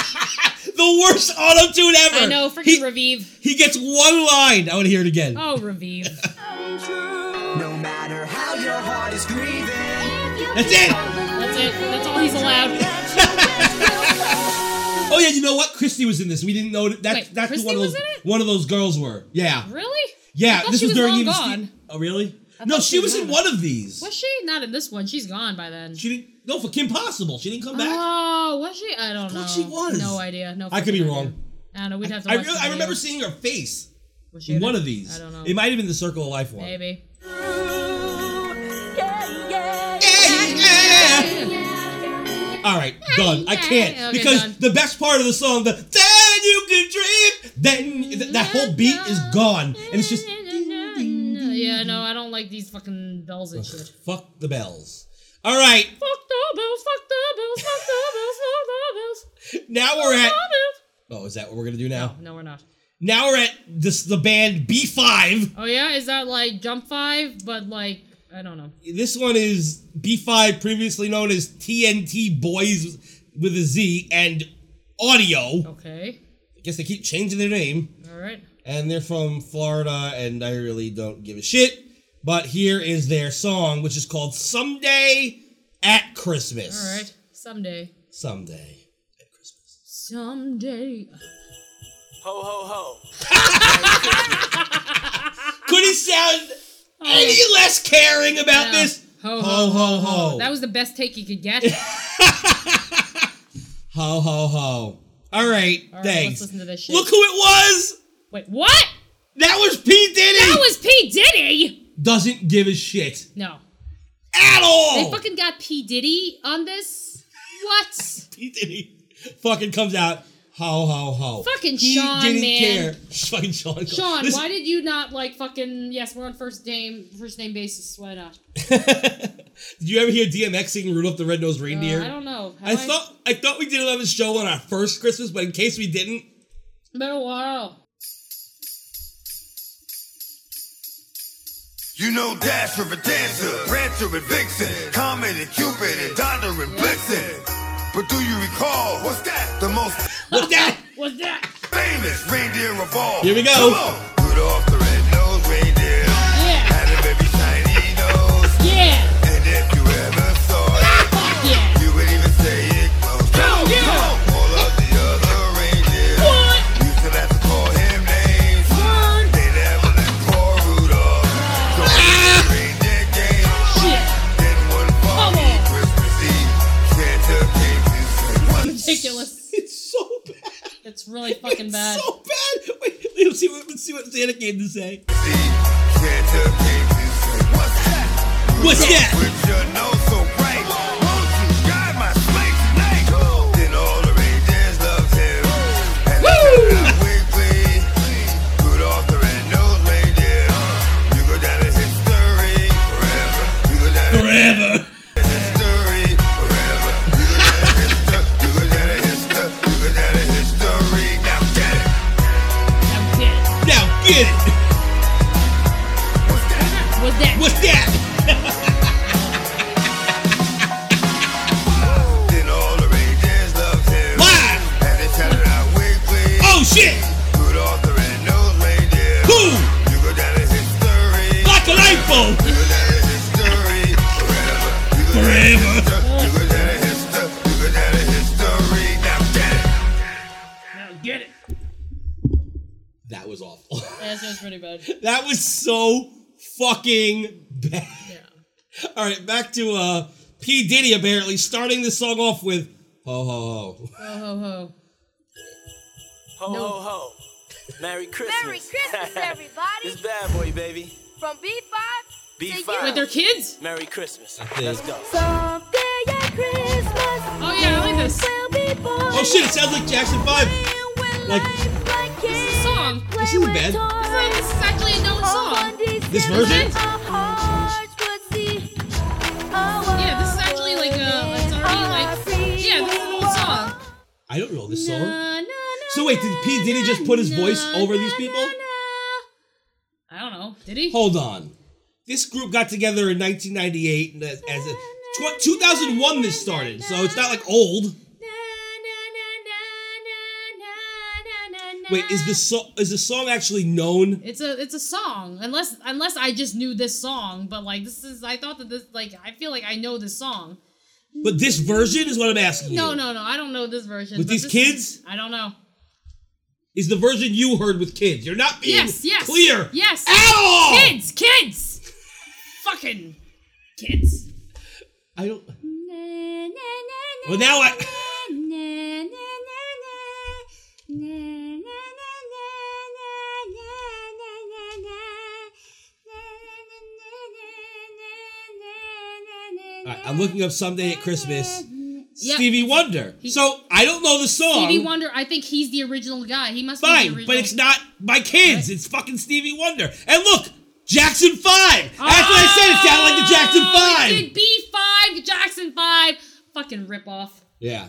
Speaker 2: the worst auto tune ever.
Speaker 8: I know, freaking
Speaker 2: He,
Speaker 8: Revive.
Speaker 2: he gets one line. I want to hear it again.
Speaker 8: Oh, Revive.
Speaker 12: No matter how your heart is grieving.
Speaker 2: That's it.
Speaker 8: That's it. That's all he's allowed.
Speaker 2: Oh yeah, you know what? Christy was in this. We didn't know that. That's,
Speaker 8: Wait,
Speaker 2: that's
Speaker 8: Christy
Speaker 2: one of those.
Speaker 8: was in
Speaker 2: One of those girls were. Yeah.
Speaker 8: Really? I
Speaker 2: Yeah.
Speaker 8: thought
Speaker 2: This
Speaker 8: she
Speaker 2: was
Speaker 8: was
Speaker 2: during
Speaker 8: long
Speaker 2: even.
Speaker 8: gone.
Speaker 2: Ste- oh really?
Speaker 8: I
Speaker 2: No,
Speaker 8: thought
Speaker 2: she
Speaker 8: she
Speaker 2: was
Speaker 8: was
Speaker 2: in
Speaker 8: in
Speaker 2: one of these.
Speaker 8: Was she? Not in this one. She's gone by then.
Speaker 2: She didn't. No, for Kim Possible. She didn't come back.
Speaker 8: Oh, was she? I don't know.
Speaker 2: thought she was.
Speaker 8: No idea. No.
Speaker 2: I could be
Speaker 8: fucking idea.
Speaker 2: wrong.
Speaker 8: I don't know. We'd have to.
Speaker 2: I,
Speaker 8: watch
Speaker 2: really,
Speaker 8: the
Speaker 2: I remember
Speaker 8: videos.
Speaker 2: seeing her face
Speaker 8: Was she
Speaker 2: in
Speaker 8: in
Speaker 2: one
Speaker 8: it?
Speaker 2: of these.
Speaker 8: I don't know.
Speaker 2: It might have been the Circle of Life one.
Speaker 8: Maybe.
Speaker 2: All right, done. I can't
Speaker 8: Okay,
Speaker 2: because
Speaker 8: done.
Speaker 2: the best part of the song, the "Then you can dream," then th- that whole beat is gone, and it's just
Speaker 8: No, yeah, no, I don't like these fucking bells and shit.
Speaker 2: fuck the bells. All right,
Speaker 8: Fuck the bells. Fuck the bells. Fuck the bells. Fuck the bells.
Speaker 2: now we're at. Oh, is that what we're gonna do now?
Speaker 8: No, we're not.
Speaker 2: Now we're at this the band B Five.
Speaker 8: Oh yeah, is that like jump five? But like, I don't know.
Speaker 2: This one is B Five, previously known as TNT Boys with a Z and Audio.
Speaker 8: Okay.
Speaker 2: I guess they keep changing their name.
Speaker 8: All right.
Speaker 2: and they're from Florida, and I really don't give a shit. But here is their song, which is called Someday at Christmas.
Speaker 8: All right. Someday.
Speaker 2: Someday.
Speaker 8: Someday.
Speaker 20: Ho ho ho.
Speaker 2: Couldn't sound
Speaker 8: Oh.
Speaker 2: any less caring about
Speaker 8: Yeah.
Speaker 2: this. Ho,
Speaker 8: Ho ho
Speaker 2: ho,
Speaker 8: ho
Speaker 2: ho.
Speaker 8: ho. That was the best take you could get.
Speaker 2: Ho, ho, ho. All right,
Speaker 8: All right,
Speaker 2: thanks.
Speaker 8: let's listen to this shit.
Speaker 2: Look who it was!
Speaker 8: Wait, what?
Speaker 2: That was P. Diddy!
Speaker 8: That was P Diddy.
Speaker 2: Doesn't give a shit
Speaker 8: No.
Speaker 2: at
Speaker 8: They
Speaker 2: all!
Speaker 8: fucking got P Diddy on this. What?
Speaker 2: P. Diddy fucking comes out, ho, ho, ho.
Speaker 8: Fucking
Speaker 2: he
Speaker 8: Sean,
Speaker 2: didn't
Speaker 8: man.
Speaker 2: care. Fucking Sean.
Speaker 8: Sean,
Speaker 2: Listen,
Speaker 8: why did you not like fucking? Yes, we're on first name first name basis. Why not?
Speaker 2: Did you ever hear DMX singing Rudolph the Red-Nosed
Speaker 8: Uh,
Speaker 2: Reindeer?
Speaker 8: I don't know.
Speaker 2: I, thought I thought we did it on the show on our first Christmas, but in case we didn't,
Speaker 8: Been a while.
Speaker 9: You know Dash from a dancer, Prancer and Vixen, Comet and Cupid and Donna and Blitzen. But do you recall what's that? The most
Speaker 2: what's that?
Speaker 8: What's that?
Speaker 9: famous limits, reindeer of all.
Speaker 2: Here we go.
Speaker 9: Come on. Good off the red nose reindeer. Yeah. Had a very shiny nose. Yeah. And if you ever saw it, yeah. you would even say it close. Come on, come on. All of the other reindeer. What? Used to have to call him names. What? They never let poor Rudolph. So ah. reindeer game. Shit. Then one foggy Christmas Eve, Santa came to say,
Speaker 8: Ridiculous.
Speaker 2: It's so bad.
Speaker 8: It's really fucking bad.
Speaker 2: So bad. Wait, let's see what let's see what Santa came to say.
Speaker 9: Santa came to say, what's that?
Speaker 2: What's
Speaker 9: Rudolph
Speaker 2: that?
Speaker 9: With your nose so bright. Won't you guide my sleigh tonight? Then all the reindeers loved him. And they turned out weekly. Rudolph the red-nosed reindeer. You go down in history forever. You go down in
Speaker 2: Forever.
Speaker 9: history forever. You go down in history. You go down in history. You go down in history. Now get it.
Speaker 2: Now get it.
Speaker 8: What's that?
Speaker 2: What's that?
Speaker 9: Then all the reindeers loved him.
Speaker 2: Why?
Speaker 9: And they shouted out weekly.
Speaker 2: Oh shit!
Speaker 9: Rudolph the red-nosed reindeer.
Speaker 2: Who?
Speaker 9: You go down in history.
Speaker 2: Like a light bulb.
Speaker 9: You go down in history forever. You go down in history. You go down in history. You go down in history. Now get
Speaker 8: Now get
Speaker 9: it.
Speaker 8: it.
Speaker 2: That was awful.
Speaker 8: That sounds pretty bad.
Speaker 2: That was so fucking bad. All right, back to uh, P Diddy apparently starting the song off with ho ho ho.
Speaker 8: Ho ho ho.
Speaker 7: Ho
Speaker 8: No.
Speaker 7: ho ho. Merry Christmas.
Speaker 12: Merry Christmas, everybody.
Speaker 7: this bad boy, baby.
Speaker 12: From B5
Speaker 7: B5.
Speaker 8: With their kids?
Speaker 7: Merry Christmas. Let's go.
Speaker 12: Someday at Christmas.
Speaker 8: Oh, yeah, I like this.
Speaker 12: Will be born.
Speaker 2: Oh shit! It sounds like Jackson Five. Like
Speaker 8: This is a song.
Speaker 2: this isn't bad.
Speaker 8: This is, like, this is actually a known song.
Speaker 2: This version?
Speaker 8: Yeah, this is actually like a. It's already like. Yeah, this is an old song.
Speaker 2: I don't know this song. So wait, did P Diddy just put his voice over these people?
Speaker 8: I don't know. Did he?
Speaker 2: Hold on. This group got together in 1998 and as as a tw- 2001 this started, so it's not like old. Wait, is the song is the song actually known?
Speaker 8: It's a it's a song. Unless unless I just knew this song, but like this is I thought that this like I feel like I know this song.
Speaker 2: But this version is what I'm asking
Speaker 8: No,
Speaker 2: you.
Speaker 8: no, no. I don't know this version.
Speaker 2: With
Speaker 8: but
Speaker 2: these
Speaker 8: this-
Speaker 2: kids?
Speaker 8: I don't know.
Speaker 2: Is the version you heard with kids? You're not being
Speaker 8: Yes, yes.
Speaker 2: clear.
Speaker 8: Yes.
Speaker 2: At all!
Speaker 8: Kids, kids. Fucking kids.
Speaker 2: I don't. Well, now I. All right, I'm looking up someday at Christmas.
Speaker 8: Yeah.
Speaker 2: Stevie Wonder. so I don't know the song.
Speaker 8: Stevie Wonder, I think he's the original guy. He must be the
Speaker 2: Fine,
Speaker 8: original.
Speaker 2: but it's not my kids. It's fucking Stevie Wonder. And look, Jackson Five. That's what I said. It sounded like the Jackson
Speaker 8: Oh,
Speaker 2: Five.
Speaker 8: he did B five, Jackson five. Fucking rip off.
Speaker 2: Yeah.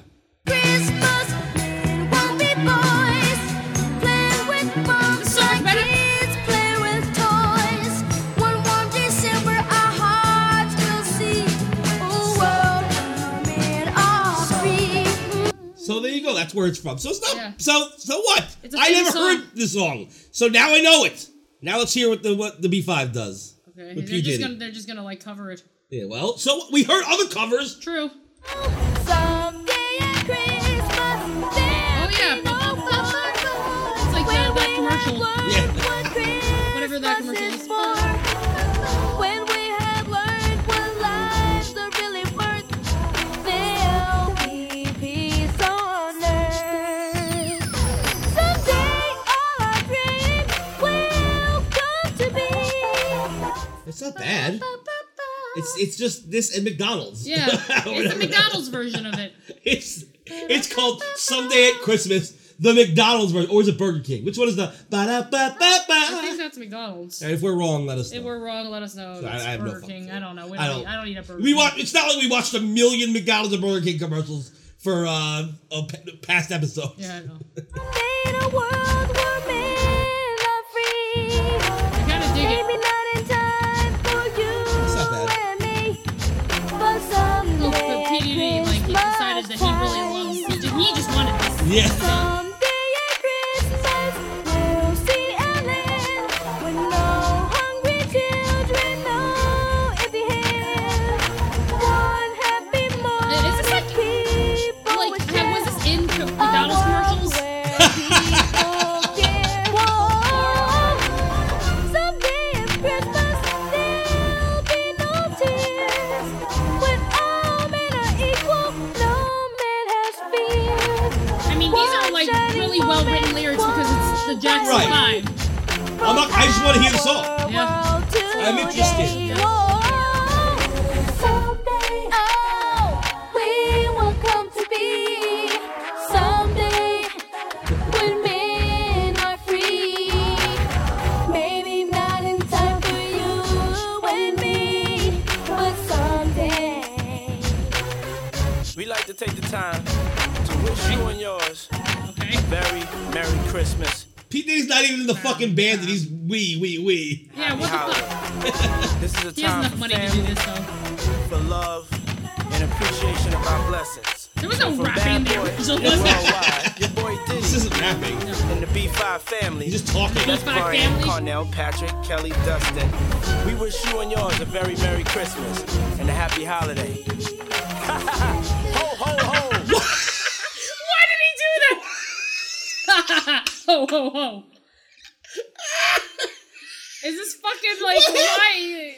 Speaker 2: So there you go. That's where it's from. So it's not. So so what?
Speaker 8: It's a
Speaker 2: I
Speaker 8: theme
Speaker 2: never
Speaker 8: song.
Speaker 2: heard the song. So now I know it. Now let's hear what the what the B five does.
Speaker 8: Okay,
Speaker 2: With
Speaker 8: they're
Speaker 2: P
Speaker 8: just
Speaker 2: Diddy.
Speaker 8: gonna they're just gonna like cover it.
Speaker 2: Yeah. Well, so we heard other covers.
Speaker 8: True.
Speaker 12: Oh yeah. It's
Speaker 8: like
Speaker 12: that, that commercial.
Speaker 8: Whatever that commercial is.
Speaker 12: When we have learned what lives are really worth, there'll be peace on earth. Someday all our dreams will come to be.
Speaker 2: It's not bad. It's it's just this and McDonald's.
Speaker 8: Yeah, it's the
Speaker 2: Whatever.
Speaker 8: McDonald's version of it.
Speaker 2: It's it's called Someday at Christmas, the McDonald's version, or is it Burger King? Which one is the ba da ba ba
Speaker 8: I
Speaker 2: ba?
Speaker 8: think that's McDonald's.
Speaker 2: And if we're wrong, let us know.
Speaker 8: If we're wrong, let us know.
Speaker 2: So I-
Speaker 8: It's
Speaker 2: I have no
Speaker 8: Burger
Speaker 2: fucking
Speaker 8: King. I don't know. We
Speaker 2: I
Speaker 8: don't
Speaker 2: don't-
Speaker 8: eat- I don't eat a burger.
Speaker 2: We watch. It's not like we watched a million McDonald's and Burger King commercials for uh, uh p- past episodes.
Speaker 8: Yeah, I know.
Speaker 12: I
Speaker 8: kinda dig it.
Speaker 12: Maybe not in time for you
Speaker 2: It's not bad.
Speaker 12: and me, but someday
Speaker 8: Look, the
Speaker 12: at
Speaker 8: PDD, like, he
Speaker 12: Christmas
Speaker 8: decided that he really loves. He, just- he just wanted this.
Speaker 2: Yeah.
Speaker 12: Someday at Christmas
Speaker 8: the Jackson
Speaker 2: Right.
Speaker 8: Five.
Speaker 2: I'm not, I just want to hear the song.
Speaker 8: Yeah.
Speaker 2: I'm interested.
Speaker 12: Someday, oh, we will come to be. Someday, when men are free. Maybe not in time for you and me, but someday.
Speaker 7: We like to take the time to wish you and yours a very Merry Christmas.
Speaker 2: Pete Diddy's not even in the fucking band, and he's wee, wee, wee.
Speaker 7: Yeah, what the fuck? this is a
Speaker 8: He has
Speaker 7: time
Speaker 8: enough
Speaker 7: for
Speaker 8: money to
Speaker 7: family,
Speaker 8: do this though.
Speaker 7: for love, and appreciation of our blessings.
Speaker 8: There was no
Speaker 7: From
Speaker 8: rapping
Speaker 7: Bad
Speaker 8: there.
Speaker 7: Boy
Speaker 8: There was
Speaker 7: and
Speaker 8: no-
Speaker 7: worldwide, your boy Diddy. This
Speaker 2: isn't rapping.
Speaker 7: And the B5 family.
Speaker 2: He's just talking.
Speaker 7: That's
Speaker 2: B5
Speaker 7: Brian,
Speaker 2: family.
Speaker 7: Cornell, Patrick, Kelly, Dustin. We wish you and yours a very Merry Christmas and a happy holiday.
Speaker 8: Why did he do that? ho ho ho. Is this fucking like why?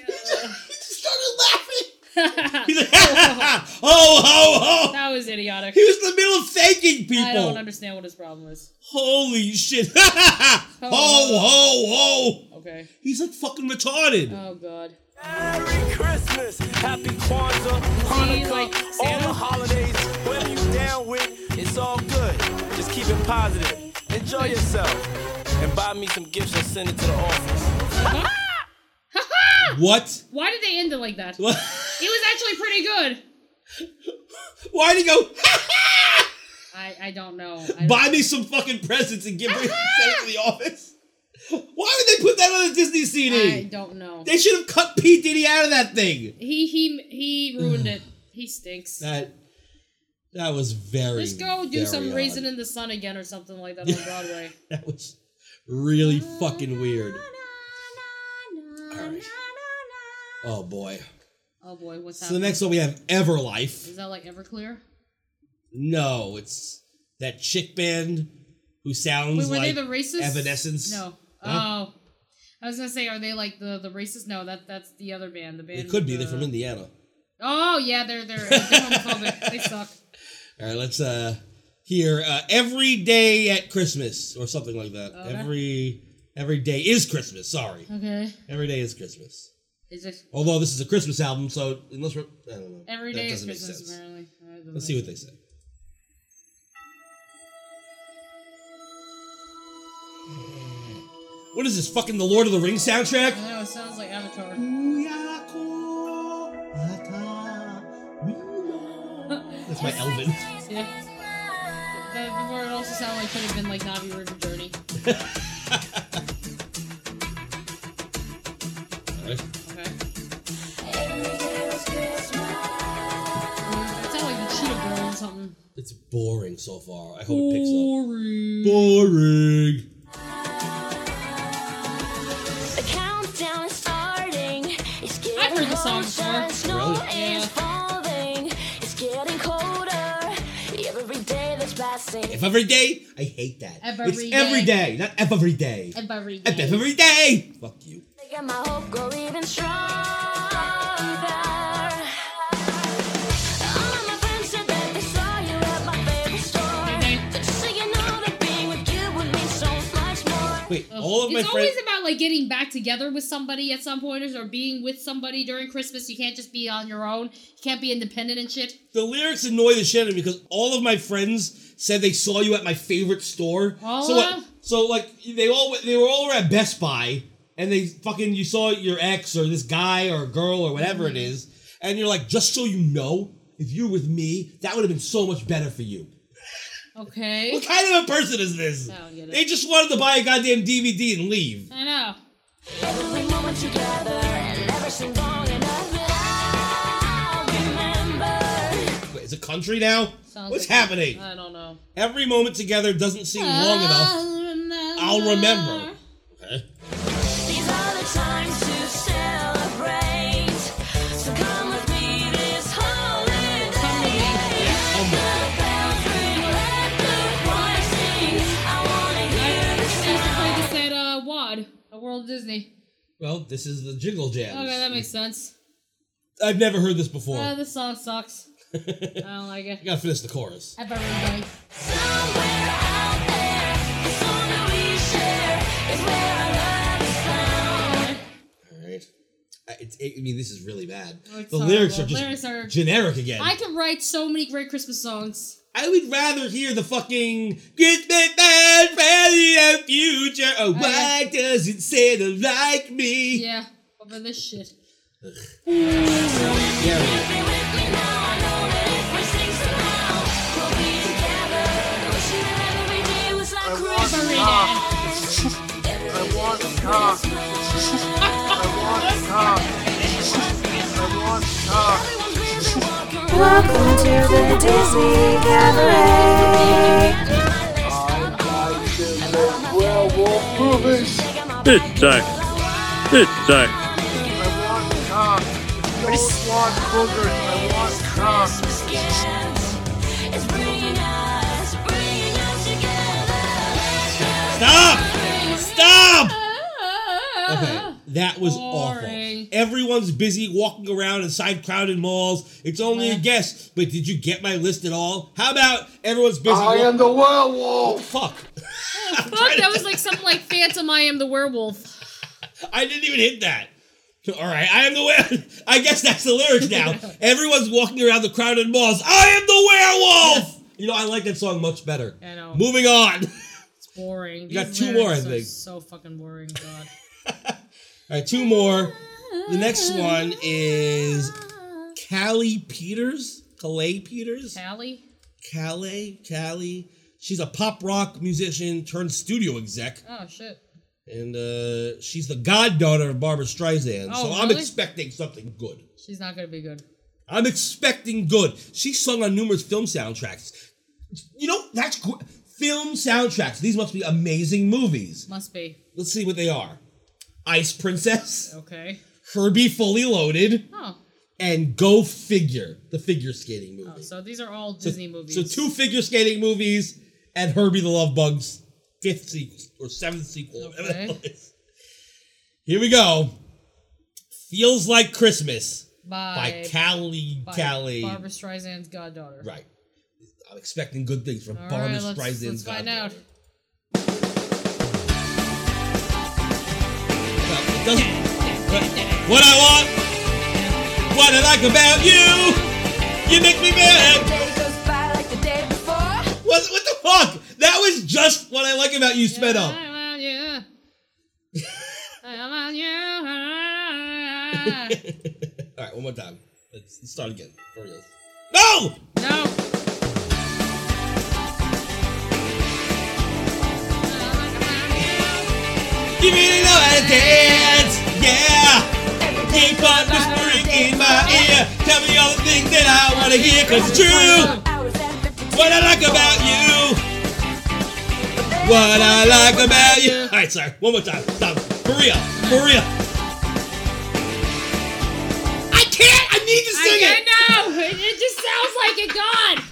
Speaker 8: started laughing.
Speaker 2: He's like, ho, ho, ho.
Speaker 8: That was idiotic.
Speaker 2: oh. He was in the middle of thanking people.
Speaker 8: I don't understand what his problem is.
Speaker 2: Holy shit. ho, ho, ho.
Speaker 8: Okay.
Speaker 2: He's like fucking retarded.
Speaker 8: Oh god.
Speaker 7: Merry Christmas, Happy Kwanzaa, Hanukkah,
Speaker 2: Oh.
Speaker 7: all the holidays, whatever you down with, it's all good. Just keep it positive, enjoy yourself, and buy me some gifts and send it to the office.
Speaker 2: What?
Speaker 8: Why did they end it like that?
Speaker 2: What?
Speaker 8: It was actually pretty good.
Speaker 2: Why did he go,
Speaker 8: I, I don't know. I
Speaker 2: buy me some fucking presents and give me send it to the office? Why would they put that on a Disney CD?
Speaker 8: I don't know.
Speaker 2: They should have cut Pete Diddy out of that thing.
Speaker 8: He he he ruined it. He stinks.
Speaker 2: That that was very.
Speaker 8: Just go do
Speaker 2: very
Speaker 8: some
Speaker 2: odd.
Speaker 8: Raisin in the Sun again or something like that on Broadway.
Speaker 2: That was really fucking weird. Alright. Oh boy.
Speaker 8: Oh boy, what's
Speaker 2: So the
Speaker 8: happening?
Speaker 2: next one we have Everlife.
Speaker 8: Is that like Everclear?
Speaker 2: No, it's that chick band who sounds
Speaker 8: Wait, were
Speaker 2: like
Speaker 8: they the racist?
Speaker 2: Evanescence.
Speaker 8: No.
Speaker 2: Huh?
Speaker 8: Oh. I was gonna say, are they like the the racist? No, that that's the other band. The band.
Speaker 2: It could be.
Speaker 8: with
Speaker 2: They're
Speaker 8: the...
Speaker 2: from Indiana.
Speaker 8: Oh yeah, they're they're, they're homophobic. they suck.
Speaker 2: All right, let's uh hear uh, every day at Christmas or something like that.
Speaker 8: Okay.
Speaker 2: Every every day is Christmas. Sorry,
Speaker 8: Okay.
Speaker 2: every day is Christmas.
Speaker 8: Is it
Speaker 2: Although this is a Christmas album, so unless we're I don't know,
Speaker 8: every
Speaker 2: that
Speaker 8: day is
Speaker 2: doesn't make
Speaker 8: Christmas
Speaker 2: sense.
Speaker 8: apparently? Uh, doesn't
Speaker 2: Let's
Speaker 8: make
Speaker 2: see what they say. What is this fucking the Lord of the Rings soundtrack?
Speaker 8: I know it sounds like Avatar.
Speaker 2: That's my Elvin.
Speaker 8: Yeah. That, before it also sounded like could have been like Navi River Journey.
Speaker 2: All right.
Speaker 8: Okay. It sounded like the Cheetah Girl or something.
Speaker 2: It's boring so far. I hope it picks up.
Speaker 8: Boring.
Speaker 2: Boring.
Speaker 12: The countdown is starting. It's getting
Speaker 8: I've heard this song
Speaker 12: closer.
Speaker 8: before.
Speaker 12: Snow
Speaker 2: Really?
Speaker 12: is falling. It's getting colder. Every day that's passing.
Speaker 2: If every day, I hate that.
Speaker 12: Every
Speaker 2: it's every day,
Speaker 12: day.
Speaker 2: not every day.
Speaker 8: Every
Speaker 2: Ev- Every day. Fuck you.
Speaker 12: Making my hope grow even stronger. All my friends said that they saw you at my favorite store. But just so you know that being with you would mean so much more.
Speaker 2: Wait, all of my
Speaker 8: it's
Speaker 2: friends.
Speaker 8: always about like getting back together with somebody at some point or being with somebody during Christmas. You can't just be on your own. You can't be independent and shit.
Speaker 2: The lyrics annoy the shit out of me because all of my friends said they saw you at my favorite store.
Speaker 8: All
Speaker 2: so what,
Speaker 8: of-
Speaker 2: so like they all they were all at Best Buy and they fucking you saw your ex or this guy or girl or whatever
Speaker 8: Mm-hmm.
Speaker 2: it is and you're like just so you know if you're with me that would have been so much better for you.
Speaker 8: Okay.
Speaker 2: What kind of a person is this?
Speaker 8: I don't get it.
Speaker 2: They just wanted to buy a goddamn DVD and leave.
Speaker 8: I know.
Speaker 12: Every moment together and every single moment of it I'll remember.
Speaker 2: Wait, is it country now?
Speaker 8: Sounds
Speaker 2: What's
Speaker 8: like- Uh,
Speaker 2: happening?
Speaker 8: I don't know.
Speaker 2: Every moment together doesn't seem long enough. I'll remember. Okay.
Speaker 12: These are the times to celebrate. So come with me this holiday. The bells ring, let the choir sing. I wanna hear the
Speaker 8: I used to play this at uh, WAD, at World Disney.
Speaker 2: Well, this is the Jingle Jams.
Speaker 8: Okay, that makes sense.
Speaker 2: I've never heard this before.
Speaker 8: Uh, this song sucks. I don't like it.
Speaker 2: I gotta finish the chorus.
Speaker 8: Every day.
Speaker 12: It's only we share.
Speaker 2: Uh, it's. I mean, this is really bad.
Speaker 8: Oh, it's
Speaker 2: the lyrics
Speaker 8: horrible.
Speaker 2: are just
Speaker 8: Lyrics are-
Speaker 2: generic again.
Speaker 8: I can write so many great Christmas songs.
Speaker 2: I would rather hear the fucking Christmas band for the future. Oh, why doesn't Santa like me?
Speaker 8: Yeah, over this shit.
Speaker 16: I want cock. I want cock. I want cock.
Speaker 21: Welcome to the Disney Cabaret.
Speaker 22: Sit back. Sit back.
Speaker 16: Cock. Don't want boogers. I want cock.
Speaker 2: Stop!
Speaker 8: Uh-huh.
Speaker 2: Stop! Okay, that was awful. Everyone's busy walking around inside crowded malls. It's only a guess, but did you get my list at all? How about everyone's busy?
Speaker 16: I am
Speaker 2: the werewolf. Fuck!
Speaker 8: Fuck, that was like something like Phantom I Am the Werewolf.
Speaker 2: I didn't even hit that. All right, I am the werewolf. I guess that's the lyric now. Everyone's walking around the crowded malls. I am the werewolf. You know, I like that song much better.
Speaker 8: I know.
Speaker 2: Moving on.
Speaker 8: It's boring.
Speaker 2: You got
Speaker 8: These
Speaker 2: two more, I
Speaker 8: lyrics are
Speaker 2: think.
Speaker 8: So fucking boring, God.
Speaker 2: All right, two more. The next one is Callie Peters. Calais Peters.
Speaker 8: Callie.
Speaker 2: Calais. Callie. She's a pop rock musician turned studio exec,
Speaker 8: Oh shit.
Speaker 2: and uh, she's the goddaughter of Barbara Streisand.
Speaker 8: Oh,
Speaker 2: so I'm
Speaker 8: really?
Speaker 2: expecting something good.
Speaker 8: She's not gonna be good.
Speaker 2: I'm expecting good. She sung on numerous film soundtracks. You know that's gr- film soundtracks. These must be amazing movies.
Speaker 8: Must be.
Speaker 2: Let's see what they are: Ice Princess,
Speaker 8: Okay.
Speaker 2: Herbie Fully Loaded,
Speaker 8: Oh.
Speaker 2: and Go Figure, the figure skating movie.
Speaker 8: Oh, so these are all
Speaker 2: So-
Speaker 8: Disney movies.
Speaker 2: So two figure skating movies and Herbie the Love Bug's fifth sequel or seventh sequel. whatever that
Speaker 8: Okay.
Speaker 2: was. Here we go. Feels like Christmas
Speaker 8: by,
Speaker 2: by Callie
Speaker 8: by
Speaker 2: Callie.
Speaker 8: Barbara Streisand's goddaughter.
Speaker 2: Right. I'm expecting good things from
Speaker 8: All
Speaker 2: Barbara
Speaker 8: right, let's, let's
Speaker 2: Streisand's
Speaker 8: find
Speaker 2: goddaughter.
Speaker 8: out.
Speaker 2: It doesn't. What I want, what I like about you, you make me mad. What, what the fuck? That was just what I like about you, sped up.
Speaker 8: I'm on you. I'm on you.
Speaker 2: All right, one more time. Let's, let's start again. For real. No!
Speaker 8: No.
Speaker 2: Give me another dance, yeah. Keep on whispering in my ear. Tell me all the things that I want to hear, cause it's true. What I like about you. What I like about you. All right, sorry. One more time. Stop. For real. For real. I can't. I need to sing
Speaker 8: I,
Speaker 2: it.
Speaker 8: I know. It, it just sounds like it. God.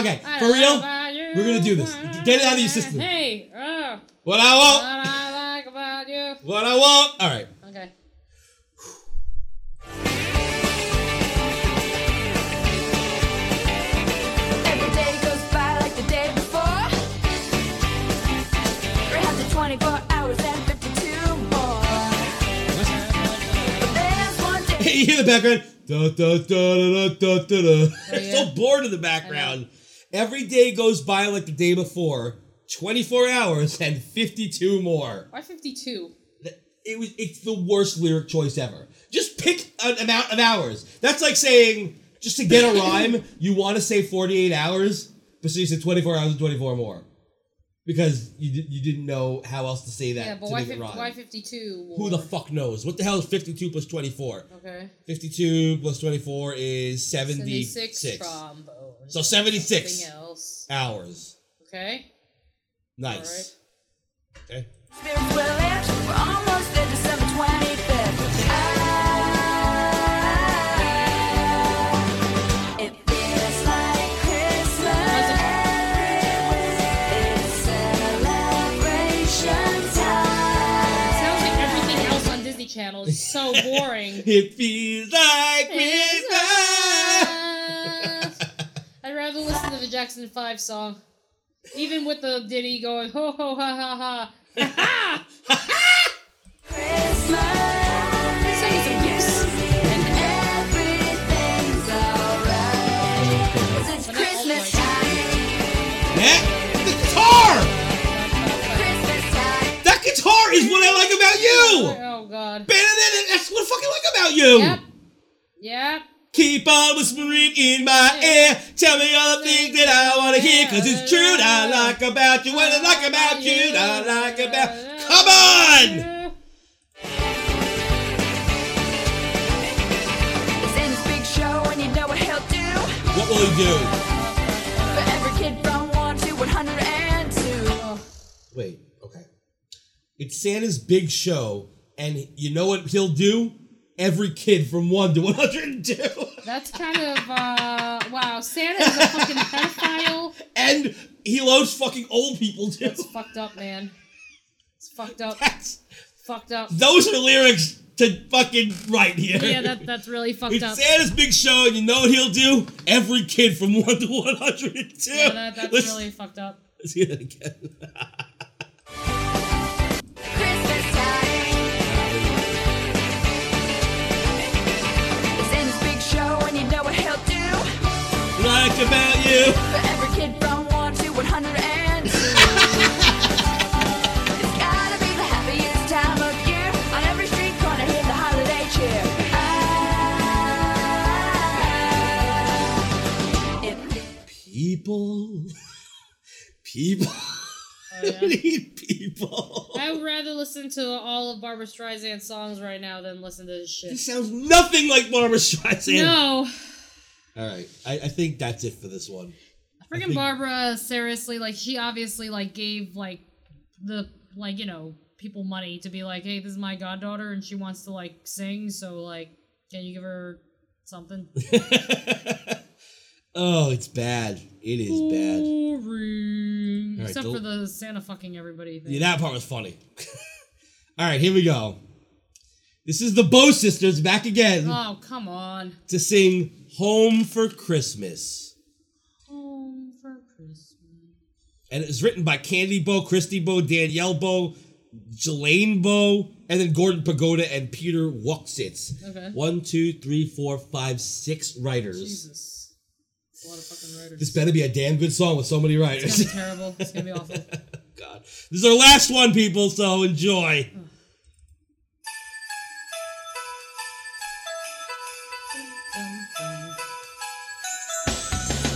Speaker 2: Okay,
Speaker 8: I
Speaker 2: for
Speaker 8: like
Speaker 2: real,
Speaker 8: about you.
Speaker 2: we're gonna do this. Get it out of your system.
Speaker 8: Hey. Oh.
Speaker 2: What I want.
Speaker 8: What I like about you.
Speaker 2: What I want. All right.
Speaker 8: Okay.
Speaker 2: you hear the background? Da, da, da, da, da, da, da.
Speaker 8: Oh,
Speaker 2: It's so bored in the background. Every day goes by like the day before. 24 hours and 52 more.
Speaker 8: Why 52?
Speaker 2: It was it's the worst lyric choice ever. Just pick an amount of hours. That's like saying just to get a rhyme, you want to say 48 hours, but so you said 24 hours and 24 more. Because you di- you didn't know how else to say that
Speaker 8: Yeah, but
Speaker 2: to
Speaker 8: why,
Speaker 2: make it
Speaker 8: 50,
Speaker 2: rhyme.
Speaker 8: why 52?
Speaker 2: Who the fuck knows? What the hell is 52 plus
Speaker 8: Oh,
Speaker 2: 24?
Speaker 8: Okay.
Speaker 2: 52 plus 24 is 76.
Speaker 8: 76 trombone.
Speaker 2: So 76.
Speaker 8: Something else.
Speaker 2: Hours.
Speaker 8: Okay.
Speaker 2: Nice. Okay.
Speaker 23: Ah.
Speaker 8: Sounds like everything else on Disney Channel is so boring.
Speaker 2: It feels like
Speaker 8: Christmas. I'd rather listen to the Jackson 5 song. Even with the ditty going, ho ho ha ha ha. Ha ha! Christmas!
Speaker 2: part is what I like about you.
Speaker 8: Oh God.
Speaker 2: Ba-da-da-da, That's what I fucking like about you.
Speaker 8: Yep. Yep.
Speaker 2: Keep on whispering in my ear. Tell me all the things that I want to hear. Cause it's true that I like about you. What I like about you. That I like about. Come on!
Speaker 23: It's in this big show, and you know what he'll do.
Speaker 2: What will he do?
Speaker 23: For every kid from 1 to 102.
Speaker 2: Wait, okay. It's Santa's big show, and you know what he'll do? Every kid from 1 to 102.
Speaker 8: That's kind of uh wow. Santa is a fucking pedophile.
Speaker 2: And he loves fucking old people, too.
Speaker 8: It's fucked up, man. It's fucked up. fucked up.
Speaker 2: Those are lyrics to fucking right here.
Speaker 8: Yeah, that, that's really fucked
Speaker 2: It's
Speaker 8: up.
Speaker 2: Santa's big show, and you know what he'll do? Every kid from 1 to 102.
Speaker 8: Yeah, that, that's
Speaker 2: Let's-
Speaker 8: really fucked up.
Speaker 2: Let's hear that again.
Speaker 23: It's in this big show, and you know what he'll do.
Speaker 2: Like about you.
Speaker 23: For every kid from 1 to 102. it's gotta be the happiest time of year. On every street corner, hear the holiday cheer. Ah.
Speaker 2: People. People.
Speaker 8: Oh, yeah.
Speaker 2: need people.
Speaker 8: I would rather listen to all of Barbara Streisand's songs right now than listen to this shit.
Speaker 2: This sounds nothing like Barbara Streisand.
Speaker 8: No.
Speaker 2: All right. I, I think that's it for this one. I
Speaker 8: Freaking
Speaker 2: think-
Speaker 8: Barbara, seriously, like she obviously like gave like the like you know people money to be like, hey, this is my goddaughter and she wants to like sing, so like, can you give her something?
Speaker 2: Oh, it's bad. It is bad.
Speaker 8: Boring.
Speaker 2: All right,
Speaker 8: Except
Speaker 2: the-
Speaker 8: for the Santa fucking everybody thing.
Speaker 2: Yeah, that part was funny. All right, here we go. This is the Bow Sisters back again
Speaker 8: Oh come on.
Speaker 2: to sing Home for Christmas.
Speaker 8: Home for Christmas.
Speaker 2: And it was written by Candy Bow, Christy Bow, Danielle Bow, Jelaine Bow, and then Gordon Pagoda and Peter Wuxitz.
Speaker 8: Okay.
Speaker 2: One, two, three, four, five, six writers.
Speaker 8: Jesus. It's a lot of fucking writers.
Speaker 2: This better be a damn good song with so many
Speaker 8: It's
Speaker 2: writers.
Speaker 8: gonna be terrible. It's gonna be awful.
Speaker 2: God. This is our last one, people, so enjoy.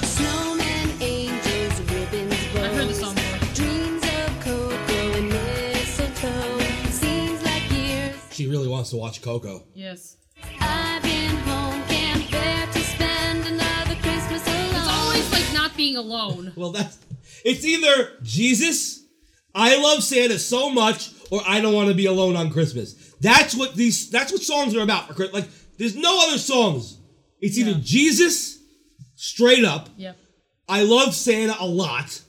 Speaker 12: Snowman angels, ribbons,
Speaker 8: I've heard this
Speaker 12: bows.
Speaker 8: song
Speaker 12: Dreams of cocoa and mistletoe. Seems like years
Speaker 2: She really wants to watch Coco.
Speaker 8: Yes.
Speaker 12: I've been home, can't bear to spend another Christmas alone.
Speaker 8: It's always like not being alone.
Speaker 2: Well, that's it's either Jesus, I love Santa so much, or I don't want to be alone on Christmas. That's what these. That's what songs are about. for Chris- Like, there's no other songs. It's either Jesus, straight up.
Speaker 8: Yep. Mm-hmm.
Speaker 2: I love Santa a lot,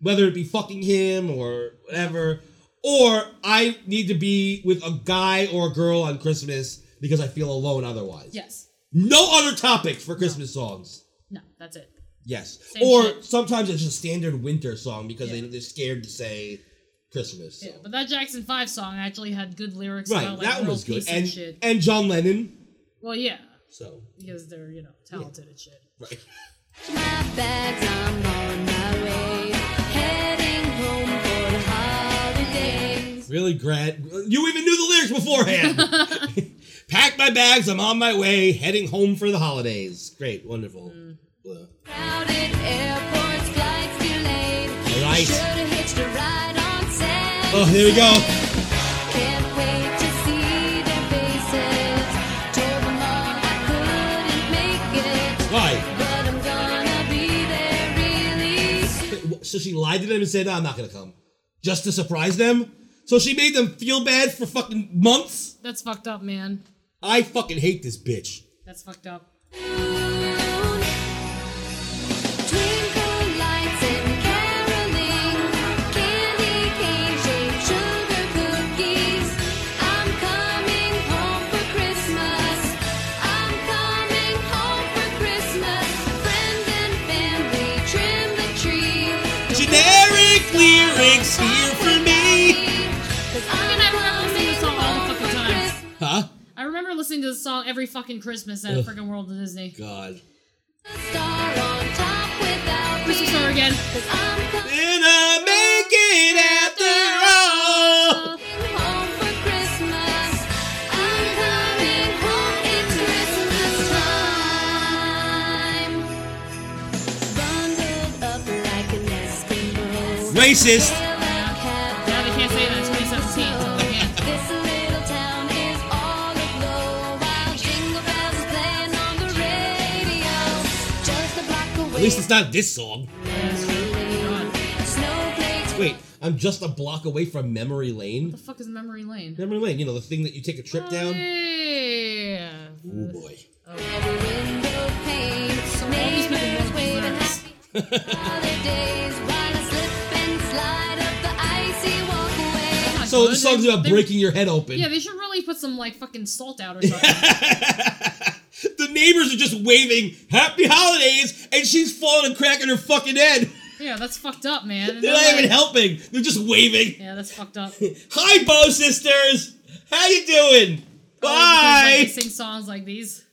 Speaker 2: whether it be fucking him or whatever, or I need to be with a guy or a girl on Christmas because I feel alone otherwise.
Speaker 8: Yes.
Speaker 2: No other topics for Christmas songs.
Speaker 8: No, that's it.
Speaker 2: Yes.
Speaker 8: Same
Speaker 2: or
Speaker 8: shit.
Speaker 2: sometimes it's a standard winter song because
Speaker 8: Yeah.
Speaker 2: they, they're scared to say Christmas. so.
Speaker 8: Yeah, but that Jackson Five song actually had good lyrics
Speaker 2: Right,
Speaker 8: about like
Speaker 2: that one
Speaker 8: world
Speaker 2: was good.
Speaker 8: peace and,
Speaker 2: And,
Speaker 8: shit.
Speaker 2: and John Lennon.
Speaker 8: well, yeah,
Speaker 2: So,
Speaker 8: because they're you know talented and shit.
Speaker 2: right.
Speaker 12: My bags, I'm on my way. Heading home for the holidays.
Speaker 2: Really, Grant? You even knew the lyrics beforehand. Pack my bags, I'm on my way, heading home for the holidays. Great, wonderful.
Speaker 8: Mm.
Speaker 2: Blah.
Speaker 12: Crowded airports, flights delayed.
Speaker 2: All right.
Speaker 12: Should've hitched a ride on Santa.
Speaker 2: Oh, here we go.
Speaker 12: Can't wait to see their faces. Told them all I couldn't make it.
Speaker 2: Why?
Speaker 12: But I'm gonna be there really soon.
Speaker 2: So she lied to them and said, "No, I'm not gonna come. Just to surprise them? So she made them feel bad for fucking months?
Speaker 8: That's fucked up, man.
Speaker 2: I fucking hate this bitch.
Speaker 8: That's fucked up.
Speaker 12: Twinkle lights and caroling, candy cane-shaped sugar cookies. I'm coming home for Christmas. I'm coming home for Christmas. Friends and family trim the tree.
Speaker 2: Generic lyrics here for me.
Speaker 8: I mean, I remember listening to this song all the fucking time.
Speaker 2: Huh?
Speaker 8: I remember listening to this song every fucking Christmas at
Speaker 2: Ugh.
Speaker 8: freaking World of Disney.
Speaker 2: God.
Speaker 12: Star on top without
Speaker 8: Christmas
Speaker 12: me.
Speaker 8: star again.
Speaker 12: Cause I'm
Speaker 2: Gonna make it after all.
Speaker 12: Home
Speaker 2: racist.
Speaker 8: Now they can't say that. It's 2017. so they can't.
Speaker 2: At least it's not this song. Wait, I'm just a block away from Memory Lane.
Speaker 8: What the fuck is memory lane?
Speaker 2: Memory Lane, you know, the thing that you take a trip down.
Speaker 8: Yeah.
Speaker 2: Oh boy. So the song's about breaking your head open.
Speaker 8: Yeah, they should really put some like fucking salt out or something.
Speaker 2: The neighbors are just waving "Happy Holidays" and she's falling and cracking her fucking head.
Speaker 8: yeah, that's fucked up, man. And
Speaker 2: They're not even helping. They're just waving.
Speaker 8: Yeah, that's fucked up.
Speaker 2: Hi, Bo sisters. How you
Speaker 8: Oh,
Speaker 2: doing?
Speaker 8: Because, like,
Speaker 2: Bye.
Speaker 8: they sing songs like these.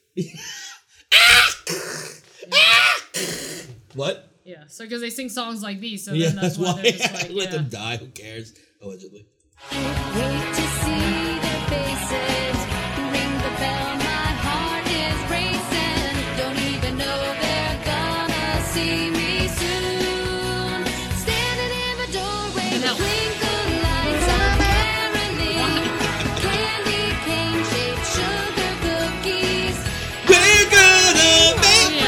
Speaker 2: What?
Speaker 8: Yeah, so because they sing songs like these, so
Speaker 2: yeah,
Speaker 8: then
Speaker 2: that's
Speaker 8: that's,
Speaker 2: why.
Speaker 8: they're just like,
Speaker 2: Let
Speaker 8: yeah.
Speaker 2: them die. Who cares? Allegedly.
Speaker 12: We're gonna make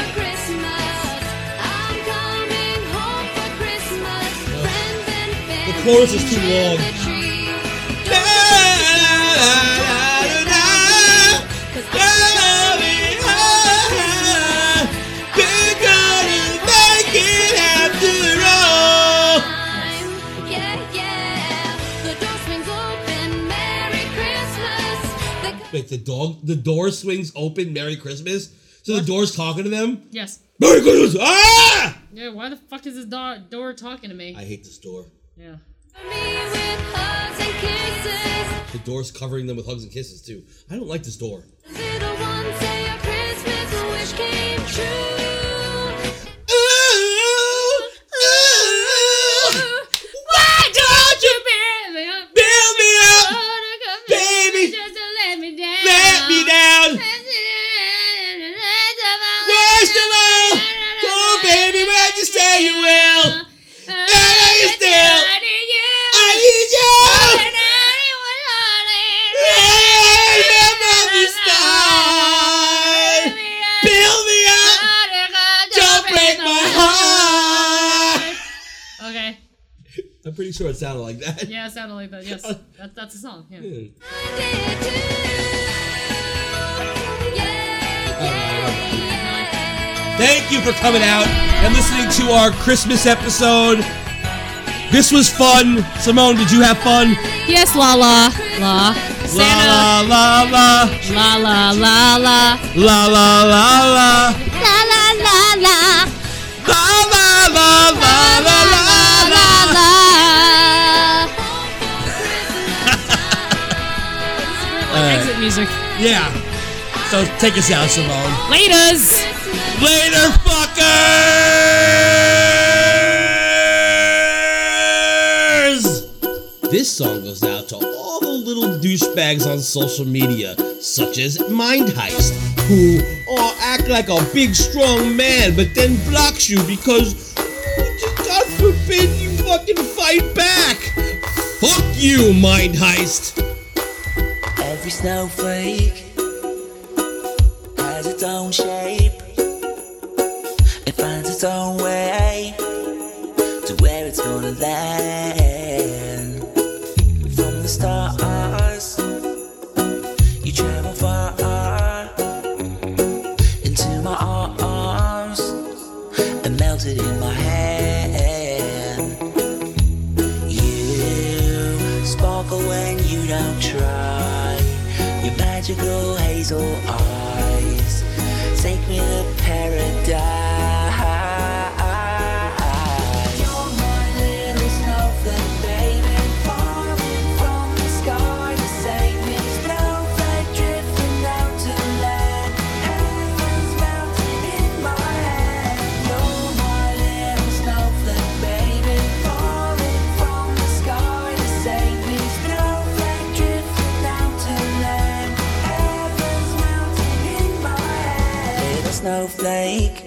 Speaker 2: The chorus is too long. Wait, the dog. The door swings open. Merry Christmas. So the door's talking to them.
Speaker 8: Yes.
Speaker 2: Merry Christmas. Ah!
Speaker 8: Yeah, why the fuck is this door, door talking to me?
Speaker 2: I hate this door.
Speaker 8: yeah.
Speaker 2: The door's covering them with hugs and kisses too. I don't like this door.
Speaker 12: Why don't you
Speaker 8: build me up?
Speaker 12: Build me up, baby.
Speaker 8: Just to let me down.
Speaker 12: Let me down. Worst of all, oh baby, where'd you say you will? And are you still? I need you. I need you. And anyone the sky. Build me up. Don't break my heart.
Speaker 8: Okay.
Speaker 2: I'm pretty sure it sounded like that.
Speaker 8: Yeah, it sounded like that. Yes. That, that's a song. Yeah.
Speaker 2: Thank you for coming out and listening to our Christmas episode. This was fun. Simone, did you have fun?
Speaker 8: Yes, la la la.
Speaker 2: La la la
Speaker 8: la la la la
Speaker 2: la la la la.
Speaker 12: La la la la. La la la la la la la
Speaker 2: Uh.
Speaker 8: exit music.
Speaker 2: Yeah. So take us out, Simone.
Speaker 8: Laters.
Speaker 2: Later, fuckers! This song goes out to all the little douchebags on social media, such as Mind Heist, who all act like a big strong man but then blocks you because God forbid you fucking fight back! Fuck you, Mind Heist!
Speaker 7: Every snowflake has its own shape. It finds its own way to where it's gonna land. From the stars, you travel far into my arms and melt it in my hand. You sparkle when you don't try. Your magical hazel eyes take me to paradise. You're my little snowflake, baby, falling from the sky to save me. Snowflake drifting down to land, heaven's melting in my hand. You're my little snowflake, baby, falling from the sky to save me. Snowflake drifting down to land, heaven's melting in my hand. Little snowflake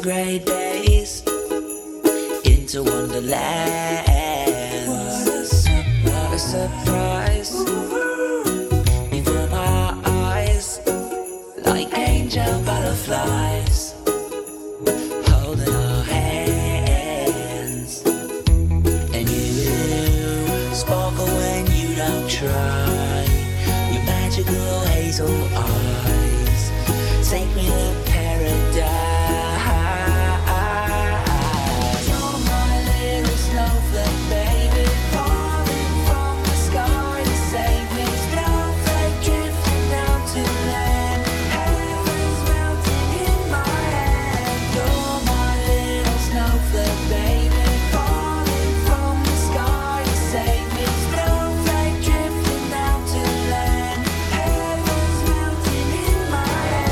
Speaker 12: place into Wonderland. What a surprise! Before my eyes, like angel butterflies, holding our hands, and you sparkle when you don't try. Your magical hazel eyes take me to paradise. You're my little snowflake, baby, falling from the sky to save me. Snowflake drifting down to land, heaven's melting in my hand. You're my little snowflake, baby, falling from the sky to save me. Snowflake drifting down to land, heaven's melting in my hand.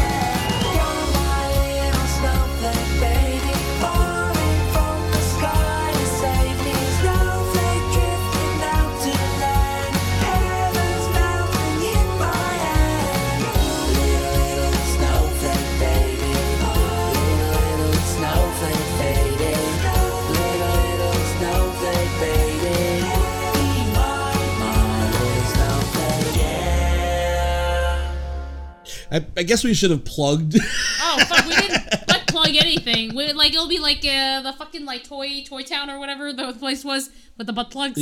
Speaker 24: I, I guess we should have plugged.
Speaker 8: Oh fuck, we didn't butt plug anything. We, like it'll be like uh, the fucking like toy toy town or whatever the place was with the butt plugs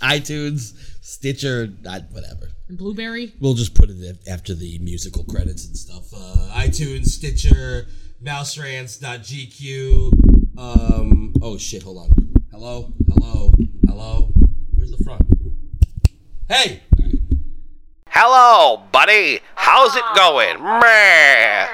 Speaker 24: iTunes, Stitcher, not whatever.
Speaker 8: and blueberry.
Speaker 24: We'll just put it af- after the musical credits and stuff.
Speaker 2: Uh, iTunes, Stitcher, MouseRants.gq. Um, oh shit, hold on. Hello, hello, hello. Where's the front? Hey!
Speaker 9: Hello, buddy. How's it going? Meh.